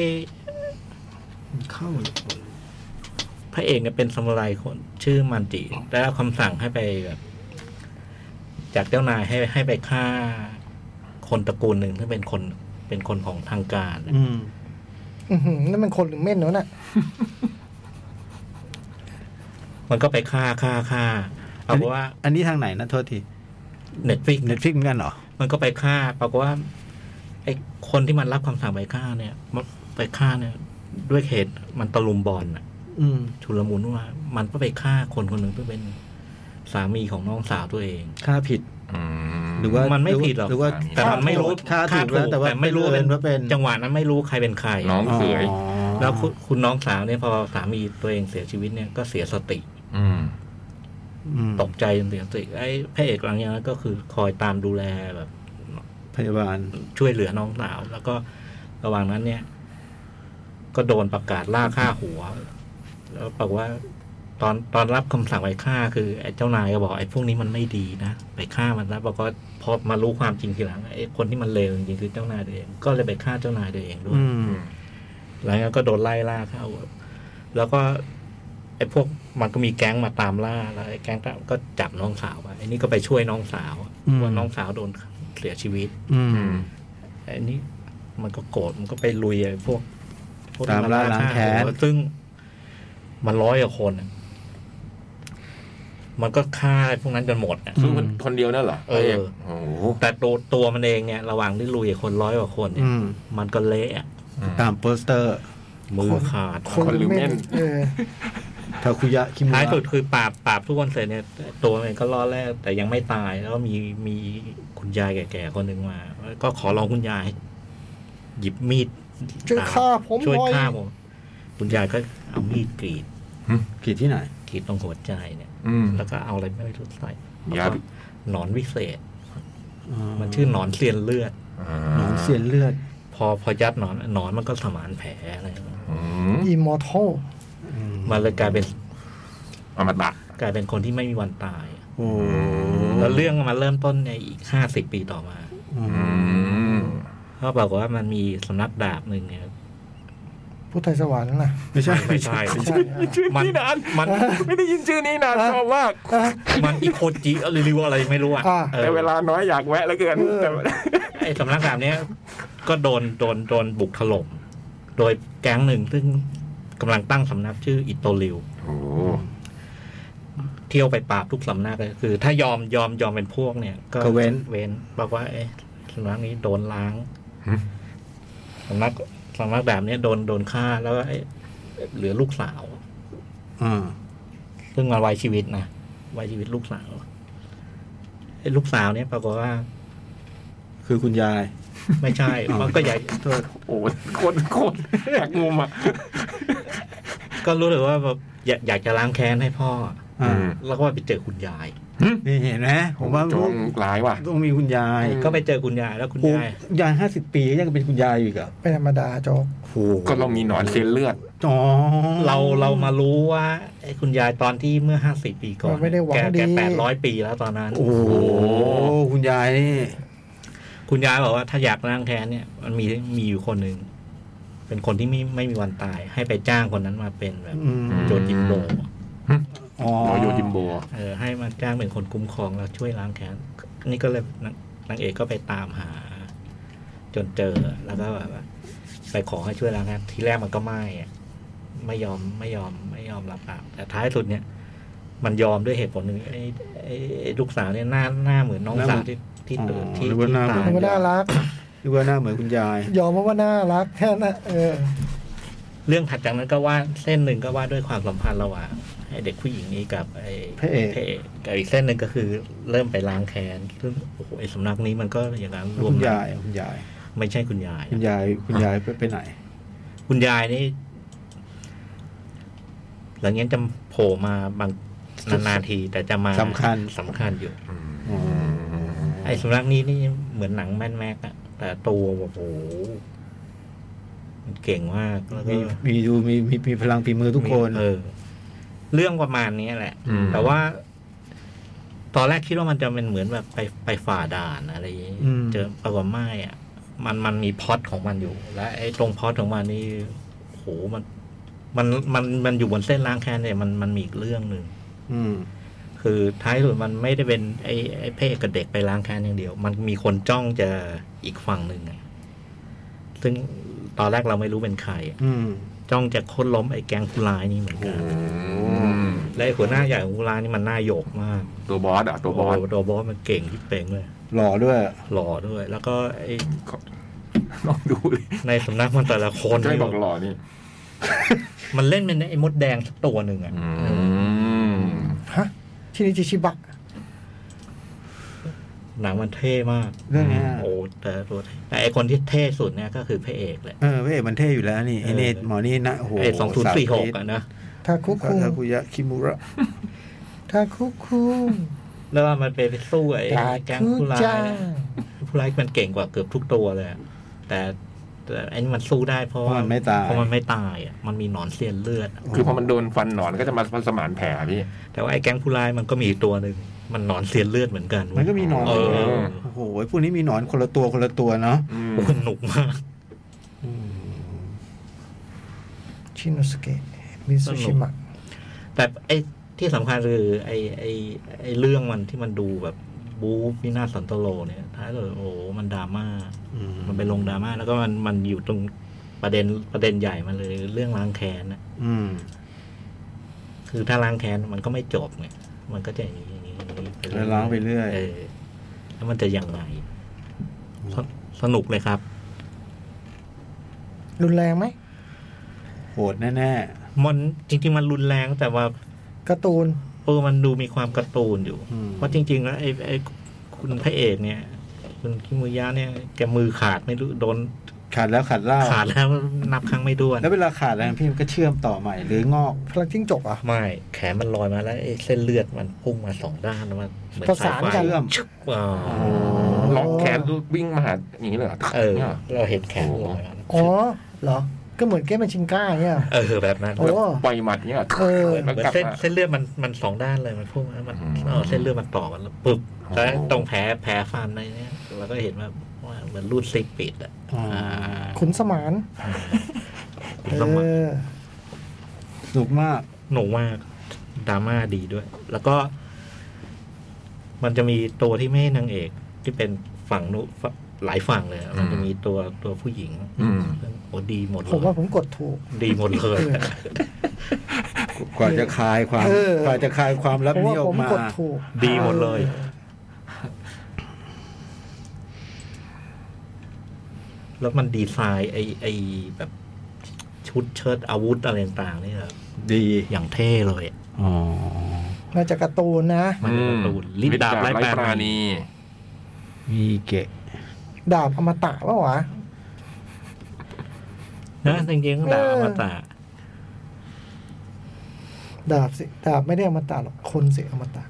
Speaker 5: เข้า
Speaker 3: พระเอกเนี่ยเป็นซามูไรคนชื่อมันจิได้รับคำสั่งให้ไปแบบจากเจ้านายให้ให้ไปฆ่าคนตระกูลหนึ่งซึ่งเป็นคนเป็นคนของทางการ
Speaker 5: อืม
Speaker 1: อื้อหือนั่นมันคนหรือเม่นวะน่ะ
Speaker 3: มันก็ไปฆ่าฆ่าฆ่าเอาเป็นว่า
Speaker 4: อันนี้ทางไหนนะโทษที
Speaker 3: เน็ตฟิก
Speaker 4: เน็ตฟิกเหมือนกันเหรอ
Speaker 3: มันก็ไปฆ่าปรากฏว่าไอ้คนที่มันรับคำสั่งไปฆ่าเนี่ยมันไปฆ่าเนี่ย ด้วยเหตุมันตะลุมบอลน่ะ
Speaker 4: อืม
Speaker 3: ชุลมุนว่า มันก็ไปฆ่าคนคนหนึ่งเพื่อเป็นสามีของน้องสาวตัวเอง
Speaker 4: ค่าผิด
Speaker 2: อืม
Speaker 4: หรือว่า
Speaker 3: น
Speaker 4: มั
Speaker 3: ไม่ผิดหรอก
Speaker 4: หรือว่า
Speaker 3: แต่มันไม่รู้
Speaker 4: ถ้าถูกแล้วแต่ว่า
Speaker 3: ไม่รู้
Speaker 4: เป็นว่าเป็น
Speaker 3: จังหวะนั้นไม่รู้ใครเป็นใคร
Speaker 2: น้องเขย
Speaker 4: อ๋อ
Speaker 3: แล้วคุณคุณน้องสาวเนี่ยพอสามีตัวเองเสียชีวิตเนี่ยก็เสียสติ
Speaker 2: อืม
Speaker 4: อืม
Speaker 3: ตกใจจนเสียสติไอ้พระเอกหลังอย่างนั้นก็คือคอยตามดูแลแบบ
Speaker 4: พยาบาล
Speaker 3: ช่วยเหลือน้องสาว แล้วก็ระหว่างนั้นเนี่ย ก็โดนประกาศล่าฆ่าหัว แล้วบอกฏว่า ตอนตอนรับคำสั่งไปฆ่า คือไอ้เจ้านายก็บอกไอ้พวกนี้มันไม่ดีนะไปฆ่ามันแล้วบอกว่าพอมารู้ความจริงทีหลังไอ้คนที่มันเลวจริงๆคือเจ้านายตัวเอง ก็เลยไปฆ่าเจ้านายตัวเองด้วย
Speaker 4: อืม
Speaker 3: หลังจากนั้นก็โดนไล่ล่าเข้า แล้วก็ ไอ้พวกมันก็มีแก๊งมาตามล่า แล้วไอ้แก๊งก็จับน้องสาวไปไอ้นี่ก็ไปช่วยน้องสาว
Speaker 4: อืม
Speaker 3: ว่าน้องสาวโดนเสียชีวิต
Speaker 4: อื
Speaker 2: อื
Speaker 4: ม
Speaker 2: ม
Speaker 3: ไอ้นี่มันก็โกรธมันก็ไปลุยไอ้พวกพวก
Speaker 4: ตามล่าล้างแค้น
Speaker 3: ซึ่งมันร้อยกว่าคนอะมันก็ฆ่าไอ้พวกนั้นจนหมดอะ
Speaker 2: ซึ่งคนคนเดียวนั่นเหรอ
Speaker 3: เออ
Speaker 2: พระกโอ้โห
Speaker 3: แต่ตัวตัวมันเองเนี่ย ระหว่างที่ลุยไอ้คนร้อยกว่าคนเนี่ย
Speaker 4: อืม
Speaker 3: มันก็เละอะ
Speaker 4: ตามโปสเตอร์
Speaker 3: มือขาด
Speaker 2: คนหรือเม่น
Speaker 1: เออ
Speaker 4: ทาคุยะ คิมุ
Speaker 3: ท้าย
Speaker 4: ระ
Speaker 3: สุดคือปราบปราบทุกคนเสร็จเนี่ย ตัวมันเองก็รอดแล้วแต่ยังไม่ตาย แล้วก็มีมีคุณยายแก่ๆคนหนึ่งมา ก็ขอร้องคุณยาย หยิบมีด
Speaker 1: ช่วยฆ่าผม
Speaker 3: ช่วย
Speaker 1: หน่อย
Speaker 3: ฆ่าผมคุณยายก็เอามีดกรีด
Speaker 4: กรีดที่ไหน
Speaker 3: ขีดตรงหัวใจเนี่ย
Speaker 2: อืม
Speaker 3: แล้วก็เอาอะไรไม่รู้ใส่
Speaker 2: ยา
Speaker 3: แล้วก็หนอนวิเศษ มันชื่อหนอนเสียนเลือด
Speaker 2: อ่า
Speaker 4: หนอนเสียนเลือด
Speaker 3: พอพอยัดหนอนหนอนมันก็สมานแผลอะไรอย่างเงี้ย
Speaker 2: อืม
Speaker 1: อิมมอร์ทัล
Speaker 3: มันเลยกลายเป็น
Speaker 2: อมตะ
Speaker 3: กลายเป็นคนที่ไม่มีวันตาย
Speaker 4: โอ้
Speaker 2: อืม
Speaker 3: แล้วเรื่องมันเริ่มต้นในอีกห้าสิบปีต่อมา
Speaker 4: อื
Speaker 2: อื
Speaker 4: ม
Speaker 2: ม
Speaker 3: เพราะบอกฏว่ามันมีสำนักดาบหนึ่งเนี่ย
Speaker 1: พุทธสวรรค์น่ะ
Speaker 4: ไม่ใช่
Speaker 3: ไม่ใช่
Speaker 1: ใช่ฮะ
Speaker 3: มันมัน
Speaker 2: ไม่ได้ยินชื่อนี้นานชอบมาก
Speaker 3: มันอีโคจิหรือว่าอะไรไม่รู้อ่ะ
Speaker 1: อ่า
Speaker 3: ออ
Speaker 2: แต่เวลาน้อยอยากแวะเหลือเกินแต่
Speaker 3: ไอ้สำนักข่าวเนี้ยก็โดนโดนโดนบุกถล่มโดยแก๊งหนึ่งซึ่งกำลังตั้งสำนักชื่ออิโตริว
Speaker 2: โอ้โห
Speaker 3: เที่ยวไปปราบทุกสำนักเลยคือ ถ้ายอมยอมยอมเป็นพวกเนี่ย ก็
Speaker 4: ก็เว้น
Speaker 3: เว้นบอกว่าไอ้สำนักนี้โดนล้าง
Speaker 2: หึ
Speaker 3: สำนักสำนักแบบเนี้ยโดนโดนฆ่าแล้วก็ไอ้เหลือลูกสาว
Speaker 4: อ่า
Speaker 3: ซึ่งมาไว้ชีวิตนะไว้ชีวิตลูกสาวไอ้ลูกสาวเนี่ยปรากฏว่า
Speaker 4: คือคุณยาย
Speaker 3: ไม่ ใช่
Speaker 4: อ๋อ
Speaker 3: มันก็ใหญ่
Speaker 4: โทษ
Speaker 2: โอ้โหโคตรโคตรอยากงมอ่ะ
Speaker 3: ก็รู้เลยว่าแบบอยากอยากจะล้างแค้นให้พ่อ
Speaker 4: อ่า
Speaker 3: แล้วก็ไปเจอคุณยาย
Speaker 4: นี่เห็นไหมผมว่า
Speaker 2: จงร้ายว่ะ
Speaker 4: ต้องมีคุณยาย
Speaker 3: ก็ไปเจอคุณยายแล้วคุณ
Speaker 4: โอ้
Speaker 3: ยาย
Speaker 4: ยายห้าสิบปียังเป็นคุณยายอยู่อีกเหรอ
Speaker 1: เป็นธรรมดาโจ๊ก
Speaker 4: โอ้โห
Speaker 2: ก็เรามีหนอนเส้นเลือด
Speaker 4: อ๋อ
Speaker 3: เราเรามารู้ว่าไอ้คุณยายตอนที่เมื่อห้าสิบปีก่อน
Speaker 1: เราไม่ได้หวัง
Speaker 3: แก
Speaker 1: ดี
Speaker 3: แกแปดร้อยปีแล้วตอนนั้น
Speaker 4: โอ้โหคุณยายนี่
Speaker 3: คุณยายบอกว่าถ้าอยากล้างแค้นเนี่ย มันมีมีอยู่คนหนึ่ง เป็นคนที่ไม่ไม่มีวันตาย ให้ไปจ้างคนนั้นมาเป็นแบบ
Speaker 4: อืม
Speaker 3: โจจิมโบ
Speaker 4: อ๋อ
Speaker 2: โนโยจิมโบ
Speaker 3: เออให้มาจ้างเป็นคนคุ้มครองแล้วช่วยล้างแค้นนี่ก็เลยนางนางเอกก็ไปตามหา จนเจอแล้วก็แบบว่าไปขอให้ช่วยล้างแค้นทีแรกมันก็ไม่อะไม่ยอมไม่ยอมไม่ยอมรับปากแต่ท้ายสุดเนี่ย มันยอมด้วยเหตุผลหนึ่งไอ้ไอ้ไอ้ลูกสาวเนี่ยหน้าหน้าเหมือนน้องสาวที่ที่เติบที่
Speaker 4: หรือว่าหน้า
Speaker 3: ที่
Speaker 4: เห
Speaker 3: ตา
Speaker 4: มือย
Speaker 1: เพราะว่าน่ารัก
Speaker 4: หรือว่าหน้าเหมือนคุณยาย
Speaker 1: ยอมเพราะว่าน่ารักแค่นั้นเออ
Speaker 3: เรื่องถัดจากนั้นก็ว่าเส้นหนึ่งก็ว่าด้วยความสัมพันธ์ระหว่างไอ้เด็กผู้หญิงนี้กับไอ้
Speaker 4: พระเอก
Speaker 3: กับอีกเส้นหนึ่งก็คือเริ่มไปล้างแค้นซึ่งโอ้โหไอ้สำนักนี้มันก็อย่างนั้นรวม
Speaker 4: คุณยายคุณยาย
Speaker 3: ไม่ใช่คุณยาย
Speaker 4: คุณยายคุณยายไปไปไหน
Speaker 3: คุณยายนี่ หลังจากนั้นจะโผล่มาบางนานๆที แต่จะมา
Speaker 4: สำคัญ
Speaker 3: สำคัญอยู่
Speaker 4: อ๋อ
Speaker 3: ไอ้สำนักนี้นี่เหมือนหนังแมนแม็กอะแต่ตัวแบบโอ้โหมันเก่งมากแล้วก็
Speaker 4: มีมีดูมีมีมีพลังฝีมือทุกคน
Speaker 3: เออ เรื่องประมาณนี้แหละ
Speaker 2: อืม
Speaker 3: แต่ว่า ตอนแรกคิดว่ามันจะเป็นเหมือนแบบไปไปฝ่าด่านอะไรอย่างงี้
Speaker 4: อืม
Speaker 3: เจอปรากฏไม่อ่ะ มันมันมีพล็อตของมันอยู่ และไอ้ตรงพล็อตของมันนี่โหมัน มันมันมันอยู่บนเส้นล้างแค้นเนี่ยมันมันมีอีกเรื่องหนึ่ง
Speaker 4: อืม
Speaker 3: คือท้ายสุดมันไม่ได้เป็นไอ้ไอ้เพศกับเด็กไปล้างแค้นอย่างเดียว มันมีคนจ้องจะอีกฝั่งหนึ่งอะซึ่งตอนแรกเราไม่รู้เป็นใครอะ
Speaker 4: อืม
Speaker 3: จ้องจะโค้นล้มไอ้แก๊งผู้ร้ายนี่เหมือนกัน และไอ้หัวหน้าใหญ่ของร้านนี่มันน่าโยกมาก
Speaker 2: ตัวบอสอะตัวบอส
Speaker 3: โโหตัวบอสมันเก่งที่เป่งเลย
Speaker 4: หล่อด้วย
Speaker 3: หล่อด้วย แล้วก็ไอ้
Speaker 2: ลองดูเลย
Speaker 3: ในสำนักมันแต่ละคน
Speaker 2: ใช่
Speaker 3: นี่
Speaker 2: บอกหล่อนี่
Speaker 3: มันเล่นเป็นไอ้มดแดงสักตัวหนึ่งอ่ะ
Speaker 2: อื
Speaker 3: เออ
Speaker 2: ม
Speaker 1: ฮะ ชินิจิชิบะ
Speaker 3: หนังมันเท่มาก
Speaker 4: เรื่องเนี้ย
Speaker 3: โอ้แต่ตัวแต่ไอ้คนที่เท่สุดเนี่ยก็คือพระเอกแหละ
Speaker 4: เออพระเอกมันเท่อยู่แล้วนี่ไอ้นี่
Speaker 3: เออ
Speaker 4: หมอนี่นะโอ้โห
Speaker 3: ไอ้สองศูนย์สี่หกอ่ะนะ
Speaker 1: ทาคุคุง
Speaker 4: ทาคุยะคิมุระ
Speaker 1: ทาคุคุง
Speaker 3: แล้วมันไปสู้ไอ้
Speaker 1: ทา
Speaker 3: แก๊ง
Speaker 1: คุ
Speaker 3: ผู้ร้า
Speaker 1: จ้าย
Speaker 3: เนี่ยผู้ร้ายมันเก่งกว่าเกือบทุกตัวเลยอะแต่แต่ไอ้นี่มันสู้ได้เพราะ
Speaker 4: เพราะมันไม่ตาย
Speaker 3: เพราะมันไม่ตายอะมันมีหนอนเสียนเลือดอะ
Speaker 2: คือพอมันโดนฟันหนอนก็จะมาสมานแผลพี่
Speaker 3: แต่ว่าไอ้แก๊งผู้ร้ายมันก็มีอีกตัวหนึ่งมันหนอนเสียนเลือดเหมือนกันเว้ย
Speaker 4: มันก็มีหนอน
Speaker 3: เอ
Speaker 4: เหมือนกัน
Speaker 3: อ
Speaker 4: โอ้โหพวกนี้มีหนอนคนละตัวคนละตัวเนาะ
Speaker 2: อืม
Speaker 3: โอ้โหหนุกมาก
Speaker 1: ชิโนสเกะมิซุชิมะ
Speaker 3: แต่ไอ้ที่สำคัญคือไอ้ไอ้ไอ้เรื่องมันที่มันดูแบบบู๊พินาศสันตโลเนี่ยท้ายสุดโอ้โหมันดราม่ามันไปลงดราม่าแล้วก็มันมันอยู่ตรงประเด็นประเด็นใหญ่มันเลยเรื่องล้างแค้นนะ
Speaker 4: อืม
Speaker 3: คือถ้าล้างแค้นมันก็ไม่จบไงมันก็จะอย่างนี้อย่างนี้อย่างนี้
Speaker 4: แล้วล้างไปเรื่อย
Speaker 3: เออแล้วมันจะยังไงสสนุกเลยครับ
Speaker 1: รุนแรงไหม
Speaker 4: โหดแน่
Speaker 3: มันจริง ๆ มันรุนแรงแต่ว่า
Speaker 1: การ์ตูน
Speaker 3: เออมันดูมีความการ์ตูนอยู่
Speaker 4: ๆอืม
Speaker 3: เพราะจริง ๆ แล้วไอ้ไอ้คุณพระเอกเนี่ย คุณคิมุยะเนี่ยแกมือขาดไม่รู้โดน
Speaker 4: ขาดแล้วขาดเล่า
Speaker 3: ขาดแล้วนับครั้งไม่ด้วน
Speaker 4: แล้วเวลาขาดแล้วพี่มันก็เชื่อมต่อใหม่หรืองอก
Speaker 1: พลังจิ้งจกเหรอ่ะ
Speaker 3: ไม่แขนมันลอยมาแล้วไอ้เส้นเลือดมันพุ่งมาสองด้านแล้วมันเหมือน
Speaker 1: ประ
Speaker 3: สา
Speaker 1: สาย น
Speaker 3: ไฟ
Speaker 1: กัน
Speaker 4: เชื่อม
Speaker 3: ชึบอ่า
Speaker 2: ล็อกแขนดูวิ่งมาหาอย่างนี้เลยเหรอ
Speaker 3: เออ
Speaker 2: นี่ยหร
Speaker 3: เราเห็นแขนลอยมา
Speaker 1: อ๋อ เหรอ ก็เหมือนเกมเป็นชิงก้าเนี่ย
Speaker 3: เออแบบนั้น
Speaker 1: โอ้
Speaker 2: ปล่อยหมัดเนี่ย
Speaker 1: เออ
Speaker 3: เหมือนเส้นเส้นเลือดมันมันสองด้านเลยมันพุ่งแล้วมันเออเส้นเลือดมันต่อกันแล้วปึ๊บแล้วตรงแผลแผลฟันในเนี่ยเราก็เห็นว่าว่าเหมือนรูดซิกปิดอ่ะ
Speaker 4: อ๋ออ่
Speaker 3: า
Speaker 1: ขุนสมาน
Speaker 3: คุณ
Speaker 1: เอ
Speaker 3: สมบัติ
Speaker 1: อ
Speaker 4: สนุกมาก
Speaker 3: หนูมากดราม่าดีด้วย แล้วก็ มันจะมีตัวที่ไม่ให้นางเอก ที่เป็นฝั่งนุฝั่งหลายฝั่งเลยอะมันจะมีตัวตัวผู้หญิง
Speaker 2: อืม
Speaker 3: ซึ่งโอ้ดีหมดเล
Speaker 1: ผมว่าย ผมกดถูก
Speaker 3: ดีหมดเลยอะ
Speaker 4: กว่าจะคลายความ
Speaker 1: เออ
Speaker 4: กว่าจะคลายความลับ
Speaker 1: ผม
Speaker 4: นี้อ
Speaker 1: ว่า
Speaker 4: อ
Speaker 1: ผ
Speaker 4: ก
Speaker 1: ม
Speaker 4: มาก
Speaker 1: ดถูก
Speaker 3: ดีหมดเลยแล้วมันดีไซน์ไอไอแบบ ชุดเชิ้ตอาวุธอะไรต่างๆนี่แบบ
Speaker 4: ดี
Speaker 3: อย่างเท่เลยอะ
Speaker 4: อ๋อ
Speaker 1: มาจากการ์ตูนนะ
Speaker 3: มันเป็นการ์ตูนลิดดาบไร้ปราณี
Speaker 4: มีเกะ
Speaker 1: ดาบอมตะปะวะ
Speaker 3: นะจริงๆก็ดาบอ
Speaker 1: เออ
Speaker 3: มตะ
Speaker 1: ดาบสิ ดาบไม่ได้อมตะหรอก คนสิอมตะ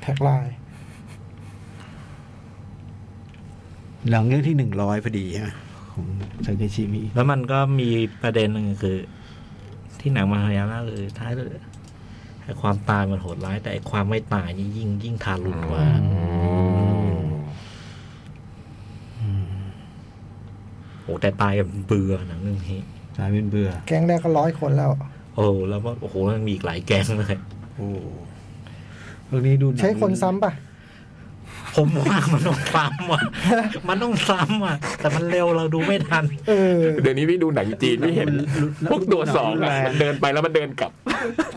Speaker 1: แท็กไลน์
Speaker 4: หลังเรื่องที่หนึ่งร้อยพอดีฮะของซาเกชิมิ
Speaker 3: แล้วมันก็มีประเด็นหนึ่งคือ ที่หนังมาฮายาน่าคือท้ายเลยไอ้ความตายมันโหดร้าย แต่ไอ้ความไม่ตายนี่ยิ่งยิ่งทารุณกว่าโอ้แต่ตายกับเบื่อหนังเรื่องนี้
Speaker 5: สายเป็นเบื่อ
Speaker 1: แก๊งแรกก็ร้อยคนแล้ว
Speaker 3: โอ้แล้วว่าโอ้โหมันมีอีกหลายแก๊งเลย
Speaker 4: โอ้เรื่องนี้ดูหง
Speaker 1: ใช้คนซ้ำป่ะ
Speaker 3: ผมว่ามันต้องซ้ำอ่ะมันต้องซ้ำอ่ะแต่มันเร็วเราดูไม่ทัน
Speaker 1: เออ
Speaker 2: เดี๋ยวนี้พี่ดูหนังจีนพี่เห็น พวกตัวสอง
Speaker 4: หนั
Speaker 2: อะ
Speaker 4: รุน
Speaker 2: มัน
Speaker 4: แร
Speaker 2: เดินไปแล้วมันเดินกลับ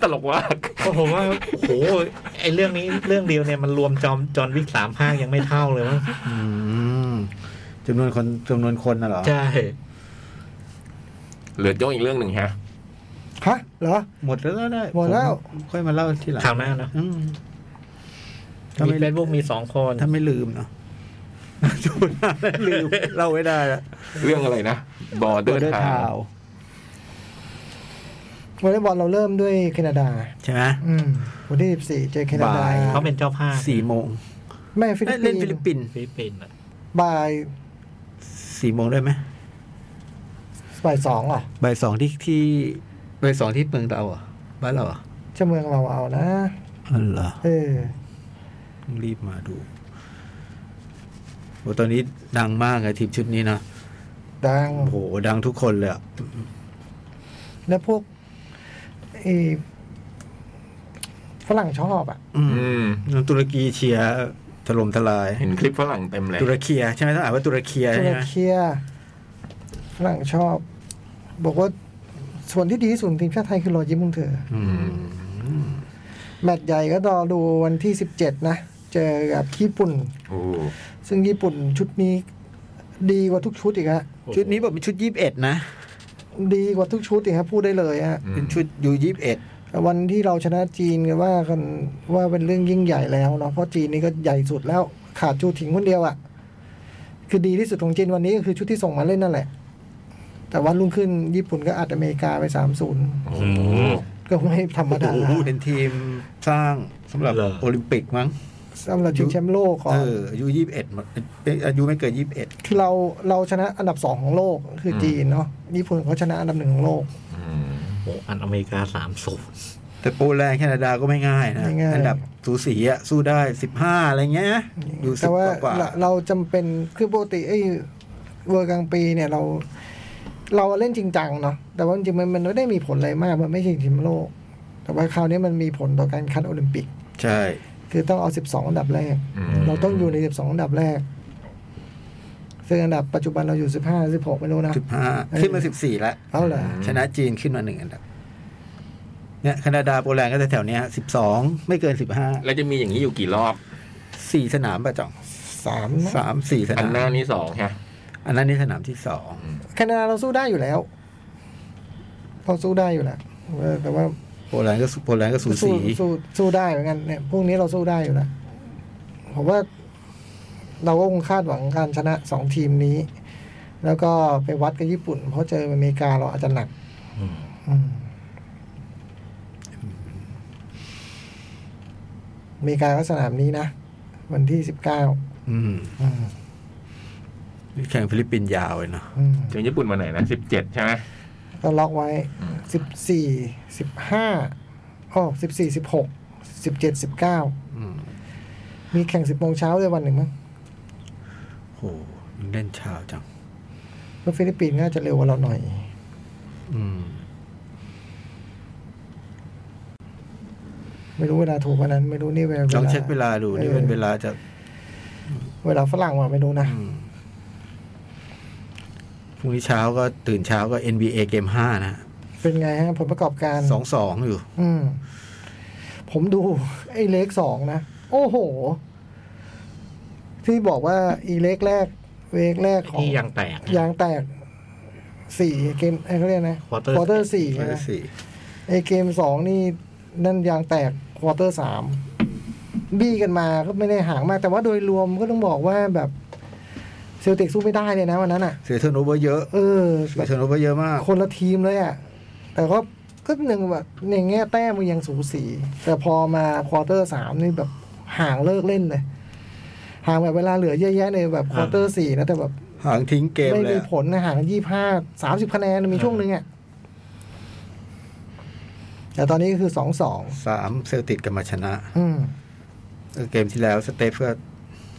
Speaker 2: ตลกว่าก
Speaker 3: ก็ผมว่าโอ้โหไอเรื่องนี้เรื่องเดียวเนี่ยมันรวมจอมจอห์นวิกสามภาคยังไม่เท่าเลยมั้ง
Speaker 4: อืมจำนวนคนจำนวนคนน่ะเหรอ
Speaker 3: ใช่
Speaker 2: เหลือโจ้อีกเรื่องหนึ่งฮะ
Speaker 1: ฮะ เหรอ
Speaker 4: หมดแล้วได้
Speaker 1: หมดแล้ว
Speaker 4: ผค่อยมาเล่าทีหลัง
Speaker 3: คราวหน้าเนอะ
Speaker 4: อืมถ้า
Speaker 3: มี
Speaker 4: ไม่
Speaker 3: เฟซบุ๊กมีสองคน
Speaker 4: ถ้าไม่ลืมเนาะ จูนลืมเล่าไม่ได้ละ
Speaker 2: เรื่องอะไรนะบอเดอร์ทาว
Speaker 1: วอลเลย์บอลเราเริ่มด้วยแคนาดา
Speaker 4: ใช่ไหม
Speaker 1: อืมวันที่สิบสี่เจอแคนาดา
Speaker 4: บ่าย
Speaker 3: เขาเป็นเจ้าภาพ
Speaker 4: สี่โมง
Speaker 1: แม่ฟิลิ
Speaker 4: เอ้ย
Speaker 1: ปปิ
Speaker 4: เล่
Speaker 1: น
Speaker 4: นฟิลิป
Speaker 1: ส์
Speaker 4: ปินส์
Speaker 3: ฟิลิปปินส์อะ
Speaker 1: บ่าย
Speaker 4: สี่โมงได้ไหม
Speaker 1: บ่ายสองเหรอ
Speaker 4: บ่ายสองที่ที่บ่ายสองที่เมืองเราเหรอ่ะบ้านเราเหรอ่ะ
Speaker 1: เจะเมืองเราเอานะ
Speaker 4: อ๋อเหรอ
Speaker 1: เออ
Speaker 4: ต้องรีบมาดูโอ้ตอนนี้ดังมากเลยทีมชุดนี้นะ
Speaker 1: ดัง
Speaker 4: โอ้โหดังทุกคนเลยอะ
Speaker 1: แล้วพวกไอ้ฝรั่งชอบอ่ะ
Speaker 4: อื
Speaker 2: อื
Speaker 4: ม
Speaker 2: ม
Speaker 4: ตุรกีเชียร์ถล่มทลาย
Speaker 2: เห็นคลิปฝรั่งเต็มเลย
Speaker 4: ตุรเคียใช่ไหมต้องอ่านว่าตุรเคีย
Speaker 1: ตุ
Speaker 4: ใช่
Speaker 1: ร
Speaker 4: ไหม
Speaker 1: เคียฝรั่งชอบ บอกว่าส่วนที่ดีที่สุดของทีมชาติไทยคือรอยยิ้มของเธอ
Speaker 4: อืม
Speaker 1: แมตช์ใหญ่ก็รอดูวันที่ 17 นะ เจอกับญี่ปุ่น
Speaker 2: โอ้
Speaker 1: ซึ่งญี่ปุ่นชุดนี้ดีกว่าทุกชุดอีกฮะ
Speaker 4: ชุดนี้บอกเป็นชุดยี่สิบเอ็ดนะ
Speaker 1: ดีกว่าทุกชุดอีกฮะพูดได้เลยฮะ
Speaker 2: อืม
Speaker 4: เป็นชุดยูยี่สิบเอ็ด
Speaker 1: วันที่เราชนะจีนกันว่ากันว่าเป็นเรื่องยิ่งใหญ่แล้วเนาะเพราะจีนนี่ก็ใหญ่สุดแล้วขาดจูถิงคนเดียวอะ่ะ คือดีที่สุดของจีนวันนี้ก็คือชุดที่ส่งมาเล่นนั่นแหละ แต่วันรุ่งขึ้นญี่ปุ่นก็อัดอเมริกาไปสามศูนย์
Speaker 2: โอ้โห
Speaker 1: ก็ไม่ธรรม
Speaker 4: โอ้
Speaker 1: ดา
Speaker 4: โหเป็นทีมสร้างสำหรับโอลิมปิกมั้ง
Speaker 1: สำหรับชิงแชมป์โลกก่อน
Speaker 4: เอออายุยี่สิบเอ็ดอายุไม่เกินยี่สิบเอ็ด
Speaker 1: คือเราเราชนะอันดับสองของโลกคือจีนเนาะญี่ปุ่นเขาชนะอันดับหนึ่งของโลก
Speaker 2: อืม
Speaker 3: โอ้โหอันอเมริกาสามศูนย์
Speaker 4: แต่โปแลนด์แคนาดาก็ไม่ง่ายนะ
Speaker 1: ไม่ง่าย
Speaker 4: อันดับสูสีอะสู้ได้สิบห้าอะไรเงี้ยนะอยู่สิ
Speaker 1: แต่
Speaker 4: บ
Speaker 1: ว่าก
Speaker 4: ว่า
Speaker 1: เราเราจำเป็นคือปกติไอ้เวอร์กลางปีเนี่ยเรา เราเล่นจริงจังเนาะแต่ว่าจริงๆมันมันไม่ได้มีผลอะไรมากมันไม่ใช่ชิงแชมป์โลก แต่ว่าคราวนี้มันมีผลต่อการคัดโอลิมปิก
Speaker 4: ใช่
Speaker 1: คือต้องเอา 12 อันดับแรก
Speaker 2: อืม
Speaker 1: เราต้องอยู่ใน 12 อันดับแรก ซึ่งอันดับปัจจุบันเราอยู่ 15 16ไม่รู้นะ
Speaker 4: สิบห้า
Speaker 1: เออ
Speaker 4: ขึ้นมาสิบสี่ละ
Speaker 1: เอาเหรอ
Speaker 4: ชนะจีนขึ้นมาหนึ่งอันดับ เนี่ยแคนาดาโปแลนด์ก็จะแถวเนี้ยสิบสองไม่เกินสิบห้า
Speaker 2: แล้วจะมีอย่างนี้อยู่กี่รอบ
Speaker 4: สี่สนามประจ่อง
Speaker 1: สาม
Speaker 4: สามสี่ส
Speaker 2: อั
Speaker 4: นาน ม
Speaker 2: หน้านี้สองฮะ
Speaker 4: อันนั้นนี่สนามที่สอง
Speaker 1: แคนาดาเราสู้ได้อยู่แล้วเราสู้ได้อยู่แล้วเออแต่ว่า
Speaker 4: โปแลนด์ก็สู้โปแลนด์ก็สู
Speaker 1: สู้
Speaker 4: สี
Speaker 1: สู้สู้ได้เหมือนกันเนี่ยพวกนี้เราสู้ได้อยู่แล้วผมว่า เราก็คงคาดหวังการชนะสองทีมนี้ แล้วก็ไปวัดกับญี่ปุ่น เพราะเจออเมริกาเราอาจจะหนัก อืมอเมริกาก็สนามนี้นะ วันที่สิบเก้า
Speaker 4: อืมแข่งฟิลิปปินส์ยาวเลยเนาะ
Speaker 2: เจอญี่ปุ่นมาไหนนะสิบเจ็ดใช่ไหม
Speaker 1: ก็ล็อกไว้
Speaker 2: อืม
Speaker 1: สิบสี่สิบห้าอ๋อสิบสี่สิบหกสิบเจ็ดสิบเก้า
Speaker 4: อืม
Speaker 1: มีแข่งสิบโมงเช้าด้วยวันหนึ่งมั้ง
Speaker 4: โหยังเล่นเช้าจัง
Speaker 1: เพราะฟิลิปปินส์น่าจะเร็วกว่าเราหน่อย
Speaker 4: อืม
Speaker 1: ไม่รู้เวลาถูกกวันนั้น ไม่รู้นี่เวลา
Speaker 4: ลองเช็คเวลาดู นี่เป็นเวลาจะ
Speaker 1: เวลาฝรั่งว่าไม่รู้นะ
Speaker 4: อืมพรุ่งนี้เช้าก็ตื่นเช้าก็ NBA เกมห้านะ
Speaker 1: เป็นไงฮะผลประกอบการ
Speaker 4: สองสองอยู่
Speaker 1: อืม ผมดู ไอ้เลขสองนะ โอ้โห ที่บอกว่าอีเลขแรกเลขแรกของ
Speaker 3: ที่ยังแตก
Speaker 1: ยางแตกสี่เกมไอ้เขาเรียกนะ
Speaker 3: Quarter
Speaker 1: อเตอร์สี่
Speaker 4: ไม่ได้
Speaker 1: นะ
Speaker 4: สี่
Speaker 1: ไอ้เกมสองนี่ นั่นยางแตกควอเตอร์สามบี้กันมาก็ไม่ได้ห่างมาก แต่ว่าโดยรวมก็ต้องบอกว่าแบบเซลติกสู้ไม่ได้เลยนะวันนั้นอ่ะ
Speaker 4: เสียเทอร์โนเวอร์เยอะ
Speaker 1: เออแบ
Speaker 4: เสีย
Speaker 1: บ
Speaker 4: เทอร์โนเวอร์เยอะมาก
Speaker 1: คนละทีมเลยอ่ะ แต่ก็ก็หนึ่งแบบในแง่แต้มมันยังสูสี แต่พอมาควอเตอร์สามนี่แบบห่างเลิกเล่นเลย ห่างแบบเวลาเหลือเยอะแยะเลยแบบควอเตอร์สี่นะแต่แบบ
Speaker 4: ห่างทิ้งเกม
Speaker 1: ไม่
Speaker 4: เล
Speaker 1: มี
Speaker 4: ย
Speaker 1: ผลนะห่างยี่ห้าสามสิบคะแนนมีช่วงหนึ่งอ่ะ แต่ตอนนี้ก็คือสองสอง
Speaker 4: สามเซลติกกันมาชนะ
Speaker 1: อืม
Speaker 4: เกมที่แล้วสเตฟก็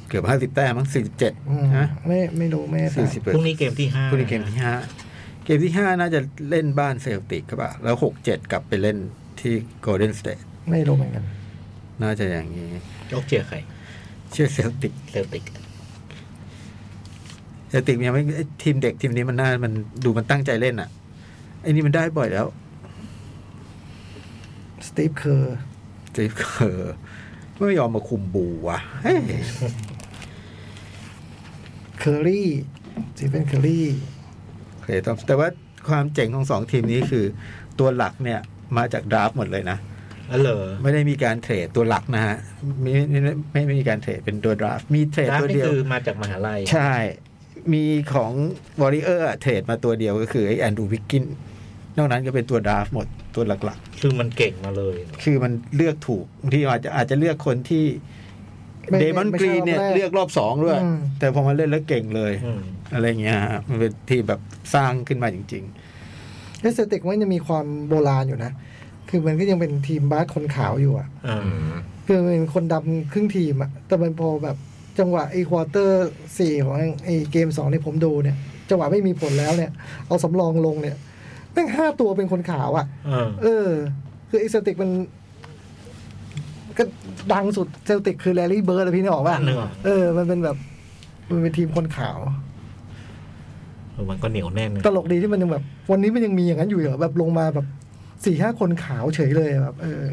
Speaker 4: เกือบห้าสิบแต้มมั้งสี่สิบเจ็ด
Speaker 1: อืม
Speaker 4: นะ
Speaker 1: ไม่ไม่รู้ไม่ได้
Speaker 4: สี่สิบ
Speaker 3: พรุ่งนี้เกมที่ห้า
Speaker 4: พรุ่งนี้เกมที่ห้า เกมที่ห้าน่าจะเล่นบ้านเซลติกครับป่ะ แล้วหกเจ็ดกลับไปเล่นที่โกลเด้นสเตท
Speaker 1: ไม่รู้เหมือนกัน
Speaker 4: น่าจะอย่างนี้
Speaker 3: ยกเชียร์ใคร
Speaker 4: เชื่อเซลติก
Speaker 3: เซลติก
Speaker 4: เซลติกยังไม่ไอ้ทีมเด็กทีมนี้มันน่ามันดูมันตั้งใจเล่นอ่ะไอ้นี่มันได้บ่อยแล้ว
Speaker 1: สตีฟเคอร์
Speaker 4: เจฟเคอร์ไม่ยอมมาคุมบูว่ะเฮ้ย
Speaker 1: เคอรี่สตีเฟนเคอรี่
Speaker 4: โอเคต้องแต่ว่าความเจ๋งของสองทีมนี้คือ ตัวหลักเนี่ยมาจากดราฟต์หมดเลยนะ
Speaker 3: แล้วเหรอ
Speaker 4: ไม่ได้มีการเทรดตัวหลักนะฮะไมไม่ไม่ไม่มีการเทรดเป็นตัวดราฟต์มีเทรด
Speaker 3: ดาร์
Speaker 4: ตัว
Speaker 3: นี่
Speaker 4: เดียว
Speaker 3: คือมาจากมหาลัย
Speaker 4: ใช่ มีของวอริเออร์เทรดมาตัวเดียวก็คือไอ้แอนดูวิกกิน นอกนั้นก็เป็นตัวดราฟต์หมดตัวหลัก
Speaker 3: คือมันเก่งมาเลย
Speaker 4: ๆ คือมันเลือกถูกบางที่อาจจะอาจจะเลือกคนที่
Speaker 1: ไ
Speaker 4: เดมอน
Speaker 1: ไ
Speaker 4: กรีนเนี่ย
Speaker 1: ใช่รบแร
Speaker 4: เลือกรอบสองด้วย
Speaker 1: อืม
Speaker 4: แต่พอมาเล่นแล้วเก่งเลย
Speaker 3: อืม
Speaker 4: อะไรเงี้ยฮะมันเป็นทีมแบบสร้างขึ้นมาจริง
Speaker 1: เอสเตติกมันจะมีความโบราณอยู่นะ คือมันก็ยังเป็นทีมบาสคนขาวอยู่อ่ะ
Speaker 3: อ่า
Speaker 1: คือมันเป็นคนดำครึ่งทีมอ่ะ แต่มันพอแบบจังหวะไอ้ควอเตอร์สี่ของไอ้เกมสองที่ผมดูเนี่ย จังหวะไม่มีผลแล้วเนี่ย เอาสำรองลงเนี่ยแม่งห้าตัวเป็นคนขาวอ่ะ
Speaker 3: อ่า
Speaker 1: เออ คือไอ้เซลติกมัน ก็ดังสุดเซลติกคือแลรี่เบิร์ดอะพี่นึกออกป่ะ
Speaker 3: นึกออก
Speaker 1: เออ มันเป็นแบบ มันเป็นทีมคนขาว
Speaker 3: เออมันก็เหนียวแน่นนะ
Speaker 1: ตลกดีที่มันยังแบบ วันนี้มันยังมีอย่างนั้นอยู่เหรอแบบลงมาแบบสี่ห้าคนขาวเฉยเลยอะแบบ เออ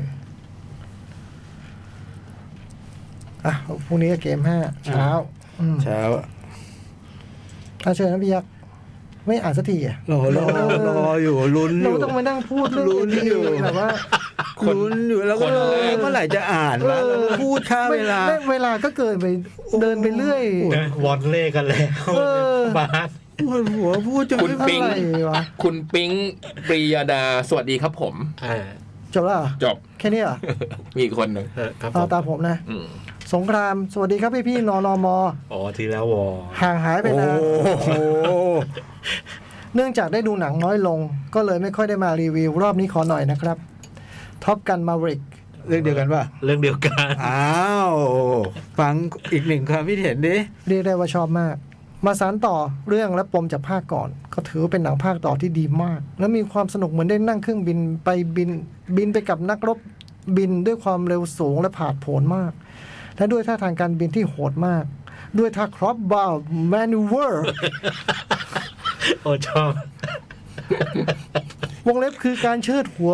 Speaker 1: อ่ะพรุ่งนี้ก็เกมห้าเช้าอืม
Speaker 4: ๆ เช้า
Speaker 1: อ่ะเชิญนะพี่ยักษ์ไม่อ่านสักทีอ่ะ
Speaker 4: รอรอรออยู่ลุ้นอ
Speaker 1: เรา
Speaker 4: ยู่
Speaker 1: ต้องมานั่งพูดเรื่อง
Speaker 4: รู้
Speaker 1: ไอ้
Speaker 4: อยู่
Speaker 1: นี่แบบว่า
Speaker 4: ลุ้นอยู่แล้วก็
Speaker 1: คนเลย
Speaker 4: เมื่อไหร่จะอ่านวะพูดค่าเวลา
Speaker 1: ไม่เวลาก็เกินไปเดินไปเรื่อย
Speaker 3: เดินวอนเล่กันแล้ว
Speaker 1: เออ
Speaker 3: บาส
Speaker 4: ปวดหัวพูดจน
Speaker 2: คุณ
Speaker 4: ไม่
Speaker 2: ปิ๊ง
Speaker 1: อะไรวะ
Speaker 2: คุณปิ๊งปรียาดา สวัสดีครับผม
Speaker 3: อ่า
Speaker 1: จบแล้วเหรอ
Speaker 2: จบ
Speaker 1: แค่นี้เหรอ
Speaker 2: มีอีกคนหนึ่ง
Speaker 3: เออครับผ
Speaker 1: เอา
Speaker 3: ม
Speaker 1: ตามผมนะ
Speaker 2: อืม
Speaker 1: สงคราม สวัสดีครับพี่พี่ๆนอนอมอ
Speaker 3: อ๋อทีแล้ววอ
Speaker 1: ห่างหายไป
Speaker 4: โอ้
Speaker 1: นาน
Speaker 4: โห
Speaker 1: เนื่องจากได้ดูหนังน้อยลง ก็เลยไม่ค่อยได้มารีวิวรอบนี้ขอหน่อยนะครับท็อปกันมาริก
Speaker 4: เรื่องเดียวกันป่ะ
Speaker 3: เรื่องเดียวกัน
Speaker 4: อ้าว ฟังอีกหนึ่งความคิดเห็นดิ
Speaker 1: เรียกได้ว่าชอบมาก มาสารต่อเรื่องและปมจากภาคก่อน ก็ถือว่าเป็นหนังภาคต่อที่ดีมาก และมีความสนุกเหมือนได้นั่งเครื่องบินไปบิน บินไปกับนักรบบินด้วยความเร็วสูงและผาดโผนมาก และด้วยท่าทางการบินที่โหดมาก ด้วยท่าครอบบาร์แมนูเวอร์
Speaker 3: โอ้ชอบ
Speaker 1: วงเล็บคือการเชิดหัว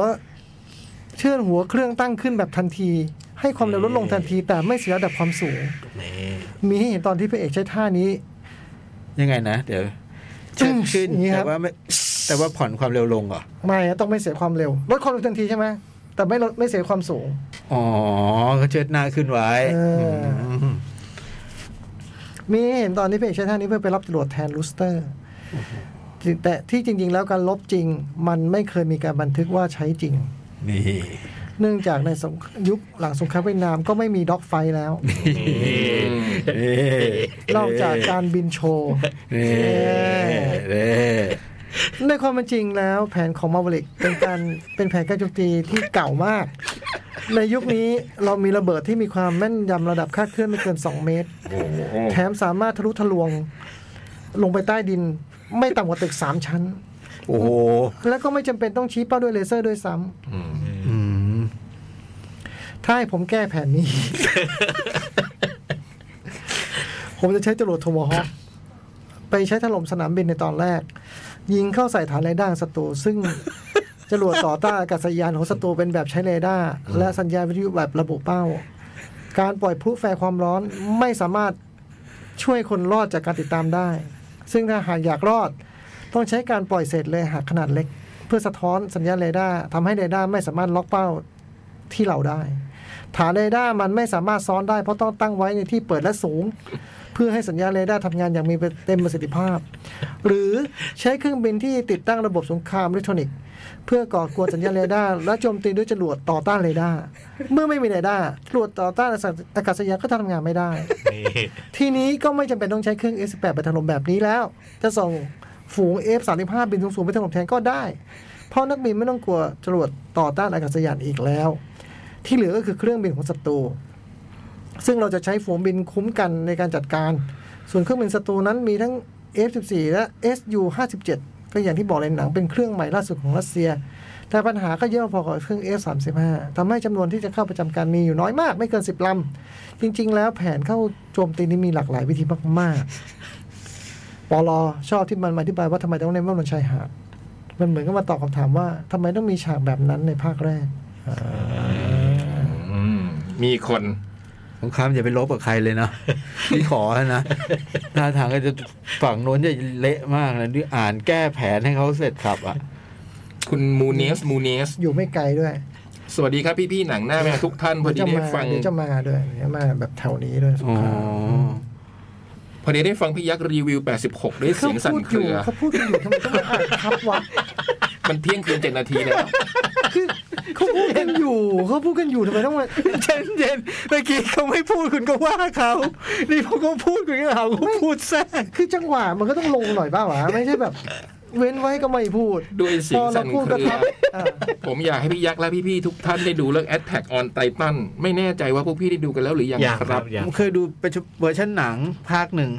Speaker 1: เชิดหัวเครื่องตั้งขึ้นแบบทันที ให้ความเร็วลดลงทันที แต่ไม่เสียระดับความสูง
Speaker 3: นี่
Speaker 1: มีให้เห็นตอนที่พระเอกใช้ท่านี้
Speaker 4: ยังไงนะ เดี๋ยว
Speaker 1: จึ้ง
Speaker 4: ขึ้น
Speaker 1: อย่างนี้ครั
Speaker 4: แต่
Speaker 1: บ
Speaker 4: ว่าไม่แต่ว่าผ่อนความเร็วลงเหรอ
Speaker 1: ไม่อะต้องไม่เสียความเร็วลดความเร็วทันทีใช่ไหมแต่ไม่ลดไม่เสียความสูง
Speaker 4: อ๋อเขาเชิดหน้าขึ้นไว้
Speaker 1: เอออื
Speaker 4: ม
Speaker 1: มีให้เห็นตอนที่พระเอกใช้ท่านี้เพื่อไปรับจรวดแทนลูสเตอร์ แต่ที่จริง ๆ แล้วการลบจริง มันไม่เคยมีการบันทึกว่าใช้จริง
Speaker 4: นี่
Speaker 1: เนื่องจากในสงครามยุคหลังสงครามเวียดนามก็ไม่มีด็อกไฟท์แล้ว
Speaker 3: นี่
Speaker 4: นี่
Speaker 1: นอกจากการบินโชว์
Speaker 4: นี่นี่
Speaker 1: ในความเป็นจริงแล้วแผนของมาบริกเป็นการ เป็นแผนการโจมตีที่เก่ามาก ในยุคนี้เรามีระเบิดที่มีความแม่นยำระดับคาดเคลื่อนไม่เกิน 2 เมตร
Speaker 2: โอ้โห
Speaker 1: แถมสามารถทะลุทะลวง ลงไปใต้ดิน ไม่ต่ำกว่าตึก 3 ชั้น
Speaker 4: โอ้โห
Speaker 1: และก็ไม่จำเป็นต้องชี้เป้าด้วยเลเซอร์ด้วยซ้ำ
Speaker 2: อืม
Speaker 4: อืม
Speaker 1: ถ้าให้ผมแก้แผนนี้ ผมจะใช้จรวดโทมฮอคไปใช้ถล่มสนามบินในตอนแรก ยิงเข้าใส่ฐานเรด้าร์ของศัตรูซึ่ง จรวดต่อต้านอากาศยานของศัตรูเป็นแบบใช้เรดาร์และสัญญาณวิทยุแบบระบุเป้า การปล่อยพลุแฟร์ความร้อนไม่สามารถช่วยคนรอดจากการติดตามได้ ซึ่งถ้าหากอยากรอด ต้องใช้การปล่อยเศษเลยหากขนาดเล็ก เพื่อสะท้อนสัญญาณเรดาร์ทำให้เรดาร์ไม่สามารถล็อกเป้าที่เราได้ ฐานเรดาร์มันไม่สามารถซ้อนได้เพราะต้องตั้งไว้ในที่เปิดและสูง เพื่อให้สัญญาณเรดาร์ทำงานอย่างมีเต็มประสิทธิภาพ หรือใช้เครื่องบินที่ติดตั้งระบบสงครามอิเล็กทรอนิกส์ เพื่อก่อกวนสัญญาณเรดาร์และโจมตีด้วยจรวดต่อต้านเรดาร์เมื่อไม่มีเรดาร์จรวดต่อต้านอากาศยานก็ทำงานไม่ได้
Speaker 3: นี่
Speaker 1: ทีนี้ก็ไม่จำเป็นต้องใช้เครื่อง S18 ไปถล่มแบบนี้แล้ว จะส่งฝูง F35 บินสูงๆไปถล่มแทนก็ได้ เพราะนักบินไม่ต้องกลัวจรวดต่อต้านอากาศยานอีกแล้ว ที่เหลือก็คือเครื่องบินของศัตรู ซึ่งเราจะใช้ฝูงบินคุ้มกันในการจัดการ ส่วนเครื่องบินศัตรูนั้นมีทั้ง F14 และ SU57 ก็ ก็อย่างที่บอกเลยหนังเป็นเครื่องใหม่ล่าสุดของรัสเซีย แต่ปัญหาก็เยอะพอกับเครื่อง F35 ทำให้จำนวนที่จะเข้าประจำการมีอยู่น้อยมาก ไม่เกิน 10ลำจริง ๆ แล้วแผนเข้าโจมตีนี่มีหลากหลายวิธีมากๆปลอชอบที่มันมาอธิบายว่าทำไมต้องเน้นว่าบนชายหาดมันเหมือนกับมาตอบคำถามว่าทำไมต้องมีฉากแบบนั้นในภาคแรก
Speaker 2: อืมมีคน
Speaker 4: สงครามอย่าไปลบกับใครเลยนะ พี่ขอนะหน้าทางก็จะฝั่งโน้นจะเละมากนะนี่อ่านแก้แผนให้เขาเสร็จขับ อ่ะ
Speaker 2: คุณมูเนสมูเนส
Speaker 1: อยู่ไม่ไกลด้วย
Speaker 2: สวัสดีครับพี่พี่ๆหนังหน้าแม่ทุกท่าน พอดี
Speaker 1: เดี๋ยวจะ
Speaker 2: ได้
Speaker 1: มา
Speaker 2: ฟัง
Speaker 1: เดี๋ยวจะมาด้วยเดี๋ยวมาแบบแถวนี้ด้วยสง
Speaker 4: อ๋อ
Speaker 1: ข
Speaker 2: พ
Speaker 1: ลา
Speaker 2: อดีได้ฟังพี่ยักษ์รีวิว 86 ด้วยเสียงสั่น
Speaker 1: พูด
Speaker 2: เค
Speaker 1: อยู่
Speaker 2: รือ
Speaker 1: เขาพูดกันอยู่ทำไมต้องมาอ่านครับวะ
Speaker 2: มันเที่ยงคืนเจ็ดนาทีแล้ว
Speaker 1: คือเขาพูดกันอยู่เขาพูดกันอยู่ทำไมต้องมา
Speaker 4: เย็นเย็นเมื่อกี้เขาไม่พูดคุณก็ว่าเขา นี่พอเขาพูดคุณก็หาว่าเขาพูดแทรก
Speaker 1: คือจังหวะมันก็ต้องลงหน่อยบ้างวะไม่ใช่แบบ เว้นไว้ก็ไม่พูด
Speaker 2: ด้วยเสีย
Speaker 1: พ
Speaker 2: ง
Speaker 1: อเรา
Speaker 2: สั่น
Speaker 1: พูด
Speaker 2: เค
Speaker 1: ก็
Speaker 2: รือ
Speaker 1: ทับอ่า
Speaker 2: ผมอยากให้พี่ยักษ์และพี่ๆทุกท่านได้ดูเรื่อง Attack on Titan ไม่แน่ใจว่าพวกพี่ได้ดูกันแล้วหรือยัง
Speaker 3: อย่าง
Speaker 2: ค
Speaker 3: ค
Speaker 2: รั
Speaker 3: รั
Speaker 2: บบ
Speaker 3: อย่าง
Speaker 4: ผมเคยดูเป็นเวอร์ชันหนังภาคหนึ่ง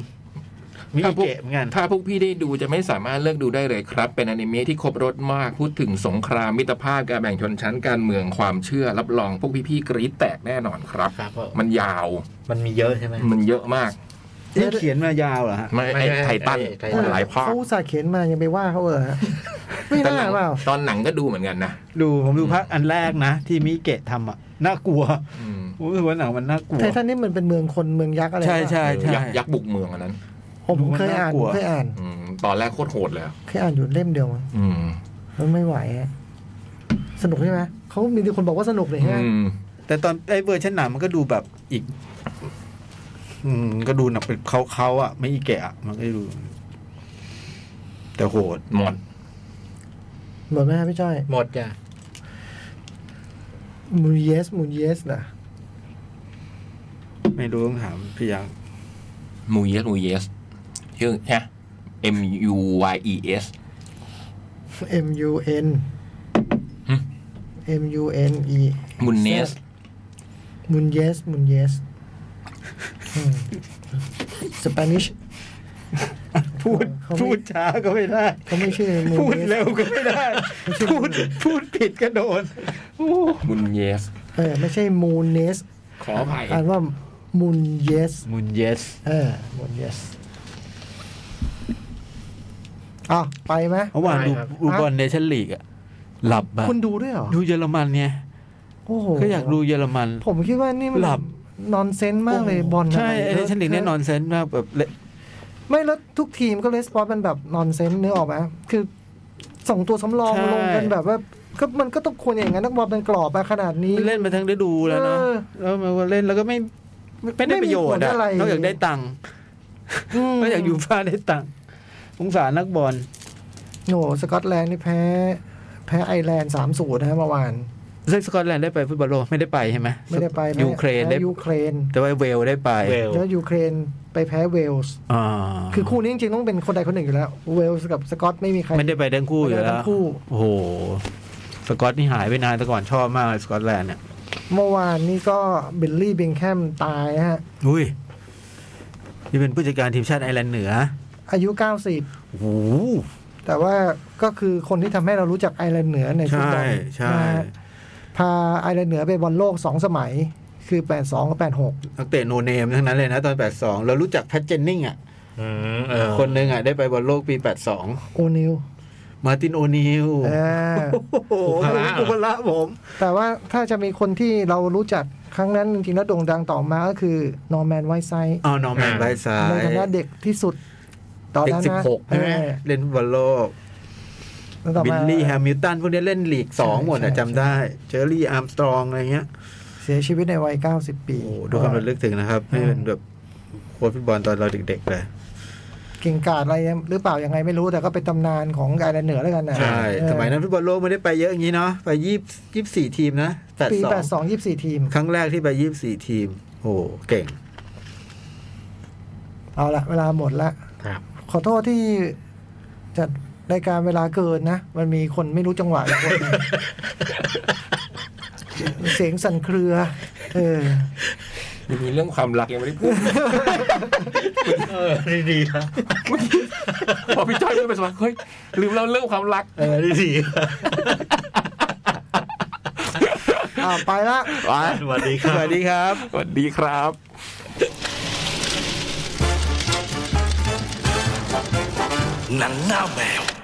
Speaker 4: มี
Speaker 2: ถ้าพวก
Speaker 4: เกะเหมือนกัน
Speaker 2: ถ้าพวกพี่ได้ดูจะไม่สามารถเลือกดูได้เลยครับ เป็นอนิเมะที่ครบรสมากพูดถึงสงครามมิตรภาพการแบ่งชนชั้นการเมืองความเชื่อรับรองพวกพี่ๆกรี๊ดแตกแน่นอนครับ
Speaker 3: ครับผม
Speaker 2: มันยาว
Speaker 3: มันมีเยอะใช่ไหม
Speaker 2: มันเยอะมาก
Speaker 4: นี่เขียนมายาวเหรอฮะ
Speaker 2: ไม่ไอ้ไทตันมันหลายภาค
Speaker 1: เขาอุตสาห์เขียนมายังไปว่าเขาเออฮะไม่
Speaker 2: แต่
Speaker 1: น่า
Speaker 2: หนัง
Speaker 1: เปล่า
Speaker 2: ตอนหนังก็ดูเหมือนกันนะ
Speaker 4: ดูผมดูภาคอันแรกนะ ที่มิเกะทำอ่ะ น่ากลัว
Speaker 2: อืม
Speaker 4: ผมรู้สึกว่าหนังมันน่ากลัว
Speaker 1: ไททันนี่มันเป็นเมืองคนเมืองยักษ์อะไร
Speaker 4: ใช่ใช่ใช่
Speaker 2: ยักษ์ยักษ์บุกเมืองอันนั้น
Speaker 1: ผมผมเคยอ่าน
Speaker 4: ดู
Speaker 1: ผ
Speaker 4: มั
Speaker 1: ม
Speaker 4: นน่ากลัว
Speaker 1: เคยอ่าน
Speaker 2: อืมตอนแรกโคตรโหดเลยอะ
Speaker 1: เคยอ่านอยู่เล่มเดียวมั้ง
Speaker 2: อืม
Speaker 1: มันไม่ไหวฮะสนุกใช่ไหมเขามีคนบอกว่าสนุกเลยใช่ไหม
Speaker 2: อืม
Speaker 4: แต่ตอนไอ้เวอร์ชันหนังมันก็ดูแบบอีก อืมก็ดูหนักเป็นเขาเขาๆอ่ะ ไม่อีแกะอะมันก็ดู แต่โหด
Speaker 2: หมด
Speaker 1: หมดไหมครับพี่จ้อย
Speaker 3: หมดจ้ะ
Speaker 1: มูเยสมูเยสนะ
Speaker 4: ไม่รู้ต้องถามพี่ยักษ์
Speaker 2: มูเยสมูเยสชื่อฮะ M U Y E S
Speaker 1: M U N
Speaker 2: หึ
Speaker 1: M U N E
Speaker 2: มุนเนส
Speaker 1: มูเยสมูเยสสเปนิช
Speaker 4: พูด
Speaker 1: เขาไม่
Speaker 4: พูดช้าก็ไม่ได้
Speaker 1: เขาไม่ชื่อมู
Speaker 4: พูด
Speaker 1: เยส
Speaker 4: เร็วก็ไม่ได้ พูดพูดผิดก็โดนโอ้โห
Speaker 2: มุนเยส
Speaker 1: เออไม่ใช่มูเนส
Speaker 2: ขออภัย
Speaker 1: อ่านว่ามูเยส
Speaker 4: มุนเยส
Speaker 1: เออมูเยสอ่ะไปไหม
Speaker 4: เมื่อวานดูดูบอลเนชั่นลีกอะหลับอะ
Speaker 1: คุณดูด้วยเหรอ
Speaker 4: ดูเยอรมันเนี่ย
Speaker 1: โอ้โห
Speaker 4: ก็อยากดูเยอรมัน
Speaker 1: ผมคิดว่านี่มัน
Speaker 4: หลับ
Speaker 1: นอนเซนมากเลยบอล
Speaker 4: ใช่
Speaker 1: ะไร
Speaker 4: เนชั่นลีกเนี่ยนอนเซนส์มากแบบเละ
Speaker 1: ไม่แล้วทุกทีมก็เลสปอนเป็นแบบนอนเซนเนื้อออกไหมคือส่งตัวสำรองลงกันแบบว่าก็มันก็ต้องควรอย่างนั้นนักบอลเป็นกรอบมาขนาดนี้
Speaker 4: เล่นมาทั้งฤดูแล้วเนาะ
Speaker 1: เออ
Speaker 4: แล้วมาเล่นแล้วก็ไม่ไม่ได้ประโยชน์อะ
Speaker 1: ไม่มีผลอะไร
Speaker 4: นอกจากได้ตังค์
Speaker 1: ม
Speaker 4: นอกจากอยู่ฟ้าได้ตังค์สงสารนักบอล
Speaker 1: โหสกอตแลนด์นี่แพ้ แพ้ไอร์แลนด์สามศูนย์นะเมื่อวาน
Speaker 4: เซกสกอตแลนด์ได้ไปฟุตบอลโลกไม่ได้ไปใช่ไหม
Speaker 1: ไม่ได้ไปนะ
Speaker 4: ยูเครนได้
Speaker 1: แพ้ยูเครน
Speaker 4: แต่ว่าเวลได้ไป
Speaker 3: เวล
Speaker 1: แล้วยูเครนไปแพ้เวลส์
Speaker 4: อ่า
Speaker 1: คือคู่นี้จริงๆต้องเป็นคนใดคนหนึ่งอยู่แล้ว เวลส์กับสกอตไม่มีใคร
Speaker 4: ไม่ได้ไปทั้งคู่อยู่
Speaker 1: ไม่ได้
Speaker 4: แล้ว
Speaker 1: ทั้งคู่
Speaker 4: โอ้โหสกอตนี่หายไปนานแต่ก่อนชอบมากเลยสกอตแลนด์เนี่ย
Speaker 1: เมื่อวานนี่ก็บิลลี่เบงแคมตายนะฮะ
Speaker 4: อุ้ย นี่เป็นผู้จัดการทีมชาติไอร์แลนด์เหนือ
Speaker 1: อายุ 90
Speaker 4: โอ้โห
Speaker 1: แต่ว่าก็คือคนที่ทำให้เรารู้จักไอร์แลนด์เหนือในฟุตบอล
Speaker 4: ใช่ใช่
Speaker 1: นะฮะพาไอร์แลนด์เหนือไปบอลโลกสองสมัย คือ 82 กับ 86
Speaker 4: นักเตะโนเนมทั้งนั้นเลยนะ ตอน 82 เรารู้จักแพทเจนนิงอ่ะ
Speaker 3: อืมเออ
Speaker 4: คนหนึ่งอ่ะ ได้ไปบอลโลกปี
Speaker 1: โอนิว
Speaker 4: 82 มาร์ตินโอนิล
Speaker 1: เออ
Speaker 4: โอ้โหอุปละผม
Speaker 1: แต่ว่าถ้าจะมีคนที่เรารู้จักครั้งนั้นจริงๆแล้วโด่งดังต่อมาก็คือนอร์แมนไวท์ไซด์
Speaker 4: เอานอร์แมนไบซ้า
Speaker 1: ใน
Speaker 4: ย
Speaker 1: ฐานะเด็กที่สุดตอน
Speaker 4: เด็ก
Speaker 1: นั้นนะ
Speaker 4: 16 ใช่ไหม
Speaker 1: เออ
Speaker 4: เล่นบอลโลก
Speaker 1: แล้วต่อ
Speaker 4: บิ
Speaker 1: มา
Speaker 4: ลลี่แฮมิลตันพวกนี้เล่นลีก 2 หมดอ่ะ
Speaker 1: ใช่ใช่
Speaker 4: จำได้ เจอร์รี่อาร์มสตรองอะไรเงี้ย
Speaker 1: เสียชีวิตในวัย 90 ปี
Speaker 4: โอ้โหดูความระลึกถึงนะครับนี่เป็นแบบโค้ชฟุตบอลตอนเราเด็กๆเลย
Speaker 1: เก่งกาจอะไรหรือเปล่ายังไงไม่รู้แต่ก็เป็นตำนานของไอร์แลนด์เหนือแล้วกันนะ
Speaker 4: ใช่
Speaker 1: เออ
Speaker 4: สมัยนั้นฟุตบอลโลกไม่ได้ไปเยอะอย่างนี้เนาะ ไปยี่ยี่สี่ทีมนะแปด
Speaker 1: ปี
Speaker 4: สอง
Speaker 1: 82 24 ทีม
Speaker 4: ครั้งแรกที่ไปยี่สี่ทีม โอ้โหเก่ง
Speaker 1: เอาละเวลาหมดละ
Speaker 3: ครับ
Speaker 1: ขอโทษที่จัดรายการเวลาเกินนะ มันมีคนไม่รู้จังหวะอี กคนหนึ่งเสียงสั่นเครือ เออ
Speaker 2: ยังมีเรื่องความรักยังไม่ได้พูด
Speaker 4: เอ
Speaker 3: ออดีดีๆนะ
Speaker 2: พอพี่จ้อยพูดไปสมัครเฮ้ยลืมเล่าเรื่องความรัก
Speaker 3: เออดีดี
Speaker 1: อ้าวไปละ
Speaker 3: ๆสวัสดีครับ
Speaker 4: สวัสดีครับ
Speaker 2: สวัสดีครับหนังหน้าแมว